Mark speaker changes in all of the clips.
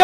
Speaker 1: ก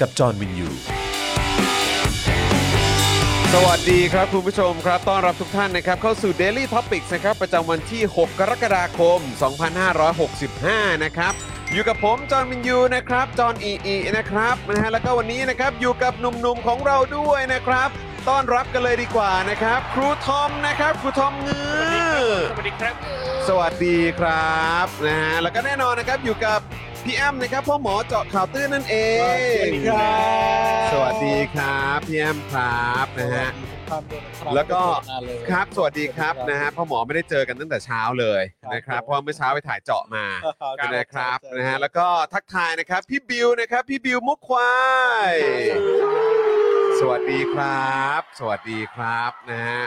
Speaker 2: กับจอห์นวินยู
Speaker 3: สวัสดีครับ คุณผู้ชมครับ ต้อนรับทุกท่านนะครับ เข้าสู่ Daily Topics นะครับ ประจำวันที่ 6 กรกฎาคม 2565 นะครับ อยู่กับผม จอห์นวินยูนะครับ จอห์นอีอีนะครับนะฮะแล้วก็วันนี้นะครับ อยู่กับหนุ่มๆของเราด้วยนะครับ ต้อนรับกันเลยดีกว่านะครับ ครูทอมนะครับ ครูทอมเงือสวัสดีครับ สวัสดีครับนะฮะแล้วก็แน่นอนนะครับอยู่กับพี่แอมนะครับพ่อหมอเจาะข่าวตื้นนั่นเอง สวัสดีครับพี่แอมครับนะฮะ แล้วก็ ครับ สวัสดีครับนะฮะพ่อหมอไม่ได้เจอกันตั้งแต่เช้าเลยนะค
Speaker 1: ครั
Speaker 3: รั
Speaker 1: บบ ผม
Speaker 3: เพราะเมื่อเช้าไปถ่ายเจาะมานะครับนะฮะ
Speaker 1: แล้ว
Speaker 3: แล้วก็ทักทายนะครับ พี่บิวนะครับ พี่บิวมุกควายสวัสดีครับ สวัสดีครับนะฮะ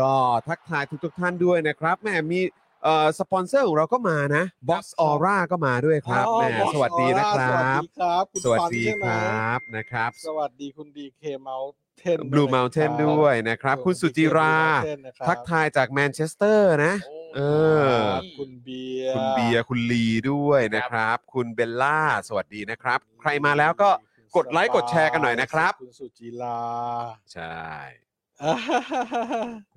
Speaker 3: ก็ทักทายทุกๆท่านด้วยนะครับแหม่มีเอ่อสปอนเซอร์ของเราก็มานะ Box
Speaker 1: ครับ
Speaker 3: Aura ก็มาด้วยครับ
Speaker 1: อ๋อ
Speaker 3: แหม่
Speaker 1: Box
Speaker 3: สวัสดีนะค
Speaker 1: ส
Speaker 3: รั
Speaker 1: วัส
Speaker 3: บ
Speaker 1: ดีครับคุณ
Speaker 3: สวัส
Speaker 1: ฟัง
Speaker 3: ดี
Speaker 1: ใช่ไห
Speaker 3: ค
Speaker 1: ม
Speaker 3: รับนะครับ
Speaker 1: สวัสดีคุณดีเคเมาเทน
Speaker 3: Blue Mountain ด้วยนะครับ คุณสุจิรา ทักทายจากแมนเชสเตอร์นะ เออ
Speaker 1: คุณเบียร์
Speaker 3: คุณเบียร์คุณลีด้วยนะครับ คุณเบลล่า สวัสดีนะครับ ใครมาแล้วก็ กดไลค์กดแชร์กันหน่อยนะครับ
Speaker 1: คุณสุจิลา
Speaker 3: ใช่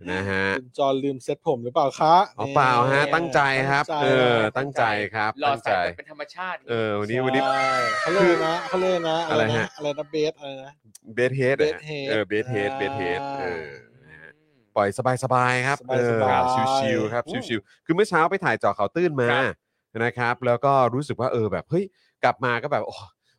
Speaker 3: นะฮะ
Speaker 1: คุณจอนลืมเซ็ตผมหรือเปล่าคะ
Speaker 3: เอาเปล่าฮะ
Speaker 1: นี่
Speaker 3: ตั้งใจครับ
Speaker 1: ตั้ง
Speaker 3: เอ
Speaker 1: ใจ
Speaker 3: อ ตั้งใจครับ
Speaker 4: หล่อ
Speaker 3: ตั้ง
Speaker 4: ใส
Speaker 3: ใจ
Speaker 4: แบบเป็นธรรมชาติ
Speaker 3: เออ วันนี้วันนี้
Speaker 1: ใช่เขาเล่นนะเขาเล่นนะ
Speaker 3: อะไรฮะ
Speaker 1: อะไรนะเบสอะไรนะ
Speaker 3: เบสเฮด
Speaker 1: Bed Head
Speaker 3: เออ เบสเฮด เบสเฮด เออนะฮะ ป
Speaker 4: ปล่อย
Speaker 3: ล่อยสบายๆครับ
Speaker 1: สบายๆ
Speaker 3: เออครับชิวๆครับ
Speaker 4: อืม
Speaker 3: ชิวๆคือเมื่อเช้าไปถ่ายเจอเขาวตื้นมา
Speaker 4: ครับ
Speaker 3: นะครับ แล้วก็รู้สึกว่าเออแบบเฮ้ยกลับมาก็แบบโอ้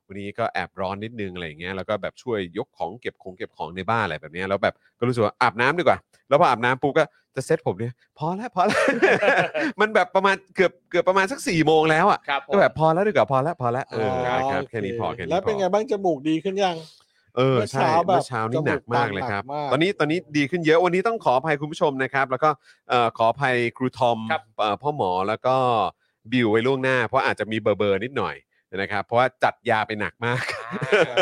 Speaker 3: วันนี้ก็แอบร้อนนิดนึงอะไรอย่างเงี้ยแล้วก็แบบช่วยยกของเก็บของเก็บของในบ้านอะไรแบบเนี้ยแล้วแบบก็รู้สึกว่าอาบน้ำดีกว่า แล้วพออาบน้ำปุ๊บก็จะเซ็ตผมเนี่ยพอแล้วพอแล้ว มันแบบประมาณเกือบเกือบประมาณสักสี่โมงแล้วอ่ะ
Speaker 4: ครับผม
Speaker 3: ก็แบบพอแล้วดีกว่าพอแล้วพอแล้วเออ
Speaker 1: อ๋อ
Speaker 3: ครับ
Speaker 1: โอเ
Speaker 3: แค่นี้พอแค่นี้พอ
Speaker 1: แล้วเป็นไงบ้างจมูกดีขึ้นยัง
Speaker 3: เออ
Speaker 1: เมื่อ
Speaker 3: ใช่
Speaker 1: เช้าแบบ
Speaker 3: เมื่อเช้านี่หนักมากเลยครับ
Speaker 1: จมูกตามหนักมาก
Speaker 3: ตอนนี้ตอนนี้ดีขึ้นเยอะวันนี้ต้องขออภัยคุณผู้ชมนะครับ แล้วก็เอ่อขออภัยครูทอม
Speaker 4: ครับ
Speaker 3: เอ่อพ่อหมอแล้วก็บิวไว้ล่วงหน้า เพราะอาจจะมีเบอร์เบอร์นิดหน่อยนะครับ เพราะว่าจัดยาไปหนักมาก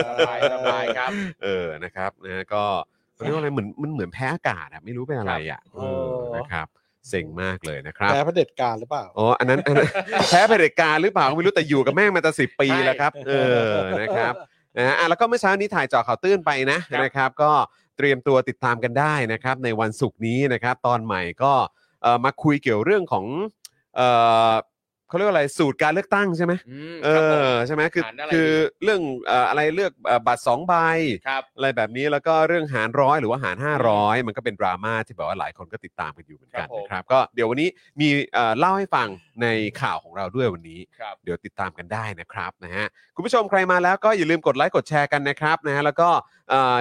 Speaker 4: สบายสบายครับ
Speaker 3: เออนะครับนะก็เขาเรียกว่าอะไรเหมือนมันเหมือนแพ้อากาศอะไม่รู้เป็นอะไรอ่ะ
Speaker 1: ครับ
Speaker 3: เออนะครับเซ็งมากเลยนะครับ
Speaker 1: แพ้พระเผด็จการหรือเปล่า
Speaker 3: อ๋ออันนั้นอัน นั้น แพ้เผด็จการหรือเปล่าก็ไม่รู้แต่อยู่กับแม่งมาตั้งสิปีแล้วครับ เออนะครับ นะฮะอ่ะแล้วก็เมื่อเช้านี้ถ่ายเจอข่าวตื้นไปนะครับ นะครับ ก็เตรียมตัวติดตามกันได้นะครับ ในวันศุกร์นี้นะครับ ตอนใหม่ก็เอ่อมาคุยเกี่ยวเรื่องของเอ่อเขาเรียกว่าอะไรสูตรการเลือกตั้งใช่ไหม
Speaker 4: อืม
Speaker 3: เอ
Speaker 4: ครับผม
Speaker 3: อใช่ไหมคือ
Speaker 4: หารอะไร
Speaker 3: คือเรื่องเอ่ออะไรเลือกเอ่อบัตรสองใบ
Speaker 4: ครับ
Speaker 3: อะไรแบบนี้แล้วก็เรื่องหารร้อยหรือว่าหาร 500 มันก็เป็นดราม่าที่แบบว่าหลายคนก็ติดตามกันอยู่เหมือนกัน
Speaker 4: ครับผม
Speaker 3: นะครับ ก็เดี๋ยววันนี้มีเอ่อเล่าให้ฟังในข่าวของเราด้วยวันนี้
Speaker 4: ครับ
Speaker 3: เดี๋ยวติดตามกันได้นะครับนะฮะคุณผู้ชมใครมาแล้วก็อย่าลืมกดไลค์กดแชร์กันนะครับนะฮะแล้วก็เอ่อ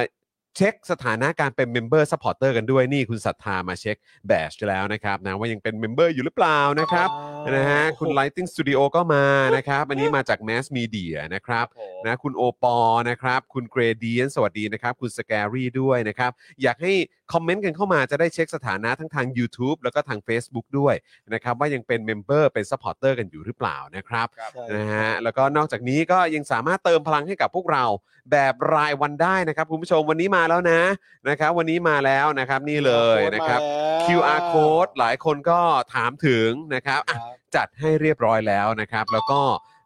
Speaker 3: เช็คสถานะการเป็นเมมเบอร์ p ั p อร์เตอร์กันด้วยนี่คุณศรัทธามาเช็คแบชแล้วนะครับนะว่ายังเป็นเมมเบอร์อยู่หรือเปล่านะครับนะฮะคุณ Lighting Studio ก็มานะครับอันนี้มาจาก Mass Media นะครับ นะคุณโอปอล์นะครับ คุณเกรเดียนสวัสดีนะครับ คุณสแกรี่ด้วยนะครับ อยากให้คอมเมนต์กันเข้ามาจะได้เช็คสถานะทั้งทาง YouTube แล้วก็ทาง Facebook ด้วยนะครับ ว่ายังเป็นเมมเบอร์เป็นซัพพอร์เตอร์กันอยู่หรือเปล่านะครับ
Speaker 4: ครับ
Speaker 3: นะฮะแล้วก็นอกจากนี้ก็ยังสามารถเติมพลังให้กับพวกเราแบบรายวันได้นะครับ คุณผู้ชมวันนี้มาแล้วนะนะครับ วันนี้มาแล้วนะครับนี่เลยนะครับ QR code หลายคนก็ถามถึงนะครับอ่ะ จัดให้เรียบร้อยแล้วนะครับ แล้วก็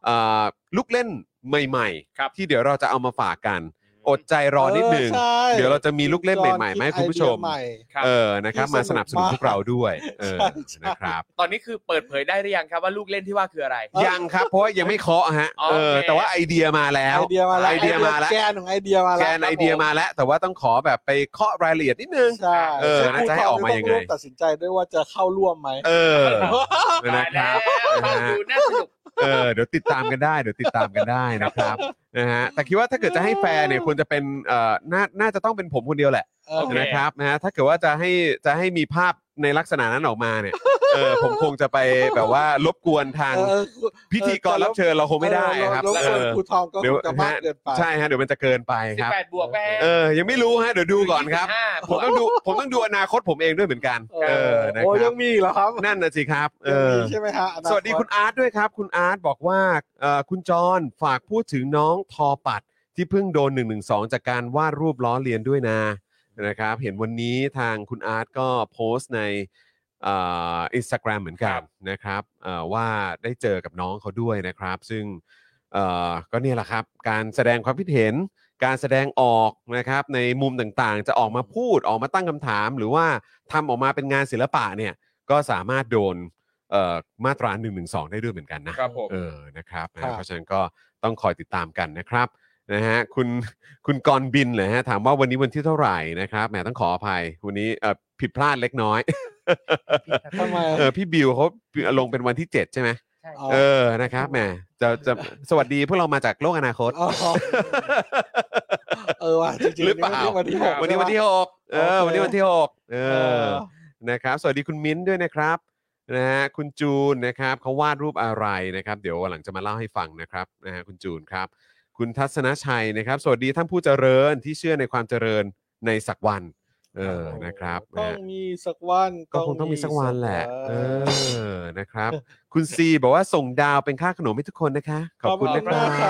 Speaker 3: เอ่อลูกเล่นใหม่
Speaker 4: ครับ
Speaker 3: ๆ ที่เดี๋ยวเราจะเอามาฝากกัน อดใจรอนิดหนึ่ง
Speaker 1: เออใช่
Speaker 3: เดี๋ยวเราจะมีลูกเล่นใหม่ๆมาให้คุณผู้ชม
Speaker 1: ไอเดียใหม่
Speaker 4: ครับ
Speaker 3: เออนะครับ
Speaker 1: ที่
Speaker 3: มา
Speaker 1: สนุก
Speaker 3: สนับสนุน
Speaker 1: มาก
Speaker 3: พวกเราด้วยเออ
Speaker 1: ใช่ใช่
Speaker 3: นะครับ
Speaker 4: ตอนนี้คือเปิดเผยได้หรือยังครับว่าลูกเล่นที่ว่าคืออะไร
Speaker 1: เออ
Speaker 3: ยังครับ เพราะว่ายังไม่เคาะฮะ
Speaker 4: โอเค
Speaker 3: เออแต่ว่าไอเดียมาแล้ว
Speaker 1: ไอเดียมาแล้ว
Speaker 3: ไอเดียมาแล้ว
Speaker 1: แกนของไอเดียมา
Speaker 3: แก
Speaker 1: แล้ว
Speaker 3: นไอเดียมาแล้ว แต่ว่าต้องขอแบบไปเคาะรายละเอียดนิดนึง
Speaker 1: ใช่
Speaker 3: เออ
Speaker 1: ซึ่ง
Speaker 3: น่าจะให้ออกมายัง
Speaker 1: ผู้
Speaker 3: ไง
Speaker 1: เข้ร่วตัดสินใจด้วยว่าจะเข้าร่วมไหม
Speaker 3: เออ
Speaker 4: ได้
Speaker 3: นะครับ
Speaker 4: แล้วฟังดูน่าสนุก
Speaker 3: เออเดี๋ยวติดตามกันได้เดี๋ยวติดตามกันได้นะครับนะฮะแต่คิดว่าถ้าเกิดจะให้แฟร์เนี่ยควรจะเป็นเอ่อน่าน่าจะต้องเป็นผมคนเดียวแหละ
Speaker 1: เออ
Speaker 4: โอเค
Speaker 3: นะครับนะฮะถ้าเกิดว่าจะให้จะให้มีภาพในลักษณะนั้นออกมาเนี่ยเออผมคงจะไปแบบว่ารบกวนทาง
Speaker 1: เออ
Speaker 3: พิธีกรรับเชิญเราคงไม่ได้ครับ
Speaker 1: แล้ว
Speaker 3: เออ
Speaker 1: ครูทอมก็
Speaker 3: เดี๋ยว
Speaker 1: คงจะมากเกินไป
Speaker 3: ใช่ฮะเดี๋ยวมันจะเกินไป
Speaker 4: สิ
Speaker 3: ครับ
Speaker 4: แปดบวกแปด
Speaker 3: เออยังไม่รู้ฮะเดี๋ยวดูก่อนครับ
Speaker 4: 25
Speaker 3: ผมต้องดูผมต้องดูอนาคตผมเองด้วยเหมือนกันเออนะค
Speaker 1: โอ้ยั
Speaker 3: รับ
Speaker 1: งมีอีกเหรอครับ
Speaker 3: นั่นนะสิครับเอ
Speaker 1: ยัง
Speaker 3: อ
Speaker 1: มีใช่ไหมฮะอนาต
Speaker 3: สวัสดีคุณอาร์ตด้วยครับ คุณอาร์ตบอกว่าเอ่อคุณจรฝากพูดถึงน้องทอปัดที่เพิ่งโดน1นึจากการวาดรูปล้อเลียนด้วยนะนะครับ เห็นวันนี้ทางคุณอาร์ตก็โพสต์ในเอินสตาแกรมเหมือนกันนะครับเอ่อว่าได้เจอกับน้องเขาด้วยนะครับ ซึ่ง เอ่อก็เนี่ยแหละครับ การแสดงความคิดเห็น การแสดงออกนะครับ ในมุมต่างๆ จะออกมาพูดออกมาตั้งคำถาม หรือว่าทำออกมาเป็นงานศิลปะเนี่ย ก็สามารถโดนเอ่อมาตรา1นึได้ด้วยเหมือนกันนะ
Speaker 4: ครับผม
Speaker 3: เออ นะครับนะเพราะฉะนั้นก็ต้องคอยติดตามกันนะครับนะฮะคุณคุณกรบินเหรอฮะถามว่าวันนี้วันที่เท่าไหร่นะครับแหมต้องขออภัยวันนี้เอ่อผิดพลาดเล็กน้อย
Speaker 1: ทำไม
Speaker 3: เออพี่บิวเขาลงเป็นวันที่ 7 ใช่ไหม
Speaker 1: เอา
Speaker 3: เออนะครับแหมจะจะสวัสดีพวกเรามาจากโลกอนาคต
Speaker 1: เอาเออว่ะจริงๆ
Speaker 3: หรือเปล่า
Speaker 1: วันที่หก
Speaker 3: วันนี้วันที่
Speaker 1: ใช่ไหม
Speaker 3: หกเออ
Speaker 1: โอเค
Speaker 3: วันนี้วันที่หกเอ
Speaker 1: เอ
Speaker 3: อ
Speaker 1: อ
Speaker 3: นะครับสวัสดีคุณมิ้นท์ด้วยนะครับนะฮะคุณจูนนะครับเขาวาดรูปอะไรนะครับ เดี๋ยววันหลังจะมาเล่าให้ฟังนะครับนะฮะคุณจูนครับ คุณทัศนชัยนะครับ สวัสดีท่านผู้เจริญที่เชื่อในความเจริญในสักวัน เออนะครับนะ
Speaker 1: ต้อง
Speaker 3: ฮะ
Speaker 1: มีสักวัน
Speaker 3: ก็คงต้องมีสักวันแหละ เอ
Speaker 1: วัน
Speaker 3: อนะครับ คุณซีบอกว่าส่งดาวเป็นค่าขนมให้ทุกคนนะคะ ขอบคุณนะค
Speaker 1: ข
Speaker 3: รั
Speaker 1: อบ บคุณมากครั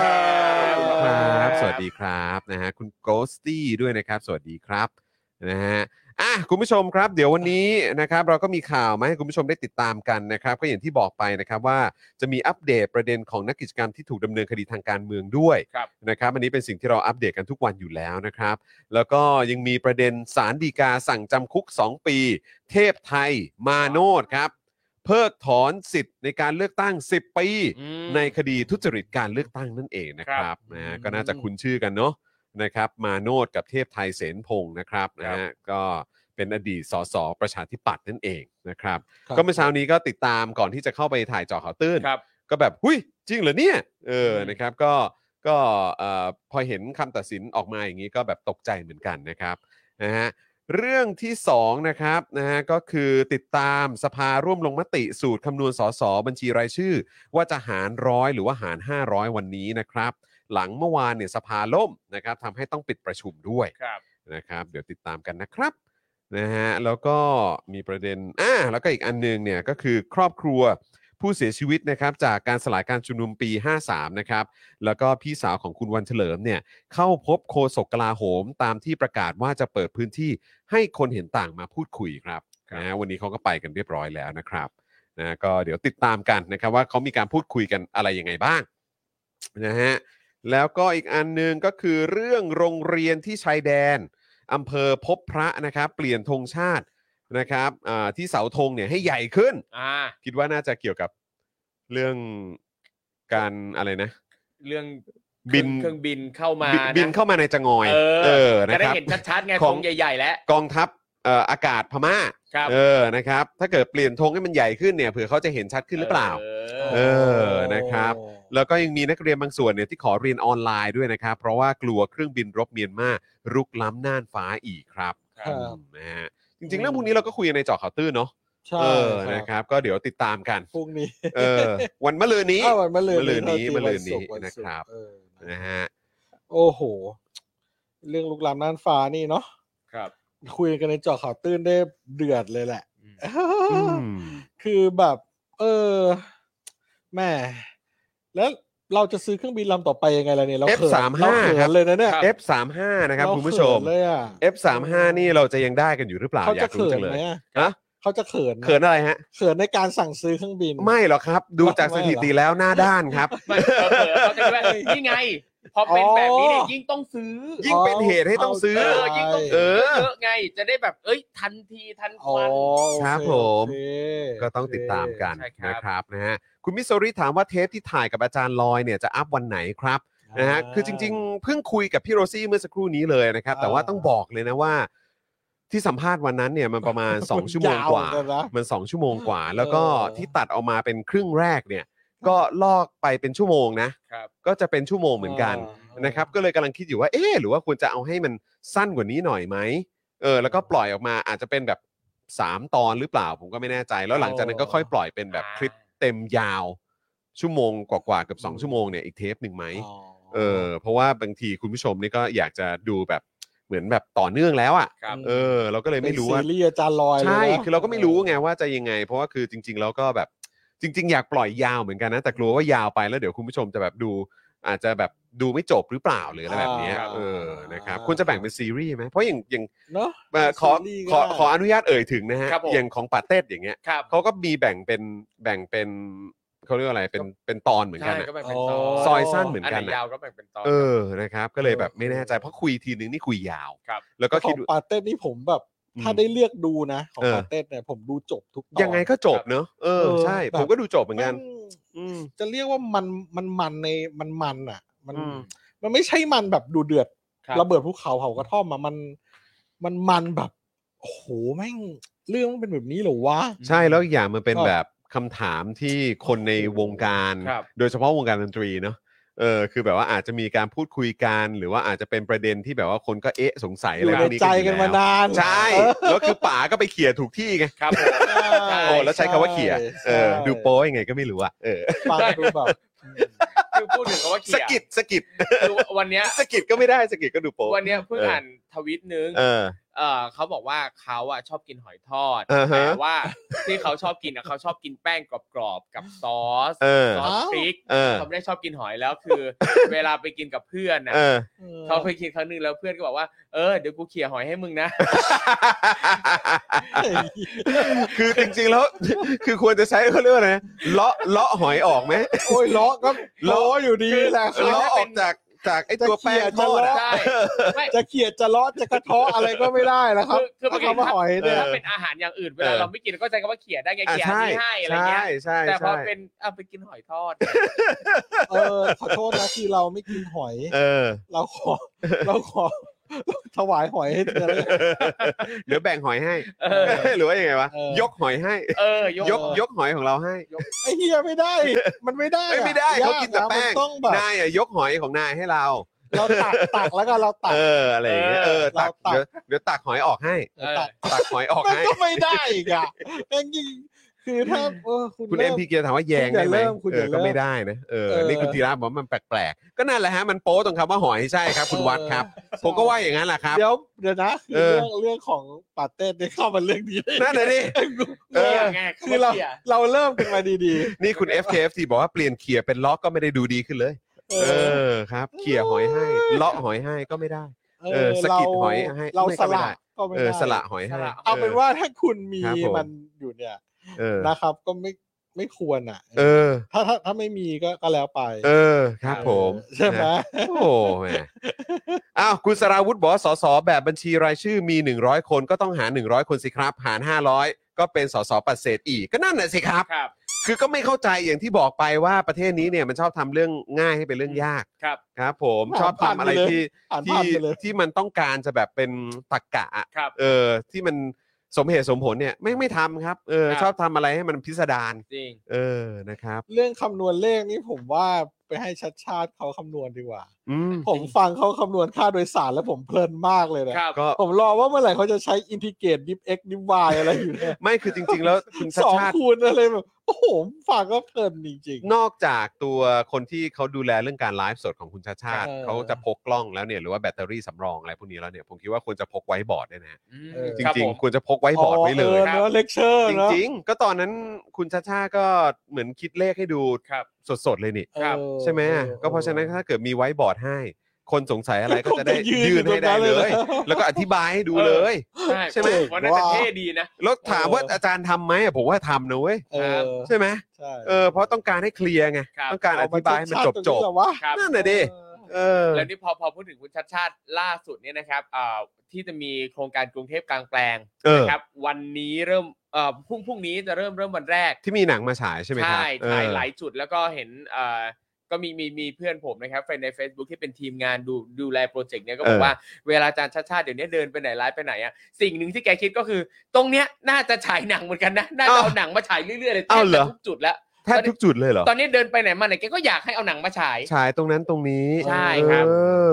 Speaker 1: บ
Speaker 3: ครับ สวัสดีครับนะฮะคุณโกสตี้ด้วยนะครับ สวัสดีครับนะฮะอ่ะคุณผู้ชมครับ เดี๋ยววันนี้นะครับ เราก็มีข่าวมาให้คุณผู้ชมได้ติดตามกันนะครับ ก็อย่างที่บอกไปนะครับว่าจะมีอัปเดตประเด็นของนักกิจกรรมที่ถูกดำเนินคดีทางการเมืองด้วย
Speaker 4: ครับ
Speaker 3: นะครับอันนี้เป็นสิ่งที่เราอัปเดตกันทุกวันอยู่แล้วนะครับ แล้วก็ยังมีประเด็นสารดีกาสั่งจำคุก 2 ปี เทพไทย มาโนดครับ เพิกถอนสิทธิ์ในการเลือกตั้ง 10 ปี
Speaker 4: อืม
Speaker 3: ในคดีทุจริตการเลือกตั้งนั่นเองนะค
Speaker 4: ครั
Speaker 3: รับบ นะฮะ
Speaker 4: อืม
Speaker 3: ก็น่าจะคุ้นชื่อกันเนาะนะครับ มาโนดกับเทพไทยเสนพงศ์นะครับนะฮะก็เป็นอดีตสสประชาธิปัตย์นั่นเองนะครับ
Speaker 1: ครับ
Speaker 3: ก็เมื่อเช้านี้ก็ติดตามก่อนที่จะเข้าไปถ่ายเจอข่าวตื้น
Speaker 4: ครับ
Speaker 3: ก็แบบหุยจริงเหรอเนี่ยเอออ
Speaker 4: ม
Speaker 3: นะครับก็ก็เอ่อพอเห็นคำตัดสินออกมาอย่างนี้ก็แบบตกใจเหมือนกันนะครับนะฮะเรื่องที่สองนะครับนะฮะก็คือติดตามสภาร่วมลงมติสูตรคำนวณสสบัญชีรายชื่อ ว่าจะหารร้อยหรือว่าหาร 500 วันนี้นะครับ หลังเมื่อวานเนี่ยสภาล่มนะครับทำให้ต้องปิดประชุมด้วย
Speaker 4: ครับ
Speaker 3: นะครับเดี๋ยวติดตามกันนะครับนะฮะแล้วก็มีประเด็นอ่าแล้วก็อีกอันหนึงเนี่ยก็คือครอบครัวผู้เสียชีวิตนะครับจากการสลายการชุมนุมปี 53 นะครับ แล้วก็พี่สาวของคุณวันเฉลิมเนี่ยเข้าพบโฆษกกลาโหม ตามที่ประกาศว่าจะเปิดพื้นที่ให้คนเห็นต่างมาพูดคุยครับ
Speaker 4: ครับ
Speaker 3: นะฮะวันนี้เขาก็ไปกันเรียบร้อยแล้วนะครับนะก็เดี๋ยวติดตามกันนะครับว่าเขามีการพูดคุยกันอะไรยังไงบ้างนะฮะแล้วก็อีกอันหนึงก็คือเรื่องโรงเรียนที่ชายแดน อำเภอพบพระนะครับ เปลี่ยนธงชาตินะครับอ่าที่เสาธงเนี่ยให้ใหญ่ขึ้น
Speaker 4: อ่า
Speaker 3: คิดว่าน่าจะเกี่ยวกับเรื่องการอะไรนะ
Speaker 4: เรื่อง
Speaker 3: บิน
Speaker 4: เครื่องบินเข้ามา
Speaker 3: บินบินเข้ามาในจะงอย
Speaker 4: เออ
Speaker 3: นะ
Speaker 4: จะได้
Speaker 3: ครับ
Speaker 4: เห็นชัดๆไง
Speaker 3: ข
Speaker 4: ข
Speaker 3: อ
Speaker 4: อง งใหญ่ ๆ แล้ว
Speaker 3: กองทัพเอ่ออากาศพม่า
Speaker 4: ครับ
Speaker 3: เออนะครับ ถ้าเกิดเปลี่ยนธงให้มันใหญ่ขึ้นเนี่ยเผื่อเขาจะเห็นชัดขึ้นหรือเปล่า เออนะครับ แล้วก็ยังมีนักเรียนบางส่วนเนี่ยที่ขอเรียนออนไลน์ด้วยนะครับ เพราะว่ากลัวเครื่องบินรบเมียนมารุกล้ำน่านฟ้าอีกครับ
Speaker 1: ครับ
Speaker 3: อืมนะฮะจริงๆเรื่องพวกนี้เราก็คุยกันในเจาะข่าวตื้นเนาะ
Speaker 1: ใช่
Speaker 3: เออ นะครับ ก็เดี๋ยวติดตามกัน
Speaker 1: พรุ่งนี้
Speaker 3: เออ วันมะรืนนี้
Speaker 1: อ้าววันมะรืน
Speaker 3: มะรืนนี้
Speaker 1: โทษที
Speaker 3: มะรืนนี้
Speaker 1: วัศุกวัศุก
Speaker 3: นะครับ
Speaker 1: เออ
Speaker 3: นะฮะ
Speaker 1: โอ้โห เรื่องลุกลามน่านฟ้านี่เนาะ
Speaker 4: ครับ
Speaker 1: คุยกันในเจอข่าวตื้นได้เดือดเลยแหละ
Speaker 4: อืม
Speaker 1: คือแบบเออแหม่แล้วเราจะซื้อเครื่องบินลำต่อไปยังไงล่ะเนี่ยเราเขิน
Speaker 3: F35
Speaker 1: เราเขิ
Speaker 3: ครั
Speaker 1: น
Speaker 3: บ
Speaker 1: เลยนะเนี่ย
Speaker 3: F35 นะครับ
Speaker 1: เา
Speaker 3: คุณผู้ชม
Speaker 1: เขินเลยอ่ะ
Speaker 3: F35 นี่เราจะยังได้กันอยู่หรือเปล่า
Speaker 1: เขา
Speaker 3: อ
Speaker 1: จะ
Speaker 3: ยากรู้
Speaker 1: เขิ
Speaker 3: จั
Speaker 1: น
Speaker 3: งเล
Speaker 1: ไหม
Speaker 3: ย
Speaker 1: อะ
Speaker 3: นะ
Speaker 1: เขาจะเขินไหม
Speaker 3: เขินอะไรฮะ
Speaker 1: เขินในการสั่งซื้อเครื่องบิน
Speaker 3: ไม่หรอกครับ ดูจาก
Speaker 1: ไม่
Speaker 3: ส
Speaker 1: เหรอ
Speaker 3: ถิติแล้วหน้าด้านครับ
Speaker 4: ไม่เผลอๆเขาจะคิดว่านี่ไง พอเป็นแบบนี้เนี่ยยิ่งต้องซื้อ
Speaker 3: ยิ่งเป็นเหตุให้ต้องซื้อ
Speaker 4: เออยิ่งต้อง
Speaker 3: เอ
Speaker 4: ซื้อ
Speaker 3: อ
Speaker 4: เยอะๆไง จะได้แบบเอ้ยทันทีทันค
Speaker 5: อ๋อ
Speaker 4: วัน
Speaker 3: ครับผม
Speaker 5: โอเค
Speaker 3: ก็ต้องติดตามกัน
Speaker 4: ใช่ครับ
Speaker 3: นะครับนะฮะคุณมิโซริถามว่าเทปที่ถ่ายกับอาจารย์ลอยเนี่ยจะอัพวันไหนครับนะฮะคือจริง ๆ เพิ่งคุยกับพี่โรซี่เมื่อสักครู่นี้เลยนะครับ แต่ว่าต้องบอกเลยนะว่า ที่สัมภาษณ์วันนั้นเนี่ยมันประ มาณ 2 ชั่วโมงกว่า
Speaker 5: ยเหมือนนนะ
Speaker 3: มัน 2 ชั่วโมงกว่า แล้วก็
Speaker 5: เออ
Speaker 3: ที่ตัดออกมาเป็นครึ่งแรกเนี่ย ก็ลอกไปเป็นชั่วโมงนะครับ ก็จะเป็นชั่วโมงเหมือนกันนะครับก็เลยกำลังคิดอยู่ว่าเอ๊ะหรือว่าควรจะเอาให้มันสั้นกว่านี้หน่อยไหมเออแล้วก็ปล่อยออกมาอาจจะเป็นแบบ 3 ตอนหรือเปล่าผมก็ไม่แน่ใจ แล้วหลังจากนั้นก็ค่อยปล่อยเป็นแบบคลิปเต็มยาว ชั่วโมงกว่าๆเกับ 2 ชั่วโมงเนี่ยอีกเทปหนึ่งไหม
Speaker 5: อ๋อ
Speaker 3: เออเพราะว่าบางทีคุณผู้ชมนี่ก็อยากจะดูแบบเหมือนแบบต่อเนื่องแล้วอะ่ะ
Speaker 4: ครับ
Speaker 3: เออ เราก็เลยไม่รู้ว่า
Speaker 5: เป็นซีรีส์อาจารย์ลอยเลยนะ
Speaker 3: ใช่ คือเราก็ไม่รู้ไงว่าจะยังไง เพราะว่าคือจริง ๆ แล้วก็แบบจริง ๆ อยากปล่อยยาวเหมือนกันนะ แต่กลัวว่ายาวไปแล้วเดี๋ยวคุณผู้ชมจะแบบดู อาจจะแบบดูไม่จบหรือเปล่าหรืออะไรแบบเนี้ย
Speaker 4: อ่า
Speaker 3: เออนะครับควรจะแบ่งเป็นซีรีส์ไหมเพราะอย่างอย่าง
Speaker 5: เนาะ
Speaker 3: เอ่อขอ
Speaker 5: ซีรีส์
Speaker 3: ขอ
Speaker 5: ก็ได้
Speaker 3: ขออนุญาตเอ่ยถึงนะฮะ
Speaker 4: ครับผม
Speaker 3: อย่างของป่าเต้ดอย่างเงี้ย
Speaker 4: ครับ
Speaker 3: เขาก็มีแบ่งเป็นแบ่งเป็นเขาเรียกว่าอะไรเป็นเป็นตอนเหมือนกัน
Speaker 4: ใช่
Speaker 3: อะ
Speaker 4: ก็แบ่งเป็นตอน
Speaker 3: ซอยสั้นเหมือน
Speaker 4: อันไห
Speaker 3: กัน นอะ
Speaker 4: ยาวก็แบ่งเป็นตอน
Speaker 3: เออ นะครับ ก็เลยแบบ
Speaker 5: เออ
Speaker 3: ไม่แน่ใจ เพราะคุยทีนึงนี่คุยยาว
Speaker 4: ครับ
Speaker 3: แล้วก็
Speaker 5: ข
Speaker 3: คิ
Speaker 5: อ
Speaker 3: ด
Speaker 5: ง
Speaker 3: ดู
Speaker 5: ปาเต้นี่ผมแบบ
Speaker 3: อืม
Speaker 5: ถ้าได้เลือกดูนะ ของ
Speaker 3: เออ
Speaker 5: ปาเต้เนี่ยผมดูจบทุกตอน
Speaker 3: ยังไงก็จบเนอะเออ
Speaker 5: เออ
Speaker 3: ใช่
Speaker 5: แบบ
Speaker 3: ผมก็ดูจบเหมือนกัน
Speaker 5: มั
Speaker 3: อืม
Speaker 5: จะเรียกว่ามันมันมันในมันมันอ่ะ มัน
Speaker 3: อืม
Speaker 5: มันไม่ใช่มันแบบดูเดือด
Speaker 4: ครับ
Speaker 5: ระเบิดภูเขาเผากระท่อมอะมันมันมันแบบโอ้โหแม่งเรื่องมันเป็นแบบนี้เหรอวะ
Speaker 3: ใช่แล้วอีกอย่างมันเป็น
Speaker 5: ก็
Speaker 3: แบบคำถามที่คนในวงการ
Speaker 4: ครับ
Speaker 3: โดยเฉพาะวงการดนตรีเนอะเออ คือแบบว่าอาจจะมีการพูดคุยกัน หรือว่าอาจจะเป็นประเด็นที่แบบว่าคนก็เอ๊ะสงสัยอะ
Speaker 5: อ
Speaker 3: ไร
Speaker 5: ยู่
Speaker 3: พ
Speaker 5: ใน
Speaker 3: วกนี้
Speaker 5: ใจ
Speaker 3: กันอยู่
Speaker 5: กันมา
Speaker 3: แล้ว
Speaker 5: นาน
Speaker 3: ใช่
Speaker 5: เออ
Speaker 3: แล้วคือป๋าก็ไปเขี่ยถูกที่ไง
Speaker 4: ครับผม ใช่
Speaker 3: โอ้แล้วใช้คำว่าเขี่ย เออ
Speaker 5: ใช่
Speaker 3: ดูโป้ยังไงก็ไม่รู้อะเออ
Speaker 5: ฟังดูแบบ
Speaker 4: คือพูดถึงคำว่าเขี
Speaker 3: สะ
Speaker 4: ย
Speaker 3: กิดสะกิด
Speaker 4: คือวันเนี้ย
Speaker 3: สะกิดก็ไม่ได้สะกิดก็ดูโป้
Speaker 4: วันเนี้ยเพิ่งอ่านทวิตนึง
Speaker 3: เออ
Speaker 4: เออเขาบอกว่าเขาอ่ะชอบกินหอยทอด
Speaker 3: อ่าฮะ
Speaker 4: แต่ว่าที่เขาชอบกินอ่ะเขาชอบกินแป้งกรอบๆกับซอส
Speaker 3: เออ
Speaker 4: ซอสพริก
Speaker 3: เออ
Speaker 4: เขาไม่ได้ชอบกินหอยแล้วคือ เวลาไปกินกับเพื่อนอ่ะ
Speaker 3: เออ
Speaker 4: เขาไปกินครั้งหนึงแล้วเพื่อนก็บอกว่าเออเดี๋ยวกูเขี่ยหอยให้มึงนะ
Speaker 3: คือจริงๆแล้ว คือควรจะใช้เขาเรียกว่าไงเลาะเลาะหอยออกไหม
Speaker 5: โอ้ยล้อก็ล้ออยู่ดีแหละครั
Speaker 3: เลาะ
Speaker 5: บ
Speaker 3: ออกจากจากไอ้ตัวแป้ง
Speaker 5: จะเขี่ย
Speaker 3: ทอด
Speaker 5: จะ
Speaker 3: อะ
Speaker 5: เลาะ
Speaker 4: ใช่ไม่
Speaker 5: จะเขียดจะล้อจะกระเทาะอะไรก็ไม่ได้แล้วครับ
Speaker 4: คือ
Speaker 5: ถ้าก
Speaker 4: คือปติ
Speaker 5: คำว่าหอยเนี่ย
Speaker 4: ถ้าเป็นอาหารอย่างอื่นเว
Speaker 3: เอ
Speaker 4: ลา
Speaker 3: อ
Speaker 4: เราไม่กินเราก็ใช้คำว่าเขี่ยได้ไง
Speaker 3: อ่ะ
Speaker 4: เขี่ย
Speaker 3: ใช่
Speaker 4: นี่ให้อะไร
Speaker 3: ใช่
Speaker 4: เงี้ย
Speaker 3: ใช่
Speaker 4: แต่พอ
Speaker 3: ใช่
Speaker 4: เป็นเอาไปกินหอยทอด
Speaker 5: เออขอโทษนะที่เราไม่กินหอย
Speaker 3: เออ
Speaker 5: เราขอ เราขอถวายหอยให้เธอเลย
Speaker 3: เดี๋ยวแบ่งหอยให้
Speaker 4: เออ
Speaker 3: หรือว่ายังไงวะ
Speaker 5: เออ
Speaker 3: ยกหอยให้
Speaker 4: เออย ย
Speaker 3: ก
Speaker 4: ก
Speaker 3: ยกหอยของเราให้
Speaker 5: ไอ้เฮียไม่ได้ มันไม่ได้
Speaker 3: เอ้ย
Speaker 5: อะ
Speaker 3: ไม่ได้เขา
Speaker 5: ย
Speaker 3: กินแต่
Speaker 5: ะ
Speaker 3: แป้ง
Speaker 5: มัต้องแบบ
Speaker 3: นายอะยกหอยของนายให้เรา
Speaker 5: เราตักตักแล้วกันเราตัก
Speaker 3: เอออะไรอย่างเงี้ยเอ
Speaker 4: เอ
Speaker 3: อ
Speaker 4: อ
Speaker 3: ตัก
Speaker 5: เราตัก
Speaker 3: เดี๋ยวเดี๋ยวตักหอยออกให้
Speaker 4: เออ
Speaker 5: ตัก
Speaker 3: ตักหอยออก
Speaker 5: มัน
Speaker 3: ให้
Speaker 5: ก็ไม่ได้อีกอ่ะแม่งยิ่งคือถ้าเออคุณ
Speaker 3: คุณเอ็
Speaker 5: เริ่
Speaker 3: ม
Speaker 5: ม
Speaker 3: พีเกียร์ถามว่าแยง
Speaker 5: คุณอย่า
Speaker 3: ได้ไหม
Speaker 5: เริ่มคุณ
Speaker 3: เออย่
Speaker 5: อาเริ่
Speaker 3: ก็
Speaker 5: ม
Speaker 3: ไม่ได้นะเออ
Speaker 5: เออ
Speaker 3: นี่คุณธีระบอกว่ามันแปลกๆ ก็นั่นแหละฮะ มันโป๊ตรงคำว่าหอยใช่ครับ คุณวัดครับ ผมก็ว่าอย่างนั้นแหละครับ
Speaker 5: เดี๋ยวเดี๋ยวนะคือ
Speaker 3: เออ
Speaker 5: เรื่องเรื่องของปาเต้เนี่ยเข้ามาเรื่องนี้ได้
Speaker 3: นั่น เลยนี่ เอ
Speaker 4: เอ
Speaker 3: อ
Speaker 4: อไง
Speaker 5: คื
Speaker 4: คือ
Speaker 5: อเรา
Speaker 4: เรา
Speaker 5: เราเริ่มกันมาดี
Speaker 3: นี่คุณ FKFT บอกว่าเปลี่ยนเขียเป็นล็อกก็ไม่ได้ดูดีขึ้นเลย
Speaker 5: ๆ เอ
Speaker 3: เออครับ เขียหอยให้เลาะหอยให้ก็ไม่ได้ เออสะกิดหอยให้
Speaker 5: เรา
Speaker 3: ไม่
Speaker 5: ส
Speaker 3: เข้าไม่
Speaker 5: ละ
Speaker 3: ได้เอ
Speaker 5: ก็ไม่ได้
Speaker 3: อสละหอยให้
Speaker 4: สละ
Speaker 5: เอาเป็นว่าถ้าคุณมี
Speaker 3: ครับผม
Speaker 5: มันอยู่เนี่ย
Speaker 3: เออ
Speaker 5: นะครับ ก็ไม่ไม่ควรอ่ะ
Speaker 3: เออ
Speaker 5: ถ้าถ้าถ้าไม่มีก็ก็แล้วไป
Speaker 3: เออครับผม
Speaker 5: ใช่ไหม
Speaker 3: นะโอ้แหมอ้าวคุณสราวุธบอกว่าสสแบบบัญชีรายชื่อมี 100 คนก็ต้องหาร 100 คนสิครับ หาร 500 ก็เป็นสสปัดเศษอีกก็นั่นน่ะสิครับ
Speaker 4: ครับ
Speaker 3: คือก็ไม่เข้าใจอย่างที่บอกไปว่าประเทศนี้เนี่ยมันชอบทำเรื่องง่ายให้เป็นเรื่องยาก
Speaker 4: ครับ
Speaker 3: ครับ ผมชอบทำอะไรที่
Speaker 5: อ่าน
Speaker 3: ที่
Speaker 5: ผ่านไปเลย
Speaker 3: ที่มันต้องการจะแบบเป็นตรกกะอะ
Speaker 4: ครับ
Speaker 3: เออ ที่มันสมเหตุสมผลเนี่ยไม่ไม่ทำครับเออ
Speaker 4: ครับ
Speaker 3: ชอบทำอะไรให้มันพิสดาร
Speaker 4: จริง
Speaker 3: เออนะครับ
Speaker 5: เรื่องคำนวณเลขนี่ผมว่าไปให้ชัดชาติเขาคำนวณดีกว่า
Speaker 3: อืม
Speaker 5: ผมฟังเขาคำนวณค่าโดยสารแล้วผมเพลินมากเลยนะครับ
Speaker 3: ก็
Speaker 5: ผมรอว่าเมื่อไหร่เขาจะใช้อินทิเกตดิฟเอ็กดิฟวายอะไรอยู่เนี่ย
Speaker 3: ไม่คือจริง ๆ แล้วคุณชา
Speaker 5: ส
Speaker 3: ติ
Speaker 5: อง
Speaker 3: ชาติ
Speaker 5: คูณอะไรแบบโอ้โหฟังก็เพลินจริง
Speaker 3: นอกจากตัวคนที่เขาดูแลเรื่องการไลฟ์สดของคุณชาติชาติ
Speaker 5: เออ
Speaker 3: เขาจะพกกล้องแล้วเนี่ยหรือว่าแบตเตอรี่สำรองอะไรพวกนี้แล้วเนี่ยผมคิดว่าควรจะพกไว้บอร์ดด้วยนะฮะ
Speaker 5: เออ
Speaker 3: จ
Speaker 4: คบ
Speaker 3: ริง
Speaker 4: ผม
Speaker 3: ๆควรจะพกไว้
Speaker 5: ๆ
Speaker 3: บอร์ดไว้เลย
Speaker 5: เนอะเลคเชอร์
Speaker 3: จ
Speaker 5: เนอะ
Speaker 3: ริงๆ ก็ตอนนั้นคุณชาชาก็เหมือนคิดเลขให้ดู
Speaker 4: ครับ
Speaker 3: สดๆ เลยนี่
Speaker 4: ครับ
Speaker 5: เออ
Speaker 3: ใช่ไหม
Speaker 5: ออ
Speaker 3: ก็เพราะฉะนั้น
Speaker 5: ออ
Speaker 3: ถ้าเกิดมีไว้บอร์ดให้ คนสงสัยอะไรก็
Speaker 5: ผม
Speaker 3: จะได้ยืน
Speaker 5: อตร
Speaker 3: ให้
Speaker 5: ง
Speaker 3: ได้เลย
Speaker 5: นะ
Speaker 3: แล้วก็อธิบายให้ดู
Speaker 4: เออ
Speaker 3: เลย ใช่
Speaker 4: ใช่
Speaker 3: ไห
Speaker 4: ไห
Speaker 3: ม
Speaker 4: มวันนั้นจะเท่ดีนะ
Speaker 3: แล้วถามว่า
Speaker 5: เออ
Speaker 3: อาจารย์ทำไหมอะผมว่าทำนะเว้ย
Speaker 5: เออ
Speaker 3: ใช่ไหม
Speaker 5: ใช่
Speaker 3: เออเพราะต้องการให้เคลียร์ไง
Speaker 4: ครับ
Speaker 3: ต้องการอธิบายให้มันจบ
Speaker 5: เอ
Speaker 3: จ
Speaker 5: ม
Speaker 3: บ
Speaker 5: ชัดๆตรงนี้เหรอวะ
Speaker 4: ครับ
Speaker 3: นั่นน่ะดิ
Speaker 5: เออ
Speaker 3: เอ เออ
Speaker 4: แล้วนี่พอพอพูดถึงคุณชัดชาติล่าสุดเนี่ยนะครับอ่าที่จะมีโครงการกรุงเทพกลางแปลง
Speaker 3: เออ
Speaker 4: นะครับวันนี้เริ่มเอ่อพรุ่งพรุ่งนี้จะเริ่มเริ่มวันแรก
Speaker 3: ที่มีหนังมาฉายใช่ไหมครับ
Speaker 4: ใช่
Speaker 3: เออ
Speaker 4: ใช่หลายจุดแล้วก็เห็นเอ่อก็มีมีมีเพื่อนผมนะครับแฟนใน Facebook ที่เป็นทีมงานดูดูแลโปรเจกต์เนี้ยก็บอก
Speaker 3: เออ
Speaker 4: ว่าเวลาอาจารย์ชาติชาติเดี๋ยวนี้เดินไปไหนไลฟ์ไปไหนอ่ะสิ่งหนึ่งที่แกคิดก็คือ ตรงเนี้ยน่าจะฉายหนังเหมือนกันนะน่ าจะเอาหนังมาฉายเรื่อยๆเลยแทบ
Speaker 3: อ้าวเหร
Speaker 4: จะ
Speaker 3: อ
Speaker 4: ทุกจุดแล้ว
Speaker 3: แทบทุกจุดเลยเหรอ
Speaker 4: ตอนนี้เดินไปไหนมาไหนแกก็อยากให้เอาหนังมาฉาย
Speaker 3: ฉายตรงนั้นตรงนี้
Speaker 4: ใช่ครับ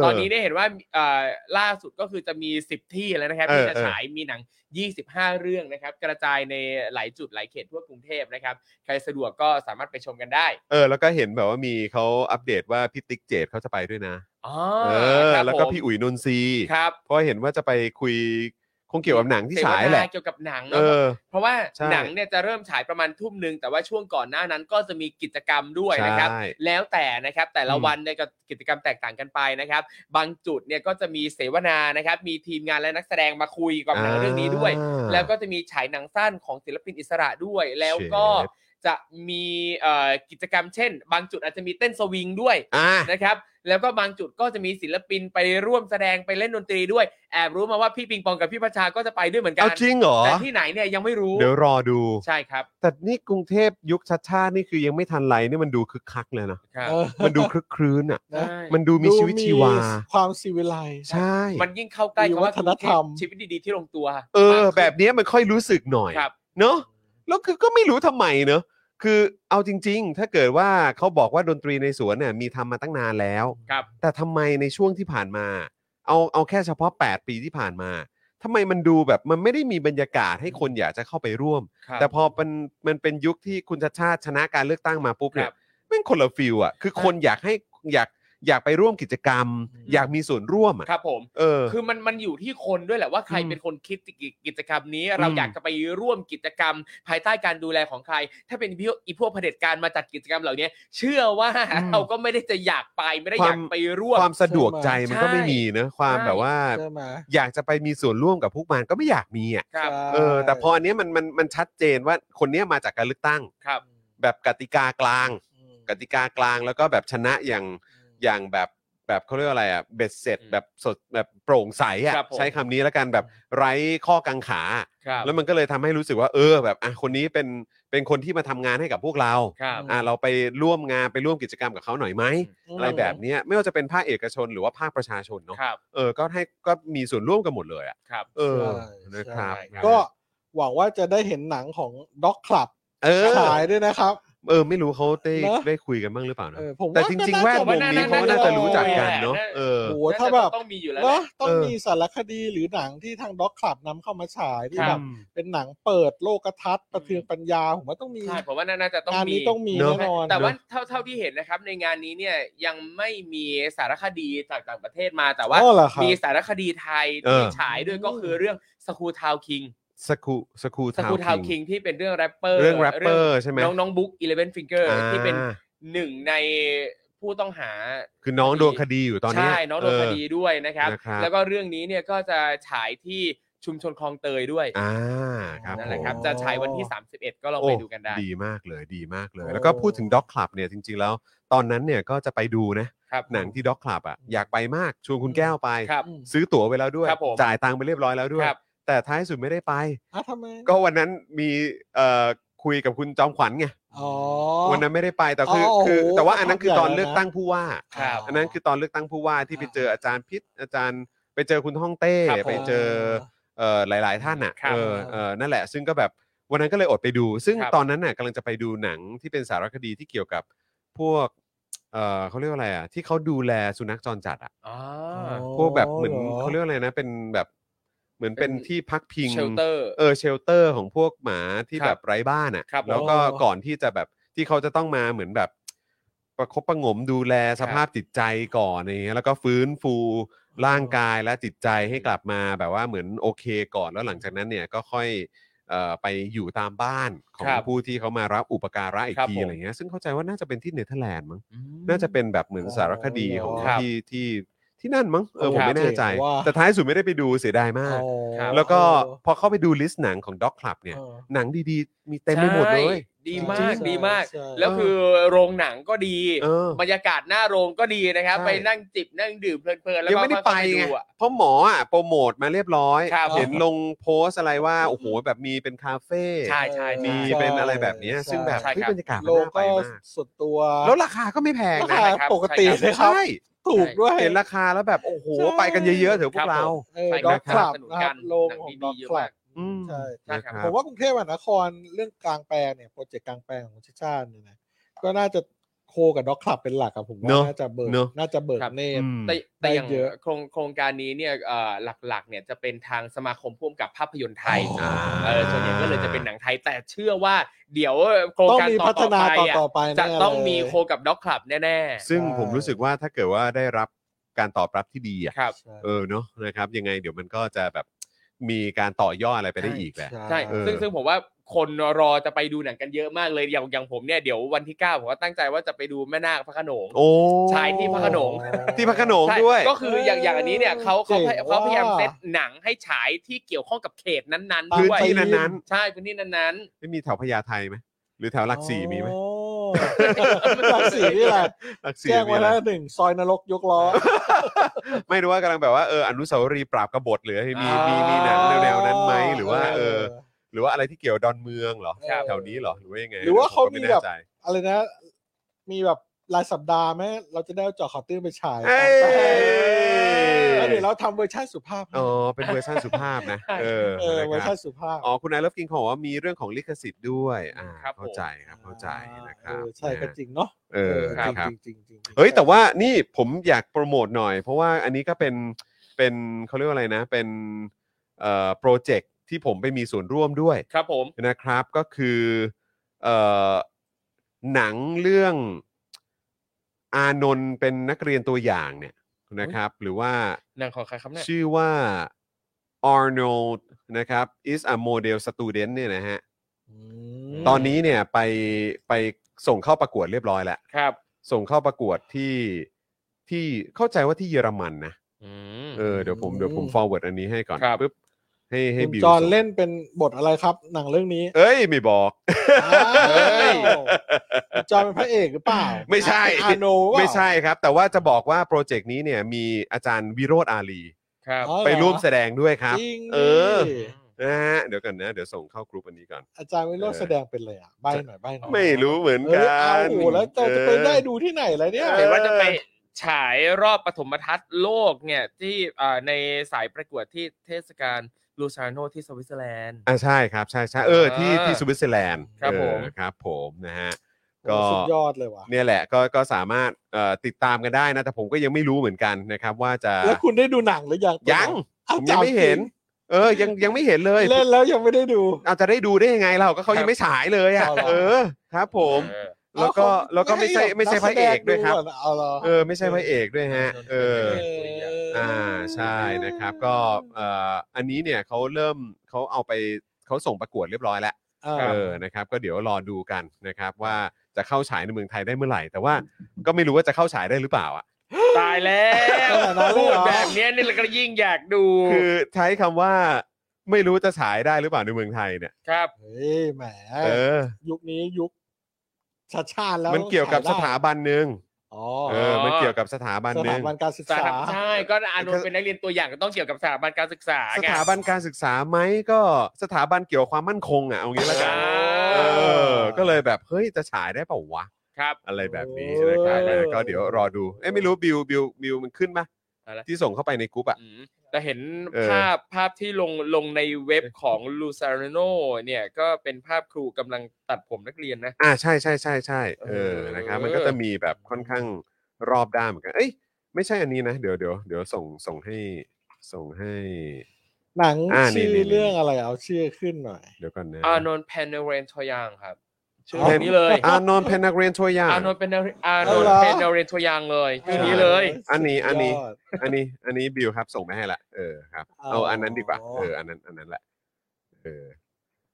Speaker 3: เ
Speaker 4: ตอนนี้ได้เห็นว่าเอ่อล่าสุดก็คือจะมี 10 ที่แล้วนะครับ
Speaker 3: เออ
Speaker 4: ที่จะ
Speaker 3: เออ
Speaker 4: ฉายมีหนัง 25 เรื่องนะครับ กระจายในหลายจุดหลายเขตทั่วกรุงเทพนะครับ ใครสะดวกก็สามารถไปชมกันได้
Speaker 3: เออแล้วก็เห็นแบบว่ามีเขาอัปเดตว่าพี่ติ๊กเจดเขาจะไปด้วยนะ
Speaker 4: อ๋อ
Speaker 3: เออ
Speaker 4: ครับ
Speaker 3: แล้วก็
Speaker 4: ผม
Speaker 3: พี่อุ๋ยนนทรีย์
Speaker 4: ครับ
Speaker 3: เพราะเห็นว่าจะไปคุยคงเกี่ยวกับหนังที่ฉายแหละ
Speaker 4: เสวนาเกี่ยวกับหนัง
Speaker 3: เอ
Speaker 4: เนา
Speaker 3: อ
Speaker 4: ะเพราะว่า
Speaker 3: ใช่
Speaker 4: หนังเนี่ยจะเริ่มฉายประมาณทุ่มหนึ่งแต่ว่าช่วงก่อนหน้านั้นก็จะมีกิจกรรมด้วยนะครับ
Speaker 3: ใช่
Speaker 4: แล้วแต่นะครับแต่ละ
Speaker 3: อืม
Speaker 4: วันเนี่ยก็กิจกรรมแตกต่างกันไปนะครับ บางจุดเนี่ยก็จะมีเสวนานะครับ มีทีมงานและนักแสดงมาคุยกับหนังเรื่องนี้ด้วย
Speaker 3: อ่า
Speaker 4: แล้วก็จะมีฉายหนังสั้นของศิลปินอิสระด้วย แล้วก็
Speaker 3: เชฟ
Speaker 4: จะมีเอ่อกิจกรรมเช่น บางจุดอาจจะมีเต้นสวิงด้วย
Speaker 3: อ่ะ
Speaker 4: นะครับแล้วก็บางจุดก็จะมีศิลปินไปร่วมแสดงไปเล่นดนตรีด้วยแอบรู้มาว่าพี่ปิงปองกับพี่พัชชาก็จะไปด้วยเหมือนกั
Speaker 3: เอา
Speaker 4: น
Speaker 3: จริงเหรอ
Speaker 4: แต่ที่ไหนเนี่ยยังไม่รู้
Speaker 3: เดี๋ยวรอดู
Speaker 4: ใช่ครับ
Speaker 3: แต่นี่กรุงเทพยุคชัดชาตินี่คือยังไม่ทันไรนี่มันดูคึกคักเลยนะ
Speaker 4: ครับ
Speaker 1: เออ
Speaker 3: มันดูคลึกครื้นอ่ะ
Speaker 4: ใช่
Speaker 3: มันดูมีชีวิตชีวา
Speaker 1: ดูมีความสิวิไลซ์
Speaker 3: ใช่
Speaker 4: มันยิ่งเข้าใกล้
Speaker 1: มี
Speaker 4: คำว่า
Speaker 1: วัฒนธรรม
Speaker 4: ชีวิตดีๆที่ลงตัว
Speaker 3: เอ
Speaker 4: มา
Speaker 3: อก
Speaker 4: ขึ้น
Speaker 3: แบบเนี้ยมันค่อยรู้สึกหน่อย
Speaker 4: ครับ
Speaker 3: เนอะแล้วคือก็ไม่รู้ทำไมเนอะคือเอาจริง ๆ ถ้าเกิดว่าเขาบอกว่าดนตรีในสวนเนี่ยมีทำมาตั้งนานแล้ว
Speaker 4: ครับ
Speaker 3: แต่ทำไมในช่วงที่ผ่านมา เอาเอาแค่เฉพาะ 8 ปีที่ผ่านมาทำไมมันดูแบบมันไม่ได้มีบรรยากาศให้คนอยากจะเข้าไปร่วม
Speaker 4: ครับ
Speaker 3: แต่พอมันมันเป็นยุคที่คุณชาติชาติชนะการเลือกตั้งมาปุ๊บเนี่ย
Speaker 4: ครับ
Speaker 3: แม่งคนละฟิลอ่ะ คือคนอยากให้อยากอยากไปร่วมกิจกรรม
Speaker 4: อืม
Speaker 3: อยากมีส่วนร่วมอ่ะ
Speaker 4: ครับผม
Speaker 3: เออ
Speaker 4: คือมันมันอยู่ที่คนด้วยแหละว่าใคร
Speaker 3: อืม
Speaker 4: เป็นคนคิดกิจกิจกรรมนี้ เรา
Speaker 3: อืม
Speaker 4: อยากจะไปร่วมกิจกรรม ภายใต้การดูแลของใคร ถ้าเป็นพี่อีพวกเผด็จการมาจัดกิจกรรมเหล่านี้เชื่อว่าเราก็ไม่ได้จะอยากไปไม่ได้อยากไปร่วม
Speaker 3: ความสะดวกใจมันก็
Speaker 4: ใช่
Speaker 3: ไม่มีนะความ
Speaker 4: ใช่
Speaker 3: แบบว่า
Speaker 1: ใช่ไหม
Speaker 3: อยากจะไปมีส่วนร่วมกับพวกมันก็ไม่อยากมีอ่ะ
Speaker 4: ครับ
Speaker 3: เออ แต่พออันเนี้ยมันมันมันชัดเจนว่าคนเนี้ยมาจากการเลือกตั้ง
Speaker 4: ครับ
Speaker 3: แบบกติกากลาง
Speaker 1: อืม
Speaker 3: กติกากลางแล้วก็แบบชนะอย่างอย่างแบบแบบเขาเรียกว่าอะไรอ่ะเบ็ดเสร็จ
Speaker 4: อืม
Speaker 3: แบบสดแบบโปร่งใสอ่ะ
Speaker 4: ครับผม
Speaker 3: ใช้คำนี้แล้วกันแบบไร้ข้อกังขา
Speaker 4: ครับ
Speaker 3: แล้วมันก็เลยทำให้รู้สึกว่าเออแบบอ่ะคนนี้เป็นเป็นคนที่มาทำงานให้กับพวกเรา
Speaker 4: ครับ
Speaker 3: อ่ะเราไปร่วมงานไปร่วมกิจกรรมกับเขาหน่อยไหม
Speaker 1: ม
Speaker 3: อะไรแบบเนี้ยไม่ว่าจะเป็นภาคเอกชนหรือว่าภาคประชาชนเนาะ
Speaker 4: ครับ
Speaker 3: เออก็ให้ก็มีส่วนร่วมกันหมดเลยอ่ะ
Speaker 4: ครับ
Speaker 3: เออ
Speaker 1: ใช่
Speaker 3: นะครับ
Speaker 1: ใช่ก็หวังว่าจะได้เห็นหนังของด็อกคลับ
Speaker 3: เออ
Speaker 1: ฉายด้วยนะครับ
Speaker 3: เออไม่รู้เขาได้
Speaker 1: เนอะ
Speaker 3: ได้คุยกันบ้างหรือเปล่านะ
Speaker 1: เออผมว่า
Speaker 3: แต่จริง ๆ แว
Speaker 1: ก็
Speaker 3: ดว
Speaker 1: น่าง จะ
Speaker 3: นี้เขาก็น่าจะรู้จักกันเนาะ
Speaker 4: น่าจะ
Speaker 3: เออ
Speaker 1: โอ้โห
Speaker 4: น่จะ
Speaker 1: ถ้าแบบ
Speaker 4: ต้องมีอยู่แล้วแห
Speaker 1: เนาะ
Speaker 4: ละ
Speaker 1: ต้อง
Speaker 3: เออ
Speaker 1: มีสารคดีหรือหนังที่ทางด็อกคลับนำเข้ามาฉายที่
Speaker 4: ครั
Speaker 1: แบบ บเป็นหนังเปิดโลกทัศน์ประเทืองปัญญา ผมว่าต้องมี
Speaker 4: ใช่ผมว่าน่าจะต้อง
Speaker 1: งาน
Speaker 4: มี
Speaker 1: นี้ต้องมี
Speaker 3: เนอะ
Speaker 1: แน่นอน
Speaker 4: แต่ว่าเท่าเท่าที่เห็นนะครับ ในงานนี้เนี่ยยังไม่มีสารคดีจากต่างประเทศมาแต่ว่า
Speaker 1: อ๋อเหรอครับ
Speaker 4: มีสารคดีไทย
Speaker 3: เอ
Speaker 4: ที่
Speaker 3: อ
Speaker 4: ฉายด้วยก็คือเรื่องสกูทาวคิง
Speaker 3: สกูสกู
Speaker 4: สกูทาวคิงที่เป็นเรื่องแรปเปอร์
Speaker 3: เรื่องแรปเปอร์ใช่ไหม
Speaker 4: น้องน้องบุ๊กอีเลเวนฟิงเกอร์
Speaker 3: อ่า
Speaker 4: ที่เป็นหนึ่งในผู้ต้องหา
Speaker 3: คือน้องโดนคดีอยู่ตอนเนี้ย
Speaker 4: ใช่น้องโดน
Speaker 3: เ
Speaker 4: คดีด้วยนะครับ
Speaker 3: นะครับ
Speaker 4: แล้วก็เรื่องนี้เนี่ยก็จะฉายที่ชุมชนคลองเตยด้วย
Speaker 3: อ่าครับ
Speaker 4: นั่นแหละครับ
Speaker 3: ผม
Speaker 4: จะฉายวันที่ 31 ก็ลองไปดูกันได้
Speaker 3: ดีมากเลยดีมากเลย
Speaker 1: โอ้
Speaker 3: แล้วก็พูดถึงด็อกคลับเนี่ยจริง ๆ แล้วตอนนั้นเนี่ยก็จะไปดูนะครับ หนังที่ด็อกคลับอ่ะอยากไปมากชวนคุณแก้วไป
Speaker 4: ครับ
Speaker 1: อืม
Speaker 3: ซื้อตั๋วไปแล้วด้วย
Speaker 4: ครับผม
Speaker 3: จ่ายตังค์ไปเรียบร้อยแล้วด้วย
Speaker 4: ครับ
Speaker 3: แต่ท้ายสุดไม่ได้ไป
Speaker 1: อ่ะทำไม
Speaker 3: ก็วันนั้นมีเอ่อคุยกับคุณจอมขวัญไง
Speaker 1: อ๋อ
Speaker 3: วันนั้นไม่ได้ไปแต่คืออ
Speaker 1: อโอ้โห
Speaker 3: คือ แต่ว่าอันนั้นคือตอน
Speaker 1: ใหญ่แล้วนะ
Speaker 3: เลือกตั้งผู้ว่า
Speaker 4: ครับ
Speaker 3: อันนั้นคือตอนเลือกตั้งผู้ว่าที่ไปเจออาจารย์พิษอาจารย์ไปเจอคุณฮ่องเต้
Speaker 4: ครับผม
Speaker 3: ไปเจอ เอ่อหลาย ๆ ท่านอ่ะ
Speaker 4: ครับ
Speaker 3: เออเออนั่นแหละ ซึ่งก็แบบวันนั้นก็เลยอดไปดู ซึ่ง
Speaker 4: ครับ
Speaker 3: ตอนนั้นน่ะกำลังจะไปดูหนังที่เป็นสารคดีที่เกี่ยวกับพวกเออเขาเรียกว่าอะไรอ่ะที่เขาดูแลสุนัขจรจัดอ่ะ
Speaker 4: อ๋อ
Speaker 3: พวกแบบเหมือน
Speaker 1: ร
Speaker 3: เขาเรียกว่าอะไรนะเป็นแบบเหมือนเป็น
Speaker 4: เป็น
Speaker 3: ที่พักพิง
Speaker 4: เชลเตอร์
Speaker 3: เออเชลเตอร์ของพวกหมาที่
Speaker 4: ครับ
Speaker 3: แบบไร้บ้านอ่ะ
Speaker 4: ครับ
Speaker 3: แล้วก็ก่อนที่จะแบบที่เขาจะต้องมาเหมือนแบบประคบประหงมดูแลสภาพจิตใจก่อนอะไรเงี้ยแล้วก็ฟื้นฟู ร่างกายและจิตใจให้กลับมาแบบว่าเหมือนโอเคก่อนแล้วหลังจากนั้นเนี่ยก็ค่อยเอ่อไปอยู่ตามบ้านของ
Speaker 4: ครับ
Speaker 3: ผู้ที่เขามารับอุปการะอีก
Speaker 4: ครับ
Speaker 3: ที
Speaker 4: ผม
Speaker 3: อะไรเงี้ยซึ่งเข้าใจว่าน่าจะเป็นที่เนเธอร์แลนด์มั้ง
Speaker 4: อืม
Speaker 3: น่าจะเป็นแบบเหมือนสารคดีของ
Speaker 4: ครับ
Speaker 3: ที่ที่ ที่นั่นมั้งเออผมไม่แน่ใจ
Speaker 5: ว่า
Speaker 3: แต่ท้ายสุดไม่ได้ไปดูเสียดายมาก
Speaker 5: โอ้
Speaker 4: ครับ
Speaker 3: แล้วก็พอเข้าไปดูลิสต์หนังของด็อกคลับเนี่ย
Speaker 5: เออ
Speaker 3: หนังดีๆ มีเต็มไปหมดเลย
Speaker 4: ใช่ดี
Speaker 5: จริ
Speaker 4: มาก
Speaker 5: งๆ
Speaker 4: ดีมาก
Speaker 5: ใช่
Speaker 4: แล้วคือโรงหนังก็ดี
Speaker 3: เออ
Speaker 4: บรรยากาศหน้าโรงก็ดีนะครับ
Speaker 3: ใช่
Speaker 4: ไปนั่งจิบนั่งดื่มเพลินๆแล้ว
Speaker 3: ยัง
Speaker 4: ก็
Speaker 3: ไม่ได้
Speaker 4: ค่อยๆ
Speaker 3: ไป
Speaker 4: ดู
Speaker 3: ไง
Speaker 4: อะ
Speaker 3: เพราะหมออ่ะโปรโมทมาเรียบร้อย
Speaker 4: ครับ
Speaker 3: เห็นลงโพสต์อะไรว่า โอ้โห แบบมีเป็นคาเฟ่
Speaker 4: ใช่ใช่ใช่
Speaker 3: มี
Speaker 5: ใช่
Speaker 3: เป็นอะไรแบบเนี้ย
Speaker 5: ใช่
Speaker 3: ซึ่งแบบ
Speaker 4: ใช่
Speaker 3: เฮ้ย
Speaker 4: ครับ
Speaker 3: บรรยากาศมัน
Speaker 5: โล
Speaker 3: น่าไป
Speaker 5: โก้
Speaker 3: มาก
Speaker 5: สุดตัว
Speaker 3: แล้วราคาก็ไม่แพงนะ
Speaker 5: ราคา
Speaker 4: ใช่ครับ
Speaker 5: ปกติเลยครับ
Speaker 3: ใช่
Speaker 5: ถูกด้วย
Speaker 3: เห็นราคาแล้วแบบโอ้โห
Speaker 5: ใช่
Speaker 3: ไปกันเยอะๆเถอะพว
Speaker 4: ครั
Speaker 3: ก
Speaker 4: บ
Speaker 3: เรา
Speaker 4: ผม
Speaker 5: เออ
Speaker 4: ใช่
Speaker 5: ด็
Speaker 4: ค
Speaker 5: อก
Speaker 4: รับ
Speaker 5: คลับ
Speaker 4: สนับสนุน
Speaker 5: นะครับ
Speaker 4: กัน
Speaker 5: โรงของด็อก
Speaker 4: หนังดีๆเย
Speaker 5: คลั
Speaker 4: อะมา
Speaker 5: บ
Speaker 4: ก
Speaker 3: อืม
Speaker 5: ใช่
Speaker 4: ใช่ครับ
Speaker 3: นะ
Speaker 5: ผมว่ากรุงเทพมหานครเรื่องกลางแปลงเนี่ยโปรเจกต์กลางแปลงของคุณชาติชาติเนี่ยนะก็น่าจะโคกับด็อกคลับเป็นหลักอะผมว่า
Speaker 3: เนอะ
Speaker 5: น่าจะเบิก
Speaker 3: เนอะ
Speaker 5: น่าจะเบิก
Speaker 4: ครับ
Speaker 5: เน
Speaker 3: อื
Speaker 5: ตร
Speaker 3: ม
Speaker 4: แต่แต่อย่าง
Speaker 5: ได้เยอะ
Speaker 4: โครงโครงการนี้เนี่ยเอ่อหลักๆเนี่ยจะเป็นทางสมาคมพ่วงกับภาพยนตร์ไทย
Speaker 3: อ๋อ
Speaker 4: เออส่วนใหญ่ก็เลยจะเป็นหนังไทย แต่เชื่อว่าเดี๋ยวโครง
Speaker 5: ต้อง
Speaker 4: การ
Speaker 5: มี
Speaker 4: ต่
Speaker 5: พัฒ
Speaker 4: อ
Speaker 5: นา
Speaker 4: ๆไป
Speaker 5: ต่อ
Speaker 4: อะ
Speaker 5: ต่อไป
Speaker 4: จะ
Speaker 5: แน่
Speaker 4: ต้อง
Speaker 5: เลย
Speaker 4: มีโคกับด็อกคลับแน่
Speaker 3: ซึ่ง
Speaker 5: ใช่
Speaker 3: ผมรู้สึกว่าถ้าเกิดว่าได้รับการตอบรับที่ดีอ่ะ
Speaker 4: ๆครับ
Speaker 5: ใช่
Speaker 3: เออเนาะนะครับ ยังไงเดี๋ยวมันก็จะแบบมีการต่อยอดอะไรไปได้อีกแหละ
Speaker 4: ใช่
Speaker 3: เออ
Speaker 4: ซึ่งซึ่งผมว่าคนรอจะไปดูหนังกันเยอะมากเลย อย่างอย่างผมเนี่ยเดี๋ยววันที่ 9 ผมก็ตั้งใจว่าจะไปดูแม่นาคพระโขนง
Speaker 3: โอ้
Speaker 4: ชายที่พระโขนง
Speaker 3: ที่พระโขนง
Speaker 4: ใช่
Speaker 3: ด้วย
Speaker 4: ก็คืออย่างอย่างอันนี้เนี่ยเขาเขา
Speaker 5: เจ๋ง
Speaker 4: เขาพยายาม
Speaker 5: ว่ะ
Speaker 4: เซตหนังให้ฉายที่เกี่ยวข้องกับเขตนั้น
Speaker 3: พื้
Speaker 4: ๆ
Speaker 3: น
Speaker 4: ด้วย
Speaker 3: ที่นั้น
Speaker 4: ใช่พื้นที่นั้น
Speaker 3: ๆ ไม่มีแถวพญาไทไหมหรือแถวหลักสี่มีไหม
Speaker 5: โอ้หลักสี่นี่แหละ
Speaker 3: หลักสี่
Speaker 5: แจ้ง
Speaker 3: มี
Speaker 5: วั
Speaker 3: อะ
Speaker 5: น
Speaker 3: ไร
Speaker 5: ละหนึ่งซอยนรกยกล้อ
Speaker 3: ไม่รู้ว่ากำลังแบบว่าเอออนุสาวรีย์ปราบกบฏหรือให้มีมีมีหนังแนวๆนั้นไหมหรือว่าเออ หรือว่าอะไรที่เกี่ยวดอนเมืองเหรอ
Speaker 5: ครับ
Speaker 3: แถวนี้เหรอหรือว่ายังไง
Speaker 5: หรือว่าเขา
Speaker 3: ผก็
Speaker 5: มี
Speaker 3: ไแน่
Speaker 5: แบบ
Speaker 3: ใจ
Speaker 5: อะไรนะ มีแบบรายสัปดาห์ไหมเราจะได้เอาเจอข่าวตื้นไปฉาย
Speaker 3: เอ้ย
Speaker 5: แล้วเดี๋ยวเราทำเวอร์ชันสุภาพให้
Speaker 3: อ๋อเป็นเวอร์ชันสุภาพ นะ เออ
Speaker 5: เออเวอร์
Speaker 3: นะค
Speaker 5: ชั
Speaker 3: รั
Speaker 5: น
Speaker 3: บ
Speaker 5: สุภาพ
Speaker 3: อ๋อ คุณนายเลิฟกินของว่ามีเรื่องของลิขสิทธิ์ด้วยอ่าเข้าใจครับเข้าใจนะครับ
Speaker 5: เออใช่ก็
Speaker 3: นะ
Speaker 5: จริงเนาะ
Speaker 3: เออนะค
Speaker 5: จ
Speaker 3: รับ
Speaker 5: ริงจริงจริงจริง
Speaker 3: เฮ้ย แต่ว่านี่ผมอยากโปรโมทหน่อย เพราะว่าอันนี้ก็เป็นเป็นเขาเรียกว่าอะไรนะ เป็นเอ่อโปรเจกต์ที่ผมไปมีส่วนร่วมด้วย
Speaker 4: ๆ ครับผม
Speaker 3: นะครับ ก็คือเอ่อหนังเรื่องอานนท์เป็นนักเรียนตัวอย่างเนี่ยนะครับ หรือว่า
Speaker 4: หนังของใครครับเนี่ย
Speaker 3: ชื่อว่า Arnold นะครับ is a model student เนี่ยนะฮะ
Speaker 5: อืม
Speaker 3: ตอนนี้เนี่ยไปไปส่งเข้าประกวดเรียบร้อยแล้ว
Speaker 4: ครับ
Speaker 3: ส่งเข้าประกวดที่ที่เข้าใจว่าที่เยอรมันนะ
Speaker 4: อืม
Speaker 3: เออเดี๋ยวผมเดี๋ยวผม forward อันนี้ให้ก่อน
Speaker 4: ครับ
Speaker 3: ปึ๊บให้ให้
Speaker 5: คุณ
Speaker 3: บิว
Speaker 5: จอห์น
Speaker 3: ส่ง
Speaker 5: เล่นเป็นบทอะไรครับหนังเรื่องนี้
Speaker 3: เอ้ย ไม่บอก
Speaker 5: เฮ้ย
Speaker 4: ย
Speaker 5: คุณจอห์นเป็นพระเอกหรือเปล่า
Speaker 3: ไม่ใช่
Speaker 5: อาโนวะ
Speaker 3: ไม่ใช่ครับ แต่ว่าจะบอกว่าโปรเจกต์นี้เนี่ยมีอาจารย์วิโรธอาลี
Speaker 4: ครับ
Speaker 5: อ๋อเหอ
Speaker 3: ไปร่วมแสดงด้วยครับ
Speaker 5: จริงดิ
Speaker 3: เออ นะฮะเดี๋ยวกันนะ เดี๋ยวส่งเข้ากลุ่มอันนี้ก่อน
Speaker 5: อาจารย์วิโรจน์แสดงเป็นอะไรอ่ะใบหน่อยใบหน่อย
Speaker 3: ไม่รู้เหมือน
Speaker 5: เอ
Speaker 3: กั
Speaker 5: อเอา
Speaker 3: น
Speaker 5: โอ้โหแล้วจะจะไปได้
Speaker 3: เออ
Speaker 5: ดูที่ไหนล่ะเนี่ย
Speaker 3: เออ
Speaker 4: เห็นว่าจะไปฉายรอบปฐมทัศน์โลกเนี่ยที่อ่าในสายประกวดที่เทศกาลลูซาโนที่สวิตเซอร์แลนด์
Speaker 3: อ่าใช่ครับใช่ใช่เออที่
Speaker 4: อ่า
Speaker 3: ที่สวิตเซอร์แลนด์
Speaker 4: ครับ
Speaker 3: เออ
Speaker 4: ผม
Speaker 3: ครับผมนะฮะ
Speaker 5: โอ้
Speaker 3: ก็
Speaker 5: สุดยอดเลยว่ะ
Speaker 3: เนี่ยแหละก็ก็สามารถเอ่อติดตามกันได้นะแต่ผมก็ยังไม่รู้เหมือนกันนะครับว่าจะ
Speaker 5: แล้วคุณได้ดูหนังหรือยัง
Speaker 3: ยัง
Speaker 5: เอา
Speaker 3: ผม
Speaker 5: จั
Speaker 3: ยัง
Speaker 5: บ
Speaker 3: ไม่เห็น เออยังยังไม่เห็นเล
Speaker 5: จ
Speaker 3: ย
Speaker 5: ริงเล่นแล้วยังไม่ได้ดู
Speaker 3: เอาจะได้ดูได้ยังไงเราก็เขายังไม่ฉายเลยอ่ะ
Speaker 5: เอาเหรอ
Speaker 3: เออครับ ผม
Speaker 4: เออ
Speaker 3: แล้วก็
Speaker 5: เอาเขา
Speaker 3: แล้วก็ไม่ใช่ไม่ใช่พระเอกด้วยครับ
Speaker 5: นัแสงก่อนเอาเหรอ
Speaker 3: เออไม่ใช่พระเอกด้วยฮะ เอ
Speaker 4: เอ
Speaker 3: อ
Speaker 5: เ
Speaker 3: อ่าใช่นะครับก็เอ่ออันนี้เนี่ยเขาเริ่มเขาเอาไปเขาส่งประกวดเรียบร้อยแล้ว
Speaker 5: เออ
Speaker 3: เออ นะครับ ก็เดี๋ยวรอดูกันนะครับ ว่าจะเข้าฉายในเมืองไทยได้เมื่อไหร่ แต่ว่าก็ไม่รู้ว่าจะเข้าฉายได้หรือเปล่าอ่ะ
Speaker 4: ตายแล้วพูดแบบเนี้ยนี่เราก็ยิ่งอยากดู
Speaker 3: คือใช้คำว่าไม่รู้จะฉายได้หรือเปล่าในเมืองไทยเนี่ย
Speaker 4: ครับ
Speaker 5: เฮ้ยแหม
Speaker 3: เออ
Speaker 5: ยุคนี้ยุคชาติชาติแล้ว
Speaker 3: มันเกี่ยวกับสถาบันหนึ่ง
Speaker 5: อ๋อ
Speaker 3: เออ มันเกี่ยวกับสถาบัน
Speaker 5: ส
Speaker 3: ห
Speaker 5: ถา
Speaker 3: นึ่ง
Speaker 5: บันการศึก
Speaker 4: ส
Speaker 5: ษา
Speaker 4: ถาบันใช่ก็อานนท์เป็นนักเรียนตัวอย่างก็ต้องเกี่ยวกับสถาบันการศึกษา
Speaker 3: ส
Speaker 4: ไง
Speaker 3: ถาบันการศึกษาไหมก็สถาบันเกี่ยวกับความมั่นคงอ่ะ เอางี้ละกัน
Speaker 4: อ่า
Speaker 3: เออ ก็เลยแบบเฮ้ยจะฉายได้เปล่าวะ
Speaker 4: ครับ
Speaker 3: อะไรแบบนี้นะครับ
Speaker 5: โอ้
Speaker 3: เออก็เดี๋ยวรอดู เอ้ยไม่รู้บิวบิวบิวมันขึ้นปะ
Speaker 4: อะไร
Speaker 3: ที่ส่งเข้าไปในกรุ๊ปอ่ะ
Speaker 4: อืมแต่เห็น
Speaker 3: เออ
Speaker 4: ภาพภาพที่ลงลงในเว็บของลูซาร์โนเนี่ยก็เป็นภาพครูกำลังตัดผมนักเรียนนะ
Speaker 3: อ่าใช่ใช่ใช่ใช่เอ
Speaker 4: เอ
Speaker 3: อ
Speaker 4: อ
Speaker 3: นะครับมันก็จะมีแบบค่อนข้างรอบด้านเหมือนกัน เอ้ยไม่ใช่อันนี้นะเดี๋ยวเดี๋ยวเดี๋ยวส่งส่งให้ส่งให้
Speaker 5: หนัง
Speaker 3: อ่านี่
Speaker 5: ชื่อ
Speaker 3: นี่
Speaker 5: เรื่องอะไรเอาชื่อขึ้นหน่อย
Speaker 3: เดี๋ยวก่อนนะ
Speaker 4: อานนท์แพนเนเรนทอยางครับชื่อ
Speaker 5: อ๋อ
Speaker 4: นี้เลย
Speaker 3: อานนท์เพนนักเรียนตัวอย่าง
Speaker 4: อานนท์เป็นอาน
Speaker 5: เอา
Speaker 4: น
Speaker 5: เหร
Speaker 4: ท์
Speaker 5: อ
Speaker 4: แพนเนเรนทอยางเลยชื่อนี้เลย
Speaker 3: อันนี้อันนี้
Speaker 5: สุดยด
Speaker 3: อันนี้อันนี้บิวครับส่งมาให้ละเออครับ
Speaker 5: อ๋
Speaker 3: เอา
Speaker 5: ออั
Speaker 3: อันนั้นดีกว่าเอออันนั้นอันนั้นแหละเออ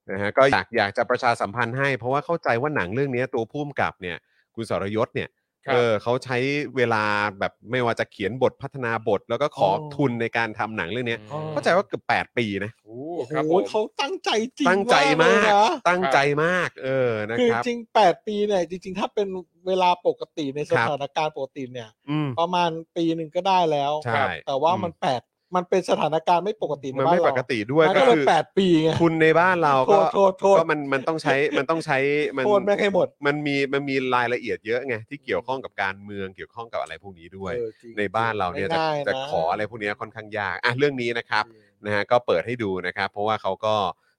Speaker 3: นะฮะก็อยากอยากจะประชาสัมพันธ์ให้ เพราะว่าเข้าใจว่าหนังเรื่องนี้ตัวพุ่มกับเนี่ย คุณสรยศเนี่ย
Speaker 4: ครับ
Speaker 3: เออเขาใช้เวลาแบบไม่ว่าจะเขียนบทพัฒนาบท แล้วก็ขอ
Speaker 5: โอ้
Speaker 3: ทุนในการทำหนังเรื่องเนี้ย
Speaker 4: อ๋อ
Speaker 3: เข้าใจว่าเกือบ8 ปีนะ
Speaker 4: โอ้
Speaker 5: โอ้โห
Speaker 4: ครับผม
Speaker 5: เขาตั้งใจจริง
Speaker 3: ตั้งใจมาก
Speaker 5: เลยนะ
Speaker 3: ตั้งใจมาก เออนะ
Speaker 5: คือ
Speaker 3: ครับ
Speaker 5: จริงแปดปีเนี่ยจริง ๆ ถ้าเป็นเวลาปกติในสถานการณ์ปกติเนี่ย
Speaker 3: อืม
Speaker 5: ประมาณปีหนึ่งก็ได้แล้ว
Speaker 3: ใช่
Speaker 5: แต่ว่า
Speaker 3: อืม
Speaker 5: มันแปดมันเป็นสถานการณ์ไม่ปกติใน
Speaker 3: มัน
Speaker 5: บ้าน
Speaker 3: ไม่
Speaker 5: เรา
Speaker 3: ปกติด้วย
Speaker 5: มัน
Speaker 3: ก็
Speaker 5: ก็เลย
Speaker 3: คือ
Speaker 5: แปดปีไง
Speaker 3: ทุนในบ้านเราก็
Speaker 5: โทษโทษโทษ
Speaker 3: ก็มันมันต้องใช้ มันต้องใช้มัน
Speaker 5: โทษแม่งให้หมด
Speaker 3: มันมีมันมีรายละเอียดเยอะไงที่เกี่ยวข้องกับการเมืองเกี่ยวข้องกับอะไรพวกนี้ด้วย
Speaker 5: เออจริง
Speaker 3: ในบ้านเราเนี่ยจะ
Speaker 5: ไม่ง่
Speaker 3: จะ
Speaker 5: น
Speaker 3: ขออะไรพวกเนี้ยค่อนข้างยากอ่ะเรื่องนี้นะครับนะฮะก็เปิดให้ดูนะครับ เพราะว่าเขาก็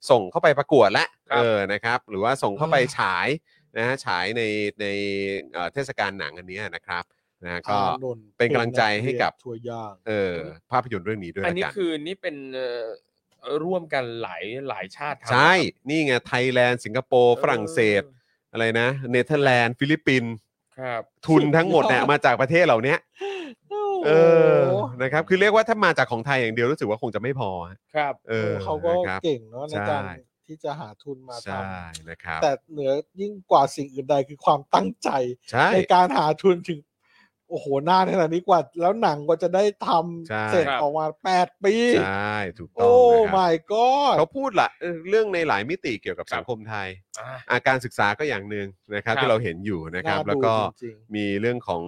Speaker 3: ส่งเข้าไปประกวดละ
Speaker 4: ครับ
Speaker 3: เออนะครับ หรือว่าส่งเข้าไปฉายนะฮะฉายในในเอ่อเทศกาลหนังอันเนี้ยนะครับนะฮะก็
Speaker 5: อานนท์
Speaker 3: เป็นกำลังใจให้กับ
Speaker 5: ทัวยาก
Speaker 3: เออภาพยนตร์เรื่องนี้ด้วย
Speaker 4: อัน
Speaker 3: ละ
Speaker 4: นี้
Speaker 3: กัน
Speaker 4: คือนี่เป็นเอ่อร่วมกันหลายหลายชาติทำ
Speaker 3: ใช่ นี่ไงไทยแลนด์สิงคโปร์ฝรั่งเศสอะไรนะเนเธอร์แลนด์ฟิลิปปินส์
Speaker 4: ครับ
Speaker 3: ทุนทั้งหมดเนี่ยมาจากประเทศเหล่าเนี้ย เอ
Speaker 5: โอ้
Speaker 3: อ
Speaker 5: โห
Speaker 3: นะครับ คือเรียกว่าถ้ามาจากของไทยอย่างเดียวรู้สึกว่าคงจะไม่พอฮะ
Speaker 4: ครับ
Speaker 3: เออ
Speaker 5: เขาก็
Speaker 3: นะครับ
Speaker 5: เก่งเนาะในการ
Speaker 3: ใช่
Speaker 5: ที่จะหาทุนมาท
Speaker 3: ใช่นะครับ
Speaker 5: ำแต่เหนือยิ่งกว่าสิ่งอื่นใดคือความตั้งใจ
Speaker 3: ใช่
Speaker 5: ในการหาทุนถึง โอ้โหนานขนาดนี้กว่า แล้วหนังก็จะได้ท
Speaker 3: ใช่
Speaker 5: ำเสร็จ
Speaker 4: ครับ
Speaker 5: ออกมาแปดปี
Speaker 3: ใช่ถูกต้
Speaker 5: โอ้
Speaker 3: องนะครับ
Speaker 5: my god
Speaker 3: เขาพูดละเออเรื่องในหลายมิติเกี่ยวกับ
Speaker 4: ครับ
Speaker 3: สังคมไทย
Speaker 4: อ่า
Speaker 3: อาการศึกษาก็อย่างหนึ่งนะครับ
Speaker 4: ครับ
Speaker 3: ที่เราเห็นอยู่นะครับ
Speaker 5: น่าดู
Speaker 3: แล้วก็
Speaker 5: จริง
Speaker 3: มีเรื่องของ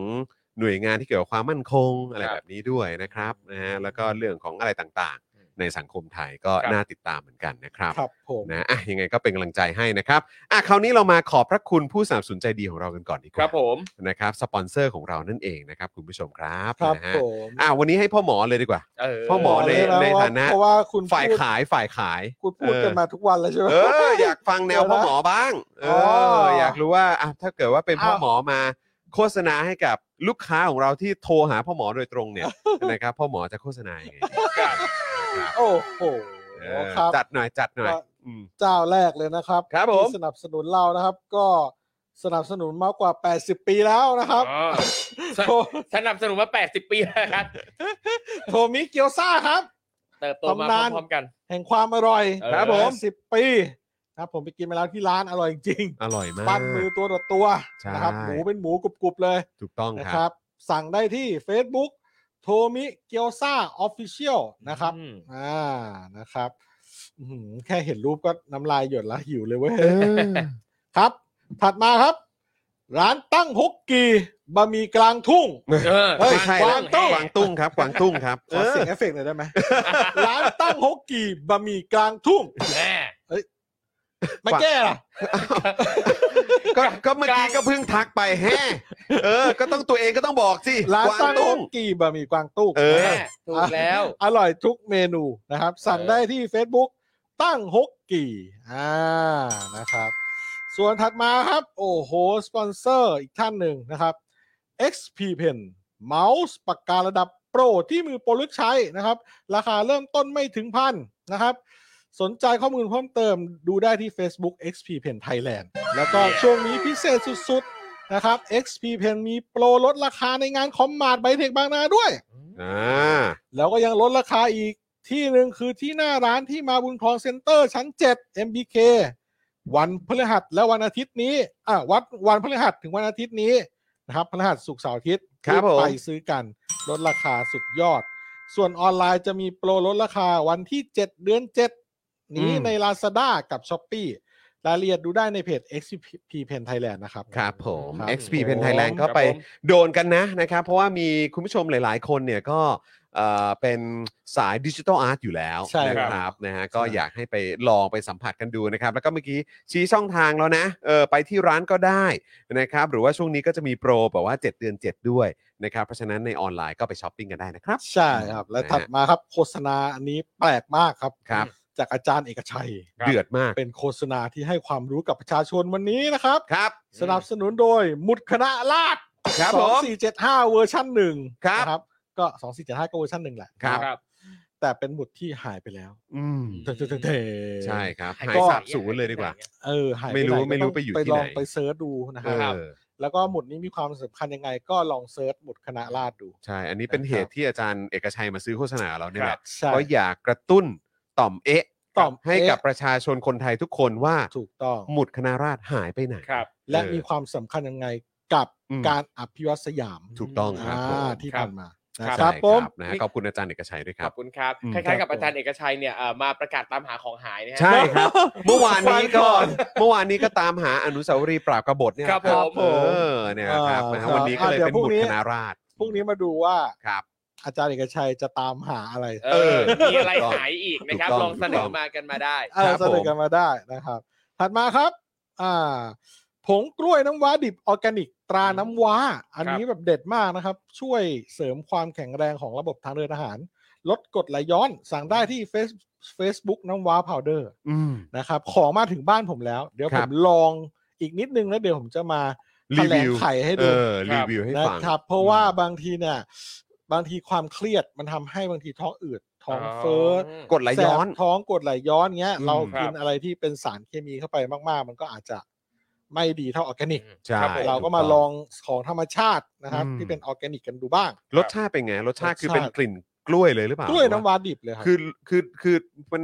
Speaker 3: หน่วยงานที่เกี่ยวกับความมั่นคงอะไร
Speaker 4: ครับ
Speaker 3: แบบนี้ด้วยนะครับนะฮะแล้วก็เรื่องของอะไรต่างๆ ในสังคมไทยก็
Speaker 4: ครับ
Speaker 3: น่าติดตามเหมือนกันนะครับ
Speaker 5: ครับผม
Speaker 3: นะอ่ะยังไงก็เป็นกำลังใจให้นะครับอ่ะคราวนี้เรามาขอบพระคุณผู้สนับสนุนใจดีของเรากันก่อนดีก
Speaker 4: ครั
Speaker 3: ว่า
Speaker 4: บผม
Speaker 3: นะครับสปอนเซอร์ของเรานั่นเองนะครับคุณผู้ชมครับ
Speaker 5: ครับ
Speaker 3: นะฮะ
Speaker 5: ผม
Speaker 3: อ่ะวันนี้ให้พ่อหมอเลยดีกว่า
Speaker 4: เออ
Speaker 3: พ่อหมอใน
Speaker 5: เลยะ
Speaker 3: ใน
Speaker 5: ว่
Speaker 3: ฐานะ
Speaker 5: เพราะว่าคุณ
Speaker 3: ฝ่าย
Speaker 5: พูด
Speaker 3: ขายฝ่ายขาย
Speaker 5: คุณพูด
Speaker 3: เออ
Speaker 5: กันมาทุกวันแล้วใช่ไหม
Speaker 3: เอออยากฟังแนว
Speaker 5: เดี๋ยวนะ
Speaker 3: พ่อหมอบ้างเอออ
Speaker 5: อ
Speaker 3: อ
Speaker 5: อย
Speaker 3: ากรู้ว่าอ่ะถ้าเกิดว่าเป็นพ่อ
Speaker 5: อ้าว
Speaker 3: หมอมาโฆษณาให้กับลูกค้าของเราที่โทรหาพ่อหมอโดยตรง เนี่ย นะครับพ่อหมอจะโฆษณายังไง
Speaker 5: โอ้โห
Speaker 3: เออ
Speaker 5: ครับ
Speaker 3: จัดหน่อยจัดหน่อย
Speaker 5: ก็
Speaker 3: อืม
Speaker 5: เจ้าแรกเลยนะครับ
Speaker 3: ครับผม
Speaker 5: ที่สนับสนุนเรานะครับ ก็สนับสนุนมากกว่า 80 ปีแล้วนะครับ
Speaker 4: อ๋อ
Speaker 5: โท
Speaker 4: สนับสนุนมา 80 ปีแล้วครับ
Speaker 5: โทมิเกียวซ่าครับ
Speaker 4: เติบโตมา
Speaker 5: ตำนาน
Speaker 4: พร้อมๆกัน
Speaker 5: แห่งความอร่อย
Speaker 4: ครับผม
Speaker 5: สิบปีครับผมไปกินมาแล้วที่ร้านอร่อยจริง
Speaker 3: อร่อยมา
Speaker 5: ปั้
Speaker 3: ก
Speaker 5: นมือตัวต่อตัว
Speaker 3: ใช่
Speaker 5: นะครับหมูเป็นหมูกรุบๆเลย
Speaker 3: ถูกต้อง
Speaker 5: นะ
Speaker 3: ค
Speaker 5: ค
Speaker 3: รั
Speaker 5: รับ บ สั่งได้ที่ Facebook โทมิเกียวซาออฟฟิเชียลนะครับ
Speaker 4: อืม
Speaker 5: อ่านะครับอื้อหือแค่เห็นรูปก็น้ำลายหยดละหิวเลยเว้ย
Speaker 3: เออ
Speaker 5: ครับ ถัดมาครับ ร้านตั้งฮกกีบะหมี่กลางทุ่ง
Speaker 4: เออ
Speaker 5: เฮ้ย
Speaker 3: ไม่ใช่แล้ว
Speaker 5: กาวงตุ้ง
Speaker 3: กวางตุ้งครับกวางตุ้งครับ
Speaker 5: ขอเสียง
Speaker 3: เอ
Speaker 5: เอฟเฟกต์หน่อยได้ไหม ร้านตั้งฮกกีบะหมี่กลางทุ่ง
Speaker 4: แม่
Speaker 5: ไม่แก้ล่ะ
Speaker 3: อก็ก็เมื่อกี้ก็เพิ่งทักไปแฮะเออ ก็ต้องตัวเองก็ต้องบอกสิ
Speaker 5: ร้าน
Speaker 3: กวาง
Speaker 5: ตั้ง
Speaker 3: ตุ้ง
Speaker 5: กีบะหมี่กวางตุ้ง
Speaker 3: เออ
Speaker 4: แม่ถูกแล้ว
Speaker 5: อร่อยทุกเมนูนะครับ สั่ง
Speaker 4: เออ
Speaker 5: ได้ที่ Facebook ตั้งฮกกี่อ่านะครับ ส่วนถัดมาครับ โอ้โห สปอนเซอร์อีกท่านหนึ่งนะครับ XP Pen เมาส์ปากการะดับโปรที่มือโปรลึกใช้นะครับ ราคาเริ่มต้นไม่ถึงพันนะครับ สนใจข้อมูลเพิ่มเติมดูได้ที่ Facebook XP Pen Thailand แล้วก็ช่วงนี้พิเศษสุดๆนะครับ XP Pen มีโปรลดราคาในงานคอมมาดไบเทคบางนาด้วย
Speaker 3: อ่า
Speaker 5: แล้วก็ยังลดราคาอีกที่หนึ่งคือที่หน้าร้านที่มาบุญครองเซ็นเตอร์ชั้น 7 MBK วันพฤหัสและวันอาทิตย์นี้อ่ะวัดวันพฤหัสถึงวันอาทิตย์นี้นะครับพฤหัสศุกร์เสาร์อาทิตย์
Speaker 3: ครับ
Speaker 5: บ
Speaker 3: ผม
Speaker 5: ไปซื้อกันลดราคาสุดยอด ส่วนออนไลน์จะมีโปรลดราคาวันที่ 7 เดือน 7 นี้
Speaker 3: อืม
Speaker 5: ใน Lazada กับ s h อ p e e รายละเอียดดูได้ในเพจ XP Pen Thailand นะครับ
Speaker 3: ครับผม
Speaker 5: ครับ
Speaker 3: XP Pen Thailand
Speaker 4: ค
Speaker 3: ก็
Speaker 4: รับผม
Speaker 3: ไปโดนกันนะนะครับ เพราะว่ามีคุณผู้ชมหลาย ๆ คนเนี่ยก็เอ่อเป็นสายดิจิทัลอาร์ตอยู่แล้ว
Speaker 5: ใช่
Speaker 3: นะค
Speaker 5: ครั
Speaker 3: รับบ นะฮะก็
Speaker 5: ใช่
Speaker 3: อยากให้ไปลองไปสัมผัสกันดูนะครับ แล้วก็เมื่อกี้ชี้ช่องทางแล้วนะเออไปที่ร้านก็ได้นะครับ หรือว่าช่วงนี้ก็จะมีโปรแบบว่า 7 เดือน 7 ด้วยนะครับเพราะฉะนั้นในออนไลน์ก็ไปช้อปปิ้งกันได้นะครับ
Speaker 5: ใช่ครับ และ
Speaker 3: นะฮะ
Speaker 5: ถัดมาครับโฆษณาอันนี้แปลกมากครับ
Speaker 3: ครับ
Speaker 5: จากอาจารย์เอกชัย
Speaker 4: ครับ
Speaker 3: เดือดมาก
Speaker 5: เป็นโฆษณาที่ให้ความรู้กับประชาชนวันนี้นะครับ
Speaker 3: ครับ
Speaker 5: สนับสนุนโดยหมุดคณะราษฎร
Speaker 3: ครับ
Speaker 5: สอ
Speaker 3: ผ
Speaker 5: ง
Speaker 3: ม
Speaker 5: สี่เจ็ดห้าเวอร์ชันหนึ่ง
Speaker 3: ครับ
Speaker 5: นะครับ ก็สองสี่เจ็ดห้าก็เวอร์ชันหนึ่งแหละ
Speaker 3: ครับ
Speaker 4: ครับ
Speaker 5: แต่เป็นหมุดที่หายไปแล้ว
Speaker 3: อืม
Speaker 5: เท่ๆๆๆ
Speaker 3: ใช่ครับ
Speaker 4: หาย
Speaker 3: หาย
Speaker 4: ไป
Speaker 3: สาบ
Speaker 4: ไหน
Speaker 3: สูญเลยดีกว่า
Speaker 5: เออหายป
Speaker 3: ไม่รู้
Speaker 5: หน
Speaker 3: ไม่รู้
Speaker 5: ก็ต้ง
Speaker 3: ไปอยู่ที่
Speaker 5: ลอง
Speaker 3: ไหน
Speaker 5: ไปเซิร์ชดูนะ
Speaker 3: เอ
Speaker 5: ครับ
Speaker 3: อ
Speaker 5: แล้วก็หมุดนี้มีความสำคัญยังไง ก็ลองเซิร์ชหมุดคณะราษฎรดู
Speaker 3: ใช่ อันนี้เป็นเหตุที่อาจารย์เอกชัยมาซื้อโฆษณาเราเนี่ยแหละ
Speaker 5: ใช่
Speaker 3: เพราะอยากกระตุ้นต่อมเอ๊ะ
Speaker 5: ต่อมเอ๊ะ
Speaker 3: ให้กับประชาชนคนไทยทุกคนว่า
Speaker 5: ถูกต้อง
Speaker 3: หมุดคณะราษฎรหายไปไหน
Speaker 4: ครับ
Speaker 5: และ
Speaker 3: เออ
Speaker 5: มีความสำคัญยังไง กับ
Speaker 3: อืม
Speaker 5: การอภิวัตสยาม
Speaker 3: ถูกต้องครับผม
Speaker 5: อ่าที่ผ่านมานะ
Speaker 4: ครั
Speaker 5: ค
Speaker 3: ใช่
Speaker 5: รับผม
Speaker 3: นะฮะขอบคุณอาจารย์เอกชัยด้วยค
Speaker 4: ข
Speaker 3: รั
Speaker 4: อบ บคุณครับ
Speaker 3: อืม
Speaker 4: คล้ายๆกับอาจารย์เอกชัยเนี่ยเอ่อมาประกาศตามหาของหายนะฮะ
Speaker 3: ใช่ครับ เมื่อวานนี้ก็
Speaker 4: ก่อน
Speaker 3: เมื่อวานนี้ก็ตามหาอนุสาวรีย์ปราบกบฏเนี่ย
Speaker 4: ครับผม
Speaker 3: เออเนี่ยครับนะฮะวันนี้ก็เลยเป็นบุตรคณะราษฎร
Speaker 5: พรุ่งนี้มาดูว่า
Speaker 3: ครับ
Speaker 5: อาจารย์เอกชัยจะตามหาอะไร
Speaker 4: เอ
Speaker 3: เอ
Speaker 4: อ
Speaker 3: อ
Speaker 4: มีอะไรหายอีกนะครับ
Speaker 3: ถูกต้
Speaker 4: ล
Speaker 3: อง
Speaker 4: องเส
Speaker 3: ถูก
Speaker 4: น
Speaker 3: ต้
Speaker 4: อ
Speaker 3: อง
Speaker 4: มากันมาได้
Speaker 5: เอ
Speaker 3: ค
Speaker 5: อ
Speaker 3: รับ
Speaker 5: เสนอกั
Speaker 3: ผ
Speaker 5: น
Speaker 3: ม
Speaker 5: มาได้นะครับ ถัดมาครับ อ่า ผงกล้วยน้ำว้าดิบออร์แกนิก ตราน้ำว้า อันนี้แบบเด็ดมากนะครับ ช่วยเสริมความแข็งแรงของระบบทางเดินอาหาร ลดกรดไหลย้อน สั่งได้ที่ Face- Facebook น้ำว้าพาวเดอร์
Speaker 3: อืม
Speaker 5: นะครับ ของมาถึงบ้านผมแล้ว เดี๋ยว
Speaker 3: ครั
Speaker 5: ผ
Speaker 3: บ
Speaker 5: มลองอีกนิดนึงแล้วเดี๋ยวผมจะมาแถ
Speaker 3: รี
Speaker 5: ลง
Speaker 3: วิว
Speaker 5: ไขให้
Speaker 3: เอ
Speaker 5: ดู
Speaker 3: อรีวิวให้
Speaker 5: นะ
Speaker 3: ฟัง
Speaker 5: ครับเพราะว่าบางทีเนี่ยบางทีความเครียดมันทำให้บางทีท้องอืดท้องเฟ้อ
Speaker 3: อกดไหลย้อน
Speaker 5: แสบท้องกดไหลย้อนเงี้ย
Speaker 3: อืม
Speaker 5: เรากิน
Speaker 4: ครับ
Speaker 5: อะไรที่เป็นสารเคมีเข้าไปมากๆ มันก็อาจจะไม่ดีเท่าออร์แกนิก
Speaker 3: ใช่
Speaker 4: ครับผม
Speaker 5: เราก็มาลองของธรรมชาตินะครับ
Speaker 3: อืม
Speaker 5: ที่เป็นออร์แกนิกกันดูบ้าง
Speaker 3: รสชาติเป็นไง รสชาติคือเป็น
Speaker 5: รสชาติ
Speaker 3: กลิ่นกล้วยเลยหรือเปล่าก ก
Speaker 5: ล้วยน้ำว้าดิบเลยครับ
Speaker 3: คือคือคือมัน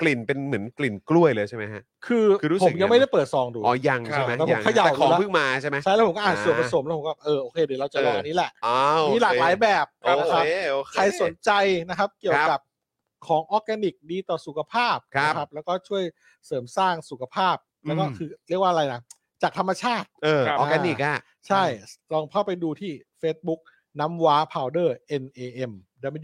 Speaker 3: กลิ่นเป็นเหมือนกลิ่นกล้วยเลยใช่ไหมฮะ
Speaker 5: คือ
Speaker 3: คือรู้สึก
Speaker 5: ผมยัง
Speaker 3: ไง
Speaker 5: ไม่ได้เปิดซองดู
Speaker 3: อ๋อยังใช่ไหม
Speaker 5: ครับ
Speaker 3: ยัง
Speaker 5: ผมเขย่า
Speaker 3: แต่ของ
Speaker 5: แล้ว
Speaker 3: เพิ่งมาใช่ไหม
Speaker 5: ใช่แล้วผมก็อ่าน
Speaker 3: อ่า
Speaker 5: ส่วนผสมแล้วผมก็เออโอเคเดี๋ยวเราจะลอง
Speaker 3: เอออั
Speaker 5: อันนี้แหละ
Speaker 3: อ้าว
Speaker 5: มีหลากหลายแบบ
Speaker 3: โอ
Speaker 5: นะ
Speaker 3: เค
Speaker 5: ครับ
Speaker 3: โอเ
Speaker 5: ใครสนใจนะครับเกี่ยวกับของออร์แกนิกดีต่อสุขภาพ
Speaker 3: ครับ
Speaker 5: นะแล้วก็ช่วยเสริมสร้างสุขภาพ แล้วก็
Speaker 3: อืม
Speaker 5: คือเรียกว่าอะไรนะจากธรรมชาติ
Speaker 3: เออ
Speaker 4: ครับ
Speaker 3: ออร์แกนิกอ่ะ
Speaker 5: ใช่ ลองเข้าไปดูที่ Facebook น้ำว้าพาวเดอร์ N A M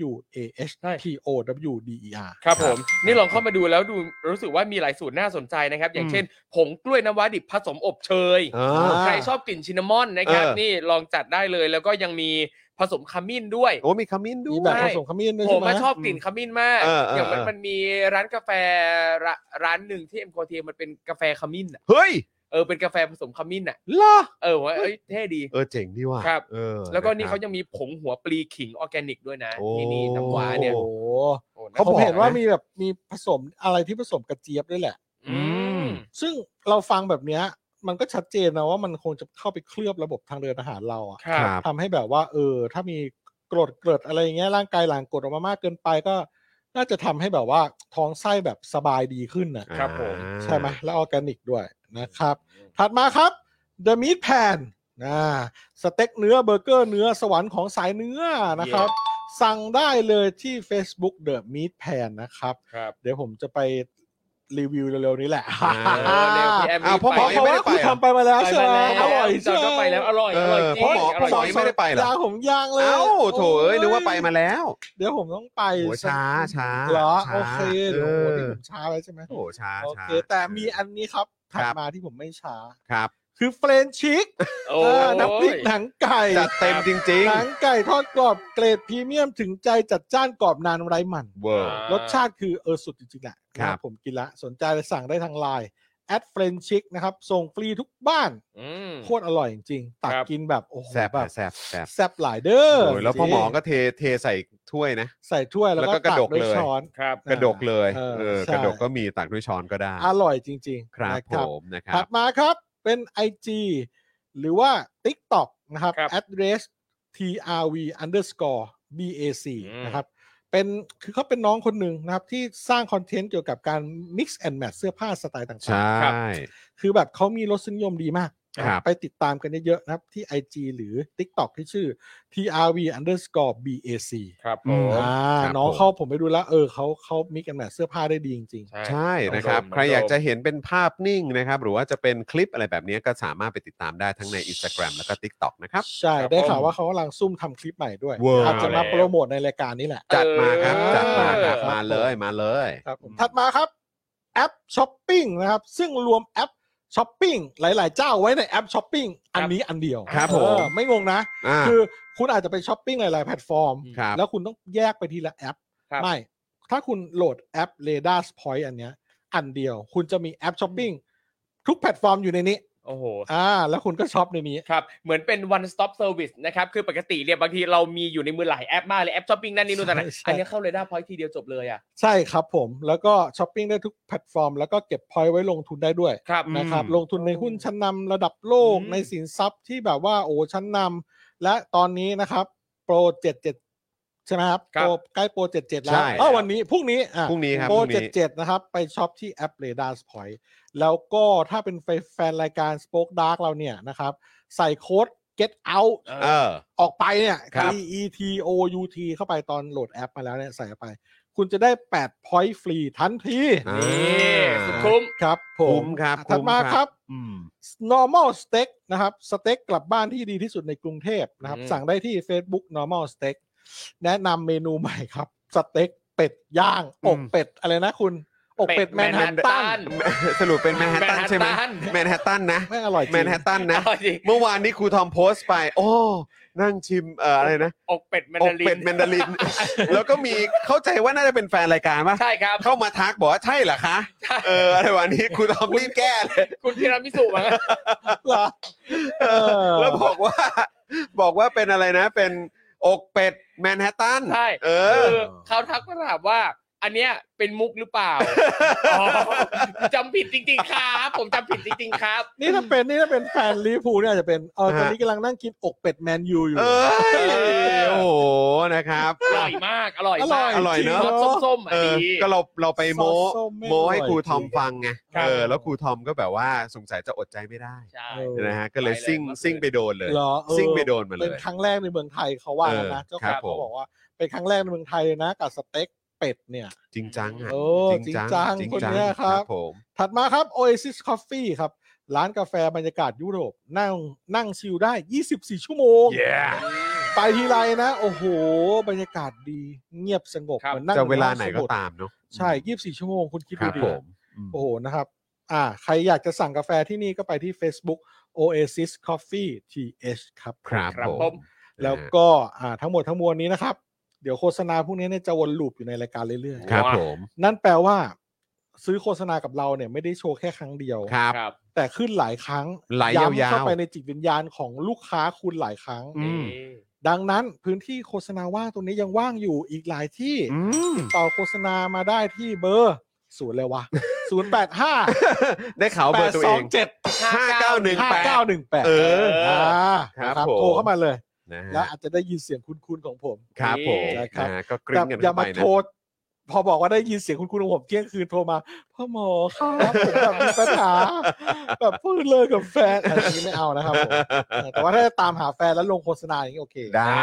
Speaker 5: W A H P O W D E R
Speaker 4: ครับผมนี่ลองเข้ามาดูแล้วดูรู้สึกว่ามีหลายสูตรน่าสนใจนะครับ อย่างเช่น ผงกล้วยน้ำว้าดิบผสมอบเชย
Speaker 3: เออ
Speaker 5: อ่า
Speaker 4: ใครชอบกลิ่นชินามอนนะครับ
Speaker 3: เออ
Speaker 4: นี่ลองจัดได้เลยแล้วก็ยังมีผสมขมิ้นด้วย
Speaker 3: โอ้มีขมิ้นด้
Speaker 5: มี
Speaker 3: ว
Speaker 5: แบบ
Speaker 3: ย
Speaker 5: ผสมขมิ้นด้วย
Speaker 4: ผ
Speaker 5: ใช่
Speaker 4: ม
Speaker 5: ไหม
Speaker 4: มาชอบกลิ่นขมิ้นมาก
Speaker 3: เออเออ
Speaker 4: อย่างมัน
Speaker 3: เออ
Speaker 4: มันมีร้านกาแฟร้าร้านหนึ่งที่เอ็มโคเทียมันเป็นกาแฟขมิ้นอะ
Speaker 3: เฮ้ย
Speaker 4: เออเป็นกาแฟผสมขมิ้นอ่ะ
Speaker 3: เหรอ
Speaker 4: เออผมว่าเอ้ยเท่ดี
Speaker 3: เออเจ๋งดีว่ะ
Speaker 4: ครับ
Speaker 3: เออ
Speaker 4: แล้วก็
Speaker 3: ะ
Speaker 4: นี่
Speaker 3: ค
Speaker 4: เขา
Speaker 3: รับ
Speaker 4: ยังมีผงหัวปลีขิงออร์แกนิกด้วยนะ
Speaker 3: โอ้
Speaker 4: นี่นี่น้ำว้าเนี่ย
Speaker 5: โอ้โห
Speaker 4: โอ้น่
Speaker 3: เขา
Speaker 5: ผม
Speaker 3: บอก
Speaker 5: เห็นว่า
Speaker 3: ะ
Speaker 5: มีแบบมีผสมอะไรที่ผสมกระเจี๊ยบด้วยแหละ
Speaker 4: อืม
Speaker 5: ซึ่งเราฟังแบบเนี้ยมันก็ชัดเจนนะว่ามันคงจะเข้าไปเคลือบระบบทางเดินอาหารเราอะ
Speaker 4: ครับ
Speaker 5: ทำให้แบบว่าเออ ถ้ามีกรดเกรดอะไรอย่างเงี้ยร่างกายหลั่งกรดออกมามากเกินไปก็ น่าจะทำให้แบบว่าท้องไส้แบบสบายดีขึ้นนะครับ
Speaker 4: ผม
Speaker 3: อ่า
Speaker 5: ใช่ไหมแล้วออร์แกนิกด้วยนะครับ ถัดมาครับ The Meat Pan นะสเต็กเนื้อเบอร์เกอร์เนื้อสวรรค์ของสายเนื้อนะครับ สั่งได้เลยที่ Facebook The Meat Pan นะครับ
Speaker 4: ครับ
Speaker 5: เดี๋ยวผมจะไปรีวิวเร็วๆนี้แหละ
Speaker 3: อ่า
Speaker 4: เออเร็วพี่แอม
Speaker 3: อ้าว
Speaker 4: รีบ
Speaker 3: พ่อหมอ
Speaker 4: ไป
Speaker 3: ยังไม่ได้
Speaker 5: เพราะว่าคุณ
Speaker 3: ไปเหรอ
Speaker 5: ทำไปมาแล้ว
Speaker 4: ไป
Speaker 5: ใช่ไหมอ
Speaker 4: มาแล้ว
Speaker 5: ร่อยใช่ไหม
Speaker 4: จดก็ไปแล้วอร่อยอร่อยจริ
Speaker 3: เออ
Speaker 4: ง
Speaker 3: พ่อหมอพ่อหมอ
Speaker 4: ร่ย
Speaker 3: ยังไม่ได้ไปเหรอ
Speaker 5: ยาผมย่างเลย
Speaker 3: เอ้าโถเอ้ยนึกว่าไปมาแล้ว
Speaker 5: เดี๋ยวผมต้องไป
Speaker 3: โอ้ช้าช้า
Speaker 5: เหรอ
Speaker 3: ช้า
Speaker 5: โอเคเดี๋ยว
Speaker 3: เออ
Speaker 5: โอ้ที่ผมช้าแล้วใช่ไหม
Speaker 3: โอ้ช้า
Speaker 5: โอ
Speaker 3: ช้า
Speaker 5: เค แต่มีอันนี้ครับถัดมาที่ผมไม่ช้า
Speaker 3: ครับ
Speaker 5: คือเฟรนชิก
Speaker 4: โอ้
Speaker 5: น้ำพริกหนังไก่
Speaker 3: จัดเต็มจริง
Speaker 5: หนังไก่ทอดกรอบเกรดพรีเมียมถึงใจจัดจ้านกรอบนานไร้หมัน
Speaker 3: ๆเวอร์
Speaker 5: รสชาติคือเออสุดจริงๆแหละ
Speaker 3: ครับ
Speaker 5: นะผมกินละ สนใจสั่งได้ทางไลน์แอดเฟรนชิกนะครับ ส่งฟรีทุกบ้าน
Speaker 4: อืม
Speaker 5: โคตรอร่อยจริงๆตัก
Speaker 4: ครับ
Speaker 5: กินแบบโอ้โห
Speaker 3: แซบ
Speaker 5: แบบ
Speaker 3: แซบแซบ
Speaker 5: แซ่บหลายเด้อ
Speaker 3: โอ้ยแล้วพ่อหมอ
Speaker 5: จริง
Speaker 3: ก็เทเทใส่ถ้วยนะ
Speaker 5: ใส่ถ้วยแล้ว
Speaker 3: แล้วก็
Speaker 5: ก็
Speaker 3: กระ
Speaker 5: ตั
Speaker 3: ดก
Speaker 5: ด้วย
Speaker 3: เลย
Speaker 5: ช้อน
Speaker 4: ครับ
Speaker 3: กระดกเลย
Speaker 5: เออ
Speaker 3: เออ
Speaker 5: ใช่
Speaker 3: กระดกก็มีตักด้วยช้อนก็ได้
Speaker 5: อร่อยจริงๆ
Speaker 3: ครับ
Speaker 5: นะ
Speaker 3: ผมนะค
Speaker 5: ถั
Speaker 3: รับ
Speaker 5: ดมาครับเป็น IG หรือว่า TikTok นะครับ
Speaker 4: ครับ
Speaker 5: address trv underscore bac
Speaker 4: อืม
Speaker 5: นะครับเป็นคือเขาเป็นน้องคนหนึ่งนะครับที่สร้างคอนเทนต์เกี่ยวกับการ mix and match เสื้อผ้าสไตล์ต่าง
Speaker 3: ใช่
Speaker 4: ครับ
Speaker 5: ๆ คือแบบเขามีรสนิยมดีมากนะครับ ไปติดตามกันเยอะๆนะครับที่ IG หรือ TikTok ที่ชื่อ trv underscore bac
Speaker 4: ครับผ
Speaker 3: อืม
Speaker 4: ม
Speaker 5: อ่า
Speaker 3: ครับ
Speaker 5: น้อง
Speaker 3: ผม
Speaker 5: เขาผมไปดูแล้วเออเขาเขามิกกันแบบเสื้อผ้าได้ดีจริง
Speaker 3: ใช่นะครับ
Speaker 4: น้องโดม
Speaker 3: ใครอยาก
Speaker 4: น้องโดม
Speaker 3: จะเห็นเป็นภาพนิ่งนะครับ หรือว่าจะเป็นคลิปอะไรแบบนี้ก็สามารถไปติดตามได้ทั้งใน Instagram แล้วก็ TikTok นะครับ
Speaker 5: ๆ ใช่
Speaker 4: ครับ
Speaker 5: ได้ข่าว
Speaker 4: ผม
Speaker 5: ว่าเขากำลังซุ่มทำคลิปใหม่ด้วย
Speaker 3: ว้าว
Speaker 5: อาจจะมา
Speaker 4: แล้ว
Speaker 5: โปรโมทในรายการนี้แหละ
Speaker 3: จัดมาครับ
Speaker 4: เออ
Speaker 3: จัดมาครับ
Speaker 5: ครับ
Speaker 3: มาเลยมาเลย
Speaker 5: ครับผมถัดมาครับแอปช้อปปิ้งนะครับ ซึ่งรวมแอปช้อปปิ้งหลาย ๆ เจ้าไว้ในแอปช้อปปิ้งอันนี้อันเดียว
Speaker 3: ครับผม
Speaker 5: เออไม่งงนะ
Speaker 3: อ่า
Speaker 5: คือคุณอาจจะไปช้อปปิ้งหลาย ๆ แพลตฟอร์ม
Speaker 3: ครับ
Speaker 5: แล้วคุณต้องแยกไปทีละแอป
Speaker 4: ครับ
Speaker 5: ไม่ ถ้าคุณโหลดแอป r a d a r Point อันเนี้ยอันเดียว คุณจะมีแอปช้อปปิ้งทุกแพลตฟอร์มอยู่ในนี้
Speaker 4: โอ้โห
Speaker 5: อ่าแล้วคุณก็ช้อปในนี้
Speaker 4: ครับ เหมือนเป็น one stop service นะครับ คือปกติเนี่ยบางทีเรามีอยู่ในมือหลายแอปมากเลยแอปช้อปปิ้งนั่นนี่นู่นนั่น
Speaker 5: ใช่ใช่
Speaker 4: อันนี้เข้าเลยได้พอยทีเดียวจบเลยอ่ะ
Speaker 5: ใช่ครับผมแล้วก็ช้อปปิ้งได้ทุกแพลตฟอร์ม แล้วก็เก็บพอยต์ไว้ลงทุนได้ด้วย
Speaker 4: ครับ
Speaker 5: นะครับ
Speaker 3: อืม
Speaker 5: ลงทุนในหุ้นชั้นนำระดับโลก
Speaker 4: อืม
Speaker 5: ในสินทรัพย์ที่แบบว่าโอ้ชั้นนำและตอนนี้นะครับโปรเจ็ดเจ็ดใช่ไหมครับ
Speaker 4: ครับ
Speaker 5: โปรใกล้โปรเจ็ดเจ็ดแล้
Speaker 3: ใช่
Speaker 5: วเอ้าวันนี้พรุ่งนี้อ่ะ
Speaker 3: พรุ่งนี้ครับ
Speaker 5: โปร
Speaker 3: พรุ่ง
Speaker 5: เจ็ด
Speaker 3: นี้
Speaker 5: เจ็ดนะครับไปช้อปที่แอป r a d a r Point แล้วก็ถ้าเป็นแฟนรายการ Spoke Dark เราเนี่ยนะครับ ใส่โค้ด get out
Speaker 3: เออ
Speaker 5: ออกไปเนี่ย
Speaker 3: ครับ
Speaker 5: E E T O U T เข้าไปตอนโหลดแอปมาแล้วเนี่ยใส่เข้าไป คุณจะได้ 8 point ฟรีทันที
Speaker 3: อ่า
Speaker 4: นี่สุดคุ้ม
Speaker 5: ครับผ
Speaker 3: คุ้
Speaker 5: ม
Speaker 3: มครับ
Speaker 5: ถัดมา
Speaker 3: คุ้ม
Speaker 5: ค
Speaker 3: ครั
Speaker 5: รับ
Speaker 3: บ
Speaker 6: อืม
Speaker 5: normal steak นะครับ สเต็กกลับบ้านที่ดีที่สุดในกรุงเทพนะครับ
Speaker 4: อืม
Speaker 5: สั่งได้ที่ Facebook normal steak แนะนำเมนูใหม่ครับ สเต็กเป็ดย่าง
Speaker 6: อื
Speaker 5: อ
Speaker 6: ม
Speaker 5: กเป็ดอะไรนะคุณ อกเป็ดแมนฮัตตัน
Speaker 3: สรุปเป็นแมนฮัตตันใช่ไหม
Speaker 4: แมนฮัตตัน
Speaker 3: แมนฮัตตันนะ
Speaker 5: ไม่งอร่อยจ
Speaker 3: แม
Speaker 5: ริ
Speaker 3: น
Speaker 5: ง
Speaker 3: ฮัตตัน
Speaker 4: อ
Speaker 3: นะ
Speaker 4: ร่อยจริง
Speaker 3: เมื่อวานนี้ครูทอมโพสต์ไป โอ้นั่งชิมเอ่ออะไรนะ
Speaker 4: อกเป็ดแมน
Speaker 3: อก
Speaker 4: ดาริน
Speaker 3: เป็ดแมนดาริ น แล้วก็มีเข้าใจว่าน่าจะเป็นแฟนรายการป่ะ
Speaker 4: ใช่ครับ
Speaker 3: เข้ามาทักบอกว่าใช่เหรอคะ
Speaker 4: ใช่
Speaker 3: เอออะไรวันนี้ครูทอมรีบแก้เลย
Speaker 4: คุณทีรามิสุมั้ง
Speaker 5: เหรอเออ
Speaker 3: แล้วบอกว่า บอกว่าเป็นอะไรนะ เป็นอกเป็ดแมนฮัตตัน
Speaker 4: ใช่
Speaker 3: เออ
Speaker 4: คือเขาทักมาถามว่า อันเนี้ยเป็นมุกหรือเปล่าอ๋อจำผิดจริงๆครับ ผมจำผิดจริงๆครับ
Speaker 5: นี่ถ้าเป็นนี่ถ้าเป็นแฟนลิเวอร์พูลเนี่ยอาจจะเป็นเออตอนนี้กำลังนั่งกินอกเป็ดแมนยูอยู่
Speaker 3: เอ้ย
Speaker 4: อ
Speaker 3: โอ้โหนะครับ
Speaker 4: อร่อยมาก อร่อยมาก
Speaker 3: อร่อยเนอะ
Speaker 4: รสส้มๆอั
Speaker 3: เอน อ
Speaker 4: นี้
Speaker 3: ก็เราเราไปโม้
Speaker 5: ซอสส้มไม่
Speaker 3: โม้ให้
Speaker 5: อร่อย
Speaker 3: ครู
Speaker 5: จริง
Speaker 3: ทอมฟังไง
Speaker 4: ครับ
Speaker 3: เออแล้วครูทอมก็แบบว่าสงสัยจะอดใจไม่ได้
Speaker 4: ใช่
Speaker 5: เออ
Speaker 3: นะฮะก็เลย
Speaker 4: ไปเลย
Speaker 3: ซิ่ง
Speaker 4: ก็คือ
Speaker 3: ซิ่งไปโดนเลย
Speaker 5: เหรอเออ
Speaker 3: ซิ่งไปโดนมาเล
Speaker 5: เป็น
Speaker 3: ย
Speaker 5: ครั้งแรกในเมืองไทยเขาว่าแล้วนะ
Speaker 3: เออ
Speaker 5: เจ้า
Speaker 3: ครั
Speaker 5: ขา
Speaker 3: บผม
Speaker 5: เขาบอกว่าเป็นครั้งแรกในเมืองไทยเลยนะกับสเต็กเป็ดเนี่ย
Speaker 3: จริงจังอ่ะ
Speaker 5: โอ้จริงจังคนเนี้ยครับ
Speaker 3: ผม
Speaker 5: ถัดมาครับ Oasis Coffee ครับ ร้านกาแฟบรรยากาศยุโรปนั่งนั่งชิลได้ 24 ชั่วโมง
Speaker 3: เย้
Speaker 5: ไปทีไรนะ โอ้โห บรรยากาศดีเงียบสงบ
Speaker 4: ครับ
Speaker 5: หมือนนั่ง
Speaker 3: จะเวลาไหน
Speaker 5: อยู่
Speaker 3: ก็
Speaker 5: ห้องสมุด
Speaker 3: ตามเนาะ
Speaker 5: ใช่ 24 ชั่วโมงคุณคิด
Speaker 3: ค
Speaker 5: ดู
Speaker 3: รับ
Speaker 5: ดิ
Speaker 3: ผม
Speaker 5: โอ้โห นะครับ อ่า ใครอยากจะสั่งกาแฟที่นี่ก็ไปที่ Facebook Oasis Coffee TH ครับ
Speaker 3: ครับ
Speaker 4: ครับ
Speaker 3: ผ
Speaker 4: ผม ม
Speaker 5: แล้วก็ อ่า ทั้งหมดทั้งมวลนี้นะครับ เดี๋ยวโฆษณาพวกนี้เนี่ยจะวนลูปอยู่ในรายการเรื่อย
Speaker 3: ครับผม
Speaker 5: ๆ นั่นแปลว่า ซื้อโฆษณากับเราเนี่ยไม่ได้โชว์แค่ครั้งเดียว
Speaker 3: ครับ
Speaker 4: ครับ
Speaker 5: แต่ขึ้นหลายครั้ง
Speaker 3: ไหลยาวๆ
Speaker 5: ย้ำเข้าไปในจิตวิญญาณของลูกค้าคุณหลายครั้ง
Speaker 6: อืม
Speaker 5: ดังนั้นพื้นที่โฆษณาว่างตรงนี้ยังว่างอยู่อีกหลายที่
Speaker 6: อืม
Speaker 5: ต่อโฆษณามาได้ที่เบอร์ศูนย์เลยวะศูนย์แปดห้า
Speaker 3: ได้ข่าวเบอร์ตัวเอง
Speaker 5: เจ็ด
Speaker 3: ห้าเก้าหนึ่ง
Speaker 5: ห้า
Speaker 3: แปด
Speaker 5: เก้าหนึ่งแปด
Speaker 3: เออครับ
Speaker 5: นะครับ
Speaker 3: ผม
Speaker 5: โทรเข้ามาเลย
Speaker 3: นะ
Speaker 5: แล้ว
Speaker 3: ฮะ
Speaker 5: อาจจะได้ยินเสียงคุ้นๆของผม
Speaker 3: ครับผม
Speaker 5: นี่นะครับ
Speaker 3: นะฮะก็กริ้
Speaker 5: แต่
Speaker 3: งกัน
Speaker 5: อย่า
Speaker 3: เข้าไป
Speaker 5: มา
Speaker 3: นะ
Speaker 5: โทรพอบอกว่าได้ยินเสียงคุ้นๆของผมเที่ยงคืนโทรมาพ่อหมอครับผมแบบมีปัญหาแบบ พูดเลิกกับแฟนอะไรอย่างนี้ไม่เอานะครับผม เออแต่ว่าถ้าจะตามหาแฟนแล้วลงโฆษณาอย่างนี้โอเค
Speaker 3: ได้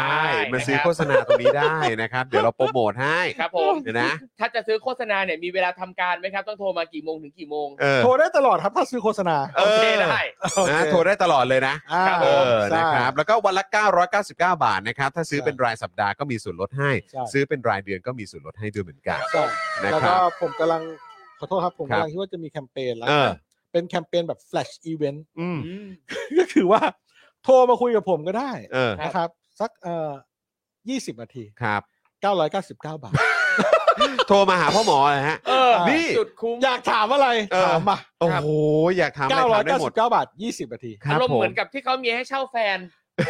Speaker 3: มาซื้อโฆษณาตรงนี้ได้นะครับ เดี๋ยวเราโปรโมทให้
Speaker 4: ครับผม
Speaker 3: เดี๋ยวนะ
Speaker 4: ถ้าจะซื้อโฆษณาเนี่ยมีเวลาทำการไหมครับ ต้องโทรมากี่โมงถึงกี่โมง
Speaker 3: เออ
Speaker 5: โทรได้ตลอดครับถ้าซื้อโฆษณา
Speaker 3: เออ
Speaker 4: โอเคได้
Speaker 5: โอ
Speaker 3: นะ
Speaker 5: เค
Speaker 3: โทรได้ตลอดเลยนะ
Speaker 5: อ่า
Speaker 4: ครับ
Speaker 3: เอ
Speaker 4: ผม
Speaker 3: อ
Speaker 5: ใช่
Speaker 3: นะครับ แล้วก็วันละ 999 บาทนะครับ ถ้าซื้อเป็นรายสัปดาห์ก็มีส่วนลดให้
Speaker 5: ใช่
Speaker 3: ซื้อเป็นรายเดือนก็มีส่วนลดให้ด้วยเหมือนกัน
Speaker 5: ใช่
Speaker 3: นะ
Speaker 5: แล้ว
Speaker 3: ค
Speaker 5: ก็
Speaker 3: รับ
Speaker 5: ผมกำลังขอโทษครับผม
Speaker 3: ครับ
Speaker 5: กำลังคิดว่าจะมีแคมเปญแล้ว
Speaker 3: เออ
Speaker 5: เป็นแคมเปญแบบ flash event
Speaker 6: อืม
Speaker 4: อืม
Speaker 5: ก็คือว่าโทรมาคุยกับผมก็ได้
Speaker 3: เออ
Speaker 4: ครับ
Speaker 5: นะครับ สักเอ่อยี่สิบนาที
Speaker 3: ครับ
Speaker 5: 999 บาท
Speaker 3: โทรมาหาพ่อหมอเลยฮะ
Speaker 4: เออ
Speaker 3: นี่
Speaker 4: จุดคุ้ม
Speaker 5: อยากถามอะไร
Speaker 3: เออ
Speaker 5: ถามมา
Speaker 3: โอ้โห อยากถามอะไรถามได้หม
Speaker 5: 999
Speaker 3: ด
Speaker 5: บาท 20 นาที
Speaker 3: ค
Speaker 4: อา
Speaker 3: รับ
Speaker 4: รมณ์
Speaker 3: ผ
Speaker 4: เหมื
Speaker 3: ม
Speaker 4: อนกับที่เขามีให้เช่าแฟน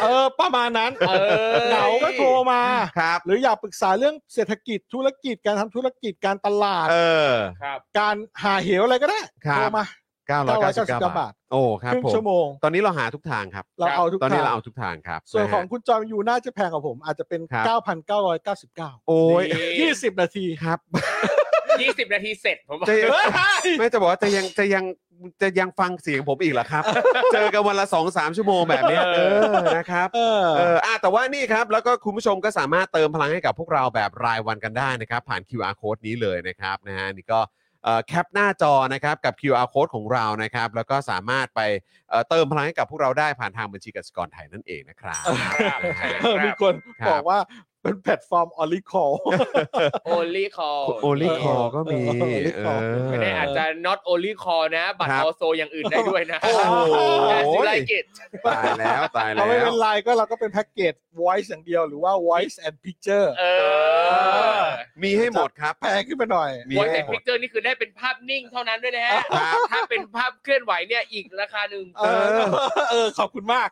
Speaker 5: เออ ประมาณนั้น
Speaker 4: เออ
Speaker 5: เหงาก็โทรมา
Speaker 3: ครับ
Speaker 5: หรืออยากปรึกษาเรื่องเศรษฐกิจธุรกิจการทำธุรกิจการตลาด
Speaker 3: เออ
Speaker 4: ครับ
Speaker 5: การหาเหวอะไรก็ได้
Speaker 3: ครับ
Speaker 5: โทรมา
Speaker 3: 999
Speaker 5: 999
Speaker 3: บา
Speaker 5: บา
Speaker 3: ท
Speaker 5: ท
Speaker 3: โอ้ ครับ
Speaker 5: ครึ่ง
Speaker 3: ผม
Speaker 5: ชั่วโมง
Speaker 3: ตอนนี้เราหาทุกทางครับ
Speaker 5: เราเอาทุก
Speaker 3: ตอนนี้
Speaker 5: ทง
Speaker 3: เราเอาทุกทางครับ
Speaker 5: ส่วนของ
Speaker 3: ะฮะ
Speaker 5: คุณจอมยูน่าจะแพงกว่าผมอาจจะเป็น
Speaker 3: ครับ
Speaker 5: 9,999
Speaker 3: โอ้ย
Speaker 4: ยี่สิบ
Speaker 5: 20 นาที
Speaker 3: ครับ
Speaker 4: ยี่สิบนาทีเสร็จผมบอก
Speaker 3: จะ
Speaker 5: เฮ้ย
Speaker 3: ไม่จะบอกว่าจะยังจะยังจะยังฟังเสียงผมอีกเหรอครับ เจอกันวันละสองสามชั่วโมงแบบเนี้ยเออ นะครับ
Speaker 5: เออ
Speaker 3: เอออ่ะแต่ว่านี่ครับ แล้วก็คุณผู้ชมก็สามารถเติมพลังให้กับพวกเราแบบรายวันกันได้นะครับ ผ่าน QR code นี้เลยนะครับนะฮะนี่ก็เอ่อแคปหน้าจอนะครับกับ QR code ของเรานะครับ แล้วก็สามารถไปเอ่อเติมพลังให้กับพวกเราได้ผ่านทางบัญชีกสิกรไทยนั่นเองนะครับ
Speaker 4: ครับ
Speaker 3: นะฮะ
Speaker 5: เออมีคน
Speaker 3: ครับ
Speaker 5: บอกว่าเป็นแพลตฟอร์มออลิคอล
Speaker 4: โอลี่คอล
Speaker 3: โอลิคอก็มี
Speaker 5: เออ Only
Speaker 3: เอ
Speaker 5: Call
Speaker 4: ไม่ได้อาจจะ not only call นะ บัต
Speaker 3: ค
Speaker 4: ร
Speaker 3: รับ
Speaker 4: ออโซอย่างอื่นได้ด้วยนะ
Speaker 3: โอ้โห
Speaker 4: สิไลกิจ
Speaker 3: ตายแล้วตายแล้
Speaker 5: เราไม่เป็
Speaker 3: ว
Speaker 5: นไรก็เราก็เป็นแพ็กเกจ voice อย่างเดียวหรือว่า voice and picture
Speaker 4: เออ
Speaker 3: มีให้หมดครับ
Speaker 5: แพงขึ้นไปหน่อย
Speaker 3: มี
Speaker 4: วัน
Speaker 3: ให้
Speaker 4: แต่
Speaker 3: หมด
Speaker 4: พิกเจอร์นี่คือได้เป็นภาพนิ่งเท่านั้นด้วยนะฮะ
Speaker 3: ครับ
Speaker 4: ถ้าเป็นภาพเคลื่อนไหวเนี่ยอีกราคาหนึ่ง
Speaker 5: เออเออ ขอบคุณมาก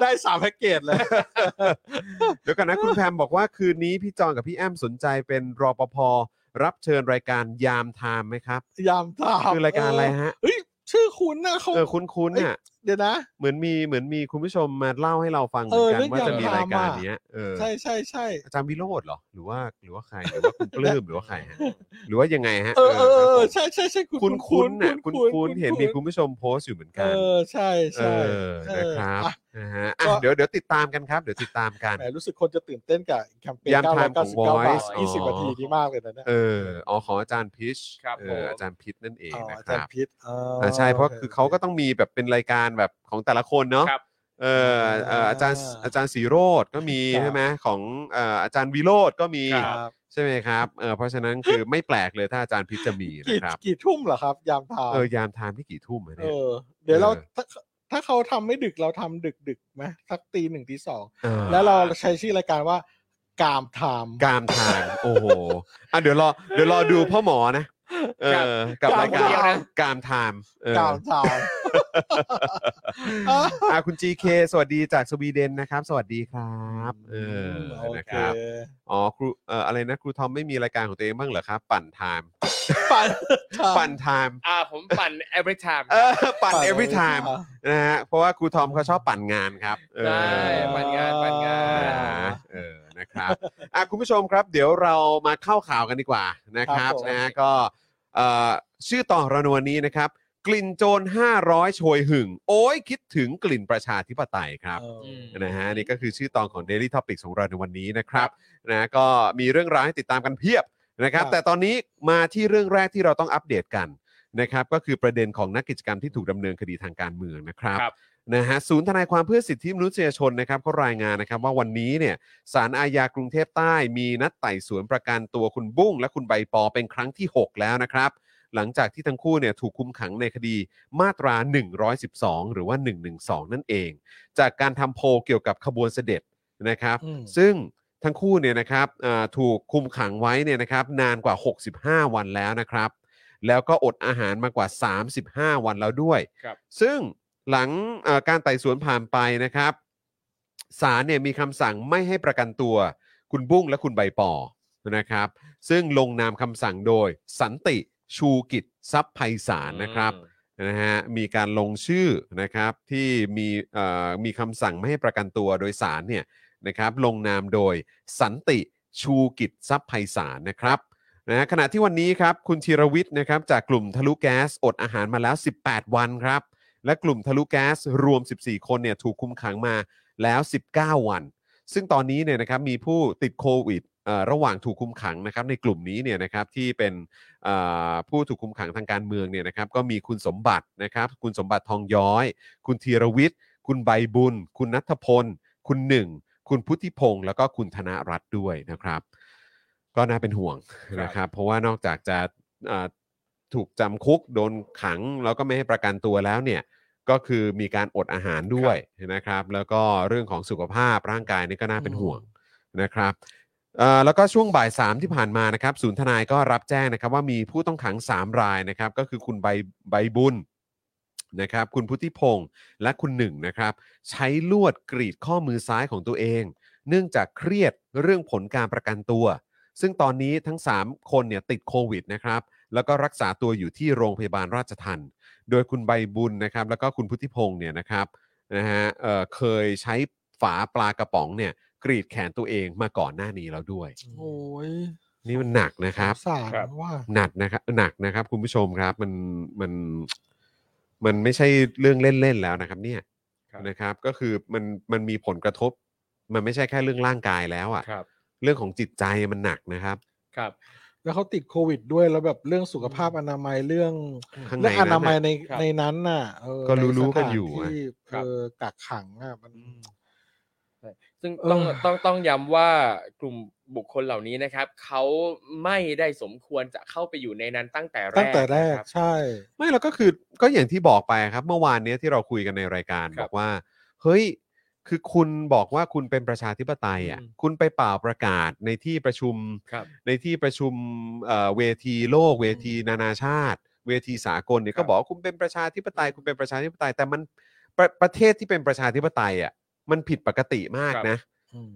Speaker 5: ได้สามแพ็กเกจเลย
Speaker 3: เดี๋ยวกันนะ คุณแพมบอกว่าคืนนี้พี่จอนกับพี่แอมสนใจเป็นรปภรับเชิญรายการยามไทม์ไหมครับ
Speaker 5: ยามตาม
Speaker 3: คือรายการอะไรฮะ
Speaker 5: เอ้ยชื่อคุณนะเขา
Speaker 3: เออคุ้นๆเนี่ย
Speaker 1: เดี๋ยวนะ
Speaker 3: เหมือนมีเหมือนมีคุณผู้ชมมาเล่าให้เราฟังเหมื
Speaker 1: เอ
Speaker 3: อ
Speaker 1: อ
Speaker 3: นกันว่าจะ
Speaker 1: เรื่อง
Speaker 3: มี
Speaker 1: ยาม
Speaker 3: รายการ
Speaker 1: อะ
Speaker 3: เนี้ยเออ
Speaker 1: ใช่ใช่ใช่
Speaker 3: อาจารย์วิโรธเหรอหรือว่าหรือว่าใครหรือว่าคุณปลื้มหรือว่าใคร ฮะหรือว่ายังไงฮะ
Speaker 1: เออเออเออ
Speaker 3: ครับผม
Speaker 1: ใช่ใช่ใช่
Speaker 3: คุ
Speaker 1: คุณ ณ
Speaker 3: คุณน่ะคุณ
Speaker 1: ๆ
Speaker 3: คุณ
Speaker 1: ๆ
Speaker 3: เห็นมีคุณผู้ชมโพสต์อยู่เหมือนกั
Speaker 1: เอนอใช่
Speaker 3: เอ
Speaker 1: ใช่เอ
Speaker 3: อนะ
Speaker 1: อ
Speaker 3: ครับ
Speaker 1: อ่ะ
Speaker 3: นะฮะอ่ะ
Speaker 1: ก็
Speaker 3: เดี๋ยวเดี๋ยวติดตามกันครับ เดี๋ยวติดตามกัน
Speaker 1: แหมรู้สึกคนจะตื่นเต้นกับแคมเปญ
Speaker 3: ยาม time ขอ
Speaker 1: 999
Speaker 3: ง
Speaker 1: บาท
Speaker 4: Voice อ๋อ
Speaker 1: 20 นาทีนี้มากเลยนะเนี่ย
Speaker 3: เอออ๋อของอาจารย์พิช
Speaker 4: ครับ
Speaker 3: เอ
Speaker 4: ผม
Speaker 3: ออาจารย์พิชนั่นเอง
Speaker 1: อ๋อ
Speaker 3: นะ
Speaker 1: อา
Speaker 3: ค
Speaker 1: จาร
Speaker 3: รับ
Speaker 1: ย์พิษอ๋ออ
Speaker 3: อ่าใช่เพราะคือเขาก็ต้องมีแบบเป็นรายการแบบของแต่ละคนเนาะ
Speaker 4: ครับ
Speaker 3: เออเอ่ออาจารย์อาจารย์สีโรดก็มี
Speaker 1: ครับ
Speaker 3: ใช่ไหมของเอ่ออาจารย์วิโรดก็มี
Speaker 1: ครับ
Speaker 3: ใช่ไหมครับเออเพราะฉะนั้นคือไม่แปลกเลยถ้าอาจารย์พิชจะมี
Speaker 1: กี่
Speaker 3: นะครับ
Speaker 1: กี่ทุ่มเหรอครับ ยามทาม
Speaker 3: เออยามไทม์ที่กี่ทุ่มอะ
Speaker 1: เอ
Speaker 3: เนี่ย
Speaker 1: อ เดี๋ยวเรา
Speaker 3: เออ
Speaker 1: ถ้าถ้าเขาทำไม่ดึกเราทำดึกดึกๆไหมสักตีหนึ่งตีสอง
Speaker 3: เออ
Speaker 1: แล้วเราใช้ชื่อรายการว่า กามทาม
Speaker 3: กามทาง โอ้โหอ่ะเดี๋ยวรอเดี๋ยวรอดูพ่อหมอนะเออกับรายการ
Speaker 1: กามทาม
Speaker 3: กามไทม์เออก
Speaker 1: ามทาม
Speaker 3: อ่ะคุณ GK สวัสดีจากสวีเดนนะครับ สวัสดีครับเออ
Speaker 1: โอ
Speaker 3: นะ
Speaker 1: เค
Speaker 3: ครับอ๋อครูเอ่ออะไรนะครูทอมไม่มีรายการของตัวเองบ้างเหรอครับ ปั่นไทม์
Speaker 1: ปั่น
Speaker 3: ปั่นไทม์
Speaker 4: อ่าผมปั่น every time
Speaker 3: เอ อปั่น
Speaker 1: ปั่น
Speaker 3: every time นะฮะเพราะว่าครูทอมเขาชอบปั่นงานครับเออ
Speaker 4: ได้ปั่นงานปั่นงา
Speaker 3: อ่าน เออ นะครับ อ่ะคุณผู้ชมครับ เดี๋ยวเรามาเข้าข่าวกันดีกว่านะครับ
Speaker 1: ครับผม
Speaker 3: นะฮะก็เอ่อชื่อตอนของเราในวันนี้นะครับ กลิ่นโจร500 โชยหึง โอ้ยคิดถึงกลิ่นประชาธิปไตยครับ
Speaker 1: เอออ
Speaker 4: ม
Speaker 3: นะฮะนี่ก็คือชื่อตอนของ Daily Topics ของเราในวันนี้นะครับนะก็มีเรื่องราวให้ติดตามกันเพียบนะครับ
Speaker 1: ครับ
Speaker 3: แต่ตอนนี้มาที่เรื่องแรกที่เราต้องอัปเดตกันนะครับ ก็คือประเด็นของนักกิจกรรมที่ถูกดำเนินคดีทางการเมืองนะครับ
Speaker 4: ครับ
Speaker 3: นะฮะศูนย์ทนายความเพื่อสิทธิมนุษยชนนะครับเขารายงานนะครับว่าวันนี้เนี่ยศาลอาญากรุงเทพใต้มีนัดไต่สวนประกันตัวคุณบุ้ง และคุณใบปอเป็นครั้งที่ 6 แล้วนะครับ หลังจากที่ทั้งคู่เนี่ยถูกคุมขังในคดีมาตรา 112 หรือว่า 112 นั่นเอง จากการทำโพลเกี่ยวกับขบวนเสด็จนะครับ
Speaker 1: อืม
Speaker 3: ซึ่งทั้งคู่เนี่ยนะครับอ่าถูกคุมขังไว้เนี่ยนะครับนานกว่า 65 วันแล้วนะครับ แล้วก็อดอาหารมากว่า 35 วันแล้วด้วย
Speaker 4: ครับ
Speaker 3: ซึ่งหลังเอ่อการไต่สวนผ่านไปนะครับศาลเนี่ยมีคำสั่งไม่ให้ประกันตัว คุณบุ้งและคุณใบปอนะครับ ซึ่งลงนามคำสั่งโดย สันติชูกิจทรัพย์ไพศาลนะครับ นะฮะมีการลงชื่อนะครับที่มีเอ่อมีคำสั่งไม่ให้ประกันตัวโดยสารเนี่ยนะครับลงนามโดยสันติชูกิจทรัพย์ไพศาลนะครับนะฮะขณะที่วันนี้ครับคุณธีรวิทย์นะครับจากกลุ่มทะลุแก๊สอดอาหารมาแล้ว 18 วันครับ และกลุ่มทะลุแก๊สรวม 14 คนเนี่ยถูกคุมขังมาแล้ว 19 วัน ซึ่งตอนนี้เนี่ยนะครับมีผู้ติดโควิดเอ่อระหว่างถูกคุมขังนะครับในกลุ่มนี้เนี่ยนะครับที่เป็น อ่าผู้ถูกคุมขังทางการเมืองเนี่ยนะครับก็มีคุณสมบัตินะครับคุณสมบัติทองย้อย คุณธีรวิทย์ คุณใบบุญ คุณนัทพล คุณหนึ่ง คุณพุทธิพงศ์แล้วก็คุณธนรัตน์ด้วยนะครับ ก็น่าเป็นห่วง
Speaker 4: ครับ
Speaker 3: นะครับ เพราะว่านอกจากจะอ่าถูกจำคุกโดนขังแล้วก็ไม่ให้ประกันตัวแล้วเนี่ยก็คือมีการอดอาหารด้วยนะครับ แล้วก็เรื่องของสุขภาพร่างกายนี่ก็น่าเป็นห่วงนะครับ เอ่อแล้วก็ช่วงบ่ายสามที่ผ่านมานะครับศูนย์ทนายก็รับแจ้งนะครับว่ามีผู้ต้องขัง 3 รายนะครับ ก็คือคุณใบใบบุญนะครับ คุณพุทธิพงศ์และคุณหนึ่งนะครับ ใช้ลวดกรีดข้อมือซ้ายของตัวเอง เนื่องจากเครียดเรื่องผลการประกันตัว ซึ่งตอนนี้ทั้ง 3 คนเนี่ยติดโควิดนะครับ แล้วก็รักษาตัวอยู่ที่โรงพยาบาลราชทันโดยคุณใบบุญนะครับ แล้วก็คุณพุทธิพงศ์เนี่ยนะครับนะฮะเอ่อเคยใช้ฝาปลากระป๋องเนี่ยกรีดแขนตัวเองมาก่อนหน้านี้แล้วด้วย
Speaker 1: โอ้ย
Speaker 3: นี่มันหนักนะครับ
Speaker 1: สงสาร
Speaker 4: ครับ
Speaker 1: ว่า
Speaker 3: หนักนะครับหนักนะครับ คุณผู้ชมครับมันมันมันไม่ใช่เรื่องเล่นๆแล้วนะครับ เนี่ย
Speaker 4: ครับ
Speaker 3: นะครับ ก็คือมันมันมีผลกระทบ มันไม่ใช่แค่เรื่องร่างกายแล้วอะ
Speaker 4: ครับ
Speaker 3: เรื่องของจิตใจมันหนักนะครับ
Speaker 4: ครับ
Speaker 1: แล้วเขาติดโควิดด้วยแล้วแบบเรื่องสุขภาพอนามัยเรื่อง
Speaker 3: ข้างใน
Speaker 1: เรื่องอนามัยใน
Speaker 4: ครับ
Speaker 1: ในนั้นน่ะเออ
Speaker 3: ก็รู้ๆ
Speaker 1: ในสถา
Speaker 3: กันอยู่อะ
Speaker 1: ที่
Speaker 4: ครับ
Speaker 1: เออกักขังอ่ะมัน
Speaker 4: ซึ่ง
Speaker 1: เออ
Speaker 4: ต้องต้องต้องย้ำว่ากลุ่มบุคคลเหล่านี้นะครับเขาไม่ได้สมควรจะเข้าไปอยู่ในนั้นตั้งแต่แรก
Speaker 1: ตั้งแต่แรก
Speaker 4: นะคบ
Speaker 1: ใช่
Speaker 3: ไม่แล้วก็คือก็อย่างที่บอกไปครับ เมื่อวานเนี้ยที่เราคุยกันในรายการ
Speaker 4: ครับ
Speaker 3: บอกว่า เฮ้ย คือคุณบอกว่าคุณเป็นประชาธิปไตยอ่ะ
Speaker 4: อืม
Speaker 3: คุณไปเป่าประกาศในที่ประชุม
Speaker 4: ครับ
Speaker 3: ในที่ประชุมเอ่อเวทีโลก เวทีนานาชาติ เวทีสากลเนี่ย
Speaker 4: ครั
Speaker 3: ก็
Speaker 4: บ
Speaker 3: บอกว่าคุณเป็นประชาธิปไตยคุณเป็นประชาธิปไตย แต่มันปรประเทศที่เป็นประชาธิปไตยอ่ะมันผิดปกติมากนะ
Speaker 1: อืม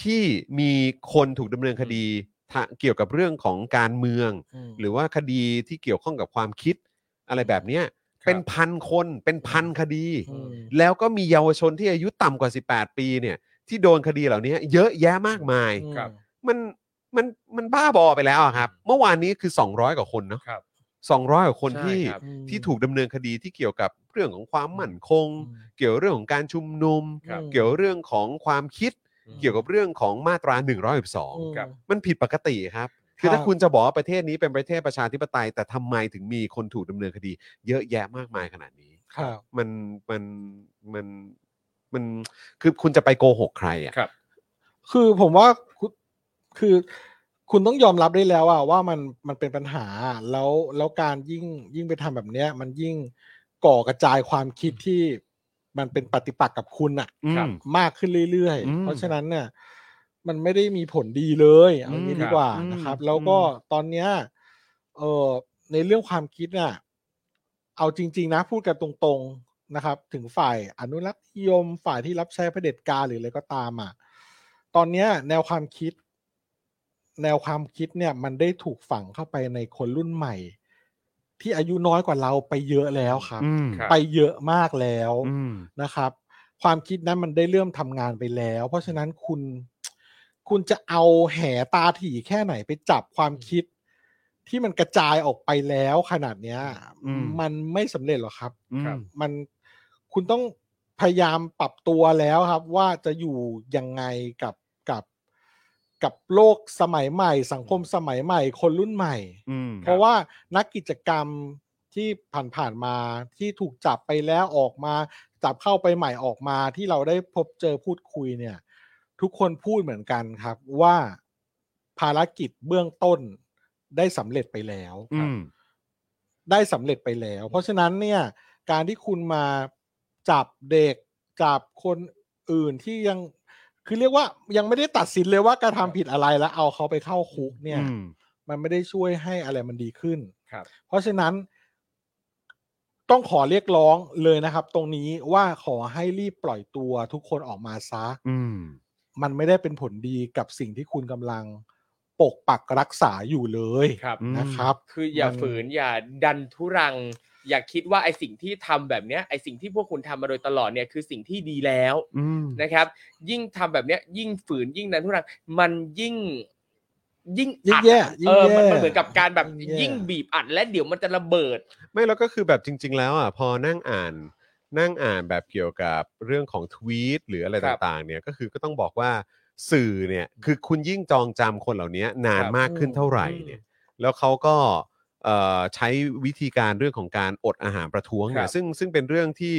Speaker 3: ที่มีคนถูกดำเนินคดีทะเกี่ยวกับเรื่องของการเมือง
Speaker 1: ม
Speaker 3: หรือว่าคดีที่เกี่ยวข้องกับความคิดอะไรแบบเนี้ย เป็นพันคนเป็นพันคดี
Speaker 5: อืม
Speaker 3: แล้วก็มีเยาวชนที่อายุต่ำกว่า 18 ปีเนี่ย ที่โดนคดีเหล่านี้เยอะแยะมากมาย
Speaker 4: ครับ
Speaker 3: มันมันมันบ้าบอไปแล้วอะครับ เมื่อวานนี้คือ 200 กว่าคนเนาะ
Speaker 4: ครับ
Speaker 3: 200 กว่าคน
Speaker 4: ใช่
Speaker 3: ที่
Speaker 4: ครับ
Speaker 5: อืม
Speaker 3: ที่ถูกดำเนินคดีที่เกี่ยวกับเรื่องของความมั่นคง
Speaker 5: อืม
Speaker 3: เกี่ยวเรื่องของการชุมนุม
Speaker 5: ครับ
Speaker 3: เกี่ยวเรื่องของความคิด เกี่ยวกับเรื่องของมาตรา
Speaker 5: อืม
Speaker 3: 112 มันผิดปกติครับ คือ
Speaker 5: ครับ
Speaker 3: ถ้าคุณจะบอกว่าประเทศนี้เป็นประเทศประชาธิปไตย แต่ทำไมถึงมีคนถูกดำเนินคดี เยอะแยะมากมายขนาดนี้
Speaker 5: ครับ
Speaker 3: มันมันมันมันคือคุณจะไปโกหกใครอ่ะ
Speaker 4: ครับ
Speaker 5: คือผมว่าคุณคือคุณต้องยอมรับได้แล้วอะว่ามันมันเป็นปัญหาอะแล้วแล้วการยิ่งยิ่งไปทำแบบเนี้ย มันยิ่งก่อกระจายความคิดที่มันเป็นปฏิปักษ์กับคุณอะ
Speaker 3: ครับ
Speaker 5: มากขึ้นเรื่อย
Speaker 3: อื
Speaker 5: ๆ
Speaker 3: ม
Speaker 5: เพราะฉะนั้นเนี่ย มันไม่ได้มีผลดีเลยเอางี้
Speaker 3: อืม
Speaker 5: ดีกว่า
Speaker 3: ครับ
Speaker 5: นะครับ
Speaker 3: อืม
Speaker 5: แล้วก็ตอนเนี้ยเออในเรื่องความคิดน่ะเอาจริง ๆ นะพูดกันตรงๆนะครับ ถึงฝ่ายอนุรักษ์นิยมฝ่ายที่รับใช้เผด็จการหรืออะไรก็ตามอ่ะ ตอนเนี้ยแนวความคิด แนวความคิดเนี่ย มันได้ถูกฝังเข้าไปในคนรุ่นใหม่ ที่อายุน้อยกว่าเราไปเยอะแล้วครับ
Speaker 3: อืม
Speaker 4: ครับ
Speaker 5: ไปเยอะมากแล้ว
Speaker 3: อืม
Speaker 5: นะครับ ความคิดนั้นมันได้เริ่มทำงานไปแล้ว เพราะฉะนั้นคุณ คุณจะเอาแหตาถี่แค่ไหนไปจับความคิด ที่มันกระจายออกไปแล้วขนาดเนี้ย
Speaker 3: อืม
Speaker 5: มันไม่สำเร็จหรอกครับ
Speaker 3: อืม
Speaker 4: ครับ
Speaker 5: มันคุณต้องพยายามปรับตัวแล้วครับ ว่าจะอยู่ยังไงกับกับกับโลกสมัยใหม่ สังคมสมัยใหม่ คนรุ่นใหม่
Speaker 3: อืม
Speaker 5: เพราะว่านักกิจกรรมที่ผ่านๆมาที่ถูกจับไปแล้วออกมา จับเข้าไปใหม่ออกมาที่เราได้พบเจอพูดคุยเนี่ย ทุกคนพูดเหมือนกันครับว่าภารกิจเบื้องต้นได้สำเร็จไปแล้ว
Speaker 3: อืม
Speaker 5: ได้สำเร็จไปแล้ว เพราะฉะนั้นเนี่ยการที่คุณมาจับเด็กจับคนอื่นที่ยังคือเรียกว่ายังไม่ได้ตัดสินเลยว่ากระทำผิดอะไรแล้วเอาเขาไปเข้าคุกเนี่ย มันไม่ได้ช่วยให้อะไรมันดีขึ้น
Speaker 4: ครับ
Speaker 5: เพราะฉะนั้น ต้องขอเรียกร้องเลยนะครับ ตรงนี้ว่าขอให้รีบปล่อยตัวทุกคนออกมาซะ
Speaker 3: อืม
Speaker 5: มันไม่ได้เป็นผลดีกับสิ่งที่คุณกำลังปกปักรักษาอยู่เลย
Speaker 4: ครับ
Speaker 3: อืม
Speaker 5: นะครับ
Speaker 4: คืออย่า
Speaker 5: มัน
Speaker 4: ฝืนอย่าดันทุรัง อย่าคิดว่าไอสิ่งที่ทำแบบเนี้ยไอสิ่งที่พวกคุณทำมาโดยตลอดเนี่ยคือสิ่งที่ดีแล้ว
Speaker 3: อืม
Speaker 4: นะครับยิ่งทำแบบเนี้ยยิ่งฝืนยิ่งดันทุรังมันยิ่งยิ่ง
Speaker 5: ยิ่ง
Speaker 4: อัด
Speaker 5: แย่ยิ่ง
Speaker 4: เออมัน
Speaker 5: แย่
Speaker 4: มันเหมือนกับการแบบ
Speaker 5: ยิ่งแย่
Speaker 4: ยิ่งบีบอัดและเดี๋ยวมันจะระเบิด
Speaker 3: ไม่แล้วก็คือแบบจริง ๆ แล้วอ่ะพอนั่งอ่านนั่งอ่านแบบเกี่ยวกับเรื่องของทวีตหรืออะไร
Speaker 4: ครับ
Speaker 3: ต่างๆ เนี่ยก็คือก็ต้องบอกว่าสื่อเนี่ยคือคุณยิ่งจองจำคนเหล่านี้นาน
Speaker 4: ครับ
Speaker 3: มากขึ้นเท่าไหร่เนี่ยแล้วเขาก็เอ่อใช้วิธีการเรื่องของการอดอาหารประท้วงเนี่
Speaker 4: ค
Speaker 3: ย
Speaker 4: รับ
Speaker 3: ซึ่งซึ่งเป็นเรื่องที่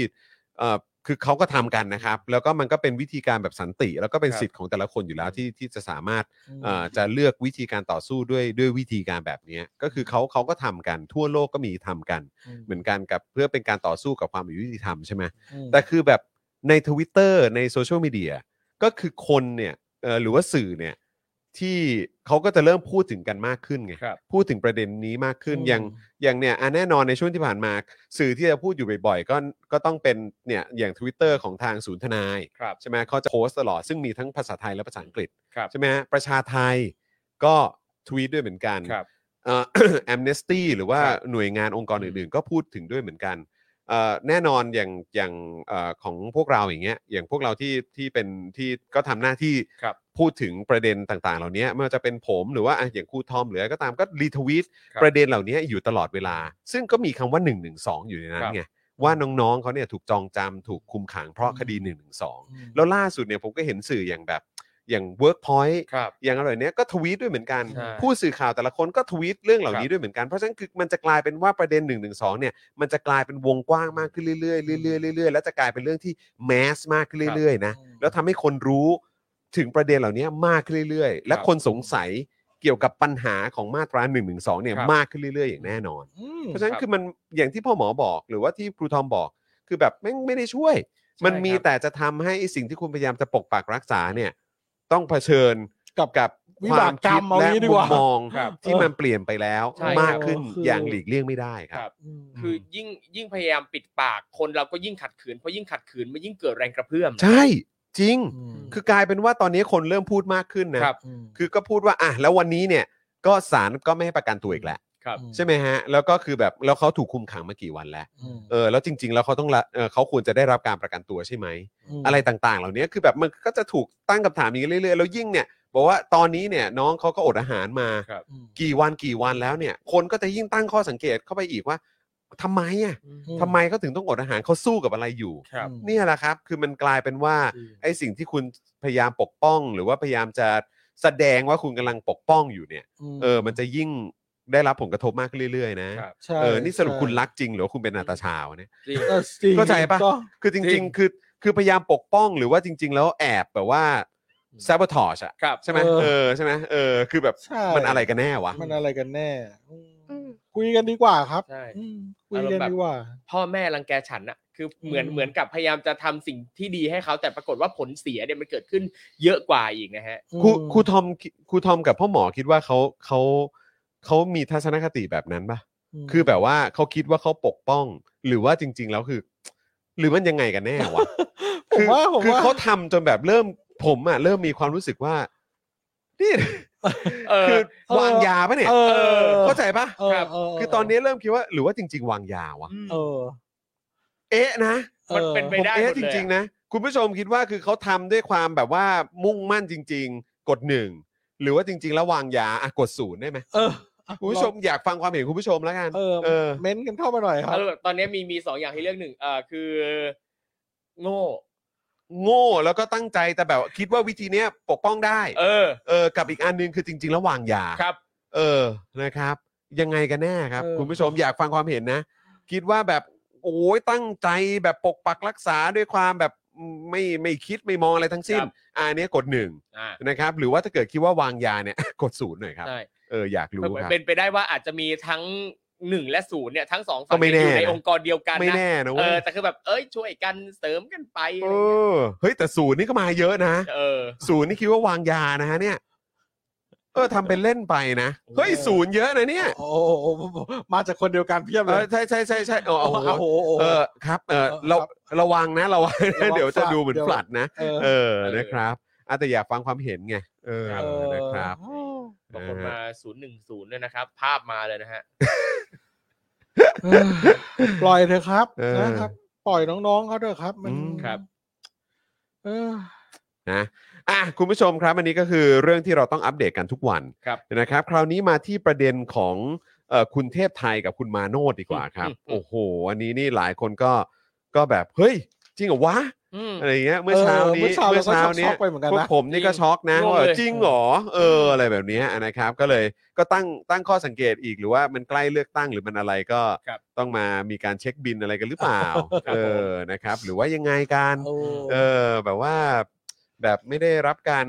Speaker 3: เอ่อคือเขาก็ทำกันนะครับ แล้วก็มันก็เป็นวิธีการแบบสันติ แล้วก็เป็น
Speaker 4: ครับ
Speaker 3: สิทธิ์ของแต่ละคนอยู่แล้วที่ที่จะสามารถ
Speaker 5: ม
Speaker 3: เอ่อจะเลือกวิธีการต่อสู้ด้วยด้วยวิธีการแบบเนี้ยก็คือเขาเขาก็ทำกันทั่วโลกก็มีทำกัน
Speaker 5: อืม
Speaker 3: เหมือนกันกับเพื่อเป็นการต่อสู้กับความอยุติธรรมใช่ไหม
Speaker 5: อืม
Speaker 3: แต่คือแบบใน Twitter ในโซเชียลมีเดียก็คือคนเนี่ยเอ่อหรือว่าสื่อเนี่ยที่เขาก็จะเริ่มพูดถึงกันมากขึ้นไง
Speaker 4: ครับ
Speaker 3: พูดถึงประเด็นนี้มากขึ้น
Speaker 5: อืม
Speaker 3: อย่างอย่างเนี่ยอ่ะแน่นอนในช่วงที่ผ่านมา สื่อที่จะพูดอยู่บ่อยๆก็ก็ต้องเป็นเนี่ยอย่าง Twitter ของทางศูนย์ทนาย
Speaker 4: ครับ
Speaker 3: ใช่ไหมเขาจะโพสต์ตลอดซึ่งมีทั้งภาษาไทยและภาษาอังกฤษ
Speaker 4: ครับ
Speaker 3: ใช่ไหมฮะประชาไทยก็ทวีตด้วยเหมือนกัน
Speaker 4: ครับ
Speaker 3: เอ่อ แอมเนสตี้หรือว่า
Speaker 4: ครับ
Speaker 3: หน่วยงานองค์กรอื่นๆ ก็พูดถึงด้วยเหมือนกันเอ่อแน่นอนอย่างอย่างเอ่อของพวกเราอย่างเงี้ยอย่างพวกเราที่ที่เป็นที่ก็ทำหน้าที่
Speaker 4: ครับ
Speaker 3: พูดถึงประเด็นต่างๆ เหล่านี้ไม่ว่าจะเป็นผมหรือว่าอ่ะอย่างครูทอมหรืออะไรก็ตามก็รีทวีต
Speaker 4: ครับ
Speaker 3: ประเด็นเหล่านี้อยู่ตลอดเวลา ซึ่งก็มีคำว่า1นึอยู่ในนั้นไงว่าน้องๆเขาเนี่ยถูกจองจำถูกคุมขังเพราะคดี1นึ แล้วล่าสุดเนี่ยผมก็เห็นสื่ออย่างแบบอย่าง Workpoint
Speaker 4: ครับ
Speaker 3: อย่างอะไรเนี้ยก็ทวีตด้วยเหมือนกัน
Speaker 4: ใช่
Speaker 3: ผู้สื่อข่าวแต่ละคนก็ทวีตเรื่องเหล่านี้
Speaker 4: ครับ
Speaker 3: ด้วยเหมือนกัน เพราะฉะนั้นคือมันจะกลายเป็นว่าประเด็น1นึเนี่ยมันจะกลายเป็นวงกว้างมากขึ้นเรื่อยๆเรื่อยๆเรื่อยๆแล้วจะกลายเป็นเรื่องที่แมสมากขึ้นเรื่อยๆนะ
Speaker 5: อืม
Speaker 3: แล้วทำให้คนรู้ถึงประเด็นเหล่านี้มากขึ้นเรื่อยๆ และคนสงสัยเกี่ยวกับปัญหาของมาตรา1นึเนี่ย
Speaker 4: ครับ
Speaker 3: มากขึ้นเรื่อยๆ อย่างแน่นอน
Speaker 5: อืม
Speaker 3: เพราะฉะนั้
Speaker 4: คน รับ
Speaker 3: คือมันอย่างที่พ่อหมอบอกหรือว่าที่ครูทอมบอก คือแบบแม่งไม่ได้ช่วย
Speaker 4: ช่
Speaker 3: มันมี
Speaker 4: ครับ
Speaker 3: แต่จะทำให้ไอ้สิ่งที่คุณพยายามจะปกปักรักษาเนี่ย ต้องเผชิญ
Speaker 5: กับ
Speaker 3: กับ
Speaker 5: วิ
Speaker 3: ควา
Speaker 5: บาม กกร
Speaker 3: คิ
Speaker 5: ร
Speaker 3: ด
Speaker 5: มเอา
Speaker 3: และ
Speaker 5: งี้ดี
Speaker 3: มุม
Speaker 5: กว่าม
Speaker 3: อง
Speaker 4: ครับ
Speaker 3: ที่มันเปลี่ยนไปแล้ว
Speaker 4: ใช่
Speaker 3: มากขึ้น
Speaker 5: ครับ
Speaker 3: อย่างหลีกเลี่ยงไม่ได้ค
Speaker 4: ค
Speaker 3: รั
Speaker 4: รับ บ
Speaker 5: อืม
Speaker 4: คือยิ่งยิ่งพยายามปิดปากคนเราก็ยิ่งขัดขืนเพราะยิ่งขัดขืนมันยิ่งเกิดแรงกระเพื่อม
Speaker 3: ใช่จริง
Speaker 5: อืม
Speaker 3: คือกลายเป็นว่าตอนนี้คนเริ่มพูดมากขึ้นนะครับ
Speaker 5: อืม
Speaker 3: คือก็พูดว่าอ่ะแล้ววันนี้เนี่ย ก็ศาลก็ไม่ให้ประกันตัวอีกแล้ว
Speaker 4: ครับ
Speaker 3: ใช่ไหมฮะ แล้วก็คือแบบแล้วเขาถูกคุมขังมากี่วันแล้ว
Speaker 1: อืม
Speaker 3: เออแล้วจริง ๆ แล้วเขาต้องละเออเขาควรจะได้รับการประกันตัวใช่ไหม
Speaker 1: ม
Speaker 3: อะไรต่างๆ เหล่านี้คือแบบมันก็จะถูกตั้งคำถามอย่างนี้เรื่อยๆ แล้วยิ่งเนี่ยบอกว่าตอนนี้เนี่ยน้องเขาก็อดอาหารมา
Speaker 4: ครับ
Speaker 1: อืม
Speaker 3: กี่วันกี่วันแล้วเนี่ย คนก็จะยิ่งตั้งข้อสังเกตเข้าไปอีกว่าทำไมอ่ะทำไมเขาถึงต้องอดอาหารเขาสู้กับอะไรอยู่
Speaker 4: ครับ
Speaker 3: เนี่ยแหละครับ คือมันกลายเป็นว่า
Speaker 4: จริง
Speaker 3: ไอ้สิ่งที่คุณพยายามปกป้อง หรือว่าพยายามจะแสดงว่าคุณกำลังปกป้องอยู่เนี่ย
Speaker 1: ม
Speaker 3: เออ มันจะยิ่งได้รับผลกระทบมากเรื่อยๆ นะ
Speaker 4: ครับ
Speaker 1: ใช่
Speaker 3: เออ นี่สรุปคุณ
Speaker 1: ใช่
Speaker 3: รักจริง หรือว่าคุณเป็นนาตาชาวะเนี่ย
Speaker 4: จริง
Speaker 1: เออริง
Speaker 3: เข้าใจปะ
Speaker 1: ก็
Speaker 3: คือจ
Speaker 4: จริ
Speaker 3: ริง
Speaker 4: ง
Speaker 3: ๆ คือคือพยายามปกป้องหรือว่าจริง ๆ แล้วแอบแบบว่า sabotage อะ
Speaker 4: ครับ
Speaker 3: ใช่ไหม
Speaker 1: เออ
Speaker 3: เออใช่ไหมเออคือแบบ
Speaker 1: ใช่
Speaker 3: มันอะไรกันแน่วะ
Speaker 1: มันอะไรกันแน่อืมคุยกันดีกว่าครับ
Speaker 4: ใช่
Speaker 1: อืมคุยกันดีกว่า
Speaker 4: พ่อแม่รังแกฉันอะคือเหมือน
Speaker 1: อืม
Speaker 4: เหมือนกับพยายามจะทำสิ่งที่ดีให้เขาแต่ปรากฏว่าผลเสียเนี่ยมันเกิดขึ้นเยอะกว่าอีกนะฮะ
Speaker 3: ครู
Speaker 1: อืม
Speaker 3: ครูทอมครูทอมกับพ่อหมอคิดว่าเขาเขาเขามีทัศนคติแบบนั้นปะ
Speaker 1: ม
Speaker 3: คือแบบว่าเขาคิดว่าเขาปกป้อง หรือว่าจริง ๆ แล้วคือ หรือมันยังไงกันแน่ วะ
Speaker 1: ผมว่า
Speaker 3: คือ
Speaker 1: ผม
Speaker 3: คือ
Speaker 1: ว่า
Speaker 3: เขาทำจนแบบเริ่มผมอ่ะเริ่มมีความรู้สึกว่านี่
Speaker 4: เออ
Speaker 3: คือ
Speaker 1: เออ
Speaker 3: วางยาปะเนี่ย
Speaker 1: เออ
Speaker 3: เข้าใจปะ
Speaker 1: เออ
Speaker 4: ครับ
Speaker 1: เ
Speaker 3: คือตอนนี้เริ่มคิดว่า หรือว่าจริง ๆ วางยาวะ
Speaker 1: เออ
Speaker 3: เอ๊ะนะ
Speaker 1: ออ
Speaker 4: มันเป็นไป
Speaker 3: ผม
Speaker 4: ด้
Speaker 3: เอ๊ะจ
Speaker 4: หมดเลยอะ
Speaker 3: ริง ๆ นะ คุณผู้ชมคิดว่าคือเขาทำด้วยความแบบว่ามุ่งมั่นจริง ๆ กดหนึ่งหรือว่าจริง ๆ แล้ววางยาอ่ะกดศูนย์ได้ไหม
Speaker 1: เอออ่ะ
Speaker 3: คุณผู้ชมอยากฟังความเห็นคุณผู้ชมแล้วกัน
Speaker 1: เออ
Speaker 3: เออ
Speaker 1: เม้นต์กันเข้ามาหน่อยครับ
Speaker 4: เออตอนนี้มีมีสองอย่างให้เลือกหนึ่งเออคือ โง่
Speaker 3: โง่แล้วก็ตั้งใจแต่แบบคิดว่าวิธีเนี้ยปกป้องได้
Speaker 4: เออ
Speaker 3: เออกับอีกอันหนึงคือจริง ๆ แล้ววางยา
Speaker 4: ครับ
Speaker 3: เออนะครับ ยังไงกันแน่ครับ
Speaker 1: เออ
Speaker 3: คุณผู้ชมอยากฟังความเห็นนะ คิดว่าแบบโอ้ยตั้งใจแบบปกปักรักษาด้วยความแบบไม่ไม่คิดไม่มองอะไรทั้งสิ้น
Speaker 4: ครับ
Speaker 3: อะอันเนี้ยกดหนึ่ง
Speaker 4: อ่า
Speaker 3: นะครับหรือว่าถ้าเกิดคิดว่าวางยาเนี่ย กดศูนย์หน่อยครับ
Speaker 4: ใช่
Speaker 3: เอออยากรู้ครับ
Speaker 4: เป็นไปได้ว่าอาจจะมีทั้งหนึ่งและศูนย์เนี่ยทั้งสอง
Speaker 3: ก็
Speaker 4: ฝั่ง
Speaker 3: ไม่
Speaker 4: เนี่ยอยู่
Speaker 3: แน่
Speaker 4: ใน
Speaker 3: นะ
Speaker 4: องค์กรเดียวกัน
Speaker 3: ไม่
Speaker 4: นะ
Speaker 3: แน่นะ
Speaker 4: เอ
Speaker 3: เว้ย
Speaker 4: อแต่คือแบบเอ้ยช่วยกันเสริมกันไปอะ
Speaker 3: เอ
Speaker 4: ไรเงี้ย
Speaker 3: อเฮ้ยแต่ศูนย์นี่ก็มาเยอะนะ
Speaker 4: เออ
Speaker 3: ศูนย์นี่คิดว่าวางยานะฮะเนี่ย เออทำเป็นเล่นไปนะเฮ้ยศูนย์เยอะนะเนี่ย
Speaker 1: โอ้โหมาจากคนเดียวกันเพียบ
Speaker 3: เอ
Speaker 1: เล
Speaker 3: อย ใช่ใช่ใช่ใช่โอ้
Speaker 1: โอ้
Speaker 3: โห
Speaker 1: โหโอ้โห
Speaker 3: เออครับเออ
Speaker 1: เออ
Speaker 3: เรา
Speaker 1: ครับ
Speaker 3: ระวังนะระวัง
Speaker 1: ระวั
Speaker 3: นะ
Speaker 1: ง
Speaker 3: เดี๋ยวจะ
Speaker 1: ฝาด
Speaker 3: ดูเหมือน
Speaker 1: เดี๋ยว
Speaker 3: ฝลัดนะ
Speaker 1: เออ
Speaker 3: เออนะครับอ่ะแต่อยากฟังความเห็นไงเออ
Speaker 4: ครับ
Speaker 3: นะครับ
Speaker 1: โอ้
Speaker 4: บางคน
Speaker 3: นะฮะ
Speaker 4: มาศูนย์หนึ่งศูนย์เนี่ยนะครับ ภาพมาเลยนะฮะ
Speaker 1: เออปล่อยเถอะครับ
Speaker 3: เออ
Speaker 1: นะครับ ปล่อยน้องๆเขาเถอะครับ มัน
Speaker 3: อืม
Speaker 4: ครับ
Speaker 1: เออ
Speaker 3: นะอ่ะคุณผู้ชมครับอันนี้ก็คือเรื่องที่เราต้องอัปเดตกันทุกวัน
Speaker 4: ครับ
Speaker 3: นะครับ คราวนี้มาที่ประเด็นของเอ่อคุณเทพไทยกับคุณมาโนดดีกว่าครับ
Speaker 4: อืม
Speaker 3: โอ้โหอันนี้นี่หลายคนก็ก็แบบเฮ้ย จริงเหรอวะ
Speaker 4: อืม
Speaker 3: อะไรอย่างเงี้ยเมื่อเช้านี้
Speaker 1: เออเมื่อเช้าเราก็ช็อก
Speaker 3: นี้
Speaker 1: ไปเหมือนกันนะ
Speaker 3: พวกผมนี่ก็ช็อกนะ
Speaker 4: งงเลย
Speaker 3: ว่าจริงเหรอเอออะไรแบบเนี้ยนะครับ ก็เลยก็ตั้งตั้งข้อสังเกตอีกหรือว่ามันใกล้เลือกตั้งหรือมันอะไรก็
Speaker 4: ครับ
Speaker 3: ต้องมามีการเช็คบินอะไรกันหรือเปล่าเออนะครับ หรือว่ายังไงกัน
Speaker 1: โอ้
Speaker 3: เออแบบว่าแบบไม่ได้รับการ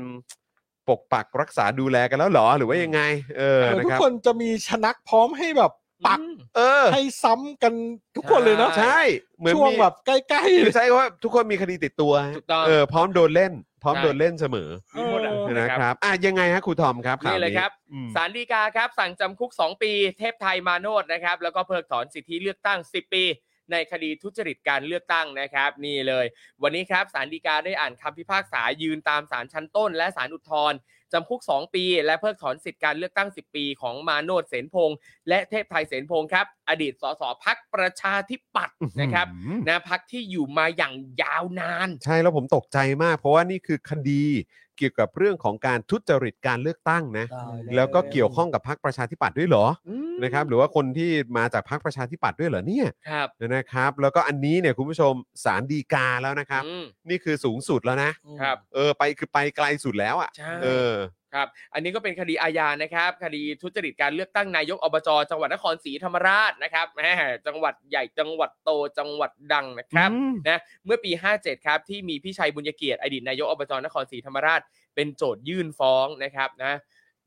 Speaker 3: ปกปักรักษาดูแลกันแล้วเหรอหรือว่ายังไง เออ
Speaker 1: เออ
Speaker 3: นะ
Speaker 1: ทุก
Speaker 3: ครับ
Speaker 1: คนจะมีชนักพร้อมให้แบบปัก
Speaker 4: อืม
Speaker 3: เออ
Speaker 1: ให้ซ้ำกันทุกคนเลยเนาะ
Speaker 3: ใช่เหมือน
Speaker 1: ช่วง
Speaker 3: มี
Speaker 1: แบบใกล้
Speaker 3: คือใช่ว่าทุกคนมีคดีติดตัว
Speaker 4: ถูกต้อง
Speaker 3: เออพร้อมโดนเล่น พร้อม
Speaker 4: ใช่
Speaker 3: โดนเล่นเสมอ
Speaker 1: ๆเอ
Speaker 4: มีหมดอ่ะ
Speaker 1: อ
Speaker 3: นะ
Speaker 4: นะครับ
Speaker 3: ครับอ่ะยังไงฮะครูทอมครับ
Speaker 4: นี่เลยครับ
Speaker 3: อืม
Speaker 4: สารดีกาครับ สั่งจำคุก 2 ปี เทพไทยมาโนดนะครับ แล้วก็เพิกถอนสิทธิเลือกตั้ง 10 ปี ในคดีทุจริตการเลือกตั้งนะครับ นี่เลย วันนี้ครับสารดีกาได้อ่านคำพิพากษายืนตามสารชั้นต้น และสารอุทธรณ์จำคุก 2 ปี และเพิกถอนสิทธิการเลือกตั้ง 10 ปีของมาโนดเสนพงษ์และเทพไทยเสนพงษ์ครับ อดีตสสพักประชาธิปัตย์นะครับ
Speaker 3: อืม
Speaker 4: นะพักที่อยู่มาอย่างยาวนาน
Speaker 3: ใช่แล้วผมตกใจมาก เพราะว่านี่คือคดีเกี่ยวกับเรื่องของการทุจริตการเลือกตั้งนะ
Speaker 1: ได้แล้ว
Speaker 3: แล้วก็เกี่ยวข้องกับพรรคประชาธิปัตย์ด้วยเหรอนะครับ หรือว่าคนที่มาจากพรรคประชาธิปัตย์ด้วยเหรอเนี่ย
Speaker 4: ครับ
Speaker 3: นะครับแล้วก็อันนี้เนี่ยคุณผู้ชมสารดีกาแล้วนะครับ
Speaker 4: อืม
Speaker 3: นี่คือสูงสุดแล้วนะ
Speaker 4: ครับ
Speaker 3: เออไปคือไปไกลสุดแล้วอ่ะ
Speaker 4: ใช่
Speaker 3: เออ
Speaker 4: ครับ อันนี้ก็เป็นคดีอาญานะครับ คดีทุจริตการเลือกตั้งนายกอบจจังหวัดนครศรีธรรมราชนะครับแหมจังหวัดใหญ่จังหวัดโตจังหวัดดังนะครับ
Speaker 3: อืม
Speaker 4: นะเมื่อปี 57 ครับ ที่มีพี่ชัยบุญเกียรติอดีตนายกอบจนครศรีธรรมราช เป็นโจทยื่นฟ้องนะครับนะ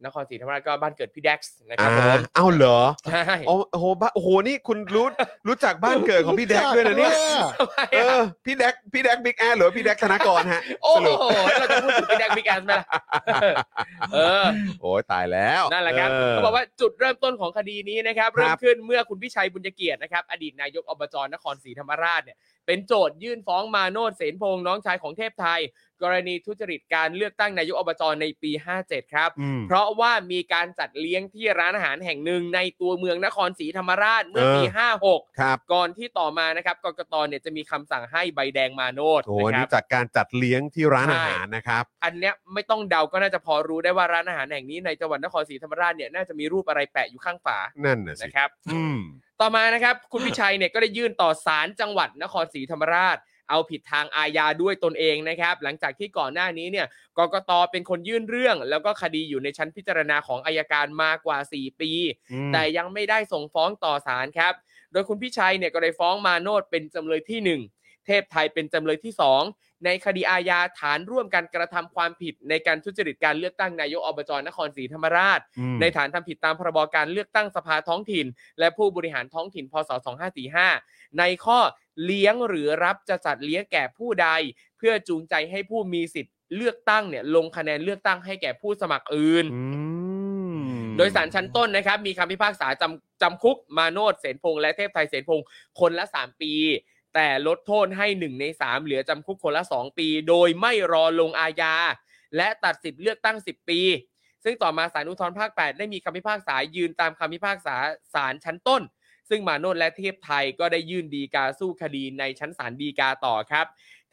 Speaker 4: นครศรีธรรมราชก็บ้านเกิดพี่แดกซ์นะครับ
Speaker 3: อ่า
Speaker 4: ผม
Speaker 3: เอ้าเหรอ
Speaker 4: ใช่
Speaker 3: อ๋อโอ้โหบ้าโอ้โหนี่คุณรู้รู้จักบ้านเกิดของพี่แดกด้วยนะเนี่ย
Speaker 4: ทำไม
Speaker 3: เอ
Speaker 4: อะ
Speaker 3: อพี่แดกพี่แดกบิ๊กแอร์หรือว่าพี่แดกธนากรฮะ
Speaker 4: โอ้
Speaker 3: สรุป
Speaker 4: โหแล้วเราจะพูดถึงพี่แดกบิ๊กแอนไหมล่ะเออ
Speaker 3: โอ้ยตายแล้ว
Speaker 4: นั่นแหละครับเขาบอกว่าจุดเริ่มต้นของคดีนี้นะครับ
Speaker 3: ครับ
Speaker 4: เริ่มขึ้นเมื่อคุณพิชัยบุญเกียรตินะครับ อดีตนายกอบจนครศรีธรรมราชเนี่ย เป็นโจทยื่นฟ้องมาโนดเสนพงษ์น้องชายของเทพไทย กรณีทุจริตการเลือกตั้งนายกอบจในปี 57 ครับ
Speaker 3: อืม
Speaker 4: เพราะว่ามีการจัดเลี้ยงที่ร้านอาหารแห่งหนึ่งในตัวเมืองนครศรีธรรมราชเมื่อปี
Speaker 3: เออ
Speaker 4: 56
Speaker 3: ครับ
Speaker 4: ก่อนที่ต่อมานะครับกกตเนี่ยจะมีคำสั่งให้ใบแดงมาโนด
Speaker 3: โอ้โห
Speaker 4: นะ
Speaker 3: อัน
Speaker 4: ครั
Speaker 3: นี่
Speaker 4: บ
Speaker 3: จากการจัดเลี้ยงที่ร้าน
Speaker 4: ใช่
Speaker 3: อาหารนะครับ
Speaker 4: อันเนี้ยไม่ต้องเดาก็น่าจะพอรู้ได้ว่าร้านอาหารแห่งนี้ในจังหวัดนครศรีธรรมราชเนี่ยน่าจะมีรูปอะไรแปะอยู่ข้างฝา
Speaker 3: นั่นน่ะสิ
Speaker 4: นะครับ
Speaker 3: อืม
Speaker 4: ต่อมานะครับคุณพิชัยเนี่ยก็ได้ยื่นต่อศาลจังหวัดนครศรีธรรมราช เอาผิดทางอาญาด้วยตนเองนะครับ หลังจากที่ก่อนหน้านี้เนี่ยกกตเป็นคนยื่นเรื่อง แล้วก็คดีอยู่ในชั้นพิจารณาของอายการมากว่า 4 ปี แต่ยังไม่ได้ส่งฟ้องต่อศาลครับ โดยคุณพิชัยเนี่ยก็ได้ฟ้องมาโนดเป็นจำเลยทีหนึ่1 เทพไทยเป็นจำเลยที่ 2 ในคดีอาญาฐานร่วมกันกระทำความผิดในการทุจริตการเลือกตั้งนายกอบจนครศรีธรรมราช ในฐานทำผิดตามพรบการเลือกตั้งสภาท้องถิ่น และผู้บริหารท้องถิ่น พศ 2545 ในข้อเลี้ยงหรือรับจะจัดเลี้ยงแก่ผู้ใด เพื่อจูงใจให้ผู้มีสิทธิ์เลือกตั้งเนี่ยลงคะแนนเลือกตั้งให้แก่ผู้สมัครอื่น
Speaker 3: อืม
Speaker 4: โดยสารชั้นต้นนะครับ มีคำพิพากษาจำจำคุกมาโนดเสนพงษ์และเทพไทยเสนพงษ์คนละ 3 ปี แต่ลดโทษให้ 1 ใน 3 เหลือจำคุกคนละ 2 ปี โดยไม่รอลงอาญา และตัดสิทธิ์เลือกตั้ง 10 ปี ซึ่งต่อมาศาลอุทธรณ์ภาค 8 ได้มีคำพิพากษายืนตามคำพิพากษาศาลชั้นต้น ซึ่งมาโนดและเทพไทยก็ได้ยื่นดีกาสู้คดีในชั้นศาลดีกาต่อครับ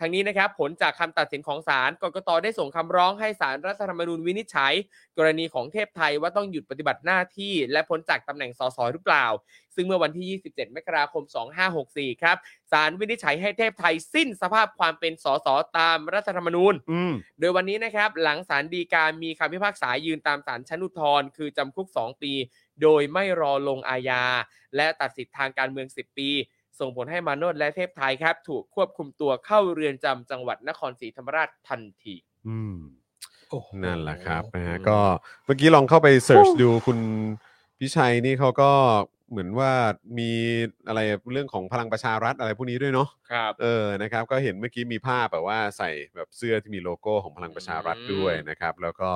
Speaker 4: ทั้งนี้นะครับผลจากคำตัดสินของศาลกกตได้ส่งคำร้องให้ศาลรัฐธรรมนูญวินิจฉัย กรณีของเทพไทยว่าต้องหยุดปฏิบัติหน้าที่และพ้นจากตำแหน่งสสหรือเปล่า ซึ่งเมื่อวันที่ 27 มกราคม 2564 ครับศาลวินิจฉัยให้เทพไทยสิ้นสภาพความเป็นสสตามรัฐธรรมนูญ
Speaker 3: อืม
Speaker 4: โดยวันนี้นะครับ หลังศาลฎีกามีคำพิพากษายืนตามศาลชั้นอุทธรณ์คือจำคุก 2 ปี โดยไม่รอลงอาญา และตัดสิทธิทางการเมือง 10 ปี ส่งผลให้มาโนดและเทพไทยครับ ถูกควบคุมตัวเข้าเรือนจำจังหวัดนครศรีธรรมราชทันที
Speaker 3: อืม
Speaker 5: โอ้โห
Speaker 3: นั่นแหละครับนะฮะ
Speaker 4: อืม
Speaker 3: ก็เมื่อกี้ลองเข้าไปเสิร์ชดูคุณพิชัยนี่เขาก็เหมือนว่ามีอะไรเรื่องของพลังประชารัฐอะไรพวกนี้ด้วยเนาะ
Speaker 4: ครับ
Speaker 3: เออนะครับก็เห็นเมื่อกี้มีภาพแบบว่าใส่แบบเสื้อที่มีโลโก้ของพลังประชารัฐด้วยนะครับ แล้วก็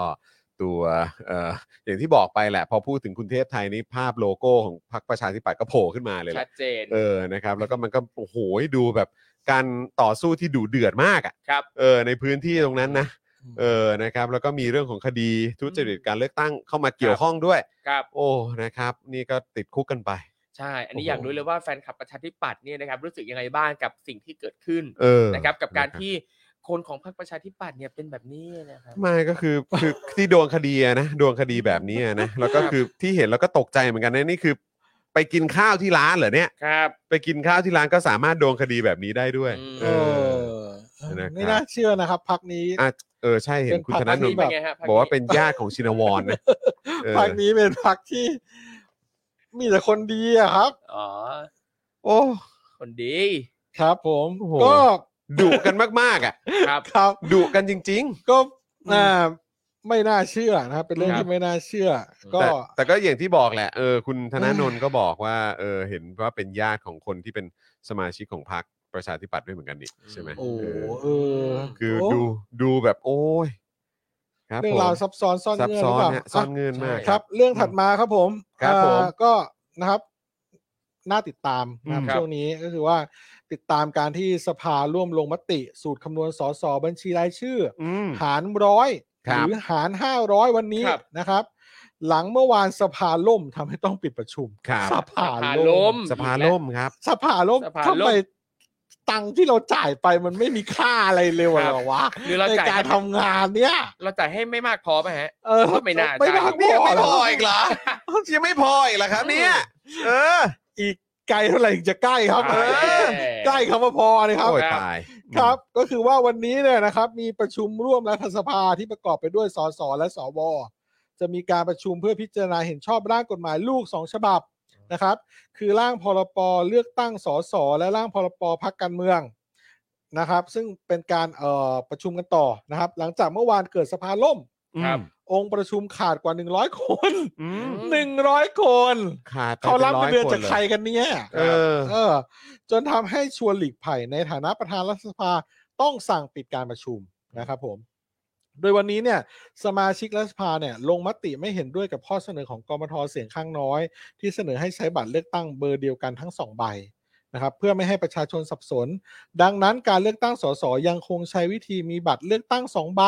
Speaker 3: ตัวเอ่ออย่างที่บอกไปแหละ พอพูดถึงคุณเทพไทยนี่ภาพโลโก้ของพรรคประชาธิปัตย์ก็โผล่ขึ้นมาเลยแห
Speaker 4: ชั
Speaker 3: ละ
Speaker 4: ดเจน
Speaker 3: เออนะครับ แล้วก็มันก็โอ้โหดูแบบการต่อสู้ที่ดุเดือดมากอ่ะ
Speaker 4: ครับ
Speaker 3: เออในพื้นที่ตรงนั้นนะ
Speaker 5: อืม
Speaker 3: เออนะครับแล้วก็มีเรื่องของคดีทุจริตการเลือกตั้งเข้ามาเกี่ยวข้องด้วย
Speaker 4: ครับ
Speaker 3: โอ้นะครับ นี่ก็ติดคุกกันไป
Speaker 4: ใช่ อัน
Speaker 3: โอ้
Speaker 4: นี้
Speaker 3: โห
Speaker 4: อยากรู้เลยว่าแฟนคลับประชาธิปัตย์เนี่ยนะครับรู้สึกยังไงบ้างกับสิ่งที่เกิดขึ้น
Speaker 3: เออ
Speaker 4: นะครับ กับการที่คนของพรรคประชาธิปัตย์เนี่ยเป็นแบบนี้นะครับ
Speaker 3: ไม่ก็คือคือที่โดนคดีอะนะโดนคดีแบบนี้อะนะแล้วก็คือที่เห็นแล้วก็ตกใจเหมือนกันนะนี่คือ ไปกินข้าวที่ร้านเหรอเนี่ย
Speaker 4: ครับ
Speaker 3: ไปกินข้าวที่ร้านก็สามารถโดนคดีแบบนี้ได้ด้วย
Speaker 4: อืม
Speaker 3: เอ
Speaker 5: เอ
Speaker 3: อ
Speaker 5: อ
Speaker 3: นะครับ
Speaker 5: ไม่น่าเชื่อนะครับพักนี้
Speaker 3: อ่ะเออใช่เห็นคุณธ
Speaker 5: พร
Speaker 3: นาร
Speaker 5: ค
Speaker 3: น
Speaker 4: นี่
Speaker 3: นท์
Speaker 4: เป็นไงฮะพรรค
Speaker 3: บอกว่าเป็นญาติของชินวรนะ เออ
Speaker 5: พักนี้เป็นพักที่ มีแต่คนดีอะครับ
Speaker 4: อ๋อ
Speaker 3: โอ้
Speaker 4: คนดี
Speaker 5: ครับผม
Speaker 3: โอ้โห
Speaker 5: ก็
Speaker 3: ดุกันมากๆอ่ะ
Speaker 4: ครับ
Speaker 5: ครับ
Speaker 3: ดุกันจริง ๆ
Speaker 5: ก็อ่าไม่น่าเชื่อนะครับ เป็นเรื่อง
Speaker 4: ครับ
Speaker 5: ที่ไม่น่าเชื่อ ก็
Speaker 3: แต่แต่ก็อย่างที่บอกแหละเออคุณธนาโนนก็บอกว่าเออเห็นว่าเป็นญาติของคนที่เป็นสมาชิกของพรรคประชาธิปัตย์ด้วยเหมือนกันนี่ใช่ไหม
Speaker 5: โอ้โห
Speaker 3: เออ
Speaker 5: เออ
Speaker 3: คือ
Speaker 5: โ
Speaker 3: ดูดูแบบโอ้ยครับ
Speaker 5: เรื่อง
Speaker 3: ผม
Speaker 5: ราวซับซ้อนซ่อน
Speaker 3: ซับ
Speaker 5: เงื่อน
Speaker 3: ซ้
Speaker 5: หรือ อน เปล่า
Speaker 3: ฮะซ่อน
Speaker 5: อ่ะ
Speaker 3: เงื่อนมาก
Speaker 5: ครับ เรื่องถัดมาครับผม
Speaker 3: ครับผม
Speaker 5: เอ่อก็นะครับ น่าติดตามนะครับ
Speaker 3: อืม
Speaker 5: ช่วงนี้ก็คือว่า ติดตามการที่สภาร่วมลงมติ สูตรคำนวณสสบัญชีรายชื่อ
Speaker 3: อืม
Speaker 5: หารร้อย
Speaker 3: ครั
Speaker 5: ห
Speaker 3: บ
Speaker 5: รือหารห้าร้อยวันนี้
Speaker 4: ครับ
Speaker 5: นะครับ หลังเมื่อวานสภาล่มทำให้ต้องปิดประชุม
Speaker 3: ครับ
Speaker 5: สภา
Speaker 4: สภาล่
Speaker 5: ล่
Speaker 4: ม
Speaker 5: ม
Speaker 3: สภาล่มครับ
Speaker 5: สภาล่ม
Speaker 4: สภาล่ม
Speaker 5: ทำไมตังค์ที่เราจ่ายไปมันไม่มีค่าอะไรเลย
Speaker 4: ครับ
Speaker 5: เหรอวะ
Speaker 4: หรือเรา
Speaker 5: ใน
Speaker 4: จ่าย
Speaker 5: การทำงานเนี่ย
Speaker 4: เราจ่ายให้ไม่มากพอป่ะฮะ
Speaker 5: เออ
Speaker 4: ก็ไม่น่า
Speaker 5: ไม่
Speaker 4: จ่าย
Speaker 5: น่า
Speaker 3: เนี่ย
Speaker 5: พอ
Speaker 3: ไม่
Speaker 5: หร
Speaker 3: พ
Speaker 5: อ
Speaker 3: อก อีกเหรอยังไม่พออีกเหรอครับเนี่ยเออ
Speaker 5: อีกไกลเท่าไหร่ถึงจะใกล้ครับ
Speaker 4: เออ
Speaker 5: ใกล้คำว่าพอนะครับ
Speaker 3: โอ้ยตาย
Speaker 5: ครับ ก็คือว่าวันนี้เนี่ยนะครับ มีประชุมร่วมรัฐสภาที่ประกอบไปด้วยสสและสวจะมีการประชุมเพื่อพิจารณาเห็นชอบร่างกฎหมายลูกสองฉบับนะครับ คือร่างพรปเลือกตั้งสสและร่างพรปพักการเมืองนะครับ ซึ่งเป็นการเอ่อประชุมกันต่อนะครับ หลังจากเมื่อวานเกิดสภาล่ม
Speaker 4: ครับ
Speaker 5: องค์ประชุมขาดกว่า 100 คน
Speaker 3: อืม
Speaker 5: 100 คน
Speaker 3: ขาดไป
Speaker 5: เขารับ
Speaker 3: ป็
Speaker 5: เงิน
Speaker 3: ย
Speaker 5: เดือน
Speaker 3: ค
Speaker 5: จาก
Speaker 3: ลย
Speaker 5: ใครกันเนี่ย
Speaker 3: เออ
Speaker 5: เออจนทำให้ชวนหลีกภัยในฐานะประธานรัฐสภาต้องสั่งปิดการประชุมนะครับผม โดยวันนี้เนี่ยสมาชิกรัฐสภาเนี่ยลงมติไม่เห็นด้วยกับข้อเสนอของกมทเสียงข้างน้อย ที่เสนอให้ใช้บัตรเลือกตั้งเบอร์เดียวกันทั้งสองใบ นะครับเพื่อไม่ให้ประชาชนสับสน ดังนั้นการเลือกตั้งสสยังคงใช้วิธีมีบัตรเลือกตั้งสองใบ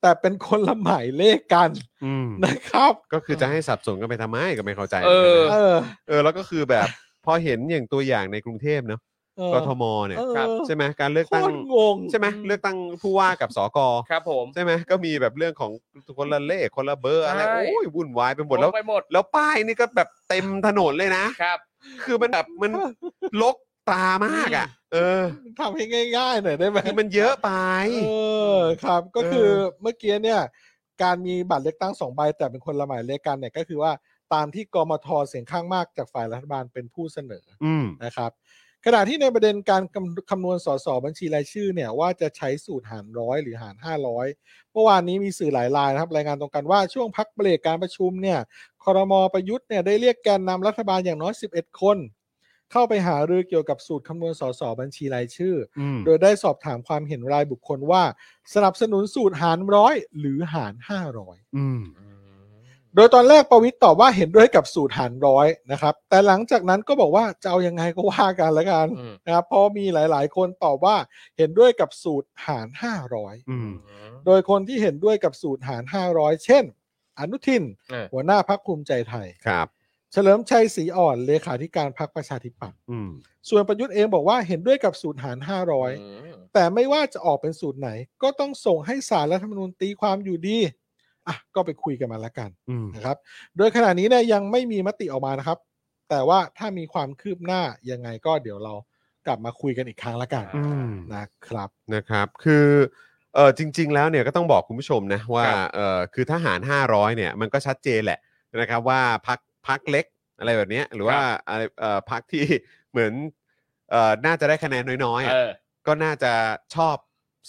Speaker 5: แต่เป็นคนละหมายเลขกัน
Speaker 3: อืม
Speaker 5: นะครับ
Speaker 3: ก็คือจะให้สับสนกันไปทำไมก็ไม่เข้าใจ
Speaker 4: เออ
Speaker 5: เออ
Speaker 3: เออแล้วก็คือ แบบ พอเห็นอย่างตัวอย่างในกรุงเทพเนอะ
Speaker 5: เออก
Speaker 3: ทมเนี่ย
Speaker 5: เออ
Speaker 4: ครับ
Speaker 3: ใช่ไหมการเลือก
Speaker 5: โค
Speaker 3: ตั้ง
Speaker 5: ตรงง
Speaker 3: ใช่ไหมเลือกตั้งผู้ว่ากับสก
Speaker 4: ครับผม
Speaker 3: ใช่ไหมก็มีแบบเรื่องของคนละเลขคนละเบอร์อะไร
Speaker 4: ใช่
Speaker 3: โอ้ยวุ่นวายไปหมดแล้ว
Speaker 4: ไปหมด
Speaker 3: แล้วป้ายนี่ก็แบบเต็มถนนเลยนะ
Speaker 4: ครับ
Speaker 3: คือมันแบบมันลกตามากอ่ะ เออ
Speaker 5: ทำให้ง่ายๆหน่อยได้ไหม
Speaker 3: คือมันเยอะไป
Speaker 5: เออครับก็คือ
Speaker 3: เออ
Speaker 5: เมื่อกี้เนี่ย การมีบัตรเลือกตั้งสองใบแต่เป็นคนละหมายเลขกันเนี่ยก็คือว่าตามที่กมทเสียงข้างมากจากฝ่ายรัฐบาลเป็นผู้เสนอ
Speaker 3: อืม
Speaker 5: นะครับ ขณะที่ในประเด็นการคำคำนวณสสบัญชีรายชื่อเนี่ยว่าจะใช้สูตรหารร้อยหรือหาร 500 เมื่อวานนี้มีสื่อหลายรายนะครับ รายงานตรงกันว่าช่วงพักเบรกการประชุมเนี่ยครมประยุทธ์เนี่ยได้เรียกแกนนำรัฐบาลอย่างน้อย 11 คน เข้าไปหารือเกี่ยวกับสูตรคำนวณสสบัญชีรายชื่อ
Speaker 3: อืม
Speaker 5: โดยได้สอบถามความเห็นรายบุคคลว่า สนับสนุนสูตรหารร้อยหรือหาร 500
Speaker 3: อืม
Speaker 5: โดยตอนแรกประวิตรตอบว่าเห็นด้วยกับสูตรหารร้อยนะครับ แต่หลังจากนั้นก็บอกว่าจะเอายังไงก็ว่ากันละกัน
Speaker 4: อืม
Speaker 5: นะครับเพราะมีหลายๆ คนตอบว่าเห็นด้วยกับสูตรหาร 500
Speaker 3: อืม
Speaker 5: โดยคนที่เห็นด้วยกับสูตรหาร 500 เช่น อนุทิน
Speaker 4: เออ
Speaker 5: หัวหน้าพักภูมิใจไทย
Speaker 3: ครับ
Speaker 5: เฉลิมชัยศรีอ่อนเลขาธิการพักประชาธิปัตย์
Speaker 3: อืม
Speaker 5: ส่วนประยุทธ์เองบอกว่าเห็นด้วยกับสูตรหาร 500 แต่ไม่ว่าจะออกเป็นสูตรไหน ก็ต้องส่งให้สารรัฐธรรมนูญตีความอยู่ดี อ่ะ ก็ไปคุยกันมาละกัน
Speaker 3: อืม
Speaker 5: นะครับ โดยขณะนี้เนี่ยยังไม่มีมติออกมานะครับ แต่ว่าถ้ามีความคืบหน้ายังไงก็เดี๋ยวเรากลับมาคุยกันอีกครั้งละกัน
Speaker 3: อืม
Speaker 5: นะครับ
Speaker 3: นะครับ คือเออจริง ๆ แล้วเนี่ยก็ต้องบอกคุณผู้ชมนะว่า
Speaker 4: ครับ
Speaker 3: เออคือทหาร 500 เนี่ยมันก็ชัดเจนแหละนะครับว่าพักพักเล็กอะไรแบบเนี้ยหรือว่าอะไรเออพักที่ เหมือนเออน่าจะได้คะแนนน้อยๆ
Speaker 4: เอ
Speaker 3: อะ
Speaker 4: อ
Speaker 3: ก็น่าจะชอบ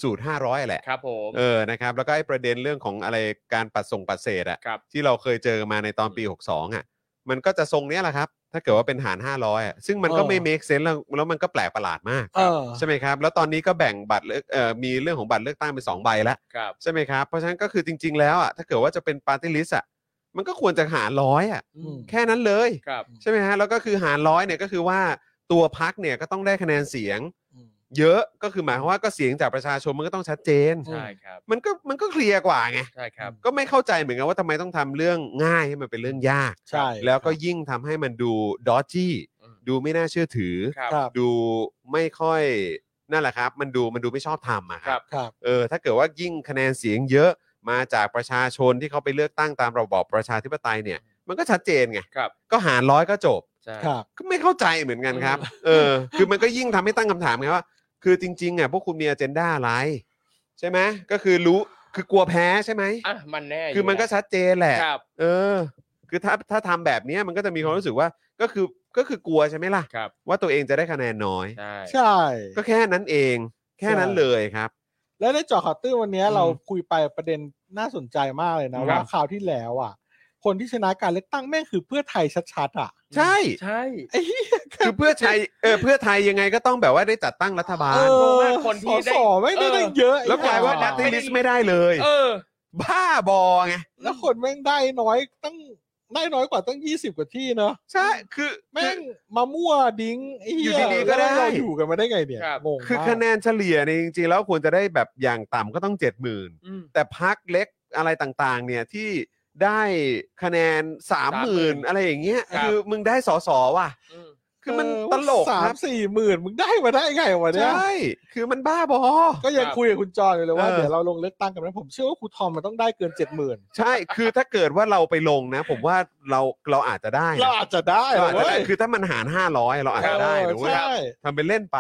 Speaker 3: สูตร 500 แหละ
Speaker 4: ครับผม
Speaker 3: เออ นะครับ แล้วก็ไอ้ประเด็นเรื่องของอะไรการปัดส่งปัดเศษอะ
Speaker 4: ครับ
Speaker 3: ที่เราเคยเจอกันมาในตอนปี 62 อ่ะ มันก็จะทรงเนี้ยแหละครับ ถ้าเกิดว่าเป็นหาร 500 อ่ะ ซึ่งมันก็
Speaker 5: เออ
Speaker 3: ไม่ make sense แล้วแล้วมันก็แปลกประหลาดมาก
Speaker 5: เออ
Speaker 3: ใช่ไหมครับ แล้วตอนนี้ก็แบ่งบัตรเลือกเอ่อมีเรื่องของบัตรเลือกตั้งเป็น 2 ใบแล้ว
Speaker 4: ครับ
Speaker 3: ใช่ไหมครับ เพราะฉะนั้นก็คือจริง ๆ แล้วอ่ะ ถ้าเกิดว่าจะเป็นปาร์ตี้ลิสอ่ะ มันก็ควรจะหารร้อยอ่ะ
Speaker 5: อืม
Speaker 3: แค่นั้นเลย
Speaker 4: ครับ
Speaker 3: ใช่ไหมฮะ แล้วก็คือหารร้อยเนี่ยก็คือว่าตัวพักเนี่ยก็ต้องได้คะแนนเสียง
Speaker 5: อืม
Speaker 3: เยอะ ก็คือหมายความว่าก็เสียงจากประชาชนมันก็ต้องชัดเจน
Speaker 4: ใช่ครับ
Speaker 3: มันก็มันก็เคลียร์กว่าไง
Speaker 4: ใช่ครับ
Speaker 3: ก็ไม่เข้าใจเหมือนกันว่าทำไมต้องทำเรื่องง่ายให้มันเป็นเรื่องยาก
Speaker 5: ใช่
Speaker 3: แล้วก็ยิ่งทำให้มันดูดอจี้
Speaker 4: อืม
Speaker 3: ดูไม่น่าเชื่อถือ
Speaker 4: ครับ
Speaker 5: ครับ
Speaker 3: ดูไม่ค่อยนั่นแหละครับ มันดูมันดูไม่ชอบทำอะค
Speaker 4: ครั
Speaker 3: รับ บ
Speaker 5: ครับ
Speaker 3: เออถ้าเกิดว่ายิ่งคะแนนเสียงเยอะมาจากประชาชนที่เขาไปเลือกตั้งตามระบอบประชาธิปไตยเนี่ย มันก็ชัดเจนไง
Speaker 4: ครับ
Speaker 3: ก็หารร้อยก็จบ
Speaker 4: ใช่
Speaker 5: ครับ
Speaker 3: ก็ไม่เข้าใจเหมือนกันครับ เออ คือมันก็ยิ่งทำให้ตั้งคำถามไงว่า คือจริงๆอ่ะพวกคุณมีอเจนดาอะไร ใช่ไหมก็คือรู้คือกลัวแพ้ใช่ไหม
Speaker 4: อ่ะมันแน่ยู่
Speaker 3: คือมันก็ชัดเจนแหละ
Speaker 4: ครับ
Speaker 3: เออ คือถ้าถ้าทำแบบเนี้ยมันก็จะมีความรู้สึกว่าก็คือก็คือกลัวใช่ไหมล่ะ
Speaker 4: ครับ
Speaker 3: ว่าตัวเองจะได้คะแนนน้อย
Speaker 4: ใช่
Speaker 5: ใช่
Speaker 3: ก็แค่นั้นเอง แค่นั้นเลยครับ
Speaker 5: แล้วในเจอข่าวตื้นวันนี้
Speaker 3: อืม
Speaker 5: เราคุยไปประเด็นน่าสนใจมากเลยนะ
Speaker 3: ครั
Speaker 5: ว่า
Speaker 3: บ
Speaker 5: คราวที่แล้วอ่ะ คนที่ชนะการเลือกตั้งแม่งคือเพื่อไทยชัดๆอ่ะ
Speaker 3: ใช่
Speaker 4: ใช่
Speaker 5: ไอ้เหี้ย
Speaker 3: คือเพื่อไทยเออเพื่อไทยยังไงก็ต้องแบบว่าได้จัดตั้งรัฐบาล
Speaker 5: เออ
Speaker 4: งงมากคนที่ได้
Speaker 5: สอสอไม่ได้
Speaker 4: เออ
Speaker 5: ได้เยอะ
Speaker 3: แล้วกลายว่า
Speaker 5: ไอ้
Speaker 3: ปา
Speaker 5: ห่
Speaker 3: ร์ตี้ลิสไม่ได้เลย
Speaker 4: เออ
Speaker 3: บ้าบอไง
Speaker 5: แล้วคนแม่งได้น้อยตั้งได้น้อยกว่าตั้งยี่สิบกว่าที่เนอะ
Speaker 3: ใช่ คือ
Speaker 5: แม่งมามั่วดิ้งไอ้เหี้
Speaker 3: อยู่
Speaker 5: ย
Speaker 3: ดีๆก็ได้
Speaker 5: แล้วเราอยู่กันมาได้ไงเนี่ย
Speaker 4: ครับ
Speaker 5: งง
Speaker 3: คือ
Speaker 5: มาก
Speaker 3: คะแนนเฉลี่ยเนี่ยจริงๆแล้วควรจะได้แบบอย่างต่ำก็ต้องเจ็ดหมื่น
Speaker 4: อืม
Speaker 3: แต่พักเล็กอะไรต่างๆ เนี่ยที่ได้คะแนนสามหมื่น
Speaker 4: 30,000
Speaker 3: อะไรอย่างเงี้ย
Speaker 4: ครับ
Speaker 3: คือมึงได้สอสอว่ะ
Speaker 4: อืม
Speaker 3: คือมัน
Speaker 5: เออ
Speaker 3: ตลก
Speaker 5: สา
Speaker 3: ค
Speaker 5: ม
Speaker 3: รับ
Speaker 5: สี่หมื่นมึงได้มาได้ไงวะเนี่ย
Speaker 3: ใช่คือมันบ้าบอ
Speaker 5: ก็ยัง
Speaker 4: ครับ
Speaker 5: คุยกับคุณจอนอยู่เลยว่า
Speaker 3: เออ
Speaker 5: เดี๋ยวเราลงเลือกตั้งกันนะผมเชื่อว่าครูทอมมันต้องได้เกินเจ็ดหมื่น
Speaker 3: ใช่ คือถ้าเกิดว่าเราไปลงนะ ผมว่าเราเราอาจจะได้
Speaker 5: เรา
Speaker 3: นะ
Speaker 5: อาจจะได้
Speaker 3: เราอาจจะ
Speaker 5: เว้
Speaker 3: ได้
Speaker 5: ย
Speaker 3: คือถ้ามันหารห้าร้อยเราอาจจะได้
Speaker 5: เอ
Speaker 3: นะ
Speaker 5: อ
Speaker 3: เว้ย
Speaker 5: ใช่
Speaker 3: ทำเป็นเล่นไป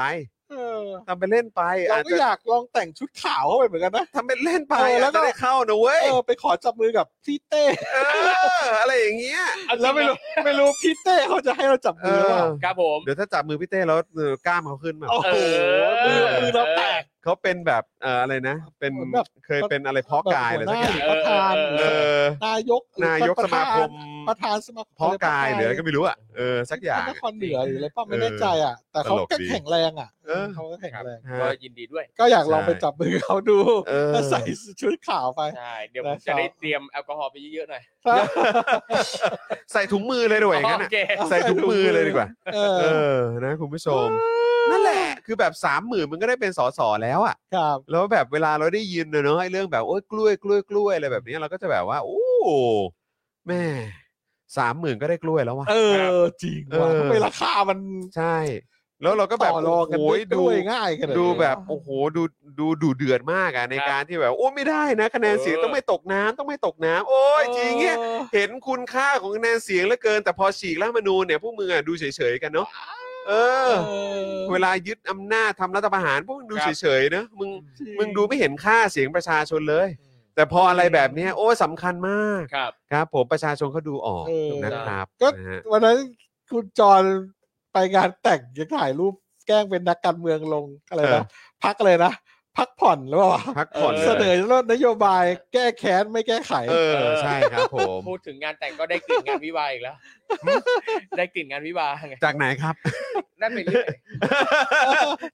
Speaker 5: เออ
Speaker 3: ทำเป็นเล่นไป
Speaker 5: เรา
Speaker 3: อาจ
Speaker 5: ก็
Speaker 3: จะ
Speaker 5: อยากลองแต่งชุดขาวเข้าไปเหมือนกันนะ
Speaker 3: ทำเป็นเล่นไป
Speaker 5: เออแล้
Speaker 3: แล้ว
Speaker 5: วก็
Speaker 3: ก็ได้เข้านะเว้ย
Speaker 5: เออไปขอจับมือกับพี่เต้
Speaker 3: เอออะไรอย่างเงี้ย
Speaker 5: แล้วไม่รู้ไม่รู้พี่เต้เขาจะให้เราจับ
Speaker 3: เอ
Speaker 5: มือหรือเป
Speaker 3: อ
Speaker 5: ล่า
Speaker 4: ครับผม
Speaker 3: เดี๋ยวถ้าจับมือพี่เต้แล้วเออกล้ามเขาขึ้นมา
Speaker 5: โอ้โหมือมือเราแตก
Speaker 3: เขาเป็นแบบเอ่ออะไรนะ เป็น
Speaker 5: เหมือนแบบ
Speaker 3: เคยเป็นอะไรเพาะกายอะไร
Speaker 5: แบบ
Speaker 3: สัก
Speaker 5: หัวห
Speaker 3: อ
Speaker 5: น้า
Speaker 3: ย่าง
Speaker 5: หรือประธาน
Speaker 4: เอ
Speaker 3: เอ
Speaker 4: อ
Speaker 3: อ
Speaker 5: นายกหรือน
Speaker 3: ายกสมาคม
Speaker 5: ประธานสมาคม
Speaker 3: เพาะกายหรืออะไรก็ไม่รู้อ่ะเออสักอย่าง
Speaker 5: น
Speaker 3: อะ
Speaker 5: ครเหนือหรืออะไรป่ะไม่แน่ใจอ่ะ แต่เขา
Speaker 3: ตลกดี
Speaker 5: แข็งแรงอ่ะ
Speaker 3: เออ
Speaker 5: เขาก็แข็ง
Speaker 4: ครับ
Speaker 5: แรง
Speaker 4: ก็ยินดีด้วย
Speaker 5: ก็อยากลองไปจับมือเขาดู
Speaker 3: เออ
Speaker 5: แล้วใส่ชุดขาวไป
Speaker 4: ใช่เดี๋ยวผม
Speaker 5: นะครับ
Speaker 4: จะได้เตรียมแอลกอฮอล์ไปเยอะๆหน่อย
Speaker 3: ใส่ถุงมือเลยด้วยอย่างนั้น
Speaker 4: โอ
Speaker 3: น่ะ
Speaker 4: เค
Speaker 3: ใส่ถุงมือเลยดีกว่า
Speaker 5: เอ
Speaker 3: เอ
Speaker 5: อ
Speaker 3: อนะคุณผู้ชม นั่นแหละ คือแบบสามหมื่นมันก็ได้เป็นสอสอแล้วอะ
Speaker 5: ครับ
Speaker 3: แล้วแบบเวลาเราได้ยินน่ะเนอะไอ้เรื่องแบบโอ้ยกล้วยกล้วยกล้วยอะไรแบบเนี้ยเราก็จะแบบว่า โอ้แม่สามหมื่นก็ได้กล้วยแล้วว่ะ
Speaker 5: เออจริงว่ะ
Speaker 3: เออ
Speaker 5: ทำไมราคามัน
Speaker 3: ใช่ แล้วเราก็แบบ
Speaker 5: ต่อรองกัน
Speaker 3: โอ้ย
Speaker 5: ด้
Speaker 3: ดู
Speaker 5: วยง่ายขนาด
Speaker 3: ดู
Speaker 5: นี้
Speaker 3: แบบโอ้โหดูดูดูเดือดมากอะในการที่แบบ โอ้ไม่ได้นะคะแนนเสียงต้องไม่ตกน้ำต้องไม่ตกน้ำโอ้ยจริงเงี้ย เห็นคุณค่าของคะแนนเสียงเหลือเกิน แต่พอฉีกรัฐธรรมนูญเนี่ยพวกมึงอ่ะดูเฉยๆกันเนาะเอ
Speaker 5: เอ
Speaker 3: อ
Speaker 5: อ
Speaker 3: เวลายึดอำนาจทำรัฐประหารพวกมึงดูเฉยๆนะมึง
Speaker 5: จริ
Speaker 3: มึงดูไม่เห็นค่าเสียงประชาชนเลย แต่พออะไรแบบเนี้ยโอ้ยสำคัญมาก
Speaker 4: ครับ
Speaker 3: ครับ ผมประชาชนเขาดูออก
Speaker 5: เออ
Speaker 3: นะครับ
Speaker 5: ก็
Speaker 3: นะฮะ
Speaker 5: วันนั้นคุณจรไปงานแต่งยังถ่ายรูปแกล้งเป็นนักการเมืองลงอะไรนะพักอะไรนะพักผ่อนหรือเปล่าวะ
Speaker 3: พักผ่อน
Speaker 4: เออ
Speaker 5: เสนอเรื่องนโยบายแก้แค้นไม่แก้ไข
Speaker 3: เออใช่ครับผม
Speaker 4: พูดถึงงานแต่งก็ได้กลิ่นงานวิวาอีกแล้ว ได้กลิ่นงานวิวาไง
Speaker 3: จากไหนครับ
Speaker 4: นั่นเป็นเรื่องไหน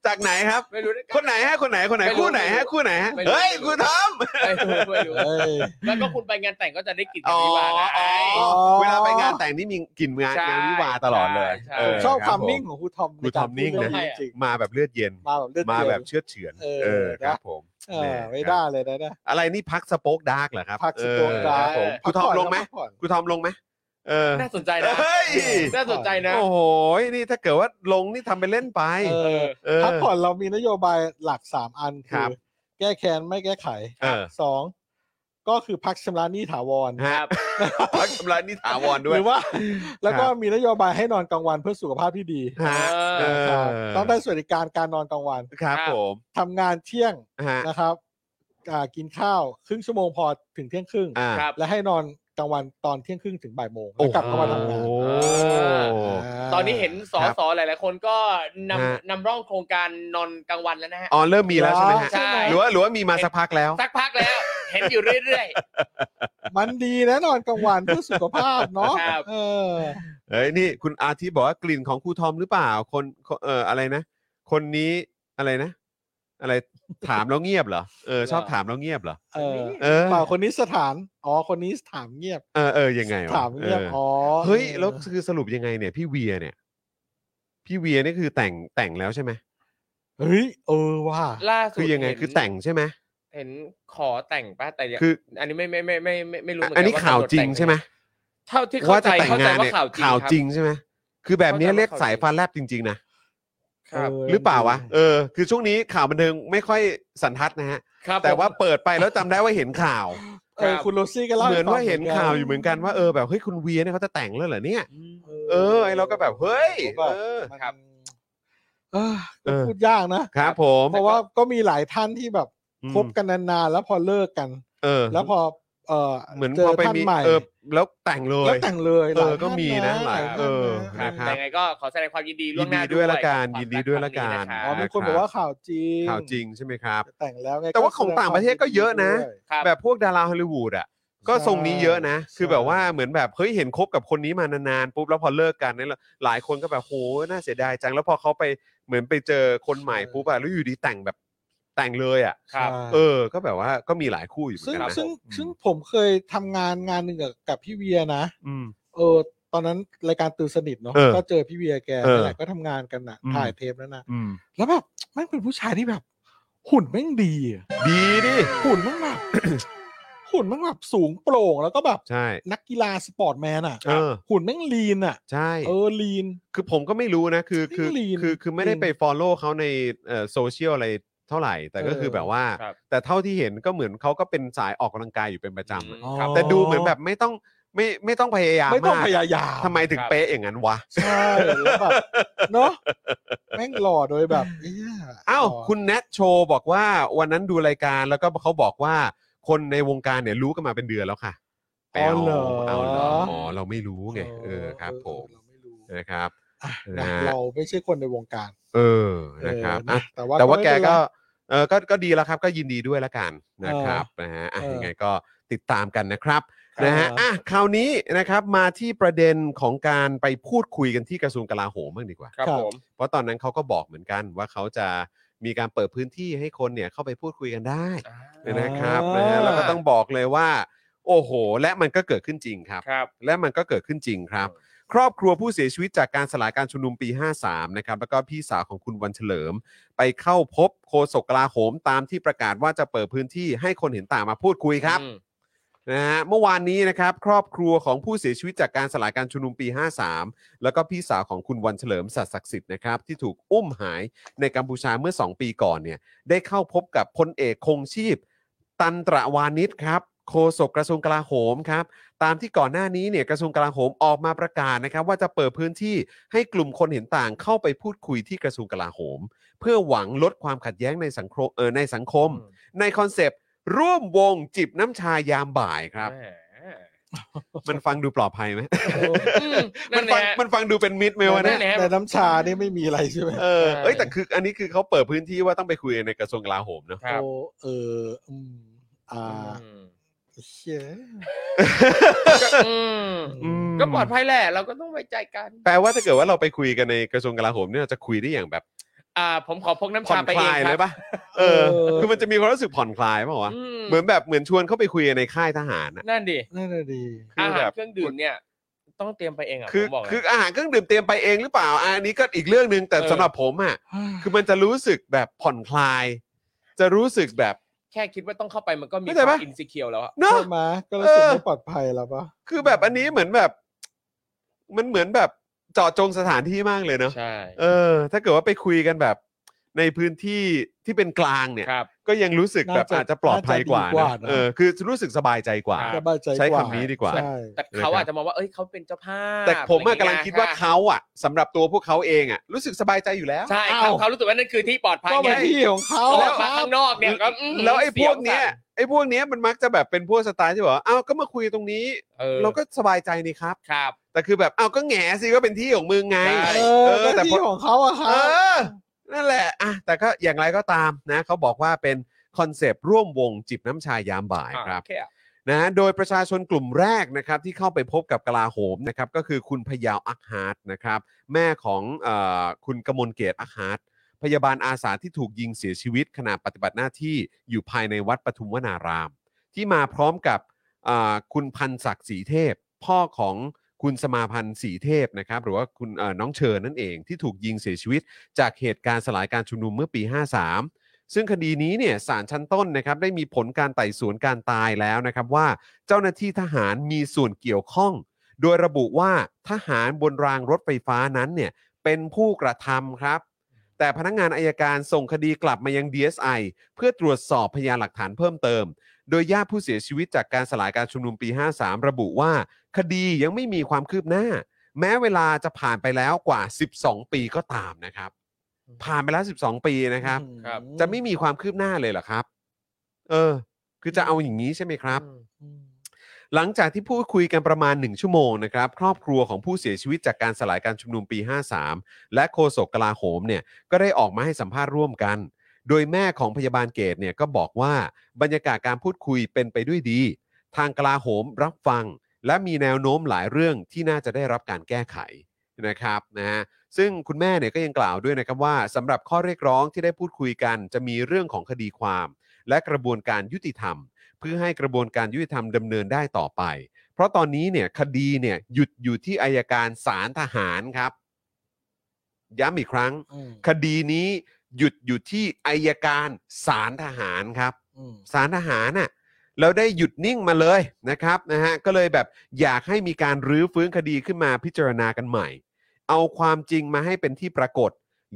Speaker 3: จากไหนครับ
Speaker 4: ไม่รู้นะรับ
Speaker 3: คนไหนฮะคนไหนคนไหน
Speaker 4: ไม่รู้
Speaker 3: คู่ไหนฮะคู่ไหนฮะ
Speaker 4: ไม่รู้
Speaker 3: เฮ้ยคุณทอม
Speaker 4: ไม่รู้ไม่รู้
Speaker 5: เอ้ย
Speaker 4: แล้วก็คุณไปงานแต่งก็จะได้กลิ่นงานวิวานะไอ้
Speaker 3: อ๋อเวลาไปงานแต่งนี่มีกลิ่นงาน
Speaker 4: ใช่
Speaker 3: งานวิวาตลอดเลย
Speaker 4: ใช่
Speaker 3: เ
Speaker 5: ผมชอบ
Speaker 3: รั
Speaker 5: ความ
Speaker 3: ผ
Speaker 5: นิ่งของครูทอม
Speaker 3: ครูทอมนิ่งนะ
Speaker 5: ใการพูดเรื่องจริง
Speaker 3: มาแบบเลือดเย็น
Speaker 5: มาแบบเลือด
Speaker 3: มา
Speaker 5: เย็น
Speaker 3: แบบเชือดเฉือน
Speaker 5: เออ
Speaker 3: เออครับผม
Speaker 5: เอ
Speaker 3: แห
Speaker 5: อไม่
Speaker 3: ค
Speaker 5: ได้
Speaker 3: รับ
Speaker 5: เลยนะเนี่ย
Speaker 3: อะไรนี่พักสโป๊กดาร์กเหรอครับ
Speaker 5: พักสโตน
Speaker 3: เออ
Speaker 5: ดา
Speaker 3: ครั
Speaker 5: ร์
Speaker 3: บผมครูทอมลงไหม
Speaker 5: พักผ่อน
Speaker 3: ครูทอมลงไหมเออ
Speaker 4: น่าสนใจนะ
Speaker 3: เฮ้ย
Speaker 4: น่าสนใจนะ
Speaker 3: โอ้โหนี่ถ้าเกิดว่าลงนี่ทำไปเล่นไป
Speaker 5: เอ
Speaker 4: เอ
Speaker 5: อ
Speaker 4: อ
Speaker 3: เออ
Speaker 5: พักผ่อนเรามีนโยบายหลักสามอัน
Speaker 3: ค
Speaker 5: คื
Speaker 3: รั
Speaker 5: อ
Speaker 3: บ
Speaker 5: แก้แค้นไม่แก้ไข
Speaker 3: เออ
Speaker 5: สองก็คือพักชำระหนี้ถาวร
Speaker 3: ฮะพักชำระหนี่ถาวรด้ว
Speaker 5: ห
Speaker 3: ย
Speaker 5: รือว่า แล้วก็
Speaker 3: ครับ
Speaker 5: มีนโยบายให้นอนกลางวันเพื่อสุขภาพที่ดี
Speaker 3: ฮะ
Speaker 5: น
Speaker 4: เอ
Speaker 5: ะครับ
Speaker 3: เ
Speaker 5: ต้องได้สวัสดิการการนอนกลางวัน
Speaker 3: ครับผม
Speaker 5: ทำงานเที่ยง
Speaker 3: ฮะ
Speaker 5: นะครับอ่ากินข้าว ครึ่งชั่วโมงพอถึงเที่ยงครึ่ง
Speaker 3: อ่า
Speaker 4: ครับ
Speaker 5: และให้นอนกลางวันตอนเที่ยงครึ่งถึงบ่ายโมง
Speaker 3: โอ้
Speaker 5: แล้วกลับเข้ามาทำงาน
Speaker 3: โห
Speaker 4: ตอนนี้เห็นสอ
Speaker 3: ครับ
Speaker 4: สอหลาย ๆ คนก็น
Speaker 3: ฮะ
Speaker 4: ำนำร่องโครงการนอนกลางวันแล้วนะฮะ
Speaker 3: อ๋อเริ่มมีแล้วใช่ไหมฮะ
Speaker 4: ใช่
Speaker 3: หรือว่าหรือว่ามีมาสักพักแล้ว
Speaker 4: สักพักแล้ว เห็นอยู่เรื่อย
Speaker 5: มันดีนะนอนกลางวันเพื่อสุขภาพเนาะ
Speaker 4: ครับ
Speaker 5: เออ
Speaker 3: เอ้ยนี่คุณอาทิตย์บอกว่ากลิ่นของครูทอมหรือเปล่า คนคนเอออะไรนะ คนนี้อะไรนะ อะไรถามแล้วเงียบเหรอเออชอบ
Speaker 4: หรอ
Speaker 3: ถามแล้วเงียบเหรอ
Speaker 5: เออ
Speaker 3: เออ
Speaker 5: เปล่าคนนี้สถาน อ๋อ คนนี้ถามเงียบ
Speaker 3: เออเออยังไงวะ
Speaker 5: ถามเงียบ
Speaker 3: ออ
Speaker 5: อ๋อ
Speaker 3: อเฮ้ยแล้ว
Speaker 5: ออ
Speaker 3: คือสรุปยังไงเนี่ย พี่เวียเนี่ย พี่เวียนี่คือแต่งแต่งแล้วใช่ไหม
Speaker 5: เฮ้ย เออว่า
Speaker 4: ๆ ล่าสุด
Speaker 3: คือยังไง
Speaker 4: เห็น
Speaker 3: คือแต่งใช่ไหม
Speaker 4: เห็นขอแต่งป่ะแต่ยัง
Speaker 3: คือ
Speaker 4: อันนี้ไม่ไม่ไม่ไม่ไม่ไม่รู้เหมือนกั
Speaker 3: อันนี้ข่าวจริงใช่ไหม
Speaker 4: เท่าที่
Speaker 3: ว่า
Speaker 4: เข้า
Speaker 3: จะ
Speaker 4: ใจ
Speaker 3: แต่ง
Speaker 4: เข้าใจ
Speaker 3: งาน
Speaker 4: ว่า
Speaker 3: เนี่ย
Speaker 4: ข่าวจริง
Speaker 3: ข่าวจริงใช่ไหมคือแบบเนี้ย
Speaker 4: ข้ใจ
Speaker 3: เรียก
Speaker 4: ว่
Speaker 3: สายฟ้าแลบจริงๆนะ
Speaker 4: ครับ
Speaker 5: เออ
Speaker 3: หรือเปล่าวะเออคือช่วงนี้ข่าวบันเทิงไม่ค่อยสันทัดนะฮะ
Speaker 4: ครับ
Speaker 3: แต่ว่า
Speaker 4: ผม
Speaker 3: เปิดไปแล้วจำได้ว่าเห็นข่าว
Speaker 5: เออ
Speaker 4: ครับ
Speaker 5: คุณโรซี่ก็เล่า
Speaker 3: เหมือน
Speaker 5: ใฟัง
Speaker 3: ว่าเห็นข่าวอยู่เหมือนกันว่าเออแบบเฮ้ยคุณเวียเนี่ยเขาจะแต่งแล้วเหรอเนี่ย เออไอ้เราก็แบบเฮ้ย
Speaker 5: แบบ
Speaker 3: เออ
Speaker 5: มัน
Speaker 4: ครับ
Speaker 5: เออ
Speaker 3: เออ
Speaker 5: พูดยากนะ
Speaker 3: ครับผม
Speaker 5: เพราะว่าก็มีหลายท่านที่แบบ
Speaker 3: อืม
Speaker 5: คบกันนานๆแล้วพอเลิกกัน
Speaker 3: เออ
Speaker 5: แล้วพอ เออ
Speaker 3: เหมือน
Speaker 5: เจ
Speaker 3: พ
Speaker 5: อ
Speaker 3: อไป
Speaker 5: ท่าน
Speaker 3: มี
Speaker 5: ใหม่
Speaker 3: เออแล้วแต่งเล
Speaker 5: แล้ว
Speaker 3: ย
Speaker 5: แต่งเลย
Speaker 3: เออ
Speaker 5: หลาย
Speaker 3: ก็มีนะหลาย
Speaker 5: ท่
Speaker 3: เออ
Speaker 5: ะ
Speaker 4: ครับ
Speaker 3: นะครับ
Speaker 4: แต่ยังไงก็ขอแสดงความยินดีล่วงหน้า
Speaker 3: ยินดีด้วยละกัน
Speaker 4: คาม
Speaker 3: ยินดีด้วยละกัน
Speaker 4: รัครั้ง
Speaker 5: อ๋อ
Speaker 4: นะ
Speaker 5: มี
Speaker 4: ครับ
Speaker 5: คนบอกว่าข่าวจริง
Speaker 3: ข่าวจริงใช่ไหมครับ
Speaker 5: แต่งแล้วไง
Speaker 3: แต่ว่า
Speaker 5: ก็
Speaker 3: ของต่างประเทศก็เยอะนะ
Speaker 5: ด้วย
Speaker 4: ครับ
Speaker 3: แบบพวกดาราฮอลลีวูดอ่ะก็ทรงนี้เยอะนะ
Speaker 5: ใช่
Speaker 3: คือแบบว่าเหมือนแบบเฮ้ยเห็นคบกับคนนี้มานานๆปุ๊บแล้วพอเลิกกันเนี่ยหลายคนก็แบบโหน่าเสียดายจังแล้วพอเขาไปเหมือนไปเจอคนใหม่ปุ๊บอะแล้วอยู่ดีแต่งแบบแต่งเลยอ่ะ
Speaker 4: ครับ
Speaker 5: ใช่
Speaker 3: เออ ก็แบบว่าก็มีหลายคู่อยู่เหมือ
Speaker 5: ซึ่ง
Speaker 3: นกันนะ
Speaker 5: ซึ่งซึ่งผมเคยทำงานงานหนึ่งกับกับพี่เวียนะ
Speaker 3: อืม
Speaker 5: เออ ตอนนั้นรายการตื่นสนิทเนาะ
Speaker 3: เออ
Speaker 5: ก็เจอพี่เวียแก
Speaker 3: เออ
Speaker 5: นั่นแหละก็ทำงานกันนะ
Speaker 3: อืม
Speaker 5: ถ่ายเทปนั้นนะ
Speaker 3: อืม
Speaker 5: แล้วแบบแม่งเป็นผู้ชายที่แบบ หุ่นแม่งดีอะ
Speaker 3: ดีดิ
Speaker 5: หุ่นแม่ง แบบ หุ่นแม่งแบบสูงโปร่งแล้วก็แบบ
Speaker 3: ใช่
Speaker 5: นักกีฬาสปอร์ตแมนอ่ะ
Speaker 3: เออ
Speaker 5: หุ่นแม่งลีนอ่ะ
Speaker 3: ใช่
Speaker 5: เออลีน
Speaker 3: คือผมก็ไม่รู้นะ คือ คือ
Speaker 5: นี่ลีน
Speaker 3: คือ คือไม่ได้ไป follow เขาในเอ่อโซเชียลอะไรเท่าไหร่ แต่ก็
Speaker 5: เออ
Speaker 3: คือแบบว่า
Speaker 4: ครับ
Speaker 3: แต่เท่าที่เห็นก็เหมือนเขาก็เป็นสายออกกำลังกายอยู่เป็นประจำอะ
Speaker 4: อืมครับ
Speaker 3: แต่ดูเหมือนแบบไม่ต้องไม่ไม่ต้องพยายาม
Speaker 5: ไม่ต้อง
Speaker 3: มาก
Speaker 5: พยายาม
Speaker 3: ทำไมถึง
Speaker 4: ครับ
Speaker 3: เป๊ะอย่างนั้นวะ
Speaker 5: ใช่แล้วแบบเนาะแม่งหล่อโดยแบบเหี้ย
Speaker 3: อ้าว
Speaker 5: หล่
Speaker 3: คุณแนทโชว์บอกว่าวันนั้นดูรายการแล้วก็เขาบอกว่าคนในวงการเนี่ยรู้กันมาเป็นเดือนแล้วค่ะแปล
Speaker 5: อ๋อเหรอ
Speaker 3: เอาเหรออ๋อเราไม่รู้ไงเออครับ ผม
Speaker 5: เออเราไม่รู้
Speaker 3: นะครับ
Speaker 5: อ่ะ
Speaker 3: นะ
Speaker 5: เราไม่ใช่คนในวงการ
Speaker 3: เออนะครับ
Speaker 5: เออ
Speaker 3: อ่ะ
Speaker 5: นะแต่ว่า
Speaker 3: แต่ว่า
Speaker 5: ไม่
Speaker 3: แก
Speaker 5: เป็นไร
Speaker 3: ก็เออก็ก็ดีแล้วครับ ก็ยินดีด้วยละกันนะครับนะฮะอ่ะ
Speaker 5: เออ
Speaker 3: ยังไงก็ติดตามกันนะครับ นะฮะอ่ะคราวนี้นะครับมาที่ประเด็นของการไปพูดคุยกันที่กระทรวงกลาโหมบ้างดีกว่า
Speaker 4: ครับ
Speaker 5: ครับ
Speaker 4: ผม
Speaker 3: เพราะตอนนั้นเขาก็บอกเหมือนกันว่าเขาจะมีการเปิดพื้นที่ให้คนเนี่ยเข้าไปพูดคุยกันได้
Speaker 4: อ่า
Speaker 3: นะครับ
Speaker 5: อ่าน
Speaker 3: นะฮะแล้วก็ต้องบอกเลยว่า โอ้โห และมันก็เกิดขึ้นจริงครับ
Speaker 4: ครับ
Speaker 3: และมันก็เกิดขึ้นจริงครับ ครอบครัวผู้เสียชีวิตจากการสลายการชุมนุมปี 53 นะครับ แล้วก็พี่สาวของคุณวันเฉลิม ไปเข้าพบโฆษกกลาโหมตามที่ประกาศว่าจะเปิดพื้นที่ให้คนเห็นต่างมาพูดคุยครับ
Speaker 4: อืม
Speaker 3: นะฮะเมื่อวานนี้นะครับครอบครัวของผู้เสียชีวิตจากการสลายการชุมนุมปี 53 แล้วก็พี่สาวของคุณวันเฉลิมศักดิ์ศักดิ์สิทธิ์นะครับที่ถูกอุ้มหายในกัมพูชาเมื่อ 2 ปีก่อนเนี่ยได้เข้าพบกับพลเอกคงชีพ ตันตระวานิชครับโฆษกกระทรวงกลาโหมครับตามที่ก่อนหน้านี้เนี่ยกระทรวงกลาโหมออกมาประกาศนะครับว่าจะเปิดพื้นที่ให้กลุ่มคนเห็นต่างเข้าไปพูดคุยที่กระทรวงกลาโหม เพื่อหวังลดความขัดแย้งในสังคมเออในสังคม
Speaker 4: อืม
Speaker 3: ในคอนเซปต์ร่วมวงจิบน้ำชายามบ่ายครับ
Speaker 4: แหม
Speaker 3: มันฟังดูปลอดภัยไหม
Speaker 4: อื
Speaker 3: มั
Speaker 4: นั่
Speaker 3: น
Speaker 4: น
Speaker 3: ฟั
Speaker 4: แห
Speaker 3: ง
Speaker 4: ละ
Speaker 3: มันฟังดูเป็นมิตรไหมวะเนี่ย
Speaker 4: แหละ
Speaker 5: แต่น้ำชานี่ไม่มีอะไรใช่ไหม
Speaker 3: เออเอ้ยแต่คืออันนี้คือเขาเปิดพื้นที่ว่าต้องไปคุยในกระทรวงกลาโหมเนอะ
Speaker 4: ครับ
Speaker 5: โอ้เอออืมอ่า
Speaker 4: อืม
Speaker 5: เชี่ย
Speaker 4: ก็อืม
Speaker 3: อืม
Speaker 4: ก็ปลอดภัยแหละ เราก็ต้องไว้ใจกัน
Speaker 3: แปลว่าถ้าเกิดว่าเราไปคุยกันในกระทรวงกลาโหมเนี่ยเราจะคุยได้อย่างแบบ
Speaker 4: อ่า ผมขอพกน้ำ
Speaker 3: ผ่อ
Speaker 4: ชาน ไป
Speaker 3: ค
Speaker 4: เอง
Speaker 3: ลาย
Speaker 4: ค
Speaker 3: เล
Speaker 4: รั
Speaker 3: ย
Speaker 4: บ
Speaker 3: ปะเออ คือมันจะมีความรู้สึกผ่อนคลายป่าววะ
Speaker 4: อืม
Speaker 3: เหมือนแบบเหมือนชวนเข้าไปคุยกันในค่ายทหารอะ
Speaker 4: นั่นดิ
Speaker 5: นั่นน่ะดี
Speaker 3: คื
Speaker 4: อา
Speaker 3: อ
Speaker 4: หา
Speaker 3: แบ
Speaker 4: ร
Speaker 3: บ
Speaker 4: เครื่องดื่มเนี่ย ต้องเตรียมไปเองอ่ะ
Speaker 3: คือ
Speaker 4: ผมบอกเลย
Speaker 3: คืออาหารเครื่องดื่มเตรียมไปเองหรือเปล่าอะอันนี้ก็อีกเรื่องหนึ่งแต่
Speaker 4: เออ
Speaker 3: สำหรับผมอ่ะคือมันจะรู้สึกแบบผ่อนคลาย จะรู้สึกแบบ
Speaker 4: แค่คิดว่าต้องเข้าไปมันก็มี
Speaker 3: เข้า
Speaker 4: ค
Speaker 3: ใจปะ
Speaker 4: วามอินสิเคียวแล้วอะ
Speaker 3: เนอะ
Speaker 5: ใช่ไหมก็รู้สึก
Speaker 3: เออ
Speaker 5: ไม่ปลอดภัยแล้วปะ
Speaker 3: คือแบบอันนี้เหมือนแบบ มันเหมือนแบบเจาะจงสถานที่มากเลยเนอะ
Speaker 4: ใช่
Speaker 3: เออ ถ้าเกิดว่าไปคุยกันแบบ ในพื้นที่ที่เป็นกลางเนี่ย
Speaker 4: ครับ
Speaker 3: ก็ยังรู้สึกแบบอาจจะปลอดภัยกว่านะเออคือรู้สึกสบายใจกว่า
Speaker 4: ครับ
Speaker 5: สบายใจกว่า
Speaker 3: ใช้คำนี้ดีกว่า
Speaker 5: ใช่
Speaker 4: แต่เขาอาจจะมองว่าเอ้ยเขาเป็นเจ้าภาพ
Speaker 3: แต่ผมอะ
Speaker 4: อะไร
Speaker 3: กำลัง
Speaker 4: อย่ย
Speaker 3: คิดว่าเขาอ่ะสำหรับตัวพวกเขาเองอ่ะ รู้สึกสบายใจอยู่แล้ว
Speaker 4: ใช่เขาเขารู้สึกว่านั่นคือที่ปลอดภัย
Speaker 5: ก็
Speaker 4: ไง
Speaker 5: เป็นที่ของเขา
Speaker 4: แล้
Speaker 5: แล้ว ว
Speaker 4: มาข้างนอกเนี่ยก็ม
Speaker 3: แล้วไอ้พวกเนี้ย
Speaker 4: สีสั่
Speaker 3: ไอ้พวกเนี้ยมันมักจะแบบเป็นพวกสไตล์ที่บอกว่าอ้าวก็มาคุยตรงนี้
Speaker 4: เออ
Speaker 3: เราก็สบายใจนี่ครับ
Speaker 4: ครับ
Speaker 3: แต่คือแบบอ้าวก็แหงสิก็เป็นที่ของมึงไง
Speaker 4: ใช่
Speaker 5: เออ
Speaker 3: เออ
Speaker 5: ก็
Speaker 3: แต่พอ
Speaker 5: ที่ของเขาอะค
Speaker 3: เอ
Speaker 5: รับ
Speaker 3: อ นั่นแหละอ่ะแต่ก็อย่างไรก็ตามนะเขาบอกว่าเป็นคอนเซปต์ร่วมวงจิบน้ำชายามบ่ายครับ
Speaker 4: โอเอะ
Speaker 3: นะฮะโดยประชาชนกลุ่มแรกนะครับที่เข้าไปพบกับกลาโหมนะครับก็คือคุณพยาวอักฮาร์ดนะครับแม่ของเออคุณกมลเกตอักฮาร์ดพยาบาลอาสาที่ถูกยิงเสียชีวิตขณะปฏิบัติหน้าที่อยู่ภายในวัดปทุมวนาราม ที่มาพร้อมกับเอ่อคุณพันศักดิ์ศรีเทพ พ่อของคุณสมาพันธ์ศรีเทพนะครับหรือว่าคุณเอ่อน้องเชิญนั่นเองที่ถูกยิงเสียชีวิต จากเหตุการณ์สลายการชุมนุมเมื่อปี 53 ซึ่งคดีนี้เนี่ยศาลชั้นต้นนะครับได้มีผลการไต่สวนการตายแล้วนะครับว่าเจ้าหน้าที่ทหารมีส่วนเกี่ยวข้อง โดยระบุว่าทหารบนรางรถไฟฟ้านั้นเนี่ยเป็นผู้กระทำครับ แต่พนักงานอายการส่งคดีกลับมายัง DSI เพื่อตรวจสอบพยานหลักฐานเพิ่มเติม โดยญาติผู้เสียชีวิตจากการสลายการชุมนุมปี 53 ระบุว่า คดียังไม่มีความคืบหน้า แม้เวลาจะผ่านไปแล้วกว่า 12 ปีก็ตามนะครับ ผ่านไปแล้ว 12 ปีนะครับ
Speaker 4: ครับ
Speaker 3: จะไม่มีความคืบหน้าเลยเหรอครับ เออ คือจะเอาอย่างนี้ใช่ไหมครับ
Speaker 4: อืม
Speaker 3: หลังจากที่พูดคุยกันประมาณ 1 ชั่วโมงนะครับ ครอบครัวของผู้เสียชีวิตจากการสลายการชุมนุมปี 53 และโฆษกกลาโหมเนี่ย ก็ได้ออกมาให้สัมภาษณ์ร่วมกัน โดยแม่ของพยาบาลเกตเนี่ยก็บอกว่าบรรยากาศการพูดคุยเป็นไปด้วยดี ทางกลาโหมรับฟัง และมีแนวโน้มหลายเรื่องที่น่าจะได้รับการแก้ไขนะครับนะฮะซึ่งคุณแม่เนี่ยก็ยังกล่าวด้วยนะครับว่าสำหรับข้อเรียกร้องที่ได้พูดคุยกัน จะมีเรื่องของคดีความ และกระบวนการยุติธรรม เพื่อให้กระบวนการยุติธรรมดำเนินได้ต่อไป เพราะตอนนี้เนี่ยคดีเนี่ยหยุดอยู่ที่อายการศาลทหารครับ ย้ำอีกครั้ง
Speaker 5: อืม
Speaker 3: คดีนี้หยุดอยู่ที่อายการศาลทหารครับ
Speaker 5: อืม
Speaker 3: ศาลทหารน่ะแล้วได้หยุดนิ่งมาเลยนะครับนะฮะก็เลยแบบอยากให้มีการรื้อฟื้นคดีขึ้นมาพิจารณากันใหม่ เอาความจริงมาให้เป็นที่ปรากฏ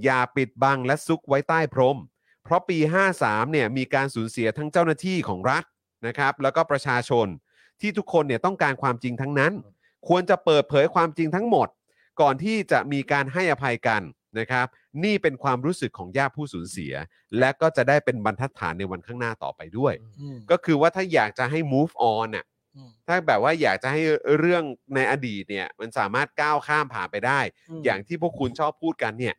Speaker 3: อย่าปิดบังและซุกไว้ใต้พรม เพราะปี 53เนี่ยมีการสูญเสียทั้งเจ้าหน้าที่ของรัฐนะครับ แล้วก็ประชาชนที่ทุกคนเนี่ยต้องการความจริงทั้งนั้น ควรจะเปิดเผยความจริงทั้งหมด ก่อนที่จะมีการให้อภัยกันนะครับ นี่เป็นความรู้สึกของญาติผู้สูญเสีย และก็จะได้เป็นบรรทัดฐานในวันข้างหน้าต่อไปด้วย
Speaker 5: อืม
Speaker 3: ก็คือว่าถ้าอยากจะให้ move on น่ะ
Speaker 5: อืม
Speaker 3: ถ้าแบบว่าอยากจะให้เรื่องในอดีตเนี่ยมันสามารถก้าวข้ามผ่านไปได้ อย่างที่พวกคุณชอบพูดกันเนี่ย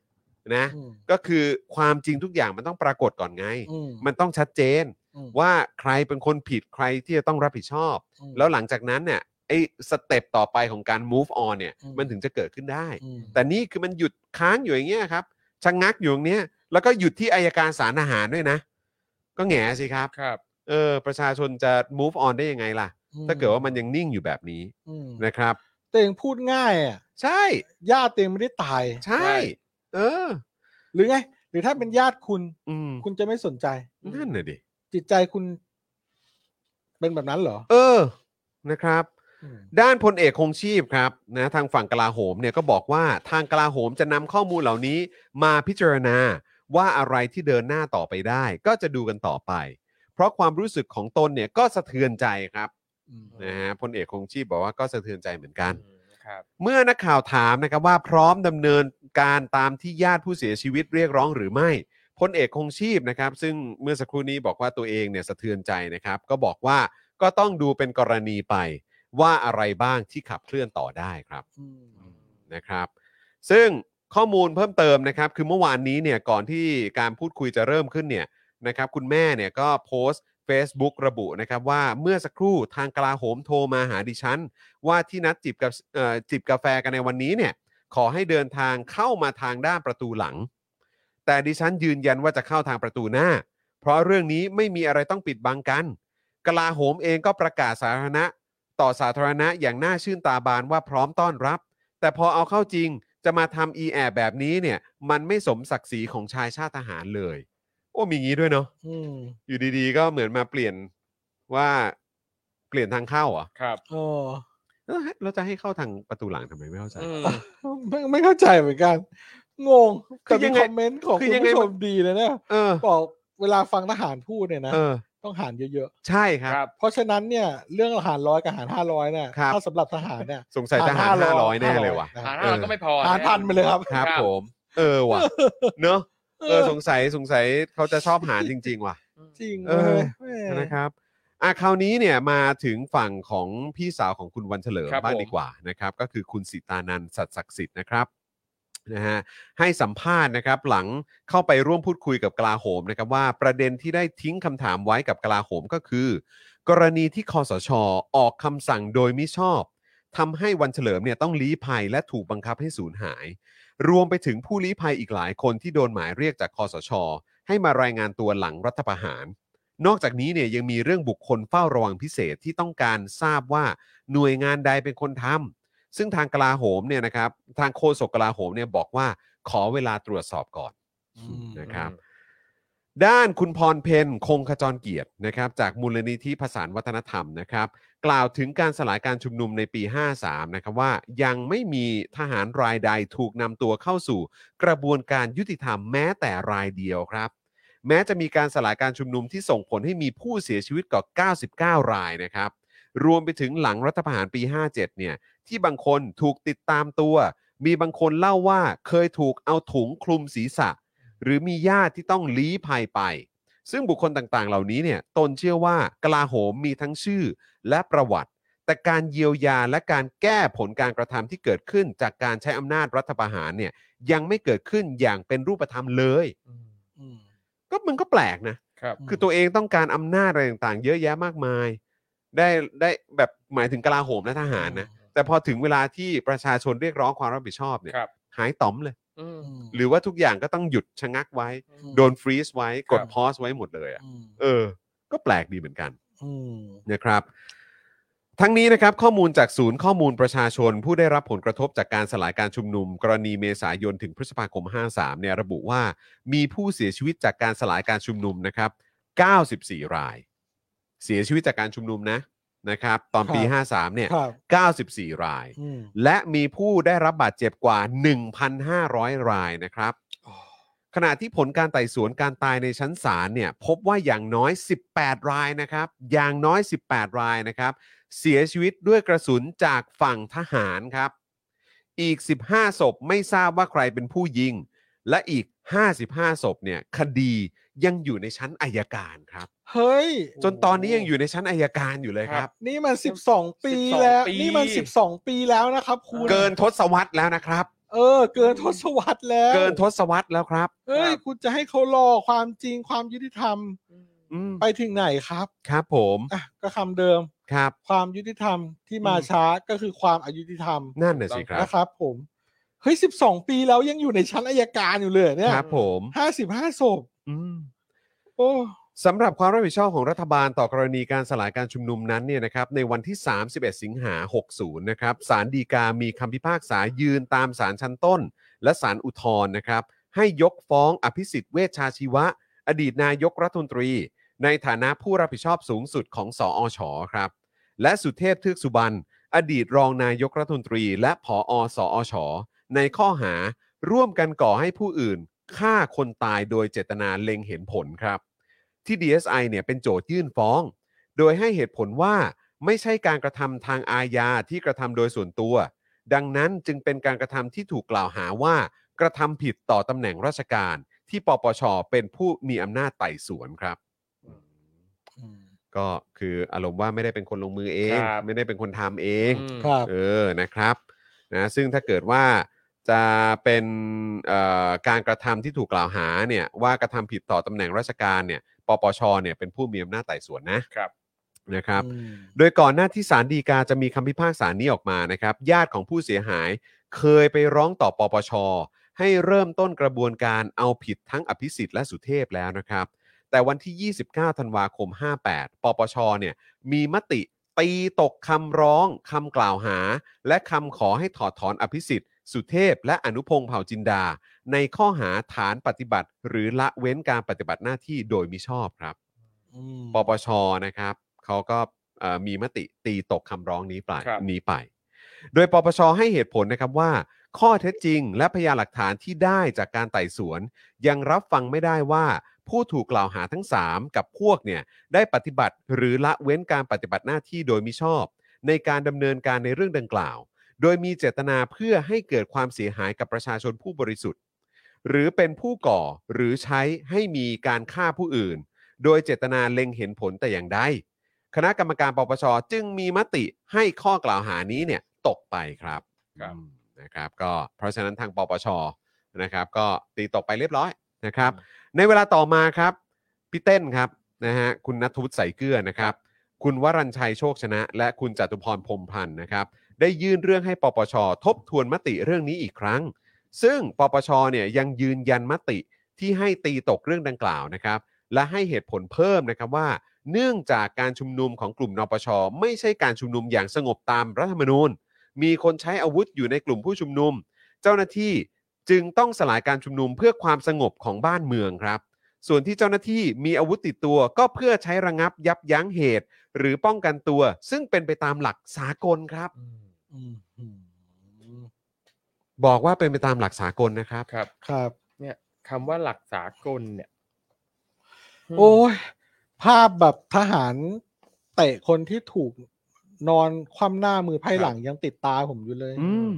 Speaker 3: นะ
Speaker 5: อืม
Speaker 3: ก็คือความจริงทุกอย่างมันต้องปรากฏก่อนไง
Speaker 5: อืม
Speaker 3: มันต้องชัดเจน
Speaker 5: อืม
Speaker 3: ว่าใครเป็นคนผิดใครที่จะต้องรับผิดชอบ
Speaker 5: อืม
Speaker 3: แล้วหลังจากนั้นเนี่ยไอ้สเต็ปต่อไปของการ move on เนี่ย
Speaker 5: อืม
Speaker 3: มันถึงจะเกิดขึ้นได้
Speaker 5: อืม
Speaker 3: แต่นี่คือมันหยุดค้างอยู่อย่างเงี้ยครับชะงงักอยู่อย่างเนี้ยแล้วก็หยุดที่อายการสารอาหารด้วยนะ ก็แหงสิครับ
Speaker 4: ครับ
Speaker 3: เออประชาชนจะ move on ได้ยังไงล่ะ ถ้าเกิดว่ามันยังนิ่งอยู่แบบนี้
Speaker 5: อืม
Speaker 3: นะครับ
Speaker 5: แต่เองพูดง่ายอ่ะ
Speaker 3: ใช่
Speaker 5: ญาติเองไม่ได้ตาย
Speaker 3: ใช่
Speaker 4: ใช่
Speaker 3: เออ
Speaker 5: หรือไง หรือถ้าเป็นญาติคุณ
Speaker 3: อืม
Speaker 5: คุณจะไม่สนใจ
Speaker 3: นั่นน่ะดิ
Speaker 5: จิตใจคุณ เป็นแบบนั้นเหรอ
Speaker 3: เออนะครับ
Speaker 5: อืม
Speaker 3: ด้านพลเอกคงชีพครับนะทางฝั่งกลาโหมเนี่ยก็บอกว่าทางกลาโหมจะนำข้อมูลเหล่านี้มาพิจารณาว่าอะไรที่เดินหน้าต่อไปได้ ก็จะดูกันต่อไป เพราะความรู้สึกของตนเนี่ยก็สะเทือนใจครับ
Speaker 5: อืม
Speaker 3: นะฮะพลเอกคงชีพบอกว่าก็สะเทือนใจเหมือนกัน
Speaker 4: ครับ
Speaker 3: เมื่อนักข่าวถามนะครับว่าพร้อมดำเนินการตามที่ญาติผู้เสียชีวิตเรียกร้องหรือไม่พลเอกคงชีพนะครับ ซึ่งเมื่อสักครู่นี้บอกว่าตัวเองเนี่ยสะเทือนใจนะครับ ก็บอกว่าก็ต้องดูเป็นกรณีไปว่าอะไรบ้างที่ขับเคลื่อนต่อได้ครับ
Speaker 5: อืม
Speaker 3: นะครับ ซึ่งข้อมูลเพิ่มเติมนะครับ คือเมื่อวานนี้เนี่ยก่อนที่การพูดคุยจะเริ่มขึ้นเนี่ยนะครับ คุณแม่เนี่ยก็โพสต์ Facebook ระบุนะครับว่าเมื่อสักครู่ทางกลาโหมโทรมาหาดิฉัน ว่าที่นัดจิบกับเอ่อจิบกาแฟกันในวันนี้เนี่ยขอให้เดินทางเข้ามาทางด้านประตูหลัง แต่ดิฉันยืนยันว่าจะเข้าทางประตูหน้า เพราะเรื่องนี้ไม่มีอะไรต้องปิดบังกัน กลาโหมเองก็ประกาศสาธารณะ ต่อสาธารณะอย่างน่าชื่นตาบานว่าพร้อมต้อนรับ แต่พอเอาเข้าจริงจะมาทำอีแอบแบบนี้เนี่ยมันไม่สมศักดิ์ศรีของชายชาติทหารเลย โอ้มีงี้ด้วยเนาะ
Speaker 5: อืม
Speaker 3: อยู่ดีๆ ก็เหมือนมาเปลี่ยนว่าเปลี่ยนทางเข้าเหรอ่ะ
Speaker 4: ครับ
Speaker 5: เออ
Speaker 3: เราจะให้เข้าทางประตูหลังทำไมไม่เข้าใจ
Speaker 4: อืม
Speaker 5: ไม่ไม่เข้าใจเหมือนกัน งง
Speaker 3: คื
Speaker 5: แต่
Speaker 3: อยัง
Speaker 5: มี
Speaker 3: ไง
Speaker 5: คอมเมนต์ของ
Speaker 3: คือ
Speaker 5: คุณ
Speaker 3: ยังไง
Speaker 5: ผู้ช
Speaker 3: มั
Speaker 5: ม
Speaker 3: น
Speaker 5: ดีเลยเนี่ย
Speaker 3: เออ
Speaker 5: บอกเวลาฟังทหารพูดเนี่ยนะ
Speaker 3: เออ
Speaker 5: ต้องหารเยอะ
Speaker 3: ใช่ครับ
Speaker 4: ครับ
Speaker 5: ๆ เพราะฉะนั้นเนี่ย เรื่องหารร้อยกับหารห้าร้อยเนี่ย
Speaker 3: ครับ
Speaker 5: ถ้าสำหรับทหารเนี่ย
Speaker 3: สงสัยทหาร
Speaker 5: หาร
Speaker 3: ห้าร้อย
Speaker 5: 500
Speaker 3: แน่เลยว่ะ
Speaker 5: นะ
Speaker 4: หา
Speaker 3: เออ
Speaker 4: เราก็ไม่พอ
Speaker 5: หารพันไปเลยครับ
Speaker 3: ครับผม เออว่ะ เนอะเออสงสัยสงสัยเขาจะชอบหารจริง ๆ ว่ะ
Speaker 5: จริง
Speaker 3: เออ
Speaker 5: เว้ยแหม
Speaker 3: นะครับอ่ะคราวนี้เนี่ยมาถึงฝั่งของพี่สาวของคุณวันเฉลิม
Speaker 4: ครับ
Speaker 3: บ้าง
Speaker 4: ผม
Speaker 3: ดีกว่านะครับ ก็คือคุณสิตานันสัตย์ศักดิ์สิทธิ์นะครับนะฮะให้สัมภาษณ์นะครับหลังเข้าไปร่วมพูดคุยกับกลาโหมนะครับว่าประเด็นที่ได้ทิ้งคำถามไว้กับกลาโหมก็คือ กรณีที่คอสช ออกคำสั่งโดยมิชอบทำให้วันเฉลิมเนี่ยต้องลี้ภัยและถูกบังคับให้สูญหาย รวมไปถึงผู้ลี้ภัยอีกหลายคนที่โดนหมายเรียกจากคอสช ให้มารายงานตัวหลังรัฐประหาร นอกจากนี้เนี่ยยังมีเรื่องบุคคลเฝ้าระวังพิเศษที่ต้องการทราบว่าหน่วยงานใดเป็นคนทำซึ่งทางกลาโหมเนี่ยนะครับทางโฆษกกลาโหมเนี่ยบอกว่าขอเวลาตรวจสอบก่อน
Speaker 5: อืม
Speaker 3: นะครับด้านคุณพรเพนคงขจรเกียรตินะครับจากมูลนิธิภาษานวัฒนธรรมนะครับ กล่าวถึงการสลายการชุมนุมในปี 53 นะครับว่ายังไม่มีทหารรายใดถูกนำตัวเข้าสู่กระบวนการยุติธรรมแม้แต่รายเดียวครับ แม้จะมีการสลายการชุมนุมที่ส่งผลให้มีผู้เสียชีวิตกว่า99 รายนะครับ รวมไปถึงหลังรัฐประหารปี 57 เนี่ย ที่บางคนถูกติดตามตัว มีบางคนเล่าว่าเคยถูกเอาถุงคลุมศีรษะ หรือมีญาติที่ต้องลี้ภัยไป ซึ่งบุคคลต่างๆ เหล่านี้เนี่ย ตนเชื่อว่ากลาโหมมีทั้งชื่อและประวัติ แต่การเยียวยาและการแก้ผลการกระทำที่เกิดขึ้นจากการใช้อำนาจรัฐประหารเนี่ย ยังไม่เกิดขึ้นอย่างเป็นรูปธรรมเลย
Speaker 5: อืม
Speaker 3: ก็มันก็แปลกนะ
Speaker 4: ครับ
Speaker 5: อืม
Speaker 3: คือตัวเองต้องการอำนาจอะไรต่างๆ เยอะแยะมากมาย ได้ได้แบบหมายถึงกลาโหมและทหารนะ แต่พอถึงเวลาที่ประชาชนเรียกร้องความรับผิดชอบเนี่ย
Speaker 4: ครับ
Speaker 3: หายต่อมเลย
Speaker 4: อืม
Speaker 5: อืม
Speaker 3: หรือว่าทุกอย่างก็ต้องหยุดชะงักไว้
Speaker 5: อืม
Speaker 3: โดนฟรีซไว้กด
Speaker 4: ครับ
Speaker 3: พอสไว้หมดเลยอะ
Speaker 5: อืม
Speaker 3: เออ ก็แปลกดีเหมือนกัน
Speaker 5: อืม
Speaker 3: นะครับ ทั้งนี้นะครับข้อมูลจากศูนย์ข้อมูลประชาชน ผู้ได้รับผลกระทบจากการสลายการชุมนุม กรณีเมษายนถึงพฤษภาคม 53 เนี่ยระบุว่ามีผู้เสียชีวิตจากการสลายการชุมนุมนะครับ 94 ราย เสียชีวิตจากการชุมนุมนะนะครับ ตอนปี
Speaker 5: ครับ
Speaker 3: 53 เนี่ย
Speaker 5: ครับ
Speaker 3: 94 ราย
Speaker 5: อืม
Speaker 3: และมีผู้ได้รับบาดเจ็บกว่า 1,500 รายนะครับ ขณะที่ผลการไต่สวนการตายในชั้นศาลเนี่ยพบว่าอย่างน้อย 18 รายนะครับ อย่างน้อย 18 รายนะครับ เสียชีวิตด้วยกระสุนจากฝั่งทหารครับ อีก 15 ศพไม่ทราบว่าใครเป็นผู้ยิง และอีก 55 ศพเนี่ยคดียังอยู่ในชั้นอายการครับ
Speaker 5: เฮ้ย
Speaker 3: จนตอนนี้ยังอยู่ในชั้นอายการอยู่เลยครับ
Speaker 5: นี่มันสิบสองปี
Speaker 4: 12
Speaker 5: แล้ว
Speaker 4: ปี
Speaker 5: นี่มันสิบสองปีแล้วนะครับคุณ
Speaker 3: เกินทศวรรษแล้วนะครับ
Speaker 5: เออ เกินทศวรรษแล้ว
Speaker 3: เกินทศวรรษแล้วครับ
Speaker 5: เอ้ย
Speaker 4: ครับ
Speaker 5: คุณจะให้เขารอความจริงความยุติธรรม
Speaker 3: อืม
Speaker 5: ไปถึงไหนครับ
Speaker 3: ครับผม
Speaker 5: อ่ะก็คำเดิม
Speaker 3: ครับ
Speaker 5: ความยุติธรรมที่มา
Speaker 3: อืม
Speaker 5: ช้าก็คือความอายุติธรรม
Speaker 3: นั่นน่ะสิครับ
Speaker 5: นะครับ ผมเฮ้ยสิบสองปีแล้วยังอยู่ในชั้นอายการอยู่เลยเนี่ย
Speaker 3: ครับผม
Speaker 5: ห้าสิบห้าศพ
Speaker 3: อืม
Speaker 5: โอ้
Speaker 3: สำหรับความรับผิดชอบของรัฐบาลต่อกรณีการสลายการชุมนุมนั้นเนี่ยนะครับในวันที่ 31 สิงหา 60 นะครับศาลฎีกามีคำพิพากษายืนตามศาลชั้นต้น และศาลอุทธรณ์นะครับ ให้ยกฟ้องอภิสิทธิ์เวชชาชีวะ อดีตนายกรัฐมนตรี ในฐานะผู้รับผิดชอบสูงสุดของสออชครับ และสุเทพเทือกสุบรรณอดีตรองนายกรัฐมนตรี และผอสออชในข้อหาร่วมกันก่อให้ผู้อื่นฆ่าคนตายโดยเจตนาเล็งเห็นผลครับ ที่ DSI เนี่ยเป็นโจทยื่นฟ้อง โดยให้เหตุผลว่าไม่ใช่การกระทำทางอาญาที่กระทำโดยส่วนตัว ดังนั้นจึงเป็นการกระทำที่ถูกกล่าวหาว่า กระทำผิดต่อตำแหน่งราชการ ที่ปปชเป็นผู้มีอำนาจไต่สวนครับ ก็คืออารมณ์ว่าไม่ได้เป็นคนลงมือเอง
Speaker 4: ครับ
Speaker 3: ไม่ได้เป็นคนทำเอง
Speaker 4: อืม
Speaker 5: ครับ
Speaker 3: เออ นะครับ นะ ซึ่งถ้าเกิดว่าจะเป็นเอ่อการกระทำที่ถูกกล่าวหาเนี่ยว่ากระทำผิดต่อตำแหน่งราชการเนี่ย ปปช เนี่ยเป็นผู้มีอำนาจไต่สวนนะครับ นะครับ
Speaker 5: อืม
Speaker 3: โดยก่อนหน้าที่ศาลฎีกาจะมีคำพิพากษานี้ออกมานะครับ ญาติของผู้เสียหายเคยไปร้องต่อปปช ให้เริ่มต้นกระบวนการเอาผิดทั้งอภิสิทธิ์และสุเทพแล้วนะครับ แต่วันที่ 29 ธันวาคม 58 ปปช เนี่ยมีมติตีตกคำร้องคำกล่าวหา และคำขอให้ถอดถอนอภิสิทธิ์ สุเทพ และอนุพงษ์เผ่าจินดา ในข้อหาฐานปฏิบัติ หรือละเว้นการปฏิบัติหน้าที่โดยมิชอบครับ
Speaker 5: อืม
Speaker 3: ปปชนะครับเขาก็เอ่อมีมติตีตกคำร้องนี้ไป
Speaker 4: ครับ
Speaker 3: นี้ไป โดยปปชให้เหตุผลนะครับว่า ข้อเท็จจริงและพยานหลักฐานที่ได้จากการไต่สวน ยังรับฟังไม่ได้ว่า ผู้ถูกกล่าวหาทั้ง 3 กับพวกเนี่ยได้ปฏิบัติหรือละเว้นการปฏิบัติหน้าที่โดยมิชอบ ในการดำเนินการในเรื่องดังกล่าว โดยมีเจตนาเพื่อให้เกิดความเสียหายกับประชาชนผู้บริสุทธิ์ หรือเป็นผู้ก่อหรือใช้ให้มีการฆ่าผู้อื่น โดยเจตนาเล็งเห็นผลแต่อย่างใด คณะกรรมการปปชจึงมีมติให้ข้อกล่าวหานี้เนี่ยตกไปครับ
Speaker 4: ครับ
Speaker 3: อืมนะครับ ก็เพราะฉะนั้นทางปปชนะครับ ก็ตีตกไปเรียบร้อยนะครับ ในเวลาต่อมาครับพี่เต้นครับนะฮะคุณนัทวุฒิใสเกลือนะครับ คุณวรัญชัยโชคชนะ และคุณจตุพรพรหมพันธ์นะครับ ได้ยื่นเรื่องให้ปปชทบทวนมติเรื่องนี้อีกครั้ง ซึ่งปปชเนี่ยยังยืนยันมติที่ให้ตีตกเรื่องดังกล่าวนะครับ และให้เหตุผลเพิ่มนะครับว่า เนื่องจากการชุมนุมของกลุ่มนปช ไม่ใช่การชุมนุมอย่างสงบตามรัฐธรรมนูญ มีคนใช้อาวุธอยู่ในกลุ่มผู้ชุมนุม เจ้าหน้าที่จึงต้องสลายการชุมนุมเพื่อความสงบของบ้านเมืองครับ ส่วนที่เจ้าหน้าที่มีอาวุธติดตัวก็เพื่อใช้ระงับยับยั้งเหตุ หรือป้องกันตัว ซึ่งเป็นไปตามหลักสากลครับ
Speaker 5: อืมอืมอืม
Speaker 3: บอกว่าเป็นไปตามหลักสากลนะครับ
Speaker 4: ครับ
Speaker 5: ครับ
Speaker 4: เนี่ยคำว่าหลักสากลเนี่ย
Speaker 5: โอ้ยภาพแบบทหารเตะคนที่ถูกนอนคว่ำหน้ามือไพ่หลังยังติดตาผมอยู่เลย
Speaker 3: อืม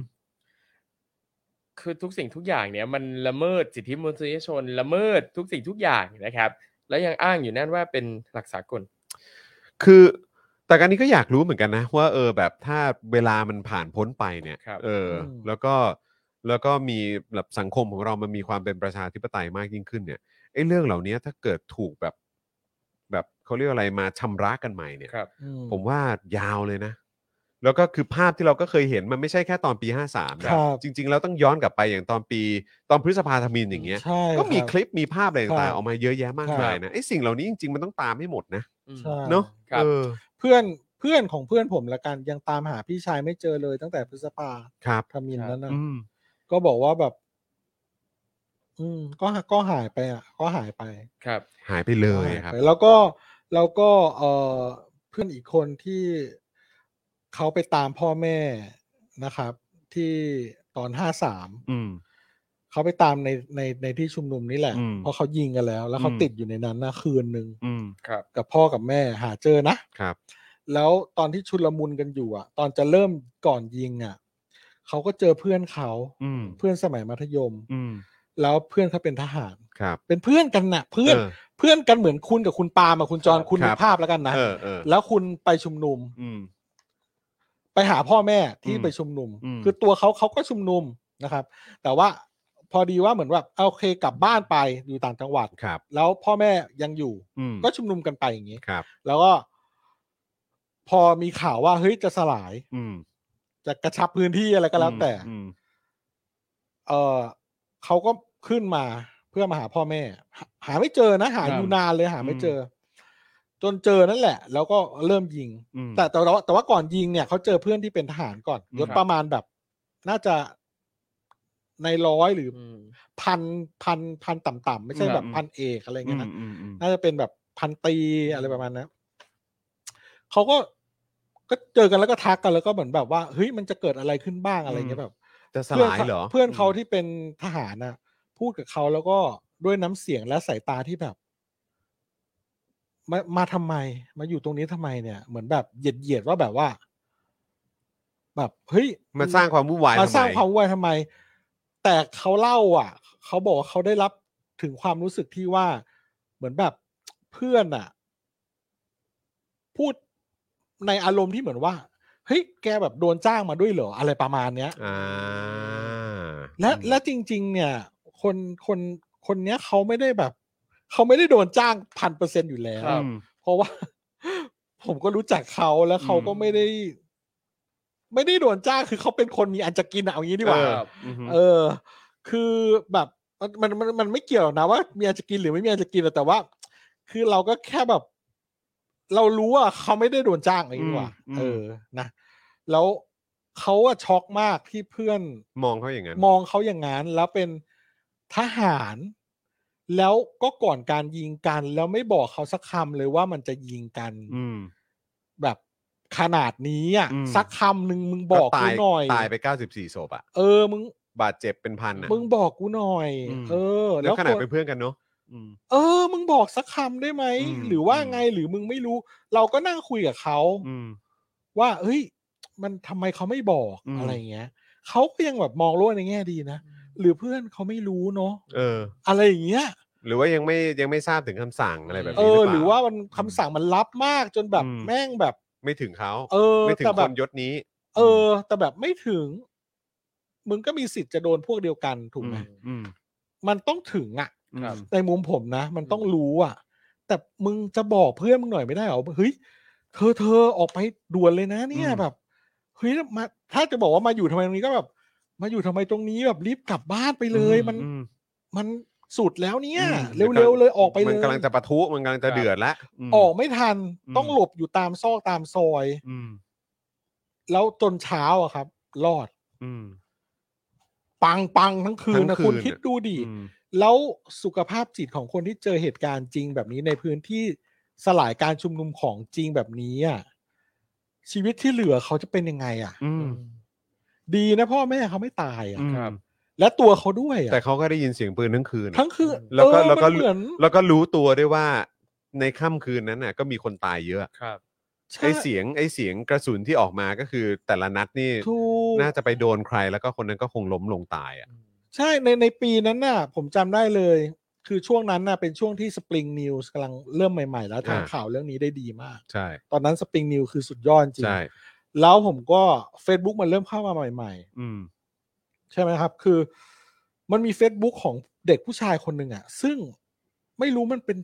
Speaker 4: คือทุกสิ่งทุกอย่างเนี่ย มันละเมิดสิทธิมนุษยชนละเมิดทุกสิ่งทุกอย่างนะครับ แล้วยังอ้างอยู่นั่นว่าเป็นหลักสากล
Speaker 3: คือแต่การนี้ก็อยากรู้เหมือนกันนะว่าเออแบบถ้าเวลามันผ่านพ้นไปเนี่ย
Speaker 4: ครับ
Speaker 3: เอออ แล้วก็แล้วก็มีแบบสังคมของเรามันมีความเป็นประชาธิปไตยมากยิ่งขึ้นเนี่ยไอ้เรื่องเหล่านี้ถ้าเกิดถูกแบบ แบบเขาเรียกอะไรมาชำระกันใหม่เนี่ย
Speaker 4: ครับ
Speaker 5: อื
Speaker 3: ผมว่ายาวเลยนะ แล้วก็คือภาพที่เราก็เคยเห็นมันไม่ใช่แค่ตอนปี 53
Speaker 5: ค
Speaker 3: นะ
Speaker 5: รับ
Speaker 3: จริง ๆ แล้วต้องย้อนกลับไปอย่างตอนปีตอนพฤษภาธมินอย่างเงี้ย
Speaker 5: ใช่
Speaker 3: ก็มี
Speaker 5: รับ
Speaker 3: คลิปมีภาพอะไร
Speaker 5: ครั
Speaker 3: ต่างๆ
Speaker 5: บ
Speaker 3: ออกมาเยอะแยะมาก
Speaker 5: ครับ
Speaker 3: มายนะไอ้สิ่งเหล่านี้จริง ๆ มันต้องตามให้หมดนะ
Speaker 4: อืม
Speaker 5: ใช่
Speaker 3: เนาะ
Speaker 4: ครับ
Speaker 3: เออ
Speaker 5: เพื่อนเพื่อนของเพื่อนผมละกันยังตามหาพี่ชายไม่เจอเลยตั้งแต่พฤษภา
Speaker 3: ครับ
Speaker 5: ธมินนั่นนะ
Speaker 3: อืม
Speaker 5: ก็บอกว่าแบบ อืม ก็หาก็หายไปอ่ะ ก็หายไป
Speaker 4: ครับ
Speaker 3: หายไปเลยครับ
Speaker 5: แล้วก็แล้วก็เอ่อเพื่อนอีกคนที่เขาไปตามพ่อแม่นะครับ ที่ตอนห้าสาม
Speaker 3: อืม
Speaker 5: เขาไปตามในในในที่ชุมนุมนี่แหละ
Speaker 3: อืม
Speaker 5: เพราะเขายิงกันแล้ว แล้วเขา
Speaker 3: อืม
Speaker 5: ติดอยู่ในนั้นนะคืนหนึ่ง
Speaker 3: อืม
Speaker 4: ครับ
Speaker 5: กับพ่อกับแม่หาเจอนะครับ แล้วตอนที่ชุลมุนกันอยู่อ่ะ ตอนจะเริ่มก่อนยิงอ่ะเขาก็เจอเพื่อนเขา
Speaker 3: อืม
Speaker 5: เพื่อนสมัยมัธยม
Speaker 3: อืม
Speaker 5: แล้วเพื่อนเขาเป็นทหาร
Speaker 3: ครับ
Speaker 5: เป็นเพื่อนกันนะเพื่อน
Speaker 3: เออ
Speaker 5: เพื่อนกันเหมือนคุณกับคุณปาล์มอะคุณจรคุณ
Speaker 3: ครับ
Speaker 5: นึกภาพแล้วกันนะ
Speaker 3: เออเออ
Speaker 5: แล้วคุณไปชุมนุม
Speaker 3: อืม
Speaker 5: ไปหาพ่อแม่ที่
Speaker 3: อืม
Speaker 5: ไปชุมนุม
Speaker 3: อืม
Speaker 5: คือตัวเขาเขาก็ชุมนุมนะครับ แต่ว่า พอดีว่าเหมือนแบบเอาโอเคกลับบ้านไปอยู่ต่างจังหวัด
Speaker 3: ครับ
Speaker 5: แล้วพ่อแม่ยังอยู่
Speaker 3: อืม
Speaker 5: ก็ชุมนุมกันไปอย่างนี้
Speaker 3: ครับ
Speaker 5: แล้วก็ พอมีข่าวว่าเฮ้ยจะสลาย
Speaker 3: อืม
Speaker 5: จะกระชับพื้นที่อะไรก็แล้วแต่
Speaker 3: อืม
Speaker 5: เออเขาก็ขึ้นมาเพื่อมาหาพ่อแม่ หาหาไม่เจอนะหาอยู่นานเลยหาไม่เจออจนเจอนั่นแหละ แล้วก็เริ่มยิง
Speaker 3: อืม
Speaker 5: แต่แต่ว่าแต่ว่าก่อนยิงเนี่ยเขาเจอเพื่อนที่เป็นทหารก่อน
Speaker 3: อืม
Speaker 5: ยศ
Speaker 3: ครับ
Speaker 5: ประมาณแบบ น่าจะในร้อยหรือ
Speaker 4: อืม
Speaker 5: พันพันพันต่ำๆไม่ใช่แบบ
Speaker 3: อืม
Speaker 5: พันเอกอะไรเงี้ยนะ
Speaker 3: อืมอืมอืม
Speaker 5: น่าจะเป็นแบบพันตรีอะไรประมาณนั้นเขาก็ก็เจอกันแล้วก็ทักกันแล้วก็เหมือนแบบว่าเฮ้ยมันจะเกิดอะไรขึ้นบ้างอะไรเงี้ยแบบ
Speaker 3: จะส
Speaker 5: เพื่อน
Speaker 3: ลาย
Speaker 5: เขา
Speaker 3: เหรอ
Speaker 5: เพื่อนเขาที่เป็นทหารน่ะ พูดกับเขาแล้วก็ด้วยน้ำเสียงและสายตาที่แบบ มามาทำไม มาอยู่ตรงนี้ทำไมเนี่ย เหมือนแบบเหยียดเหยียดๆว่าแบบว่า แบบเฮ้ย
Speaker 3: มาสร้างความวุ่นวาย
Speaker 5: มาสร้าง
Speaker 3: ทำไ
Speaker 5: ความวุ่นวายทำไม แต่เขาเล่า อ่ะเขาบอกว่าเขาได้รับถึงความรู้สึกที่ว่า เหมือนแบบเพื่อนอ่ะ พูดในอารมณ์ที่เหมือนว่าเฮ้ยแกแบบโดนจ้างมาด้วยเหรออะไรประมาณเนี้ย
Speaker 3: อ่า
Speaker 5: และและจริง ๆ เนี่ย คนคนคนเนี้ยเขาไม่ได้แบบ เขาไม่ได้โดนจ้างพันเปอร์เซ็นอยู่แล้ว
Speaker 3: อืม
Speaker 5: เพราะว่า ผมก็รู้จักเขาแล้วเขาก็
Speaker 3: อืม
Speaker 5: ไม่ได้ ไม่ได้โดนจ้างคือเขาเป็นคนมีอันจะกินอะเอางี้ดีกว่า
Speaker 4: ครับ
Speaker 3: อืม
Speaker 5: เออ คือแบบมันมันมันมันไม่เกี่ยวนะว่ามีอาจจะกินหรือไม่มีอาจจะกินหรอกแต่ว่า คือเราก็แค่แบบ เรารู้ว่าเขาไม่ได้โดนจ้างอะไรอย่างนี้ดีกว่า
Speaker 3: อืม
Speaker 5: เออนะแล้วเขาอะช็อกมากที่เพื่อน
Speaker 3: มองเขาอย่างนั้น
Speaker 5: มองเขาอย่างนั้นแล้วเป็นทหาร แล้วก็ก่อนการยิงกัน แล้วไม่บอกเขาสักคำเลยว่ามันจะยิงกัน
Speaker 3: อืม
Speaker 5: แบบขนาดนี้อ่ะ
Speaker 3: อืม
Speaker 5: สักคำหนึ่งมึงบอก
Speaker 3: ตา
Speaker 5: กู
Speaker 3: ย
Speaker 5: หน่อย
Speaker 3: ตายไป 94ศพอ่ะ
Speaker 5: เออมึง
Speaker 3: บาดเจ็บเป็นพันอ่ะ
Speaker 5: มึงบอกกูหน่อย
Speaker 3: อืม
Speaker 5: เออ
Speaker 3: แล้
Speaker 5: แล้ว ว
Speaker 3: ขนาด
Speaker 5: คน
Speaker 3: เป็นเพื่อนกันเนาะอืม
Speaker 5: เออ มึงบอกสักคำได้ไหม
Speaker 3: อืม
Speaker 5: หรือว่า
Speaker 3: อืม
Speaker 5: ไงหรือมึงไม่รู้ เราก็นั่งคุยกับเขา
Speaker 3: อืม
Speaker 5: ว่า เอ้ย มันทำไมเขาไม่บอก
Speaker 3: อืม
Speaker 5: อะไรอย่างเงี้ยเขาก็ยังแบบมองโลกในแง่ดีนะหรือเพื่อนเขาไม่รู้เนาะ
Speaker 3: เออ
Speaker 5: อะไรอย่างเงี้ย
Speaker 3: หรือว่ายังไม่ยังไม่ทราบถึงคำสั่งอะไรแบบ
Speaker 5: เอ
Speaker 3: นี้
Speaker 5: อ
Speaker 3: เปล่า
Speaker 5: หรือว่ามันคำสั่งมันลับมากจนแบบ
Speaker 3: อืม
Speaker 5: แม่งแบบ
Speaker 3: ไม่ถึงเขา
Speaker 5: เออ
Speaker 3: ไม่ถึง
Speaker 5: แต่
Speaker 3: ค
Speaker 5: แบบ
Speaker 3: นยศนี้
Speaker 5: เออ แต่แบบไม่ถึง มึงก็มีสิทธิ์จะโดนพวกเดียวกันถูกไหม
Speaker 3: อืม
Speaker 5: มันต้องถึงอ่ะ
Speaker 3: อืม
Speaker 4: ครับ
Speaker 5: ในมุมผมนะ มันต้องรู้อ่ะ แต่มึงจะบอกเพื่อนมึงหน่อยไม่ได้เหรอเฮ้ยเธอเธอออกไปด่วนเลยนะ เนี่ยแบบเฮ้ยมาถ้าจะบอกว่ามาอยู่ทำไมตรงนี้ก็แบบ มาอยู่ทำไมตรงนี้แบบรีบกลับบ้านไปเลยมัน
Speaker 3: อืม
Speaker 5: มันสุดแล้วเนี่ย
Speaker 3: อืม
Speaker 5: เร็วๆเลยออกไปเลย
Speaker 3: มันกำลังจะปะทุมันกำลังจะ
Speaker 4: ครับ
Speaker 3: เดือดละม
Speaker 5: ออกไม่ทัน
Speaker 3: อืม
Speaker 5: ต้องหลบอยู่ตามซอกตามซอย
Speaker 3: อืม
Speaker 5: แล้วจนเช้าอะครับ รอด
Speaker 3: อืม
Speaker 5: ปังปังทั้งคืน
Speaker 3: ทั้
Speaker 5: นะ
Speaker 3: งคืน
Speaker 5: คุณ
Speaker 3: อะ
Speaker 5: คิดดูดิ
Speaker 3: อืม
Speaker 5: แล้วสุขภาพจิตของคนที่เจอเหตุการณ์จริงแบบนี้ในพื้นที่สลายการชุมนุมของจริงแบบนี้อะชีวิตที่เหลือเขาจะเป็นยังไงอะ
Speaker 3: อืม
Speaker 5: ดีนะพ่อแม่เขาไม่ตายอะ
Speaker 3: อืม
Speaker 4: ครับ
Speaker 5: และตัวเขาด้วยอะ
Speaker 3: แต่เขาก็ได้ยินเสียงปืนทั้งคืนอะ
Speaker 5: ทั้งคืน
Speaker 3: แล้วก็
Speaker 5: เออ
Speaker 3: แล้วก็
Speaker 5: มันเหมือน
Speaker 3: แล้วก็รู้ตัวด้วยว่าในค่ำคืนนั้นน่ะ ก็มีคนตายเยอะ
Speaker 4: ครับ
Speaker 5: ใช่
Speaker 3: ไอ้เสียงไอ้เสียงกระสุนที่ออกมาก็คือ แต่ละนัดนี่
Speaker 5: ถูก
Speaker 3: น่าจะไปโดนใครแล้วก็คนนั้นก็คงล้มลงตายอ่ะ
Speaker 5: ใช่ในในปีนั้นน่ะ ผมจำได้เลย คือช่วงนั้นน่ะเป็นช่วงที่ Spring News กำลังเริ่มใหม่ ๆ แล้วทาง
Speaker 3: อ่า
Speaker 5: ข่าวเรื่องนี้ได้ดีมาก
Speaker 3: ใช่
Speaker 5: ตอนนั้น Spring News คือสุดยอดจริง
Speaker 3: ใช่
Speaker 5: แล้วผมก็ Facebook มันเริ่มเข้ามาใหม่
Speaker 3: อืม
Speaker 5: ๆ ใช่ไหมครับ คือ มันมี Facebook ของเด็กผู้ชายคนหนึ่งอ่ะ ซึ่งไม่รู้มันเป็น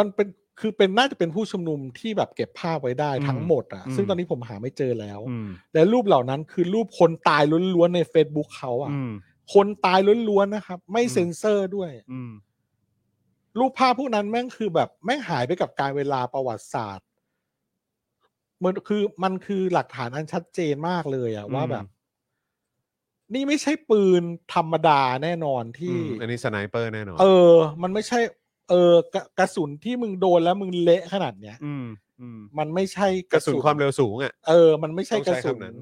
Speaker 5: มันเป็นคือเป็นน่าจะเป็นผู้ชุมนุมที่แบบเก็บภาพไว้ได้ทั้งหมดอ่ะ
Speaker 3: อืม
Speaker 5: ซึ่งตอนนี้ผมหาไม่เจอแล้ว
Speaker 3: อืม
Speaker 5: และรูปเหล่านั้นคือรูปคนตายล้วนๆใน Facebook เขาอ่ะ
Speaker 3: อืม
Speaker 5: คนตายล้วนๆนะครับ ไม่
Speaker 3: อืม
Speaker 5: เซ็นเซอร์ด้วย
Speaker 3: อืม
Speaker 5: รูปภาพพวกนั้นแม่งคือแบบแม่งหายไปกับการเวลาประวัติศาสตร์มันคือมันคือหลักฐานอันชัดเจนมากเลยอะว่าแบบ นี่ไม่ใช่ปืนธรรมดาแน่นอนที่
Speaker 3: อืมอันนี้สไนเปอร์แน่นอน
Speaker 5: เออ มันไม่ใช่ เออกระกระสุนที่มึงโดนแล้วมึงเละขนาดเนี้ย
Speaker 3: อืมอืม
Speaker 5: มันไม่ใช่
Speaker 3: กระสุนความเร็วสูงอ่ะ
Speaker 5: เออ มันไม่ใช่กระสุ
Speaker 3: ต้อง
Speaker 5: น
Speaker 3: ใช้คำนั้น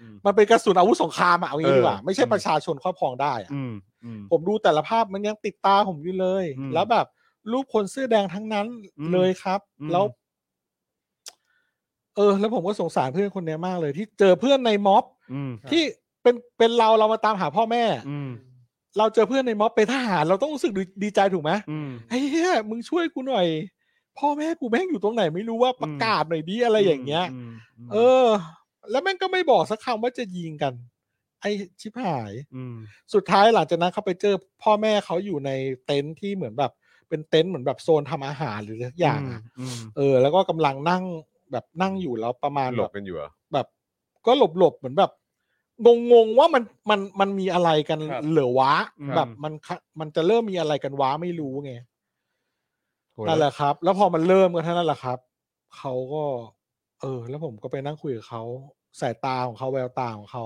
Speaker 3: อืม
Speaker 5: มันเป็นกระสุนอาวุธสงครามอะเอางี้ดีกว่า
Speaker 3: เออ
Speaker 5: ไม่ใช่
Speaker 3: อืม
Speaker 5: ประชาชนครอบครองได้อะ
Speaker 3: อืมอืม
Speaker 5: ผมดูแต่ละภาพมันยังติดตาผมอยู่เลย
Speaker 3: อืม
Speaker 5: แล้วแบบรูปคนเสื้อแดงทั้งนั้น
Speaker 3: อืม
Speaker 5: เลยครับ
Speaker 3: อืม
Speaker 5: แล้ว เออ แล้วผมก็สงสารเพื่อนคนเนี้ยมากเลย ที่เจอเพื่อนในม็อบ
Speaker 3: อืม
Speaker 5: ที่เป็นเป็นเราเรามาตามหาพ่อแม่
Speaker 3: อืม
Speaker 5: เราเจอเพื่อนในม็อบเป็นทหาร เราต้องรู้สึกดีดีใจถูกไหม
Speaker 3: อืม
Speaker 5: ไอ้เหี้ยมึงช่วยกูหน่อย พ่อแม่กูแม่งอยู่ตรงไหนไม่รู้ว่าประกาศหน่อยดีอะไรอย่างเงี้ย
Speaker 3: มม
Speaker 5: เออ แล้วแม่งก็ไม่บอกสักคำว่าจะยิงกัน ไอ้ชิบหาย
Speaker 7: อืม
Speaker 5: สุดท้ายหลังจากนั้นเขาไปเจอพ่อแม่เขาอยู่ในเต็นท์ที่เหมือนแบบเป็นเต็นท์เหมือนแบบโซนทำอาหารหรือสักอย่างอะ
Speaker 7: อืม
Speaker 5: เออ แล้วก็กำลังนั่งแบบนั่งอยู่แล้วประมาณ
Speaker 3: หล
Speaker 5: แบบ บ
Speaker 3: กันอยู่เหรอ
Speaker 5: แบบก็หลบหลบๆเหมือนแบบงงงๆว่ามันมันมันมีอะไรกัน
Speaker 4: ครับ
Speaker 5: เหลือวะ
Speaker 7: ครับ
Speaker 5: แบบมันคะมันจะเริ่มมีอะไรกันวะไม่รู้ไง
Speaker 3: โหแล้ว
Speaker 5: นั่นแหละครับ แล้วพอมันเริ่มกันเท่านั้นแหละครับเขาก็ เออ แล้วผมก็ไปนั่งคุยกับเขาสายตาของเขาแววตาของเขา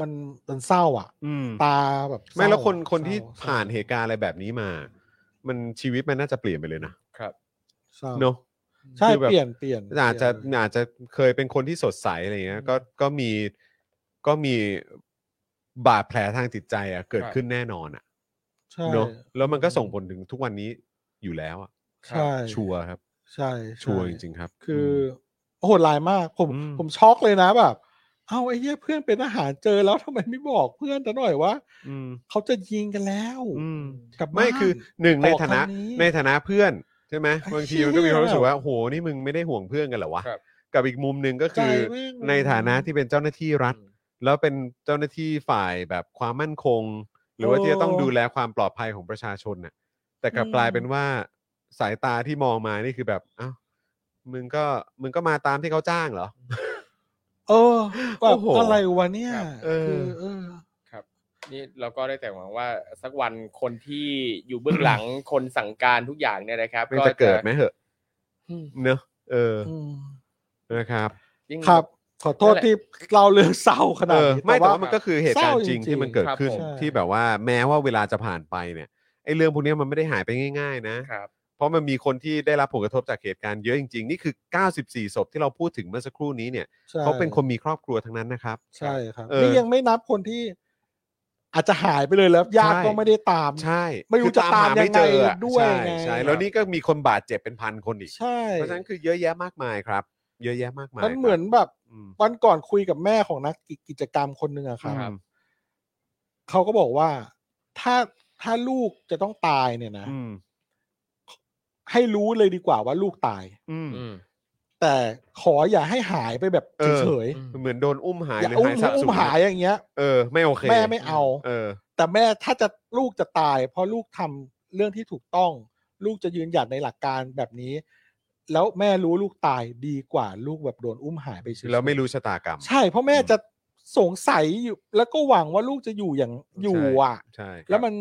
Speaker 5: มันมันเศร้าอ่ะ
Speaker 7: อืม
Speaker 5: ตาแบบ
Speaker 3: ไม่แล้วคน
Speaker 5: เศร้า
Speaker 3: คนที่
Speaker 5: เศร้
Speaker 3: ผ่านเหตุการณ์อะไรแบบนี้มา มันชีวิตมันน่าจะเปลี่ยนไปเลยนะ
Speaker 5: เศร้า
Speaker 3: เนาะ
Speaker 5: ใช่
Speaker 3: คือแบบ
Speaker 5: เปลี่ยนเปลี่ยน
Speaker 3: อาจจะ
Speaker 5: เปลี่ยนเลย
Speaker 3: อาจจะเคยเป็นคนที่สดใสอะไรเงี้ยก็ก็มีก็มีบาดแผลทางจิตใจอะเกิด
Speaker 4: ครับ
Speaker 3: ขึ้นแน่นอนอะ
Speaker 5: ใช่
Speaker 3: เนาะแล้วมันก็ส่งผลถึงทุกวันนี้อยู่แล้วอะ
Speaker 5: ใช่
Speaker 3: ชัวร์ครับ
Speaker 5: ใช่
Speaker 3: ชัวร์จ
Speaker 5: ใ
Speaker 3: ริง ๆ ครับ
Speaker 5: คือ
Speaker 3: ม
Speaker 5: โหดลายมาก ผม
Speaker 7: อืม
Speaker 5: ผมช็อกเลยนะแบบเอ้าไอ้เหี้ยเพื่อนเป็นอาหารเจอแล้วทำไมไม่บอกเพื่อนแต่หน่อยว่า
Speaker 7: อืม
Speaker 5: เขาจะยิงกันแล้ว
Speaker 7: อืม
Speaker 5: กลับบ้าน
Speaker 3: ไม่คือหนึ่งใน
Speaker 5: บอก
Speaker 3: ฐานะ
Speaker 5: คำนี้
Speaker 3: ในฐานะเพื่อนใช่ไหม
Speaker 5: ไอ้
Speaker 3: บางที
Speaker 5: เหี้ย
Speaker 3: มันก็มีความรู้สึกว่าโอ้โหนี่มึงไม่ได้ห่วงเพื่อนกันเหรอวะ
Speaker 4: ครับ
Speaker 3: กับอีกมุมหนึ่งก็คือ
Speaker 5: ใจแม่งเลย
Speaker 3: ในฐานะที่เป็นเจ้าหน้าที่รัฐ แล้วเป็นเจ้าหน้าที่ฝ่ายแบบความมั่นคง หรือว่าที่จะต้องดูแลความปลอดภัยของประชาชนน่ะ แต่กลับ
Speaker 5: อืม
Speaker 3: กลายเป็นว่าสายตาที่มองมานี่คือแบบอ้าวมึงก็มึงก็มาตามที่เขาจ้างเหรอ
Speaker 5: เออแบบ
Speaker 3: โอ้โห
Speaker 5: อะไรวะเนี่ย
Speaker 4: ครับ
Speaker 3: เออ
Speaker 5: คือเออ
Speaker 4: นี่เราก็ได้แต่หวังว่าสักวันคนที่อยู่เบื้องหลัง คนสั่งการทุกอย่างเนี่ยนะครับ
Speaker 3: มันจะเกิดไหมเหอะ
Speaker 4: อืม
Speaker 3: เนอะเออ
Speaker 5: อืม
Speaker 3: นะครับ
Speaker 4: ยิ่ง
Speaker 5: ครับ ขอโทษ
Speaker 4: นั่นแหละ
Speaker 5: ที่เล่าเรื่องเศร้าขนาด
Speaker 3: เออ
Speaker 5: นี้
Speaker 3: ไม่แต่ว่ามันก็คือเหตุการณ์
Speaker 5: เศร้า
Speaker 3: จริง
Speaker 5: จริงๆ
Speaker 3: ที่มันเกิดขึ้น
Speaker 4: ครับผม
Speaker 3: ที่แบบว่าแม้ว่าเวลาจะผ่านไปเนี่ยไอ้เรื่องพวกเนี้ยมันไม่ได้หายไปง่าย ๆ นะ
Speaker 4: ครับ
Speaker 3: เพราะมันมีคนที่ได้รับผลกระทบจากเหตุการณ์เยอะจริง ๆ นี่คือ 94ศพที่เราพูดถึงเมื่อสักครู่นี้เนี่ย
Speaker 5: ใช่
Speaker 3: เขาเป็นคนมีครอบครัวทั้งนั้นนะครับ
Speaker 5: ใช่ครับ
Speaker 3: เออ
Speaker 5: นี่ยังไม่นับคนที่อาจจะหายไปเลยแล้วญาติ
Speaker 3: ใช่
Speaker 5: ก็ไม่ได้ตาม
Speaker 3: ใช่
Speaker 5: ไม่รู้จะตาม
Speaker 3: คือห
Speaker 5: ยังไง
Speaker 3: อะ
Speaker 5: ด้วย
Speaker 3: ใช่
Speaker 5: ไง
Speaker 3: ใช่แล้วนี่ก็มีคนบาดเจ็บเป็นพันคนอีก
Speaker 5: ใช่
Speaker 3: เพราะฉะนั้นคือเยอะแยะมากมายครับ เยอะแยะมากมาย
Speaker 5: มันเหมือนแบบ
Speaker 3: อืม
Speaker 5: วันก่อนคุยกับแม่ของนักกิจกรรมคนหนึ่งอะครับ
Speaker 3: ครับ
Speaker 5: เขาก็บอกว่าถ้าถ้าลูกจะต้องตายเนี่ยนะ
Speaker 7: อืม
Speaker 5: ให้รู้เลยดีกว่าว่าลูกตาย
Speaker 7: อืม
Speaker 4: อืม
Speaker 5: แต่ขออย่าให้หายไปแบบ
Speaker 3: เออ
Speaker 5: เฉย
Speaker 3: เหมือนโดนอุ้มหาย
Speaker 5: ๆอย่า
Speaker 3: หรือ
Speaker 5: อุ้
Speaker 3: หาม ยสาบ
Speaker 5: อุ้
Speaker 3: สู
Speaker 5: ม
Speaker 3: ญ
Speaker 5: หายอย่างเงี้ย
Speaker 3: เออ ไม่โอเค
Speaker 5: แม่ไม่เอา
Speaker 3: เออ
Speaker 5: แต่แม่ถ้าจะลูกจะตาย เพราะลูกทำเรื่องที่ถูกต้อง ลูกจะยืนหยัดในหลักการแบบนี้ แล้วแม่รู้ลูกตายดีกว่าลูกแบบโดนอุ้มหายไปเฉยๆ
Speaker 3: แล้วไม่รู้ชะตากรรม
Speaker 5: ใช่ เพราะแม่จะสงสัยอยู่ แล้วก็หวังว่าลูกจะอยู่อย่างอยู่อ่ะ
Speaker 3: ใช่ครับ
Speaker 5: แล้วมัน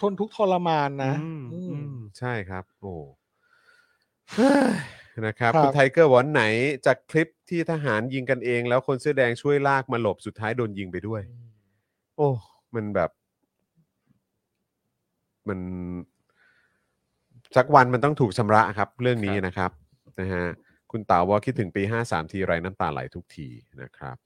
Speaker 5: ทนทุกข์ทรมานนะ
Speaker 7: อืม
Speaker 5: อืม
Speaker 3: อืมใช่ครับ โอ้เฮ้ยนะครับ
Speaker 5: ครับ
Speaker 3: คุณไทเกอร์วันไหนจากคลิปที่ทหารยิงกันเอง แล้วคนเสื้อแดงช่วยลากมาหลบสุดท้ายโดนยิงไปด้วย โอ้ มันแบบ มันสักวันมันต้องถูกชำระครับ เรื่องนี้นะครับนะฮะคุณเต๋าว่าคิดถึงปี 53 ทีไรน้ำตาไหลทุกทีนะครับ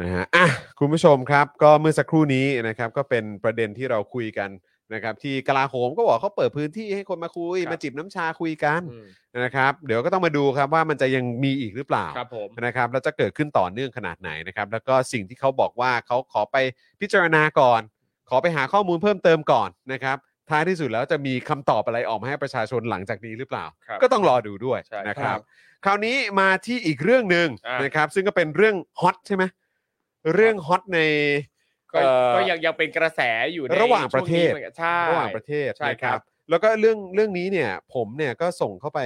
Speaker 3: นะฮะอ่ะคุณผู้ชมครับ ก็เมื่อสักครู่นี้นะครับ ก็เป็นประเด็นที่เราคุยกันนะครับ ที่กลาโหมก็บอกเขาเปิดพื้นที่ให้คนมาคุย
Speaker 4: ครับ
Speaker 3: มาจิบน้ำชาคุยกัน
Speaker 4: อืม
Speaker 3: นะครับ เดี๋ยวก็ต้องมาดูครับว่ามันจะยังมีอีกหรือเปล่า
Speaker 4: ครับผม
Speaker 3: นะครับแล้วจะเกิดขึ้นต่อเนื่องขนาดไหนนะครับแล้วก็สิ่งที่เขาบอกว่าเขาขอไปพิจารณาก่อน ขอไปหาข้อมูลเพิ่มเติมก่อนนะครับท้ายที่สุดแล้วจะมีคำตอบอะไรออกมาให้ประชาชนหลังจากนี้หรือเปล่า
Speaker 4: ครับ
Speaker 3: ก็ต้องรอดูด้วย
Speaker 4: ใช่
Speaker 3: นะครับ
Speaker 4: ครั
Speaker 3: คราวนี้มาที่อีกเรื่องหนึ่ง
Speaker 4: อ่าน
Speaker 3: นะครับซึ่งก็เป็นเรื่องฮอตใช่ไหมเรื่องฮอตใน
Speaker 4: ก็
Speaker 3: เอ่อ
Speaker 4: ก็ยังยังเป็นกระแสอยู่ใน
Speaker 3: ระหว่างประเทศ
Speaker 4: ช่วงนี้หมือนกันใช่
Speaker 3: ระหว่างประเทศ
Speaker 4: ใช่
Speaker 3: นะค
Speaker 4: ครั
Speaker 3: รับ
Speaker 4: บ
Speaker 3: แล้วก็เรื่องเรื่องนี้เนี่ยผมเนี่ยก็ส่งเข้าไป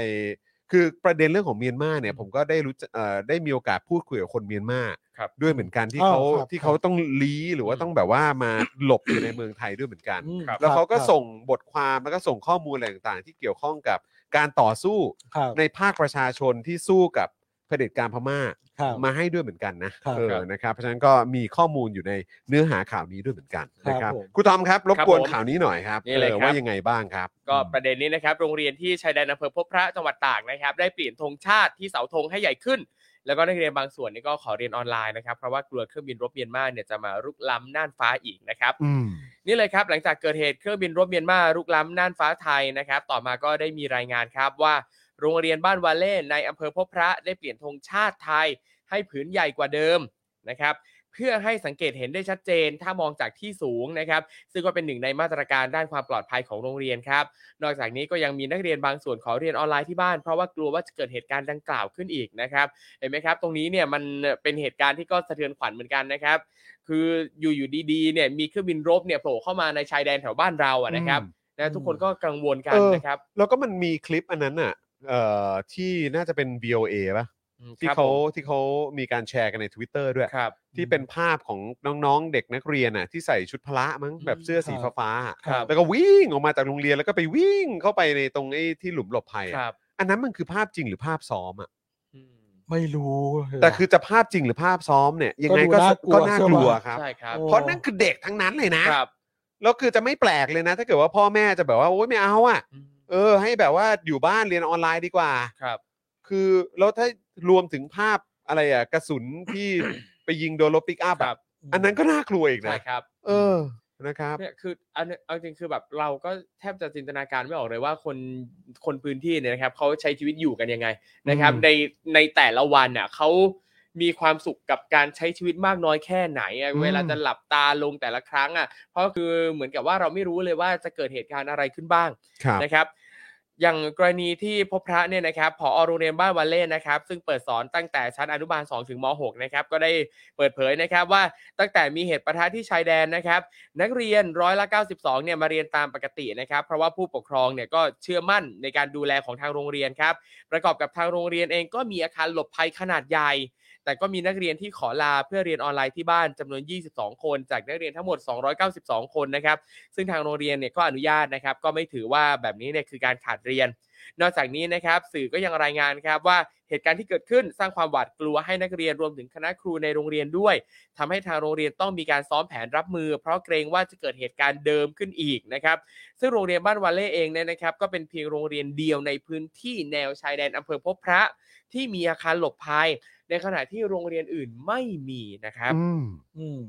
Speaker 3: คือประเด็นเรื่องของเมียนมาเนี่ย ผมก็ได้รู้จักเอ่อได้มีโอกาสพูดคุยกับคนเมียนมา
Speaker 4: ครับ
Speaker 3: ด้วยเหมือนกันที่
Speaker 5: อ้าว
Speaker 3: เขา
Speaker 5: ครับ
Speaker 3: ที่เขาต้องลี้หรือว่า
Speaker 4: อืม
Speaker 3: ต้องแบบว่ามาหลบอยู่ในเมืองไทยด้วยเหมือนกัน
Speaker 5: อืม
Speaker 3: แล้วเขาก็
Speaker 5: ครับ
Speaker 3: ส่งบทความแล้วก็ส่งข้อมูลอะไรต่างๆ ที่เกี่ยวข้องกับการต่อสู้
Speaker 5: ครับ
Speaker 3: ในภาคประชาชนที่สู้กับเผด็จการพม่า
Speaker 5: ครับ
Speaker 3: มาให้ด้วยเหมือนกันนะครับ เออ
Speaker 4: ครับ
Speaker 3: นะครับเพราะฉะนั้นก็มีข้อมูลอยู่ในเนื้อหาข่าวนี้ด้วยเหมือนกันนะค
Speaker 5: ครั
Speaker 3: รับบ
Speaker 5: ผม
Speaker 3: ครูทอมครับรบ
Speaker 4: ครับ
Speaker 3: กวน
Speaker 4: ผม
Speaker 3: ข่าวนี้หน่อยครับ
Speaker 4: นี่เลย
Speaker 3: ออ
Speaker 4: ครับ
Speaker 3: ว่ายังไงบ้างครับ
Speaker 4: ก็ประเด็นนี้นะครับ โรงเรียนที่ชายแดนอำเภอพบพระจังหวัดตากนะครับ ได้เปลี่ยนธงชาติที่เสาธงให้ใหญ่ขึ้น แล้วก็นักเรียนบางส่วนนี่ก็ขอเรียนออนไลน์นะครับ เพราะว่ากลัวเครื่องบินรบเมียนมาเนี่ยจะมารุกล้ำน่านฟ้าอีกนะครับ
Speaker 3: อืม
Speaker 4: นี่เลยครับหลังจากเกิดเหตุเครื่องบินรบเมียนมารุกล้ำน่านฟ้าไทยนะครับ ต่อมาก็ได้มีรายงานครับว่า โรงเรียนบ้านวาเล่ในอำเภอพบพระได้เปลี่ยนธงชาติไทย ให้ผืนใหญ่กว่าเดิมนะครับ เพื่อให้สังเกตเห็นได้ชัดเจน ถ้ามองจากที่สูงนะครับซึ่งก็เป็นหนึ่งในมาตรการด้านความปลอดภัยของโรงเรียนครับ นอกจากนี้ก็ยังมีนักเรียนบางส่วนขอเรียนออนไลน์ที่บ้าน เพราะว่ากลัวว่าจะเกิดเหตุการณ์ดังกล่าวขึ้นอีกนะครับ เห็นไหมครับ ตรงนี้เนี่ยมันเป็นเหตุการณ์ที่ก็สะเทือนขวัญเหมือนกันนะครับ คืออยู่อยู่ดีๆเนี่ยมีเครื่องบินรบเนี่ยโผล่เข้ามาในชายแดนแถวบ้านเราอะนะครับนะทุกคนก็กังวลกัน
Speaker 3: เออ
Speaker 4: นะครับ
Speaker 3: แล้วก็มันมีคลิปอันนั้นอ่ะเอ่อที่น่าจะเป็น VOA ป่ะ
Speaker 4: อืม
Speaker 3: ที่
Speaker 4: ครับ
Speaker 3: เขา
Speaker 4: ผม
Speaker 3: ที่เขามีการแชร์กันใน Twitter ด้วย
Speaker 4: ครับ
Speaker 3: ที่เป็นภาพของน้องๆ เด็กนักเรียนน่ะที่ใส่ชุดพละมั้ง
Speaker 4: อืม
Speaker 3: แบบเสื้อสี
Speaker 5: ครับ
Speaker 3: ฟ้าๆอะ
Speaker 4: ครับ
Speaker 3: แล้วก็วิ่งออกมาจากโรงเรียนแล้วก็ไปวิ่งเข้าไปในตรงไอ้ที่หลุมหลบภัย
Speaker 4: ค
Speaker 3: อะ
Speaker 4: รับ
Speaker 3: อันนั้นมันคือภาพจริงหรือภาพซ้อมอ่ะ
Speaker 4: อืม
Speaker 5: ไม่รู้เลย
Speaker 3: แต่คือจะภาพจริงหรือภาพซ้อมเนี่ยยังไงก็
Speaker 5: ก็ดู
Speaker 3: ก็น่า
Speaker 5: น่าก กลัว
Speaker 3: ลัวครับ
Speaker 4: ใช่ครับ
Speaker 5: โอ้
Speaker 3: เพราะนั่นคือเด็กทั้งนั้นเลยนะครับ แล้วคือจะไม่แปลกเลยนะ ถ้าเกิดว่าพ่อแม่จะแบบว่าโอ๊ยไม่เอาอ่ะ
Speaker 4: อืม
Speaker 3: เออ ให้แบบว่าอยู่บ้านเรียนออนไลน์ดีกว่า
Speaker 4: ครับ
Speaker 3: คือแล้วถ้ารวมถึงภาพอะไรอ่ะกระสุนที่ ไปยิงโดนรถปิกอัพ
Speaker 4: ครั
Speaker 3: อ่ะ
Speaker 4: บ
Speaker 3: อันนั้นก็น่ากลัวอีก
Speaker 4: ใช่
Speaker 3: นะครับ เออนะครับ
Speaker 4: เนี่ยคืออันเนี้ยเอาจริงคือแบบเราก็แทบจะจินตนาการไม่ออกเลยว่าคนคนพื้นที่เนี่ยนะครับเขาใช้ชีวิตอยู่กันยังไงนะครับ
Speaker 3: อืม
Speaker 4: ในในแต่ละวันน่ะเขามีความสุขกับการใช้ชีวิตมากน้อยแค่ไหนอะ
Speaker 3: อืม
Speaker 4: เวลาจะหลับตาลงแต่ละครั้งอ่ะเพราะคือเหมือนกับว่าเราไม่รู้เลยว่าจะเกิดเหตุการณ์อะไรขึ้นบ้าง
Speaker 3: ครับ
Speaker 4: นะครับ อย่างกรณีที่พบพระเนี่ยนะครับผอโรงเรียนบ้านวันเล่นนะครับ ซึ่งเปิดสอนตั้งแต่ชั้นอนุบาล 2 ถึงม .6 นะครับ ก็ได้เปิดเผยนะครับว่าตั้งแต่มีเหตุประทะที่ชายแดนนะครับ นักเรียนร้อยละ 92 เนี่ยมาเรียนตามปกตินะครับ เพราะว่าผู้ปกครองเนี่ยก็เชื่อมั่นในการดูแลของทางโรงเรียนครับ ประกอบกับทางโรงเรียนเองก็มีอาคารหลบภัยขนาดใหญ่ แต่ก็มีนักเรียนที่ขอลาเพื่อเรียนออนไลน์ที่บ้านจำนวน 22 คน จากนักเรียนทั้งหมด 292 คนนะครับ ซึ่งทางโรงเรียนเนี่ยก็อนุญาตนะครับ ก็ไม่ถือว่าแบบนี้เนี่ยคือการขาดเรียน นอกจากนี้นะครับ สื่อก็ยังรายงานครับว่าเหตุการณ์ที่เกิดขึ้นสร้างความหวาดกลัวให้นักเรียนรวมถึงคณะครูในโรงเรียนด้วยทำให้ทางโรงเรียนต้องมีการซ้อมแผนรับมือ เพราะเกรงว่าจะเกิดเหตุการณ์เดิมขึ้นอีกนะครับ ซึ่งโรงเรียนบ้านวาเล่เองเนี่ยนะครับ ก็เป็นเพียงโรงเรียนเดียวในพื้นที่แนวชายแดนอำเภอพบพระ ที่มีอาคารหลบภัย ในขณะที่โรงเรียนอื่นไม่มีนะครับ
Speaker 3: อืม
Speaker 5: อืม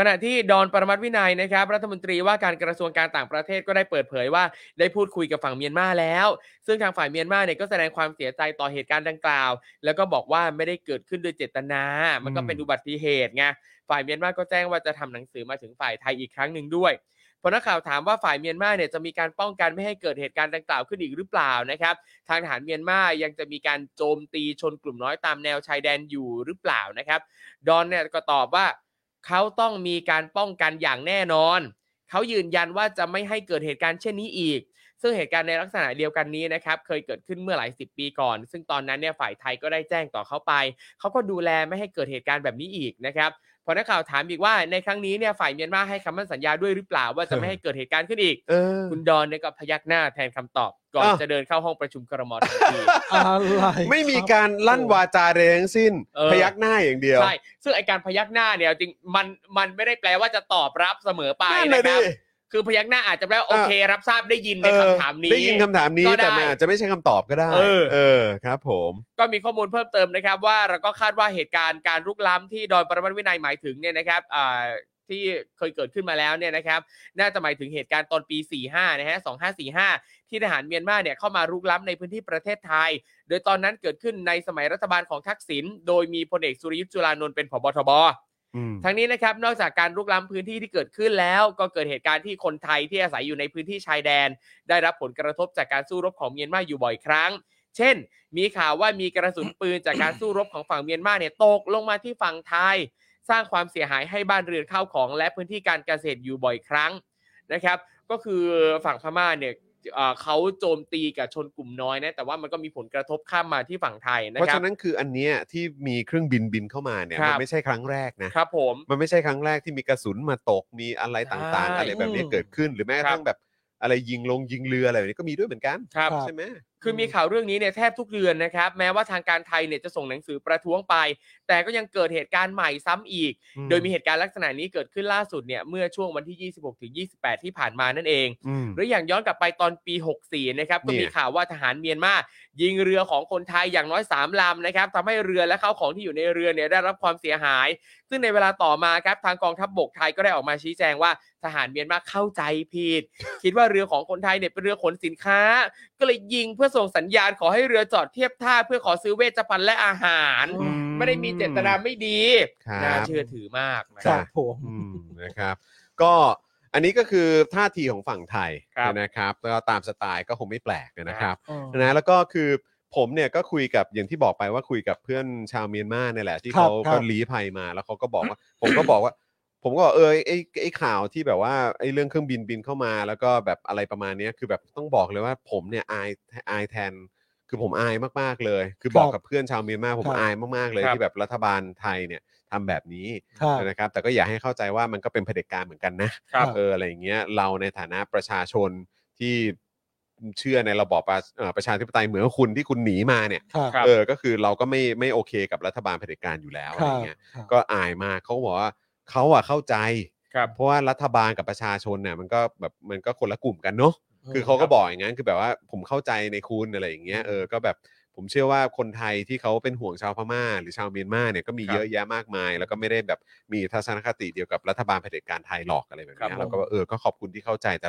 Speaker 4: ขณะที่ดอนปรมัตถ์วินัยนะครับ รัฐมนตรีว่าการกระทรวงการต่างประเทศก็ได้เปิดเผยว่าได้พูดคุยกับฝั่งเมียนมาแล้ว ซึ่งทางฝ่ายเมียนมาเนี่ยก็แสดงความเสียใจต่อเหตุการณ์ดังกล่าว แล้วก็บอกว่าไม่ได้เกิดขึ้นโดยเจตนา มันก็เป็น
Speaker 3: อืม
Speaker 4: อุบัติเหตุไงฝ่ายเมียนมาก็แจ้งว่าจะทำหนังสือมาถึงฝ่ายไทยอีกครั้งหนึ่งด้วยพอนักข่าวถามว่าฝ่ายเมียนมาเนี่ยจะมีการป้องกันไม่ให้เกิดเหตุการณ์ดังกล่าวขึ้นอีกหรือเปล่านะครับ ทางทหารเมียนมายังจะมีการโจมตีชนกลุ่มน้อยตามแนวชายแดนอยู่หรือเปล่านะครับ ดอนเนี่ยก็ตอบว่าเขาต้องมีการป้องกันอย่างแน่นอน เขายืนยันว่าจะไม่ให้เกิดเหตุการณ์เช่นนี้อีก ซึ่งเหตุการณ์ในลักษณะเดียวกันนี้นะครับเคยเกิดขึ้นเมื่อหลายสิบปีก่อน ซึ่งตอนนั้นเนี่ยฝ่ายไทยก็ได้แจ้งต่อเขาไป เขาก็ดูแลไม่ให้เกิดเหตุการณ์แบบนี้อีกนะครับพอนักข่าวถามอีกว่าในครั้งนี้เนี่ยฝ่ายเมียนมาให้คำมั่นสัญญาด้วยหรือเปล่า ว่าจะไม่ให้เกิดเหตุการณ์ขึ้นอีก
Speaker 3: เออ
Speaker 4: คุณดอนเนี่ยก็พยักหน้าแทนคำตอบ ก่อน
Speaker 3: อ่ะ
Speaker 4: จะเดินเข้าห้องประชุมครมทันที
Speaker 5: อะไร
Speaker 3: ไม่มี
Speaker 5: ครับ
Speaker 3: การลั่นวาจาใดทั้งสิ้น
Speaker 4: เออ
Speaker 3: พยักหน้าอย่างเดียว
Speaker 4: ใช่ซึ่งไอการพยักหน้าเนี่ยจริงมันมันไม่ได้แปลว่าจะตอบรับเสมอไป
Speaker 3: นั่นเล
Speaker 4: นะ
Speaker 3: ย
Speaker 4: ค
Speaker 3: ดิ
Speaker 4: รับ คือพยักหน้าอาจจะแปลว่า
Speaker 3: เอ
Speaker 4: โอ
Speaker 3: อ
Speaker 4: เครับทราบได้ยินในคำถามนี้
Speaker 3: ได้ยินคำถามนี้
Speaker 4: ก็ได้
Speaker 3: แต่มันอาจจะไม่ใช่คำตอบก็ได้
Speaker 4: เออ
Speaker 3: อครับผม
Speaker 4: ก็มีข้อมูลเพิ่มเติมนะครับ ว่าเราก็คาดว่าเหตุการณ์การลุกล้ำที่ดอนปรมัตถ์วินัยหมายถึงเนี่ยนะครับอ่าที่เคยเกิดขึ้นมาแล้วเนี่ยนะครับ น่าจะหมายถึงเหตุการณ์ตอนปี 45 นะฮะ 2545 ที่ทหารเมียนมาเนี่ยเข้ามารุกล้ำในพื้นที่ประเทศไทย โดยตอนนั้นเกิดขึ้นในสมัยรัฐบาลของทักษิณโดยมีพลเอกสุริยุทธ์จุลานนท์เป็นผบทบ
Speaker 3: อืม
Speaker 4: ทั้งนี้นะครับนอกจากการรุกล้ำพื้นที่ที่เกิดขึ้นแล้ว ก็เกิดเหตุการณ์ที่คนไทยที่อาศัยอยู่ในพื้นที่ชายแดน ได้รับผลกระทบจากการสู้รบของเมียนมาอยู่บ่อยครั้ง เช่น มีข่าวว่ามีกระสุนปืนจากการสู้รบของฝั่งเมียนมาเนี่ยตกลงมาที่ฝั่งไทย สร้างความเสียหายให้บ้านเรือนข้าวของ และพื้นที่การเกษตรอยู่บ่อยครั้งนะครับ ก็คือฝั่งพม่าเนี่ยเอ่อเขาโจมตีกับชนกลุ่มน้อยนะแต่ว่ามันก็มีผลกระทบข้ามมาที่ฝั่งไทยนะ
Speaker 3: เพราะ
Speaker 4: ครั
Speaker 3: ฉะ
Speaker 4: บ
Speaker 3: นั้นคืออันเนี้ยที่มีเครื่องบินบินเข้ามาเนี่ย
Speaker 4: ครั
Speaker 3: มั
Speaker 4: บ
Speaker 3: นไม่ใช่ครั้งแรกนะครับ
Speaker 4: ผม
Speaker 3: มันไม่ใช่ครั้งแรกที่มีกระสุนมาตกมีอะไรต่างๆ
Speaker 4: ใช่
Speaker 3: อะไรแบบนี้
Speaker 5: อืม
Speaker 3: เกิดขึ้น หรือแม้กระทั่งแบบอะไรยิงลงยิงเรืออะไรแบบนี้ก็มีด้วยเหมือนกัน
Speaker 4: ครับ
Speaker 3: ใช่ไหม
Speaker 4: คือมีข่าวเรื่องนี้เนี่ยแทบทุกเดือนนะครับ แม้ว่าทางการไทยเนี่ยจะส่งหนังสือประท้วงไป แต่ก็ยังเกิดเหตุการณ์ใหม่ซ้ำอีก โดยมีเหตุการณ์ลักษณะนี้เกิดขึ้นล่าสุดเนี่ยเมื่อช่วงวันที่ 26ถึง28 ที่ผ่านมานั่นเอง
Speaker 3: อืม
Speaker 4: หรืออย่างย้อนกลับไปตอนปี 64 นะครับ ก็
Speaker 3: เนี่
Speaker 4: มี
Speaker 3: ย
Speaker 4: ข่าวว่าทหารเมียนมายิงเรือของคนไทยอย่างน้อย 3 ลำนะครับทำให้เรือและข้าวของที่อยู่ในเรือเนี่ยได้รับความเสียหาย ซึ่งในเวลาต่อมาครับทางกองทัพบบกไทยก็ได้ออกมาชี้แจงว่าทหารเมียนมาเข้าใจผิด คิดว่าเรือของคนไทยเนี่ยเป็นเรือขนสินค้า ก็เลยยิงเพื่อ พื่อส่งสัญญาณขอให้เรือจอดเทียบท่าเพื่อขอซื้อเวชภัณฑ์และอาหาร
Speaker 5: อื
Speaker 4: ไม่ได้มีเจตนาไม่ดี
Speaker 3: ครับ
Speaker 4: น่าเชื่อถือมากนะ
Speaker 5: ค
Speaker 4: ค
Speaker 5: รั
Speaker 4: รั
Speaker 5: บบ ผม
Speaker 3: อืมนะครับก็อันนี้ก็คือท่าทีของฝั่งไทย
Speaker 4: ครับ
Speaker 3: นะครับแล้วก็ตามสไตล์ก็คงไม่แปลกนะครับนะแล้วก็คือผมเนี่ยก็คุยกับอย่างที่บอกไปว่าคุยกับเพื่อนชาวเมียนมาเนี่ยแหละที่เขาก็ลี้ภัยมาแล้วเขาก็บอกว่า ผมก็บอกว่า ผมก็บอกเออไอ้ไอ้ข่าวที่แบบว่าไอ้เรื่องเครื่องบินบินเข้ามา แล้วก็แบบอะไรประมาณเนี้ยคือแบบต้องบอกเลยว่าผมเนี่ยอายอายแทน คือผมอายมากๆเลย คือบอกกับเพื่อนชาวเมียนมาผมอายมากๆเลยที่แบบรัฐบาลไทยเนี่ยทำแบบนี้
Speaker 5: ครับ
Speaker 3: นะครับแต่ก็อยากให้เข้าใจว่ามันก็เป็นเผด็จการเหมือนกันนะครับ เอออะไรอย่างเงี้ยเราในฐานะประชาชนที่เชื่อในระบอบประเอ่อประชาธิปไตยเหมือนกับคุณที่คุณหนีมาเนี่ย
Speaker 5: ครับ
Speaker 4: ครับ
Speaker 3: เออก็คือเราก็ไม่ไม่โอเคกับรัฐบาลเผด็จการอยู่แล้ว
Speaker 5: ค
Speaker 3: อะไร
Speaker 5: รับ
Speaker 3: เงี้ย
Speaker 5: ครับ
Speaker 3: ก็อายมากเขาบอกว่าเขาอะเข้าใจ
Speaker 4: ครับ
Speaker 3: เพราะว่ารัฐบาลกับประชาชนเนี่ยมันก็แบบมันก็คนละกลุ่มกันเนาะคือเขาก็บอกอย่างนั้นคือแบบว่าผมเข้าใจในคุณอะไรอย่างเงี้ยเออก็แบบผมเชื่อว่าคนไทยที่เขาเป็นห่วงชาวพม่า หรือชาวเมียนมาเนี่ยก็มีเยอะแยะมากมาย แล้วก็ไม่ได้แบบมีทัศนคติเดียวกับรัฐบาลเผด็จการไทยหรอกอะไรแบบ
Speaker 4: ครับ
Speaker 3: เนี้ย
Speaker 4: ผม
Speaker 3: เราก็ว่าเออก็ขอบคุณที่เข้าใจแต่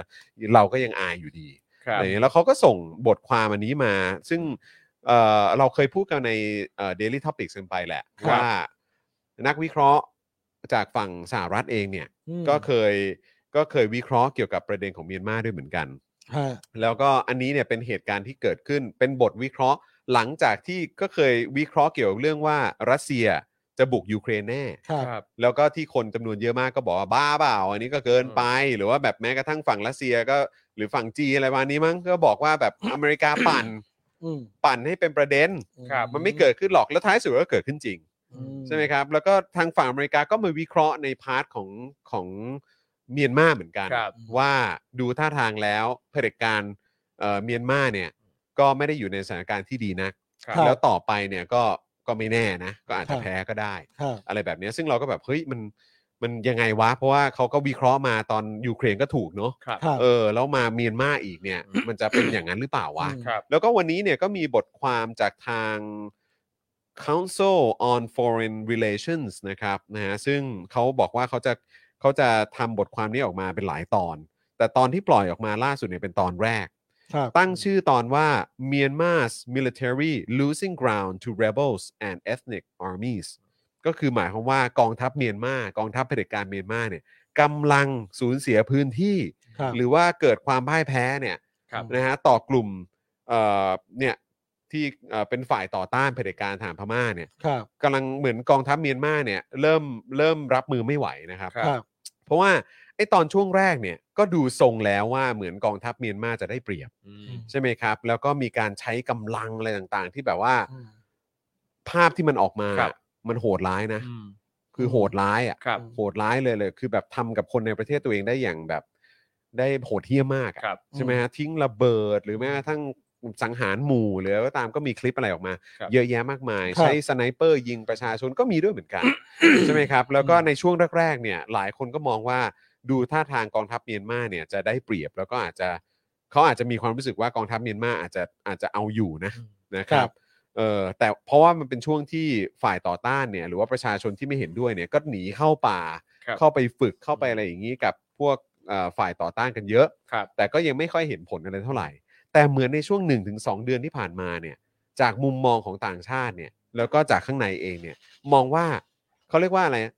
Speaker 3: เราก็ยังอายอยู่ดี
Speaker 4: ครั
Speaker 3: อะ
Speaker 4: บ
Speaker 3: ไรอย่างเงี้ยแล้วเขาก็ส่งบทความอันนี้มา ซึ่งเออเราเคยพูดกันในเดลิทอพิกไปแหละ
Speaker 4: ครับ
Speaker 3: ว่านักวิเคราะห์จากฝั่งสหรัฐเองเนี่ย
Speaker 5: อืม
Speaker 3: ก็เคยก็เคยวิเคราะห์เกี่ยวกับประเด็นของเมียนมาด้วยเหมือนกัน
Speaker 5: ฮะ
Speaker 3: แล้วก็อันนี้เนี่ยเป็นเหตุการณ์ที่เกิดขึ้นเป็นบทวิเคราะห์หลังจากที่ก็เคยวิเคราะห์เกี่ยวกับเรื่องว่ารัสเซียจะบุกยูเครนแน่
Speaker 5: ครับ
Speaker 4: ครับ
Speaker 3: แล้วก็ที่คนจำนวนเยอะมากก็บอกว่าบ้าเปล่า อันนี้ก็เกินไป หรือว่าแบบแม้กระทั่งฝั่งรัสเซียก็หรือฝั่งจีนอะไรประมาณนี้มั้งก็บอกว่าแบบอเมริกาปั่น
Speaker 5: อืม
Speaker 3: ปั่นให้เป็นประเด็น
Speaker 4: ครับ
Speaker 3: มันไม่เกิดขึ้นหรอกแล้วท้ายสุดก็เกิดขึ้นจริง
Speaker 5: อื
Speaker 3: ใช่ไหมครับ แล้วก็ทางฝั่งอเมริกาก็มาวิเคราะห์ในพาร์ทของของเมียนมาเหมือนกัน
Speaker 4: ครับ
Speaker 3: ว่าดูท่าทางแล้วเผด็จการเอ่อเมียนมาเนี่ยก็ไม่ได้อยู่ในสถานการณ์ที่ดีนัก
Speaker 4: ครับ
Speaker 3: แล้วต่อไปเนี่ยก็ก็ไม่แน่นะ ก็อาจจะแพ้ก็ได้
Speaker 5: ครับ
Speaker 3: อะไรแบบเนี้ยซึ่งเราก็แบบเฮ้ยมันมันยังไงวะ เพราะว่าเขาก็วิเคราะห์มาตอนยูเครนก็ถูกเนาะ
Speaker 4: ครับ
Speaker 5: ครับ
Speaker 3: เออแล้วมาเมียนมาอีกเนี่ยมันจะเป็นอย่างนั้นหรือเปล่าวะ
Speaker 5: อืม
Speaker 4: ครับ
Speaker 3: แล้วก็วันนี้เนี่ยก็มีบทความจากทาง Council on Foreign Relations นะครับนะฮะซึ่งเขาบอกว่าเขาจะเขาจะทำบทความนี้ออกมาเป็นหลายตอน แต่ตอนที่ปล่อยออกมาล่าสุดเนี่ยเป็นตอนแรก
Speaker 5: ครับ
Speaker 3: ตั้งชื่อตอนว่า Myanmar's military losing ground to rebels and ethnic armies ก็คือหมายความว่ากองทัพเมียนมากองทัพเผด็จการเมียนมาเนี่ยกำลังสูญเสียพื้นที่
Speaker 5: ครับ
Speaker 3: หรือว่าเกิดความพ่ายแพ้เนี่ย
Speaker 4: ครับ
Speaker 3: นะฮะต่อกลุ่มเอ่อเนี่ยที่เอ่อเป็นฝ่ายต่อต้านเผด็จการทหารพม่าเนี่ย
Speaker 5: ครับ
Speaker 3: กำลังเหมือนกองทัพเมียนมาเนี่ยเริ่มเริ่มรับมือไม่ไหวนะครับ
Speaker 4: ครับ
Speaker 5: ครับ
Speaker 3: เพราะว่าไอ้ตอนช่วงแรกเนี่ยก็ดูทรงแล้วว่าเหมือนกองทัพเมียนมาจะได้เปรียบ
Speaker 4: อืม
Speaker 3: ใช่ไหมครับ แล้วก็มีการใช้กำลังอะไรต่างๆ ที่แบบว่า
Speaker 5: อืม
Speaker 3: ภาพที่มันออกมา
Speaker 4: ครับ
Speaker 3: มันโหดร้ายนะ
Speaker 4: อืม
Speaker 3: คือโหดร้ายอ่ะ
Speaker 4: ครับ
Speaker 3: โหดร้ายเลยเลย คือแบบทำกับคนในประเทศตัวเองได้อย่างแบบ ได้โหดเหี้ยมมากอะ
Speaker 4: ครับ
Speaker 3: ใช่ไหมฮะทิ้งระเบิดหรือแม้กระทั่งสังหารหมู่หรืออะไรก็ตามก็มีคลิปอะไรออกมา
Speaker 4: ครับ
Speaker 3: เยอะแยะมากมาย
Speaker 5: ครับ
Speaker 3: ใช้สไนเปอร์ยิงประชาชนก็มีด้วยเหมื อนกัน ใช่ไหมครับ แล้วก็ในช่วงแรกๆเนี่ย หลายคนก็มองว่าดูท่าทางกองทัพเมียนมาเนี่ยจะได้เปรียบแล้วก็อาจจะเขาอาจจะมีความรู้สึกว่ากองทัพเมียนมาอาจจะอาจจะเอาอยู่นะนะค
Speaker 5: ครั
Speaker 3: รับ
Speaker 5: บ
Speaker 3: เออแต่เพราะว่ามันเป็นช่วงที่ฝ่ายต่อต้านเนี่ยหรือว่าประชาชนที่ไม่เห็นด้วยเนี่ยก็หนีเข้าป่า
Speaker 4: ครับ
Speaker 3: เข้าไปฝึกเข้าไปอะไรอย่างนี้กับพวกเอ่อฝ่ายต่อต้านกันเยอะ
Speaker 4: ครับ
Speaker 3: แต่ก็ยังไม่ค่อยเห็นผลอะไรเท่าไหร่ แต่เหมือนในช่วง 1-2 เดือนที่ผ่านมาเนี่ยจากมุมมองของต่างชาติเนี่ยแล้วก็จากข้างในเองเนี่ยมองว่าเขาเรียกว่าอะไรอะ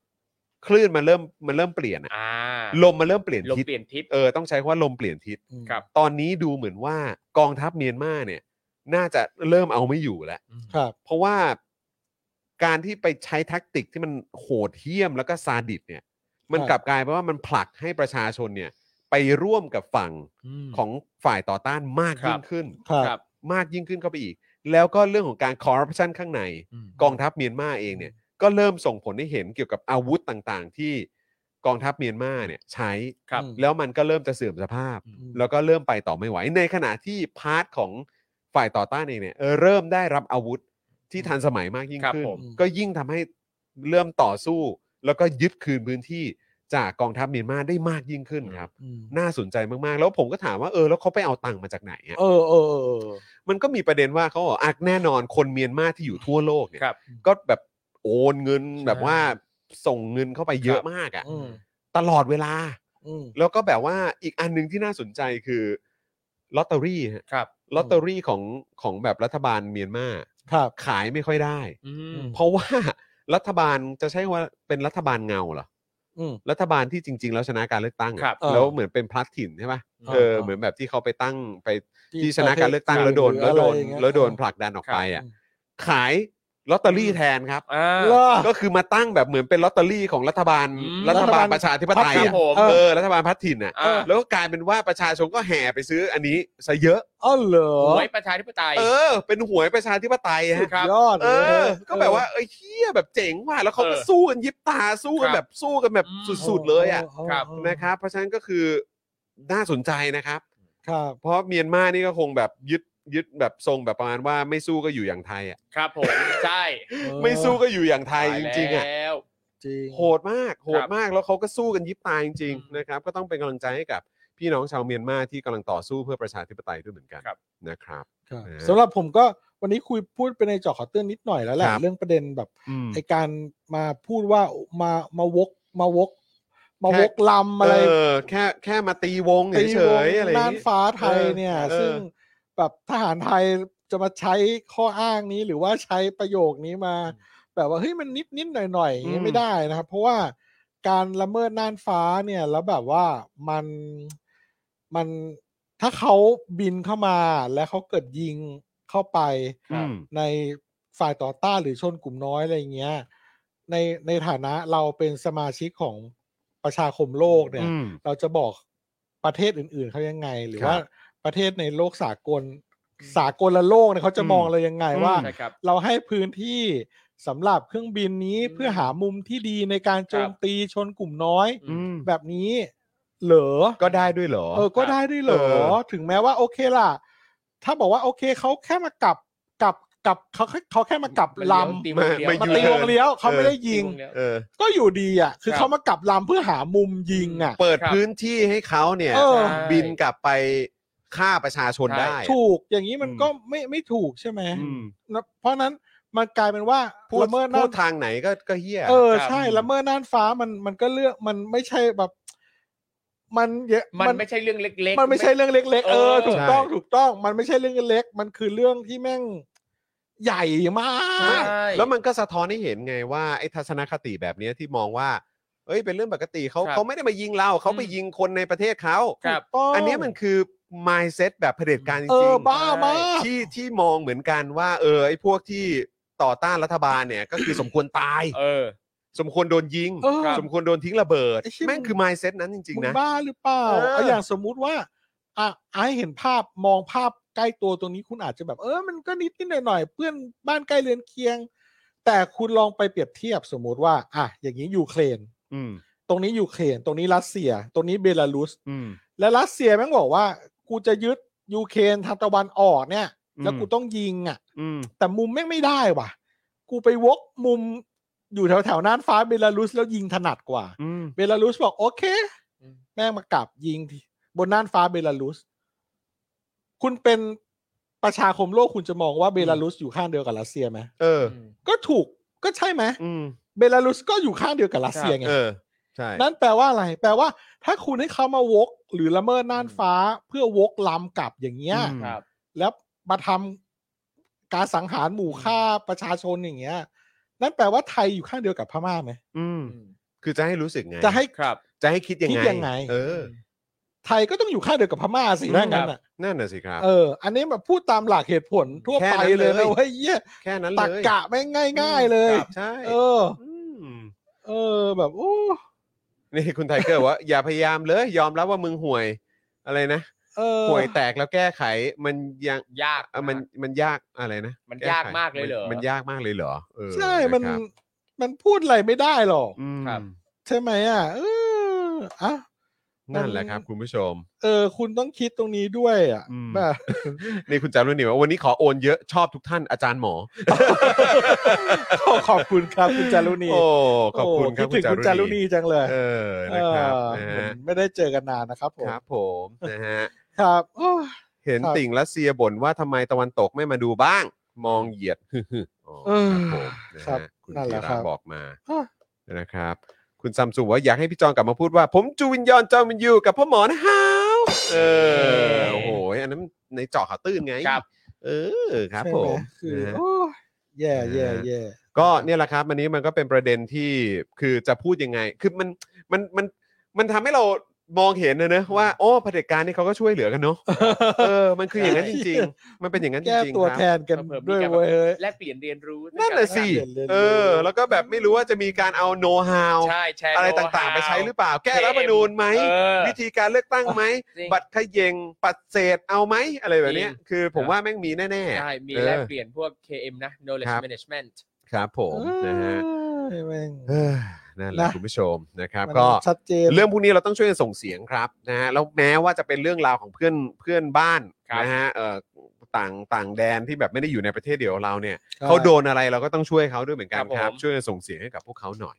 Speaker 3: คลื่นมันเริ่มมันเริ่มเปลี่ยนอะ
Speaker 4: อ่า
Speaker 3: ลมมันเริ่มเปลี่ยน
Speaker 4: ลม
Speaker 3: ทิศ
Speaker 4: เปลี่ยนทิศ
Speaker 3: เออต้องใช้คำว่าลมเปลี่ยนทิศ
Speaker 5: อืม
Speaker 4: ครับ
Speaker 3: ตอนนี้ดูเหมือนว่ากองทัพเมียนมาเนี่ยน่าจะเริ่มเอาไม่อยู่แล้ว
Speaker 5: ครับ
Speaker 3: เพราะว่าการที่ไปใช้แท็กติกที่มันโหดเหี้ยมแล้วก็ซาดิสเนี่ย มัน
Speaker 5: ค
Speaker 3: ก
Speaker 5: รับ
Speaker 3: ลับกลายเป็นว่ามันผลักให้ประชาชนเนี่ย ไปร่วมกับฝั่งของฝ่ายต่อต้านมาก
Speaker 4: ครับ
Speaker 3: ยิ่งขึ้น
Speaker 5: ครับ
Speaker 4: ครับ
Speaker 3: มากยิ่งขึ้นเข้าไปอีก แล้วก็เรื่องของการคอร์รัปชันข้างใน กองทัพเมียนมาเองเนี่ยก็เริ่มส่งผลให้เห็นเกี่ยวกับอาวุธต่างๆ ที่กองทัพเมียนมาเนี่ยใช้
Speaker 4: ครับ
Speaker 3: แล้วมันก็เริ่มจะเสื่อมสภาพ
Speaker 5: อืม
Speaker 3: แล้วก็เริ่มไปต่อไม่ไหว ในขณะที่พาร์ทของฝ่ายต่อต้านเองเนี่ยเออเริ่มได้รับอาวุธที่ทันสมัยมากยิ่ง
Speaker 4: ครับ
Speaker 3: ขึ้น
Speaker 4: ผม
Speaker 3: ก็ยิ่งทำให้เริ่มต่อสู้ แล้วก็ยึดคืนพื้นที่จากกองทัพเมียนมาได้มากยิ่งขึ้นครับ
Speaker 5: อืม
Speaker 3: น่าสนใจมากๆ แล้วผมก็ถามว่าเออแล้วเขาไปเอาตังค์มาจากไหนอะ
Speaker 5: เออเออเออเออ
Speaker 3: มันก็มีประเด็นว่าเขาบอกอ่ะแน่นอนคนเมียนมาที่อยู่ทั่วโลกเนี่ย
Speaker 4: ครับ
Speaker 3: ก็แบบโอนเงินแบบ
Speaker 4: ใช่
Speaker 3: ว่าส่งเงินเข้าไปเยอะมากอะ
Speaker 5: อืม
Speaker 3: ตลอดเวลา
Speaker 5: อืม
Speaker 3: แล้วก็แบบว่าอีกอันหนึงที่น่าสนใจคือลอตเตอรี่ฮะ
Speaker 4: ครับ
Speaker 3: ลอตเตอรี่ของของแบบรัฐบาลเมียนมา
Speaker 5: ครับ
Speaker 3: ขายไม่ค่อยได้
Speaker 4: อืม
Speaker 3: เพราะว่ารัฐบาลจะใช้ว่าเป็นรัฐบาลเงาเหรอ
Speaker 5: อืม
Speaker 3: รัฐบาลที่จริง ๆ แล้วชนะการเลือกตั้งอะ
Speaker 4: ครับ
Speaker 5: เออ
Speaker 3: แล้วเหมือนเป็นพลัดถิ่นใช่ไหมเออเหมือนแบบที่เขาไปตั้งไปที่ชนะการเลือกตั้งแล้วโดนแล้วโดน
Speaker 5: อะไรอย่างเงี้ย
Speaker 3: แล้วโดนผลักดันออกไปอ่ะ
Speaker 5: อืม
Speaker 3: ขายลอตเตอรี่แทนครับ
Speaker 4: อ่า
Speaker 5: เหรอ
Speaker 3: ก็คือมาตั้งแบบเหมือนเป็นลอตเตอรี่ของรัฐบาล
Speaker 4: อืม
Speaker 3: รัฐบาลประชาธิปไตย
Speaker 4: ครั
Speaker 3: อ่ะ
Speaker 4: บผม
Speaker 3: เออรัฐบาลพัฒถิ่นอ่ะ
Speaker 4: เออ
Speaker 3: แล้วก็กลายเป็นว่าประชาชนก็แห่ไปซื้ออันนี้ซะเยอะ
Speaker 5: อ๋อเหรอ
Speaker 4: หวยประชาธิปไตย
Speaker 3: เออ เป็นหวยประชาธิปไตยฮะ
Speaker 4: ครับ
Speaker 5: ยอด
Speaker 3: เอ
Speaker 5: ล
Speaker 3: อย ก็แบบว่าเอ้ยเฮียแบบเจ๋งว่ะแล้วเขาก็
Speaker 4: เออ
Speaker 3: สู้กันยิบตาสู้กัน
Speaker 4: ครับ
Speaker 3: แบบสู้กันแบบ
Speaker 4: อืม
Speaker 3: สุดๆเลยอ่ะ
Speaker 4: ครับ
Speaker 3: นะครับ เพราะฉะนั้นก็คือน่าสนใจนะครับ
Speaker 5: ครับ
Speaker 3: เพราะเมียนมานี่ก็คงแบบยึดยึดแบบทรงแบบประมาณว่าไม่สู้ก็อยู่อย่างไทยอ่ะ
Speaker 4: ครับผมใช่
Speaker 3: ไม่สู้ก็อยู่อย่างไทยจริงๆอ่ะ
Speaker 4: ตายแล้ว
Speaker 5: จริง
Speaker 3: โหดมากโห
Speaker 4: ค
Speaker 3: ด
Speaker 4: รับ
Speaker 3: มากแล้วเขาก็สู้กันยิบตายจริง
Speaker 4: อืม
Speaker 3: ๆนะครับ ก็ต้องเป็นกำลังใจให้กับพี่น้องชาวเมียนมาที่กำลังต่อสู้เพื่อประชาธิปไตยด้วยเหมือนกัน
Speaker 4: ครับ
Speaker 3: นะครับ
Speaker 5: ครับ
Speaker 3: นะ
Speaker 5: สำหรับผมก็วันนี้คุยพูดไปในเจอขอเตือนนิดหน่อยแล้วแหละ
Speaker 3: ครับ
Speaker 5: เรื่องประเด็นแบบ
Speaker 3: อืม
Speaker 5: ไอการมาพูดว่ามามาวกมาวก มาวกลำอะไร
Speaker 3: เออแค่แค่มาตีวง
Speaker 5: ตี
Speaker 3: เฉ
Speaker 5: วง
Speaker 3: ยๆอะไรอย่า
Speaker 5: น่าง น
Speaker 3: งี้
Speaker 5: ฟ้าไทยเนี่ย
Speaker 3: เออ
Speaker 5: ซึ่งแบบทหารไทยจะมาใช้ข้ออ้างนี้หรือว่าใช้ประโยคนี้มา แบบว่าเฮ้ยมันนิดนิดหน่อยหน่อยางงี้ไม่ได้นะครับ เพราะว่าการละเมิดน่านฟ้าเนี่ยแล้วแบบว่ามันมันถ้าเขาบินเข้ามาและเขาเกิดยิงเข้าไป
Speaker 4: ครับ
Speaker 5: ในฝ่ายต่อต้านหรือชนกลุ่มน้อยอะไรอย่างเงี้ยในในฐานะเราเป็นสมาชิกของประชาคมโลกเนี่ย
Speaker 3: อืม
Speaker 5: เราจะบอกประเทศอื่นๆเขายังไง หรือ
Speaker 3: ครับ
Speaker 5: ว่าประเทศในโลกสากลสากลละโลกเนี่ยเขาจะ
Speaker 3: อืม
Speaker 5: มองเรายังไงว่า
Speaker 4: ใช่ครับ
Speaker 5: เราให้พื้นที่สำหรับเครื่องบินนี้
Speaker 4: อืม
Speaker 5: เพื่อหามุมที่ดีในการโจ
Speaker 4: ครั
Speaker 5: ม
Speaker 4: บ
Speaker 5: ตีชนกลุ่มน้อย
Speaker 4: อืม
Speaker 5: แบบนี้เหรอ
Speaker 3: ก็ได้ด้วยเหรอ
Speaker 5: เออก็ได้ด้วยเหรอ
Speaker 3: เออ
Speaker 5: ถึงแม้ว่าโอเคล่ะ ถ้าบอกว่าโอเคเขาแค่มากลับกลับกลับเขาแค่เขาแค่มากลับลำ
Speaker 4: ตี
Speaker 3: มา
Speaker 4: เดียว
Speaker 3: มา
Speaker 5: มา
Speaker 3: ยู
Speaker 5: ตีว
Speaker 3: ทิร์น
Speaker 5: งเลี้ยวเขาไม่ได้
Speaker 4: ตี
Speaker 5: ยิง
Speaker 4: วเลี้ว
Speaker 3: เออ
Speaker 5: ก็อยู่ดีอ่ะ คือ
Speaker 4: ครับ
Speaker 5: เขามากลับลำเพื่อหามุมยิงอ่ะ
Speaker 3: เปิด
Speaker 4: ครับ
Speaker 3: พื้นที่ให้เขาเนี่ย
Speaker 5: เออ
Speaker 3: บินกลับไปฆ่าประชาชน
Speaker 4: ใช่
Speaker 3: ได้
Speaker 5: ถูกอย่างนี้มันก็ไม่ไม่ถูกใช่ไหม
Speaker 3: อืม
Speaker 5: นะเพราะนั้นมันกลายเป็นว่า
Speaker 3: พูด
Speaker 5: ละเมิดห
Speaker 3: พู
Speaker 5: น้า
Speaker 3: ดทางไหนก็ก็เฮี้ย
Speaker 5: เออ
Speaker 4: ครับ
Speaker 5: ใช่ละเมิดน่านฟ้ามันมันก็เลือกมันไม่ใช่แบบ มันเยอะ
Speaker 4: มันไม่ใช่เรื่องเล็ก
Speaker 5: มันไม่ใช่เรื่องเล็ก ๆ เออ
Speaker 4: เออ
Speaker 5: ถูกต้อง
Speaker 3: ใช่
Speaker 5: ถูกต้องมันไม่ใช่เรื่องเล็กมันคือเรื่องที่แม่งใหญ่มา
Speaker 4: ใช่
Speaker 5: ก
Speaker 3: แล้วมันก็สะท้อนให้เห็นไงว่าไอ้ทัศนคติแบบเนี้ยที่มองว่าเอ้ยเป็นเรื่องปกติเขา
Speaker 4: ครับ
Speaker 3: เขาไม่ได้มายิงเราเขาไปยิงคนในประเทศเขา
Speaker 4: ครับ
Speaker 5: ต้อง
Speaker 3: อันเนี้ยมันคือ mindset แบบเผด็จการจริงๆ
Speaker 5: เออบ้ามา
Speaker 4: ใช่
Speaker 5: ก
Speaker 3: ที่ที่มองเหมือนกันว่าเออไอ้พวกที่ต่อต้านรัฐบาลเนี่ย ก็คือสมควรตาย
Speaker 4: เออ
Speaker 3: สมควรโดนยิง
Speaker 5: เออ
Speaker 3: สมควรโดนทิ้งระเบิด
Speaker 5: ไอ้เหี้ย
Speaker 3: แม่งคือ mindset นั้นจริง
Speaker 5: มึ
Speaker 3: ๆนะ
Speaker 5: งบ้าหรือเปล่า
Speaker 3: เออ
Speaker 5: เอาอย่างสมมุติว่าอ่ะไอ้เห็นภาพมองภาพใกล้ตัวตรงนี้คุณอาจจะแบบ เออมันก็นิดนิดหน่อยหน่อยๆเพื่อนบ้านใกล้เรือนเคียง แต่คุณลองไปเปรียบเทียบสมมุติว่า อ่ะอย่างนี้ยูเครน
Speaker 3: อืม
Speaker 5: ตรงนี้ยูเครนตรงนี้รัสเซีย ตรงนี้เบลารุส
Speaker 3: อืม
Speaker 5: และรัสเซียแม่งบอกว่า กูจะยึดยูเครนทางตะวันออกเนี่ย
Speaker 3: อืม
Speaker 5: แล้วกูต้องยิงอ่ะ
Speaker 3: อืม
Speaker 5: แต่มุมแม่งไม่ได้ว่ะ กูไปวกมุมอยู่แถวแถวๆน่านฟ้าเบลารุสแล้วยิงถนัดกว่า
Speaker 3: อืม
Speaker 5: เบลารุสบอกโอเค
Speaker 4: อืม
Speaker 5: แม่งมากลับยิงที่บนน่านฟ้าเบลารุส คุณเป็นประชาคมโลกคุณจะมองว่าเบลารุสอยู่ข้างเดียวกับรัสเซียไหม
Speaker 3: เออ
Speaker 4: ม
Speaker 5: ก็ถูกก็ใช่ไหม
Speaker 3: อืม
Speaker 5: เบลารุสก็อยู่ข้างเดียวกับรัสเซียไง
Speaker 3: เออใช่
Speaker 5: นั่นแปลว่าอะไร แปลว่า ถ้าคุณให้เขามาวก หรือละเมิดน่านฟ้าเพื่อวกล้ำกลับอย่างเงี้ย
Speaker 3: อืม
Speaker 4: ครับ
Speaker 5: แล้วมาทำการสังหารหมู่ฆ่าประชาชนอย่างเงี้ย นั่นแปลว่าไทยอยู่ข้างเดียวกับพม่าไหม
Speaker 3: อืมคือจะให้รู้สึกไง
Speaker 5: จะให้
Speaker 4: ครับ
Speaker 3: จะให้คิดยัง
Speaker 5: คิด
Speaker 3: ไง
Speaker 5: ยังไง
Speaker 3: เออ
Speaker 5: ไทยก็ต้องอยู่ข้างเดียวกับพม่าสิ
Speaker 3: อืม
Speaker 5: ถ้างั้นอ่ะ
Speaker 3: นั่นน่ะสิครับ
Speaker 5: เออ อันนี้แบบพูดตามหลักเหตุผลทั่ว
Speaker 3: แค่
Speaker 5: ไป
Speaker 3: นั้น
Speaker 5: เลย
Speaker 3: เล
Speaker 5: นะ
Speaker 3: ย
Speaker 5: เว้ยเยี่ย
Speaker 3: แค่นั้น
Speaker 5: ตัก
Speaker 3: เลย
Speaker 5: กะไม่ง่ายง่ายๆเลย
Speaker 3: ครับใช่
Speaker 5: เออ
Speaker 3: ม
Speaker 5: เออ แบบโอ้
Speaker 3: นี่คุณไทเกอร์บอกว่า อย่าพยายามเลยยอมรับว่ามึงห่วยอะไรนะ
Speaker 5: เออ
Speaker 3: ห่วยแตกแล้วแก้ไขมันยัง
Speaker 4: ยาก
Speaker 3: อ่ะมัน
Speaker 4: าก
Speaker 3: มันยากอะไรนะ
Speaker 4: มัน
Speaker 3: แไข
Speaker 4: ยากมากเลยเหรอ
Speaker 3: นมันยากมากเลยเหรอเออ
Speaker 5: ใช่ มัน
Speaker 3: ะครับ
Speaker 5: มันพูดอะไรไม่ได้หรอก
Speaker 3: อืม
Speaker 4: ครับ
Speaker 5: ใช่ไหมอ่ะ เอออ่ะ
Speaker 3: นั่นแหละครับ คุณผู้ชม
Speaker 5: เออ คุณต้องคิดตรงนี้ด้วยอ่ะ
Speaker 3: อืม
Speaker 5: แบบ
Speaker 3: นี่คุณจารุณีว่าวันนี้ขอโอนเยอะชอบทุกท่านอาจารย์หมอ
Speaker 5: ขอขอบคุณครับคุณจารุณี
Speaker 3: โอ้ขอบคุณครับ
Speaker 5: โดถึงคุณจารุณีจังเลย
Speaker 3: เออนะครับ
Speaker 5: เอ
Speaker 3: นะ
Speaker 5: อ
Speaker 3: ฮะ
Speaker 5: ไม่ได้เจอกันนานนะครับผม
Speaker 3: ครับผมนะฮะ
Speaker 5: ครับโอ้ย
Speaker 3: เห็น
Speaker 5: ครับ
Speaker 3: ติ่งรัสเซียบ่นว่าทำไมตะวันตกไม่มาดูบ้าง มองเหยียด ฮึ่มๆอ๋อครับผมนะฮะคุณ
Speaker 5: ครับนั่นแห
Speaker 3: ธี
Speaker 5: ละค
Speaker 3: ระ
Speaker 5: รับ
Speaker 3: บอกมา
Speaker 5: อ้อ
Speaker 3: นะครับ คุณซัมซุงว่าอยากให้พี่จองกลับมาพูดว่า ผมจูวินยอนจองวินยูกับพ่อหมอนฮาว เออโอ้โหอันนั้นในเจาะข่าวตื้นไง
Speaker 4: ครับ
Speaker 3: เออครับ
Speaker 5: ใช่
Speaker 3: ผ
Speaker 5: ไห
Speaker 3: ม
Speaker 5: คือ
Speaker 3: นะฮะ
Speaker 5: โอ้ยแย่แย่แย่
Speaker 3: ก็เนี่ยแหละครับอันนี้มันก็เป็นประเด็นที่คือจะพูดยังไง คือมันมันมันมันทำให้เรามองเห็นนะเนอะว่าโอ้เผด็จการนี่เขาก็ช่วยเหลือกันเนาะเออมันคืออย่างนั้นจ
Speaker 5: ใช่
Speaker 3: ริงๆ มันเป็นอย่างนั้นจ
Speaker 5: แก้
Speaker 3: ริง
Speaker 5: ตัว
Speaker 3: ๆค
Speaker 5: แท
Speaker 3: รับ
Speaker 5: นกัน
Speaker 4: เผื่อมี
Speaker 5: ด้วย
Speaker 4: การแบบ
Speaker 5: เว้ยเฮ้ย
Speaker 4: แลกเปลี่ยนเรียนรู้
Speaker 3: นั่นแหละสิ
Speaker 5: เรียนรู้
Speaker 3: เออ แล้วก็แบบไม่รู้ว่าจะมีการเอาโน้ตฮาว
Speaker 4: ใช่แชร์
Speaker 3: อะไรต่างๆ ไปใช้หรือเปล่า แก้รัฐธรรมนูญไหม
Speaker 4: เออ
Speaker 3: วิธีการเลือกตั้งไหม
Speaker 4: จริง
Speaker 3: บัตรเขย่งปัดเศษเอาไหมอะไรแบบเนี้ย
Speaker 4: จริง
Speaker 3: คือผมว่าแม่งมีแน่ๆ
Speaker 4: ใช่มี
Speaker 3: เออ
Speaker 4: แลกเปลี่ยนพวก KM นะ knowledge
Speaker 3: ครับ
Speaker 4: management
Speaker 3: ครับผมนะฮะ
Speaker 5: เอ้ยแม่ง
Speaker 3: เอ้ยนั่นแหละ
Speaker 5: นะ
Speaker 3: คุณผู้ชมนะครับ
Speaker 5: มัน
Speaker 3: ก็
Speaker 5: ชัดเจน
Speaker 3: เรื่องพวกนี้เราต้องช่วยกันส่งเสียงครับนะฮะแล้วแม้ว่าจะเป็นเรื่องราวของเพื่อนเพื่อนบ้าน
Speaker 4: ครับ
Speaker 3: นะฮะเอ่อต่างต่างแดนที่แบบไม่ได้อยู่ในประเทศเดียวกับเราเนี่ย
Speaker 5: ใช่
Speaker 3: เขาโดนอะไรเราก็ต้องช่วยเขาด้วยเหมือนกัน
Speaker 4: ครับผม
Speaker 3: ครับ ช่วยกันส่งเสียงให้กับพวกเขาหน่อย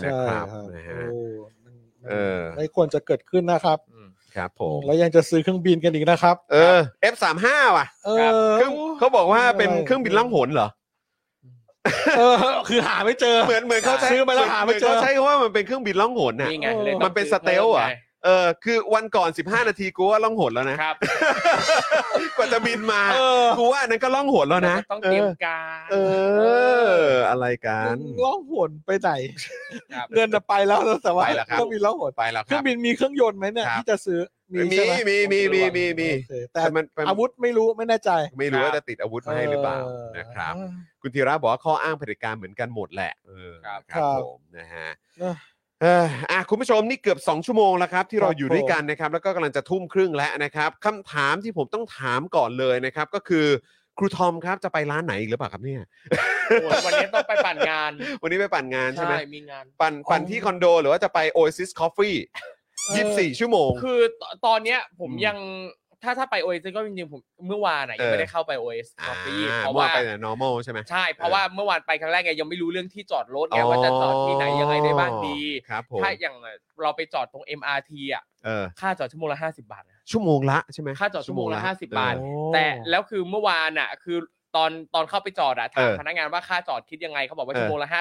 Speaker 5: ใช่
Speaker 3: นะครับ
Speaker 5: ครับ
Speaker 3: นะฮะ
Speaker 5: โอ้มันมัน
Speaker 3: เออ
Speaker 5: ไม่ควรจะเกิดขึ้นนะครับ
Speaker 4: อืม
Speaker 3: ครับผม
Speaker 5: แล้วยังจะซื้อเครื่องบินกันอีกนะครับ
Speaker 3: เออ F35 ว่ะ
Speaker 5: เอ
Speaker 4: ครับ
Speaker 5: อ
Speaker 3: เครื่องเขาบอกว่าเป็นเครื่องบินล่องหนเหรอ
Speaker 5: เออคือหาไม่เจอ
Speaker 3: เหมือนเหมือนเขาใช้
Speaker 5: ซื้อมาแล้ว
Speaker 3: เหน
Speaker 5: หาไม่เจ
Speaker 3: หน
Speaker 5: อ
Speaker 3: เขาใช้คำว่ามันเป็นเครื่องบินล่องหนน่ะ
Speaker 4: นี่ไงลยต้อง
Speaker 3: มันเป็น
Speaker 4: ซื้อ
Speaker 3: สเตลล์อะ
Speaker 4: พิ่มไง
Speaker 3: เออคือวันก่อน 15 นาทีกูว่าล่องหนแล้วนะครับกว่าจะบินมา
Speaker 5: เออ
Speaker 3: กูว่าอันนั้นก็ล่องหนแล้วนะ
Speaker 4: ต้องเตรียมการ
Speaker 3: เออเออ อะไรกัน
Speaker 5: ล่องหนไปไหน
Speaker 4: ครับ
Speaker 5: เดินจะไปแล้ว แต่ว่า
Speaker 3: ไปแล้วครับ
Speaker 5: เครื่องบินล่องหน
Speaker 3: ไปแล้ว
Speaker 5: เค
Speaker 3: ค
Speaker 5: รื่
Speaker 3: รั
Speaker 5: อบ งบินมีเครื่องยนต์ไหมเนี่ย
Speaker 3: ครับ
Speaker 5: ที่จะซื้อมี
Speaker 3: มี
Speaker 5: ใช่ไหม
Speaker 3: มีมีมีมีมี
Speaker 5: โอเคแต่
Speaker 3: แต่มันมัน
Speaker 5: อาวุธไม่รู้ไม่แน่ใจ
Speaker 3: ไม่รู้ว่าจะติดอาวุธมาให้หรือเปล่า
Speaker 5: เออ
Speaker 3: นะครับ คุณธีระบอกว่าข้ออ้างเผด็จการเหมือนกันหมดแหละเออ
Speaker 4: ครับ
Speaker 3: ครับ
Speaker 5: ครับ
Speaker 3: ผมนะฮะ
Speaker 5: เนอะ
Speaker 3: เอ่ออ่ะคุณผู้ชมนี่เกือบ 2 ชั่วโมงแล้วครับ ที่เรา
Speaker 5: ครับ
Speaker 3: อยู่ด้วยกันนะครับ แล้วก็กำลังจะทุ่มครึ่งแล้วนะครับคำถามที่ผมต้องถามก่อนเลยนะครับ ก็คือครูทอมครับจะไปร้านไหนอีกหรือเปล่าครับเนี่ย
Speaker 4: โอ้ยวันนี้ต้องไปปั่นงาน
Speaker 3: วันนี้ไปปั่นงานใช่ไหม
Speaker 4: มีงาน
Speaker 3: ปั่นปั่น
Speaker 5: อ๋อ
Speaker 3: ที่คอนโด หรือว่าจะไป Oasis Coffee 24 ชั่วโมง
Speaker 4: คือตตอนเนี้ยผม
Speaker 3: อืม
Speaker 4: ยังถ้าถ้าไปโอเอสก็จริงๆผมเมื่อวานอะยัง
Speaker 3: เอ
Speaker 4: ไม่
Speaker 3: อ
Speaker 4: ได้เข้าไปโอเอส
Speaker 3: อ่า
Speaker 4: เพราะ
Speaker 3: เมื่
Speaker 4: ว่าว
Speaker 3: อานไปแต่ normal ใช่ไหม
Speaker 4: ใช่ เพราะว่าเมื่อวานไปครั้งแรกไงยังไม่รู้เรื่องที่จอดรถไง
Speaker 3: อ๋อ
Speaker 4: ว่าจะจอดที่ไหนยังไงได้บ้างดี
Speaker 3: ครับผม
Speaker 4: ถ้าอย่างเราไปจอดตรง MRT อ่ะ
Speaker 3: เออ
Speaker 4: ค่าจอดชั่วโมงละ50 บาทนะ
Speaker 3: ชั่วโมงละใช่ไหม
Speaker 4: ค่าจอดชั่วโมงละ50บาท
Speaker 3: เออ
Speaker 4: แต่แล้วคือเมื่อวานอ่ะคือตอนตอนเข้าไปจอดอ่ะถาม
Speaker 3: เออ
Speaker 4: พนักงานว่าค่าจอดคิดยังไงเขาบอกว่า
Speaker 3: เออ
Speaker 4: ชั่วโมงละ
Speaker 3: เอ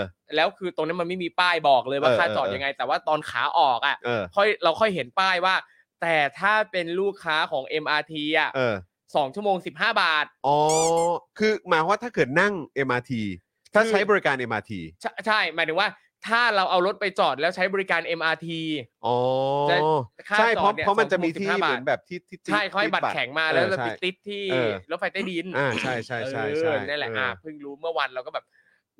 Speaker 3: อ
Speaker 4: 50 แล้วคือตรงนั้นมันไม่มีป้ายบอกเลยว่า
Speaker 3: เออ
Speaker 4: ค่า
Speaker 3: เออ
Speaker 4: จอด
Speaker 3: เออ
Speaker 4: ยังไง แต่ว่าตอนขาออกอ่ะ
Speaker 3: เออ
Speaker 4: ค่อยเราค่อยเห็นป้ายว่า แต่ถ้าเป็นลูกค้าของ MRT อ่ะ
Speaker 3: เออ
Speaker 4: สองชั่วโมง 15 บาท
Speaker 3: อ๋อ คือหมายว่าถ้าเกิดนั่ง MRT ถ้าใช้บริการ MRT
Speaker 4: ใช่ใช่หมายถึงว่า ถ้าเราเอารถไปจอดแล้วใช้บริการ MRT
Speaker 3: อ๋อ
Speaker 4: จะค่า
Speaker 3: ใช่
Speaker 4: จ
Speaker 3: เพ
Speaker 4: อ
Speaker 3: ราะ
Speaker 4: ดเนี่ย
Speaker 3: เพราะมันจะมีที่
Speaker 4: สองชั่วโมงสิบ
Speaker 3: เห
Speaker 4: ห้าบาท
Speaker 3: มือนแบบที่ที่ที่
Speaker 4: ใช่เขาให้
Speaker 3: ที่
Speaker 4: บัตรแข็งมาแล้ว
Speaker 3: เออ
Speaker 4: เรา
Speaker 3: ใช่
Speaker 4: ไปติดที่
Speaker 3: เออ
Speaker 4: รถไฟใต้ดิน
Speaker 3: อ่า ใช่ใช่ใช่ใช่
Speaker 4: เออนั่นแหละ
Speaker 3: เ
Speaker 4: อ่ะเพิ่งรู้เมื่อวันเราก็แบบ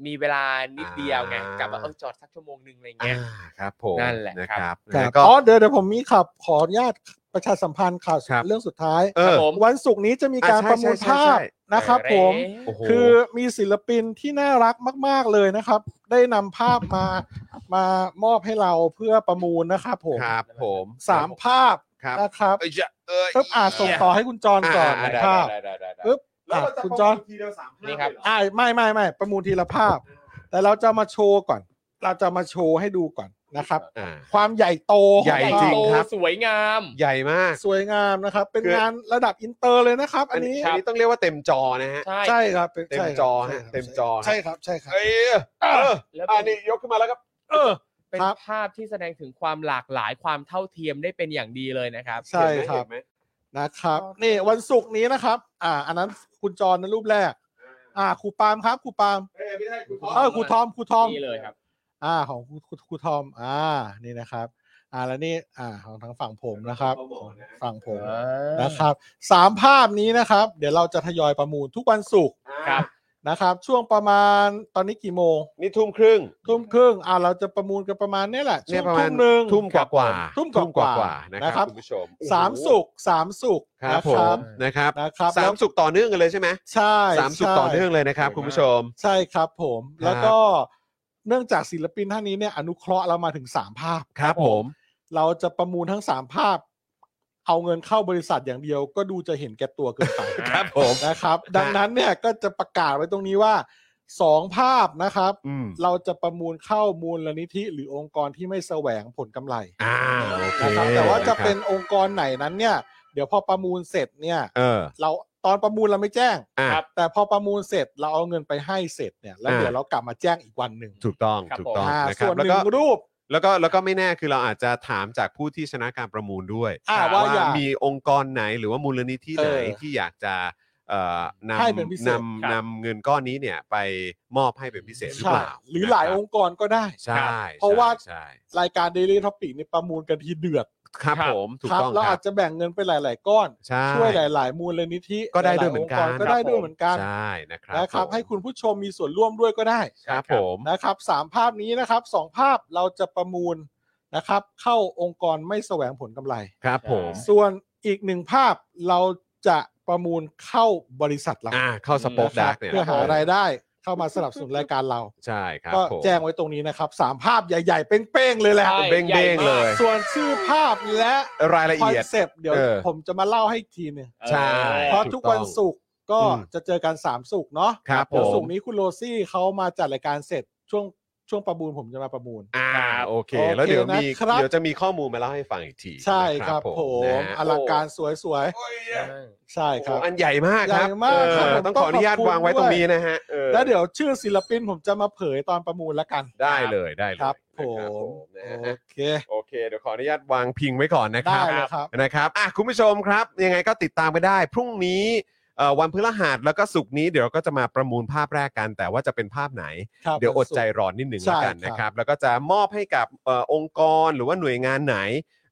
Speaker 4: มีเวลานิดเดียวไง
Speaker 3: อ่า
Speaker 4: กลับว่าเออจอดสักชั่วโมงหนึ่งอะไร
Speaker 3: อ่า
Speaker 4: เงี้ย
Speaker 3: ครับผม
Speaker 4: นั่นแหละ
Speaker 3: นะค
Speaker 4: ครั
Speaker 3: รับบ นะฮะ
Speaker 5: ครับ
Speaker 3: ก็
Speaker 5: อ๋อเดี๋ยวเดี๋ยวผมมีข่าวขออนุญาตประชาสัมพันธ์ข่าว
Speaker 3: ครับ
Speaker 5: เรื่องสุดท้าย
Speaker 3: เอ
Speaker 4: ครั
Speaker 3: อ
Speaker 4: บผม
Speaker 5: วันศุกร์นี้จะมีการ
Speaker 3: อ่ะใช่
Speaker 5: ประมูลภาพ
Speaker 3: ใช่ใช่
Speaker 5: นะครับผม
Speaker 3: โอ้โห
Speaker 5: คือมีศิลปินที่น่ารักมาก ๆ เลยนะครับ ได้นำภาพมา มามอบให้เราเพื่อประมูลนะครับผม
Speaker 3: ครับผม
Speaker 5: สามภาพ
Speaker 3: ครับ
Speaker 5: นะครับ
Speaker 3: เอ้ยจะเย
Speaker 5: ปึ๊บอ่าส่งต่อให้คุณจรก่อน
Speaker 3: อ่า
Speaker 5: ห
Speaker 4: ได้
Speaker 5: นึ่ง
Speaker 4: ได้
Speaker 5: ภาพ
Speaker 4: ได้ได้ได้
Speaker 5: ปึ๊บอ่ะคุณจอน
Speaker 3: ทีเดียวสามภาพ
Speaker 4: นี่ครับ
Speaker 3: เลยเหอ
Speaker 5: อ่าไม่ไม่ไม่ประมูลทีละภาพ แต่เราจะมาโชว์ก่อน เราจะมาโชว์ให้ดูก่อนนะครับ
Speaker 3: อ่า
Speaker 5: ความใหญ่โตของ
Speaker 3: ใหญ่จริง
Speaker 4: โต
Speaker 5: ภาพ
Speaker 3: ครับ
Speaker 4: สวยงาม
Speaker 3: ใหญ่มาก
Speaker 5: สวยงามนะครับ เป็น
Speaker 3: คือ
Speaker 5: งานระดับอินเตอร์เลยนะครับ อันนี้
Speaker 3: อันนี้ต้องเรียกว่าเต็มจอนะฮะ
Speaker 4: ใช่
Speaker 5: ใช่ครับป็น
Speaker 3: เต็ม
Speaker 5: ใช่ครับ
Speaker 3: จอ
Speaker 5: ใช่
Speaker 3: ฮะ
Speaker 5: ครับ
Speaker 3: เต็มจอ
Speaker 5: ใช่ครับใช่ครับ
Speaker 3: เอ้ยเออ
Speaker 4: แล้ว
Speaker 3: อ่า
Speaker 4: เป็น
Speaker 3: นี่ยกขึ้นมาแล้วครับ
Speaker 5: เออ
Speaker 4: เป็น
Speaker 5: ครับ
Speaker 4: ภาพที่แสดงถึงความหลากหลายความเท่าเทียมได้เป็นอย่างดีเลยนะครับ
Speaker 5: ใช่ ครับ นะครับนี่วันศุกร์นี้นะครับ อ่า อันนั้นคุณจรนะรูปแรก อ่าครูปาล์มครับครูปาล์ม
Speaker 3: เอ้ยไม่ใช่คุณพ่อ
Speaker 5: เออครูทอมครูทอม
Speaker 4: นี่เลยครับ
Speaker 5: อ่า ของครูครูครูทอม อ่านี่นะครับ อ่าแล้วนี่อ่าของทางฝั่งผมนะครับ ฝั่งผมนะครับสามภาพนี้นะครับ เดี๋ยวเราจะทยอยประมูลทุกวันศุกร์
Speaker 4: ครับ
Speaker 5: นะครับ ช่วงประมาณตอนนี้กี่โมง
Speaker 3: นี่ทุ่มครึ่ง
Speaker 5: ทุ่มครึ่งอ่าเราจะประมูลกันประมาณเนี้ยแหละช่
Speaker 3: เนี่
Speaker 5: วย ง
Speaker 3: ประมา
Speaker 5: ทุ่
Speaker 3: ณ
Speaker 5: มหนึ่ง
Speaker 3: ทุ่มกว่ากว่า
Speaker 5: ทุ่มกว่ากว่า
Speaker 3: นะ
Speaker 5: นะ
Speaker 3: ค
Speaker 5: ค
Speaker 3: รั
Speaker 5: รั
Speaker 3: บบ คุณผู้ชม
Speaker 5: สามสุกร์สามสุกร์
Speaker 3: ครับ
Speaker 5: นะ
Speaker 3: ผ
Speaker 5: ครั
Speaker 3: ม
Speaker 5: บ
Speaker 3: นะครับ
Speaker 5: นะครับ
Speaker 3: สาม
Speaker 5: แล้ว
Speaker 3: สุกต่อเนื่องกันเลยใช่ไหม
Speaker 5: ใช่
Speaker 3: สามสุก
Speaker 5: ใช่
Speaker 3: ต่อเนื่องเลยนะครับ คุณผู้ชม
Speaker 5: ใช่ครับผม
Speaker 3: ครับ
Speaker 5: แล้วก็เนื่องจากศิลปินท่านนี้เนี่ยอนุเคราะห์เรามาถึงสามภาพ
Speaker 3: ครับผม
Speaker 5: เราจะประมูลทั้งสามภาพ เอาเงินเข้าบริษัทอย่างเดียว ก็ดูจะเห็นแก่ตัวเกินไป
Speaker 3: ครับผม
Speaker 5: นะครับ ดังนั้นเนี่ยก็จะประกาศไว้ตรงนี้ว่าสองภาพนะครับ
Speaker 3: อืม
Speaker 5: เราจะประมูลเข้ามูลนิธิหรือองค์กรที่ไม่แสวงผลกำไร
Speaker 3: อ่าโอเค
Speaker 5: นะครับแต่ว่าจะเป็นองค์กรไหนนั้นเนี่ย เดี๋ยวพอประมูลเสร็จเนี่ย
Speaker 3: เออ
Speaker 5: เราตอนประมูลเราไม่แจ้ง
Speaker 3: อ่ะ
Speaker 4: ครับ
Speaker 5: แต่พอประมูลเสร็จเราเอาเงินไปให้เสร็จเนี่ยแล้ว
Speaker 3: อ่า
Speaker 5: เดี๋ยวเรากลับมาแจ้งอีกวันหนึ่ง
Speaker 3: ถูกต้อง
Speaker 4: ครับ
Speaker 3: ถูกต้อง
Speaker 5: อ่า
Speaker 3: นะครั
Speaker 5: ส่
Speaker 3: บ
Speaker 5: วน
Speaker 3: แล้ว
Speaker 5: ห
Speaker 3: ก็
Speaker 5: นึ่งรูป
Speaker 3: แล้วก็แล้วก็ไม่แน่คือเราอาจจะถามจากผู้ที่ชนะการประมูลด้วย
Speaker 5: อ่าว่าอยาก
Speaker 3: มีองค์กรไหนหรือว่ามูลนิธิไหน
Speaker 5: เออ
Speaker 3: ที่อยากจะเอ่อน
Speaker 5: ให้เป็นพิเศ
Speaker 3: ำ
Speaker 5: ษ
Speaker 3: นำ
Speaker 4: ครับ
Speaker 3: นำเงินก้อนนี้เนี่ยไปมอบให้เป็นพิเศษหรือ
Speaker 5: ใช่
Speaker 3: เปล่า
Speaker 5: หรือหลาย
Speaker 3: นะค
Speaker 5: อบ งค์กรก็ได้
Speaker 3: ใช่
Speaker 5: เพราะว่า
Speaker 3: ใช่
Speaker 5: รายการ Daily Topic นี่ประมูลกันทีเดือด
Speaker 3: ใช่ครับผมถูก
Speaker 5: ครับ
Speaker 3: ต้อง
Speaker 5: เรา
Speaker 3: ครั
Speaker 5: อา
Speaker 3: บ
Speaker 5: จจะแบ่งเงินไปหลาย ๆ ก้อน
Speaker 3: ใช่
Speaker 5: ช่วยหลาย ๆ มูลนิธิ
Speaker 3: ก็ได้
Speaker 5: ลาๆ
Speaker 3: ด้วยเหมือนกัน
Speaker 5: งค์ก็ได้ด้วยเหมือนกัน
Speaker 3: ใช่นะครับ
Speaker 5: นะครับ
Speaker 3: ผม
Speaker 5: ให้คุณผู้ชมมีส่วนร่วมด้วยก็ได้
Speaker 3: ครับผม
Speaker 5: นะครับสามภาพนี้นะครับสองภาพเราจะประมูลนะครับ เข้าองค์กรไม่แสวงผลกำไร
Speaker 3: ครับผม
Speaker 5: ส่วนอีกหนึ่งภาพเราจะประมูลเข้าบริษัทเรา
Speaker 3: อ่าเข้าสป็อค
Speaker 5: นะค
Speaker 3: ดั
Speaker 5: รั
Speaker 3: ก
Speaker 5: บ
Speaker 3: เนี่ย
Speaker 5: เพื่อหารายได้เข้ามาสนับสนุนรายการเรา
Speaker 3: ใช่ครับ
Speaker 5: ก็
Speaker 3: ผม
Speaker 5: แจ้งไว้ตรงนี้นะครับสามภาพใหญ่ๆ เป้งๆ เลยแหละ
Speaker 4: ใช่
Speaker 3: เบ้งเบ้งๆเลย
Speaker 5: ส่วนชื่อภาพและ
Speaker 3: รายละ
Speaker 5: คอ
Speaker 3: เอี
Speaker 5: น
Speaker 3: ยด
Speaker 5: เซปต์เดี๋ยว
Speaker 3: เออ
Speaker 5: ผมจะมาเล่าให้อีกทีหนึง
Speaker 3: ใช่
Speaker 5: เพราะทุกวันศุกร์ก็
Speaker 3: อืม
Speaker 5: จะเจอกันสามศุกร์เนาะ
Speaker 3: ครับผ
Speaker 5: เดี๋ยว
Speaker 3: ม
Speaker 5: สุกร์นี้คุณโรซี่เขามาจัดรายการเสร็จช่วงช่วงประมูลผมจะมาประมูล
Speaker 3: อ่าโอเค
Speaker 5: โอเค
Speaker 3: แล้วเดี๋ยวมี
Speaker 5: นะครับ
Speaker 3: เดี๋ยวจะมีข้อมูลมาเล่าให้ฟังอีกที
Speaker 5: ใช่ครับผม
Speaker 3: นะ
Speaker 5: อ
Speaker 3: ฮะ
Speaker 5: ลังการสวยๆ ใช่ค
Speaker 3: โอ้
Speaker 5: รับ
Speaker 3: อันใหญ่มากครับ
Speaker 5: ใหญ่มากครับ
Speaker 3: เออ
Speaker 5: ผม
Speaker 3: ต้องขออนุญาต
Speaker 5: ต้องขอบคุณ
Speaker 3: วางไว้ตรงนี้นะฮะเออ
Speaker 5: แล้วเดี๋ยวชื่อศิลปินผมจะมาเผยตอนประมูลแล้วกัน
Speaker 3: ได้เลยได้เลย
Speaker 5: ครับผ
Speaker 3: นะครับ
Speaker 5: ม
Speaker 3: นะ
Speaker 5: โอ
Speaker 3: ฮะ
Speaker 5: เค
Speaker 3: โอเค เดี๋ยวขออนุญาตวางพิงไว้ก่อนนะครับ
Speaker 5: ได้เลยครับ
Speaker 3: นะครับอ่ะคุณผู้ชมครับ ยังไงก็ติดตามไปได้ พรุ่งนี้เอ่อวันพฤหัสแล้วก็ศุกร์นี้เดี๋ยวเราก็จะมาประมูลภาพแรกกัน แต่ว่าจะเป็นภาพไหน
Speaker 5: ครับ
Speaker 3: เดี๋ยวอดใจ
Speaker 5: สุ
Speaker 3: รอนิดหนึ่ง
Speaker 5: ใช่
Speaker 3: แล้วกัน
Speaker 5: ครับ
Speaker 3: นะครับ แล้วก็จะมอบให้กับเอ่อองค์กรหรือว่าหน่วยงานไหน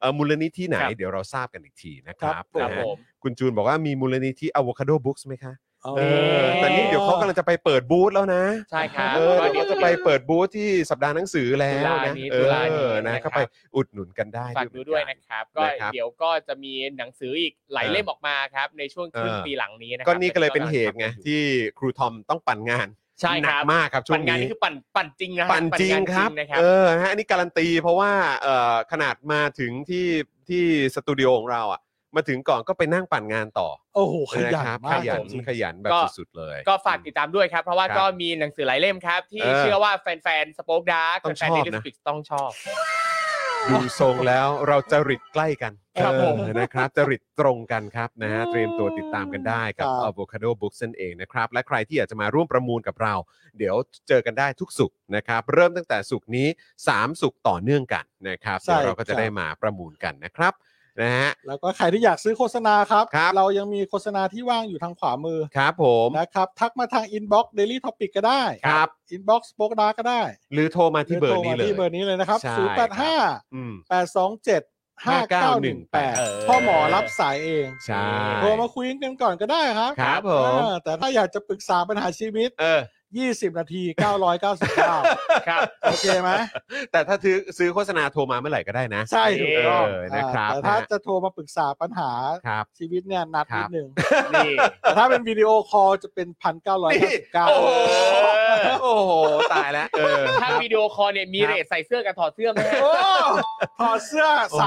Speaker 3: เอ่อมูลนิธิไหน
Speaker 4: ครับ
Speaker 3: เดี๋ยวเราทราบกันอีกทีนะ
Speaker 5: ด
Speaker 3: ค
Speaker 5: ครั
Speaker 3: รั
Speaker 5: บบ ผ
Speaker 4: ครับ
Speaker 5: ม
Speaker 3: นะฮะ
Speaker 4: ผม
Speaker 3: คุณจูนบอกว่ามีมูลนิธิ Avocado Books ไหมคะ
Speaker 5: เอา
Speaker 3: เออแต่นี่เดี๋ยวเขากำลังจะไปเปิดบูธแล้วนะ
Speaker 4: ใช่ครับ
Speaker 3: เออ
Speaker 4: ก็
Speaker 3: เดี๋ยวก็
Speaker 4: เดี๋ยว
Speaker 3: จะ
Speaker 4: จะ
Speaker 3: ไป
Speaker 4: ไป
Speaker 3: เปิดบูธที่สัปดาห์หนังสือแล้ว
Speaker 4: ตุลา
Speaker 3: นะ
Speaker 4: นี้
Speaker 3: เออ
Speaker 4: ตุลานี้
Speaker 3: นะ
Speaker 4: นะครับ
Speaker 3: ก็ไปอุดหนุนกันได้
Speaker 4: ฝากดู
Speaker 3: เหมือ
Speaker 4: ด้วยนะครับ ก็
Speaker 3: นะครับ
Speaker 4: เดี๋ยวก็จะมีหนังสืออีกหลายเล่มออกมาครับ ในช่วงครึ่ง
Speaker 3: เออ
Speaker 4: ปีหลังนี้นะครั
Speaker 3: ก็
Speaker 4: บ
Speaker 3: นี่ก็เลยเป็นเหตุไงที่ครูทอมต้องปั่นงาน
Speaker 4: ใช่
Speaker 3: ห
Speaker 4: ค
Speaker 3: นั
Speaker 4: รับ
Speaker 3: มากครับช่ว
Speaker 4: ปั่น
Speaker 3: ง
Speaker 4: งาน
Speaker 3: นี้
Speaker 4: นี่คือปั่นปั่นจริงนะ
Speaker 3: ปั่นจริงครับ
Speaker 4: ปั่นงานจริงนะครับ
Speaker 3: เออฮะอันนี้การันตีเพราะว่าเอ่อขนาดมาถึงที่ที่สตูดิโอของเราอ่ะมาถึงก่อนก็ไปนั่งปั่นงานต่อ
Speaker 5: โอ้โหข
Speaker 3: นะ
Speaker 5: ยัน
Speaker 3: ครับ
Speaker 5: มา
Speaker 3: ข
Speaker 5: ก
Speaker 3: ยัน
Speaker 5: จริง
Speaker 3: ขยันแบบ
Speaker 4: ก็
Speaker 3: สุดๆเลย
Speaker 4: ก็ฝากติดตามด้วยครับ เพราะว่า
Speaker 3: ครับ
Speaker 4: ก็มีหนังสือหลายเล่มครับ ที่
Speaker 3: เออ
Speaker 4: เชื่อว่าแฟนๆสป็อคดาร์ก
Speaker 3: ต้อง
Speaker 4: แฟน
Speaker 3: ช
Speaker 4: ๆ
Speaker 3: อ
Speaker 4: ดิ
Speaker 3: บนะ
Speaker 4: สปิกต้องชอบ
Speaker 3: ดูทรงแล้วเราจะริดใกล้กัน
Speaker 4: ครับผม
Speaker 3: เออนะครับจะริดตรงกันครับนะฮะเตรียมตัวติดตามกันได้กับ
Speaker 5: ครับ
Speaker 3: Avocado Books นั่นเองนะครับ และใครที่อยากจะมาร่วมประมูลกับเรา เดี๋ยวเจอกันได้ทุกสุกร์นะครับ เริ่มตั้งแต่สุกร์นี้ 3 สุกร์ต่อเนื่องกันนะครับ
Speaker 5: ใช่
Speaker 3: เดี๋ยวเราก็
Speaker 5: ครั
Speaker 3: จะ
Speaker 5: บ
Speaker 3: ได้มาประมูลกันนะครับนะฮะ
Speaker 5: แล้วก็ใครที่อยากซื้อโฆษณาครับ
Speaker 3: ครับ
Speaker 5: เรายังมีโฆษณาที่ว่างอยู่ทางขวามือ
Speaker 3: ครับผม
Speaker 5: นะครับทักมาทาง Inbox Daily Topic ก็ได้
Speaker 3: ครับ
Speaker 5: Inbox สปอคดาก็ได้
Speaker 3: หรือโทรมาที่เบอร์นี้
Speaker 5: ห
Speaker 3: เล
Speaker 5: โทมาย ที่เบอร์นี้เลยนะครับ
Speaker 3: ใช่
Speaker 5: 0 8 5
Speaker 3: อืม
Speaker 5: 8 2 7 5 9 1
Speaker 3: เออ
Speaker 5: 8พ่อหมอรับสายเอง
Speaker 3: ใช่
Speaker 5: โทรมาคุยกันก่อนก็ได้ครับ
Speaker 3: ครับผม
Speaker 5: เออแต่ถ้าอยากจะปรึกษาปัญหาชีวิต
Speaker 3: เออ
Speaker 5: 20 นาที 999
Speaker 4: ครับ
Speaker 5: โอเคไหม
Speaker 3: แต่ถ้าซื้อซื้อโฆษณาโทรมาเมื่อไหร่ก็ได้นะ
Speaker 5: ใช่ถูกต้อง
Speaker 3: เออนะครับ
Speaker 5: แต่ถ้าจะโทรมาปรึกษาปัญหา
Speaker 3: ครับ
Speaker 5: ชีวิตเนี่ยนัด
Speaker 3: ครั
Speaker 5: นิ
Speaker 3: บ
Speaker 5: ดนึง
Speaker 4: นี่
Speaker 5: แต่ถ้าเป็นวิดีโอคอลจะเป็น
Speaker 3: นี่โอ้โห
Speaker 5: 1,999
Speaker 3: โอ้โห ตายแล้วเออ
Speaker 4: ถ้าวิดีโอคอลเนี่ยมี
Speaker 3: ครับ
Speaker 4: เรทใส่เสื้อกับถอดเสื้อไหมฮะ
Speaker 5: โอ้ถอดเสื้อ
Speaker 3: โอ้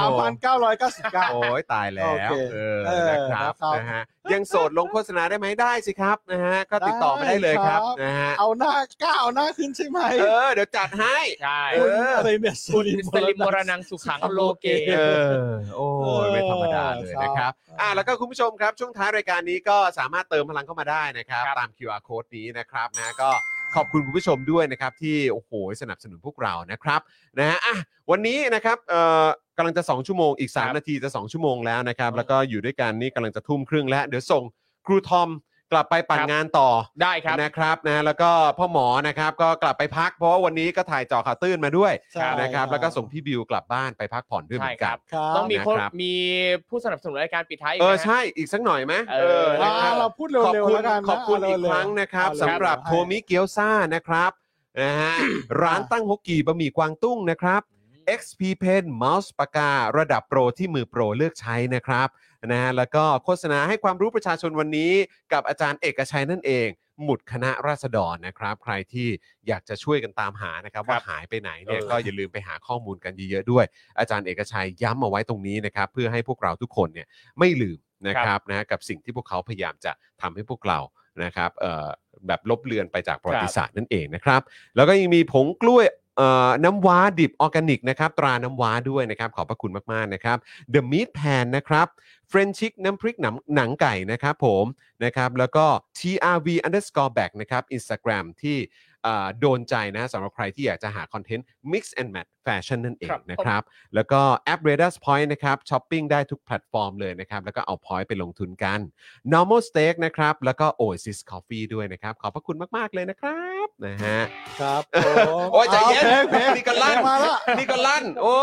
Speaker 5: 3,999
Speaker 3: ยตายแล้
Speaker 5: โอ
Speaker 3: ว
Speaker 5: เค
Speaker 3: เออ
Speaker 5: เออ
Speaker 3: นะครับ
Speaker 5: นะครับ
Speaker 3: นะฮะยังโสดลงโฆษณาได้ไหมได้สิครับนะฮะก็ติดต่อมาได้เลยครับ
Speaker 5: ได้ครับ
Speaker 3: นะฮะ
Speaker 5: เอาหน้าก้าวหน้าขึ้นใช่ไหม
Speaker 3: เออเดี๋ยวจัดให้
Speaker 4: ใช่
Speaker 3: เออ
Speaker 5: อะไรเนี่ยสลิม
Speaker 4: สลิมมรนังสุขังโลเก
Speaker 3: เออโอ้ยไม่ธรรมดาเลยนะครับอ่ะแล้วก็คุณผู้ชมครับช่วงท้ายรายการนี้ก็สามารถเติมพลังเข้ามาได้นะครับ
Speaker 4: ครับ
Speaker 3: ตาม QR code นี้นะครับนะก็ขอบคุณคุณผู้ชมด้วยนะครับ ที่โอ้โหสนับสนุนพวกเรานะครับนะฮะอ่ะวันนี้นะครับเอ่อกำลังจะ 2 ชั่วโมงอีก 3 นาทีจะ 2 ชั่วโมงแล้วนะครับ แล้วก็อยู่ด้วยกันนี่กำลังจะทุ่มครึ่งแล้ว เดี๋ยวส่งครูทอมกลับไปปั่นงานต่อ
Speaker 4: ได้ครับ
Speaker 3: นะครับนะแล้วก็พ่อหมอนะครับก็กลับไปพัก เพราะว่าวันนี้ก็ถ่ายเจอข่าวตื้นมาด้วย
Speaker 5: ใช่
Speaker 3: นะครับแล้วก็ส่งพี่บิวกลับบ้านไปพักผ่อนด้วยเหมือนกัน
Speaker 5: ครับ
Speaker 4: ต้องมีคน
Speaker 3: นะครับ
Speaker 4: มีผู้สนับสนุนรายการปิดท้ายก
Speaker 3: เออ
Speaker 4: นะ
Speaker 3: ใช่อีกสักหน่อยไหม
Speaker 4: เออ
Speaker 3: เออนะครั
Speaker 5: อ่า
Speaker 3: บ
Speaker 5: เราพูดเร็ว
Speaker 3: ขอบ
Speaker 5: ๆ
Speaker 3: คุณ
Speaker 5: แล้วกันนะ
Speaker 3: ขอบคุณ
Speaker 5: เา
Speaker 3: อีก
Speaker 5: เวๆ
Speaker 3: ครั้งนะครับ
Speaker 5: เอาเวๆ
Speaker 3: สำหรับ
Speaker 5: ใ
Speaker 3: โทมิเกียวซ่านะครับนะฮะร้านตั้งฮกกีบะหมี่กวางตุ้งนะครับ XP Pen เมาส์ปากการะดับโปรที่มือโปรเลือกใช้นะครับนะฮะแล้วก็โฆษณาให้ความรู้ประชาชนวันนี้ กับอาจารย์เอกชัยนั่นเอง หมุดคณะราษฎรนะครับ ใครที่อยากจะช่วยกันตามหานะครับ ว่าหายไปไหนเนี่ย
Speaker 4: เออ
Speaker 3: ก็อย่าลืมไปหาข้อมูลกันเยอะๆด้วย อาจารย์เอกชัยย้ำเอาไว้ตรงนี้นะครับ เพื่อให้พวกเราทุกคนเนี่ยไม่ลืมนะครับนะกับสิ่งที่พวกเขาพยายามจะทำให้พวกเรานะครับเอ่อแบบลบเลือนไปจากประวัติศาสตร์นั่นเองนะครับ แล้วก็ยังมีผงกล้วยเอ่อน้ำว้าดิบออร์แกนิกนะครับตราน้ำว้าด้วยนะครับ ขอบพระคุณมาก ๆ นะครับ The Meat Pan นะครับเฟรนชิกน้ำพริกหนังหนังไก่นะครับผมนะครับแล้วก็ TRV underscore back นะครับ Instagram ที่ อ่าโดนใจนะสำหรับใครที่อยากจะหาคอนเทนต์ Mix and Match Fashion นั่นเอง
Speaker 4: ครับ
Speaker 3: นะครับ แล้วก็แอป r a d a r Point นะครับช้อปปิ้งได้ทุกแพลตฟอร์มเลยนะครับ แล้วก็เอา Point ไปลงทุนกัน Normal Steak นะครับ แล้วก็ Oasis Coffee ด้วยนะครับ ขอบพระคุณมาก ๆ เลยนะครับนะฮะ
Speaker 5: ครับผ
Speaker 3: โ
Speaker 5: ม
Speaker 3: อ้ยใจเย็น
Speaker 5: อาเพลงเพลง
Speaker 3: นี่ก็ลั่น
Speaker 5: มาละ
Speaker 3: นี่ก็ลั่น โอ้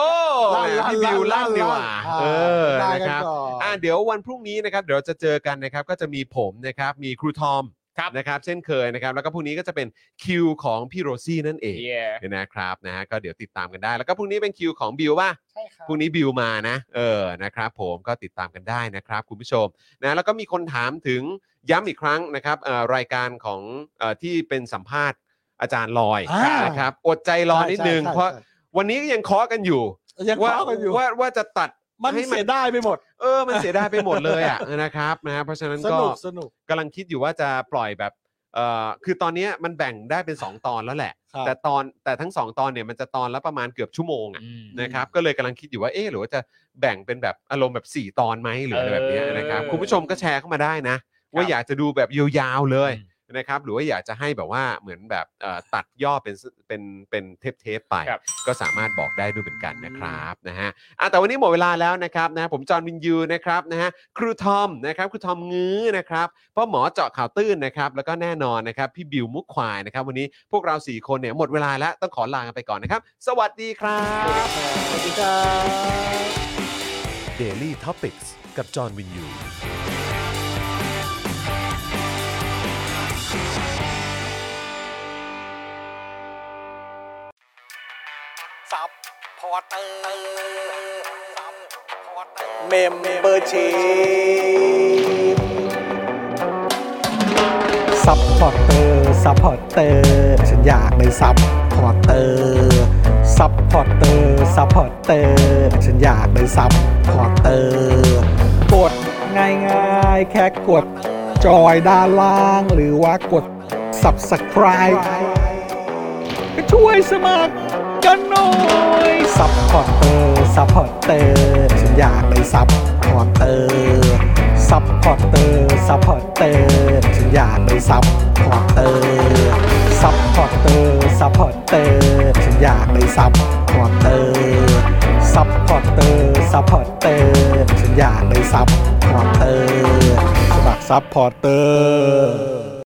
Speaker 5: ลั่นลั่น
Speaker 3: พี่บิว
Speaker 5: ลั่
Speaker 3: ลั่น
Speaker 5: น
Speaker 3: ดีกว่า
Speaker 5: ลั่น
Speaker 3: เออ
Speaker 5: ได้
Speaker 3: นะ
Speaker 5: กัน
Speaker 3: ครับ
Speaker 5: ก่อน
Speaker 3: อ่ะเดี๋ยววันพรุ่งนี้นะครับ เดี๋ยวเราจะเจอกันนะครับ ก็จะมีผมนะครับ มีครูทอม
Speaker 4: ครับ
Speaker 3: นะครับ เช่นเคยนะครับ แล้วก็พรุ่งนี้ก็จะเป็นคิวของพี่โรซี่นั่นเอง
Speaker 4: Yeah
Speaker 3: นะครับนะฮะก็เดี๋ยวติดตามกันได้ แล้วก็พรุ่งนี้เป็นคิวของบิวป่ะ
Speaker 8: ใช่ครับ
Speaker 3: พรุ่งนี้บิวมานะเออนะครับ ผมก็ติดตามกันได้นะครับ คุณผู้ชมนะแล้วก็มีคนถามถึงย้ำอีกครั้งนะครับเอ่อรายการของเอ่อที่เป็นสัมภาษณ์อาจารย์ลอย
Speaker 5: อ่าน
Speaker 3: นะครับอดใจรอนิดนึง
Speaker 5: ใช่ใช่
Speaker 3: เพราะ
Speaker 5: ใช่
Speaker 3: วันนี้ก็ยังเคาะกันอยู่
Speaker 5: ยัง
Speaker 3: ว่า
Speaker 5: เข้ากันอยู่
Speaker 3: ว่าว่าจะตัด
Speaker 5: มัน
Speaker 3: ให้
Speaker 5: เสียได้ไปหมด
Speaker 3: เออมันเสียดายไปหมดเลยอ่ะ นะครับนะฮะเพราะฉะนั้น
Speaker 5: ส
Speaker 3: ก็
Speaker 5: นุกสนุก
Speaker 3: กำลังคิดอยู่ว่าจะปล่อยแบบเอ่อคือตอนเนี้ยมันแบ่งได้เป็น 2 ตอนแล้วแหละ
Speaker 5: ครับ
Speaker 3: แต่ตอนแต่ทั้ง 2 ตอนเนี่ยมันจะตอนละประมาณเกือบชั่วโมงอ่ะ
Speaker 4: อืม
Speaker 3: นะครับก็เลยกำลังคิดอยู่ว่าเอ๊ะหรือว่าจะแบ่งเป็นแบบอารมณ์แบบ 4 ตอนไหมหรืออะไรแบบเนี้ยนะครับ
Speaker 4: เออ
Speaker 3: คุณผู้ชมก็แชร์เข้ามาได้นะ ว่าอยากจะดูแบบยาวๆเลย
Speaker 4: อืม
Speaker 3: นะครับหรือว่าอยากจะให้แบบว่าเหมือนแบบเอ่ อตัดย่อเป็นเป็นเป็นเทปๆไป
Speaker 4: ครับ
Speaker 3: ก็สามารถบอกได้ด้วยเหมือนกันนะครับนะฮะอ่ะแต่วันนี้หมดเวลาแล้วนะครับนะผมจอห์นวินยูนะครับนะฮะครูทอมนะครับครูทอมงื้อนะครับพ่อหมอเจาะข่าวตื้นนะครับแล้วก็แน่นอนนะครับพี่บิวมุกควายนะครับวันนี้พวกเราสี่คนเนี่ยหมดเวลาแล้วต้องขอลากันไปก่อนนะครับ สวัสดีครับ
Speaker 5: สวัสดีครับ
Speaker 2: Daily Topics กับจอห์นวินยู
Speaker 8: ซับพอร์เตอร์ซับพอร์เตอร์
Speaker 1: เมมเบอร์ชีซัพพอร์เตอร์ซัพพอร์เตอร์ฉันอยากเป็นซัพพอร์เตอร์ซัพพอร์เตอร์ซัพพอร์เตอร์ฉันอยากเป็นซัพพอร์เตอร์กดง่ายๆ แค่กดจอยด้านล่าง หรือว่ากด subscribe ก็ช่วยสมัครกันหน่อยซัพพอร์เตอร์ซัพพอร์เตอร์ฉันอยากเป็นซัพพอร์เตอร์ซัพพอร์เตอร์ซัพพอร์เตอร์ฉันอยากเป็นซัพพอร์เตอร์ซัพพอร์เตอร์ซัพพอร์เตอร์ฉันอยากเป็นซัพพอร์เตอร์ซัพพอร์เตอร์ซัพพอร์เตอร์ฉันอยากเป็นซัพพอร์เตอร์สมัครซัพพอร์เตอร์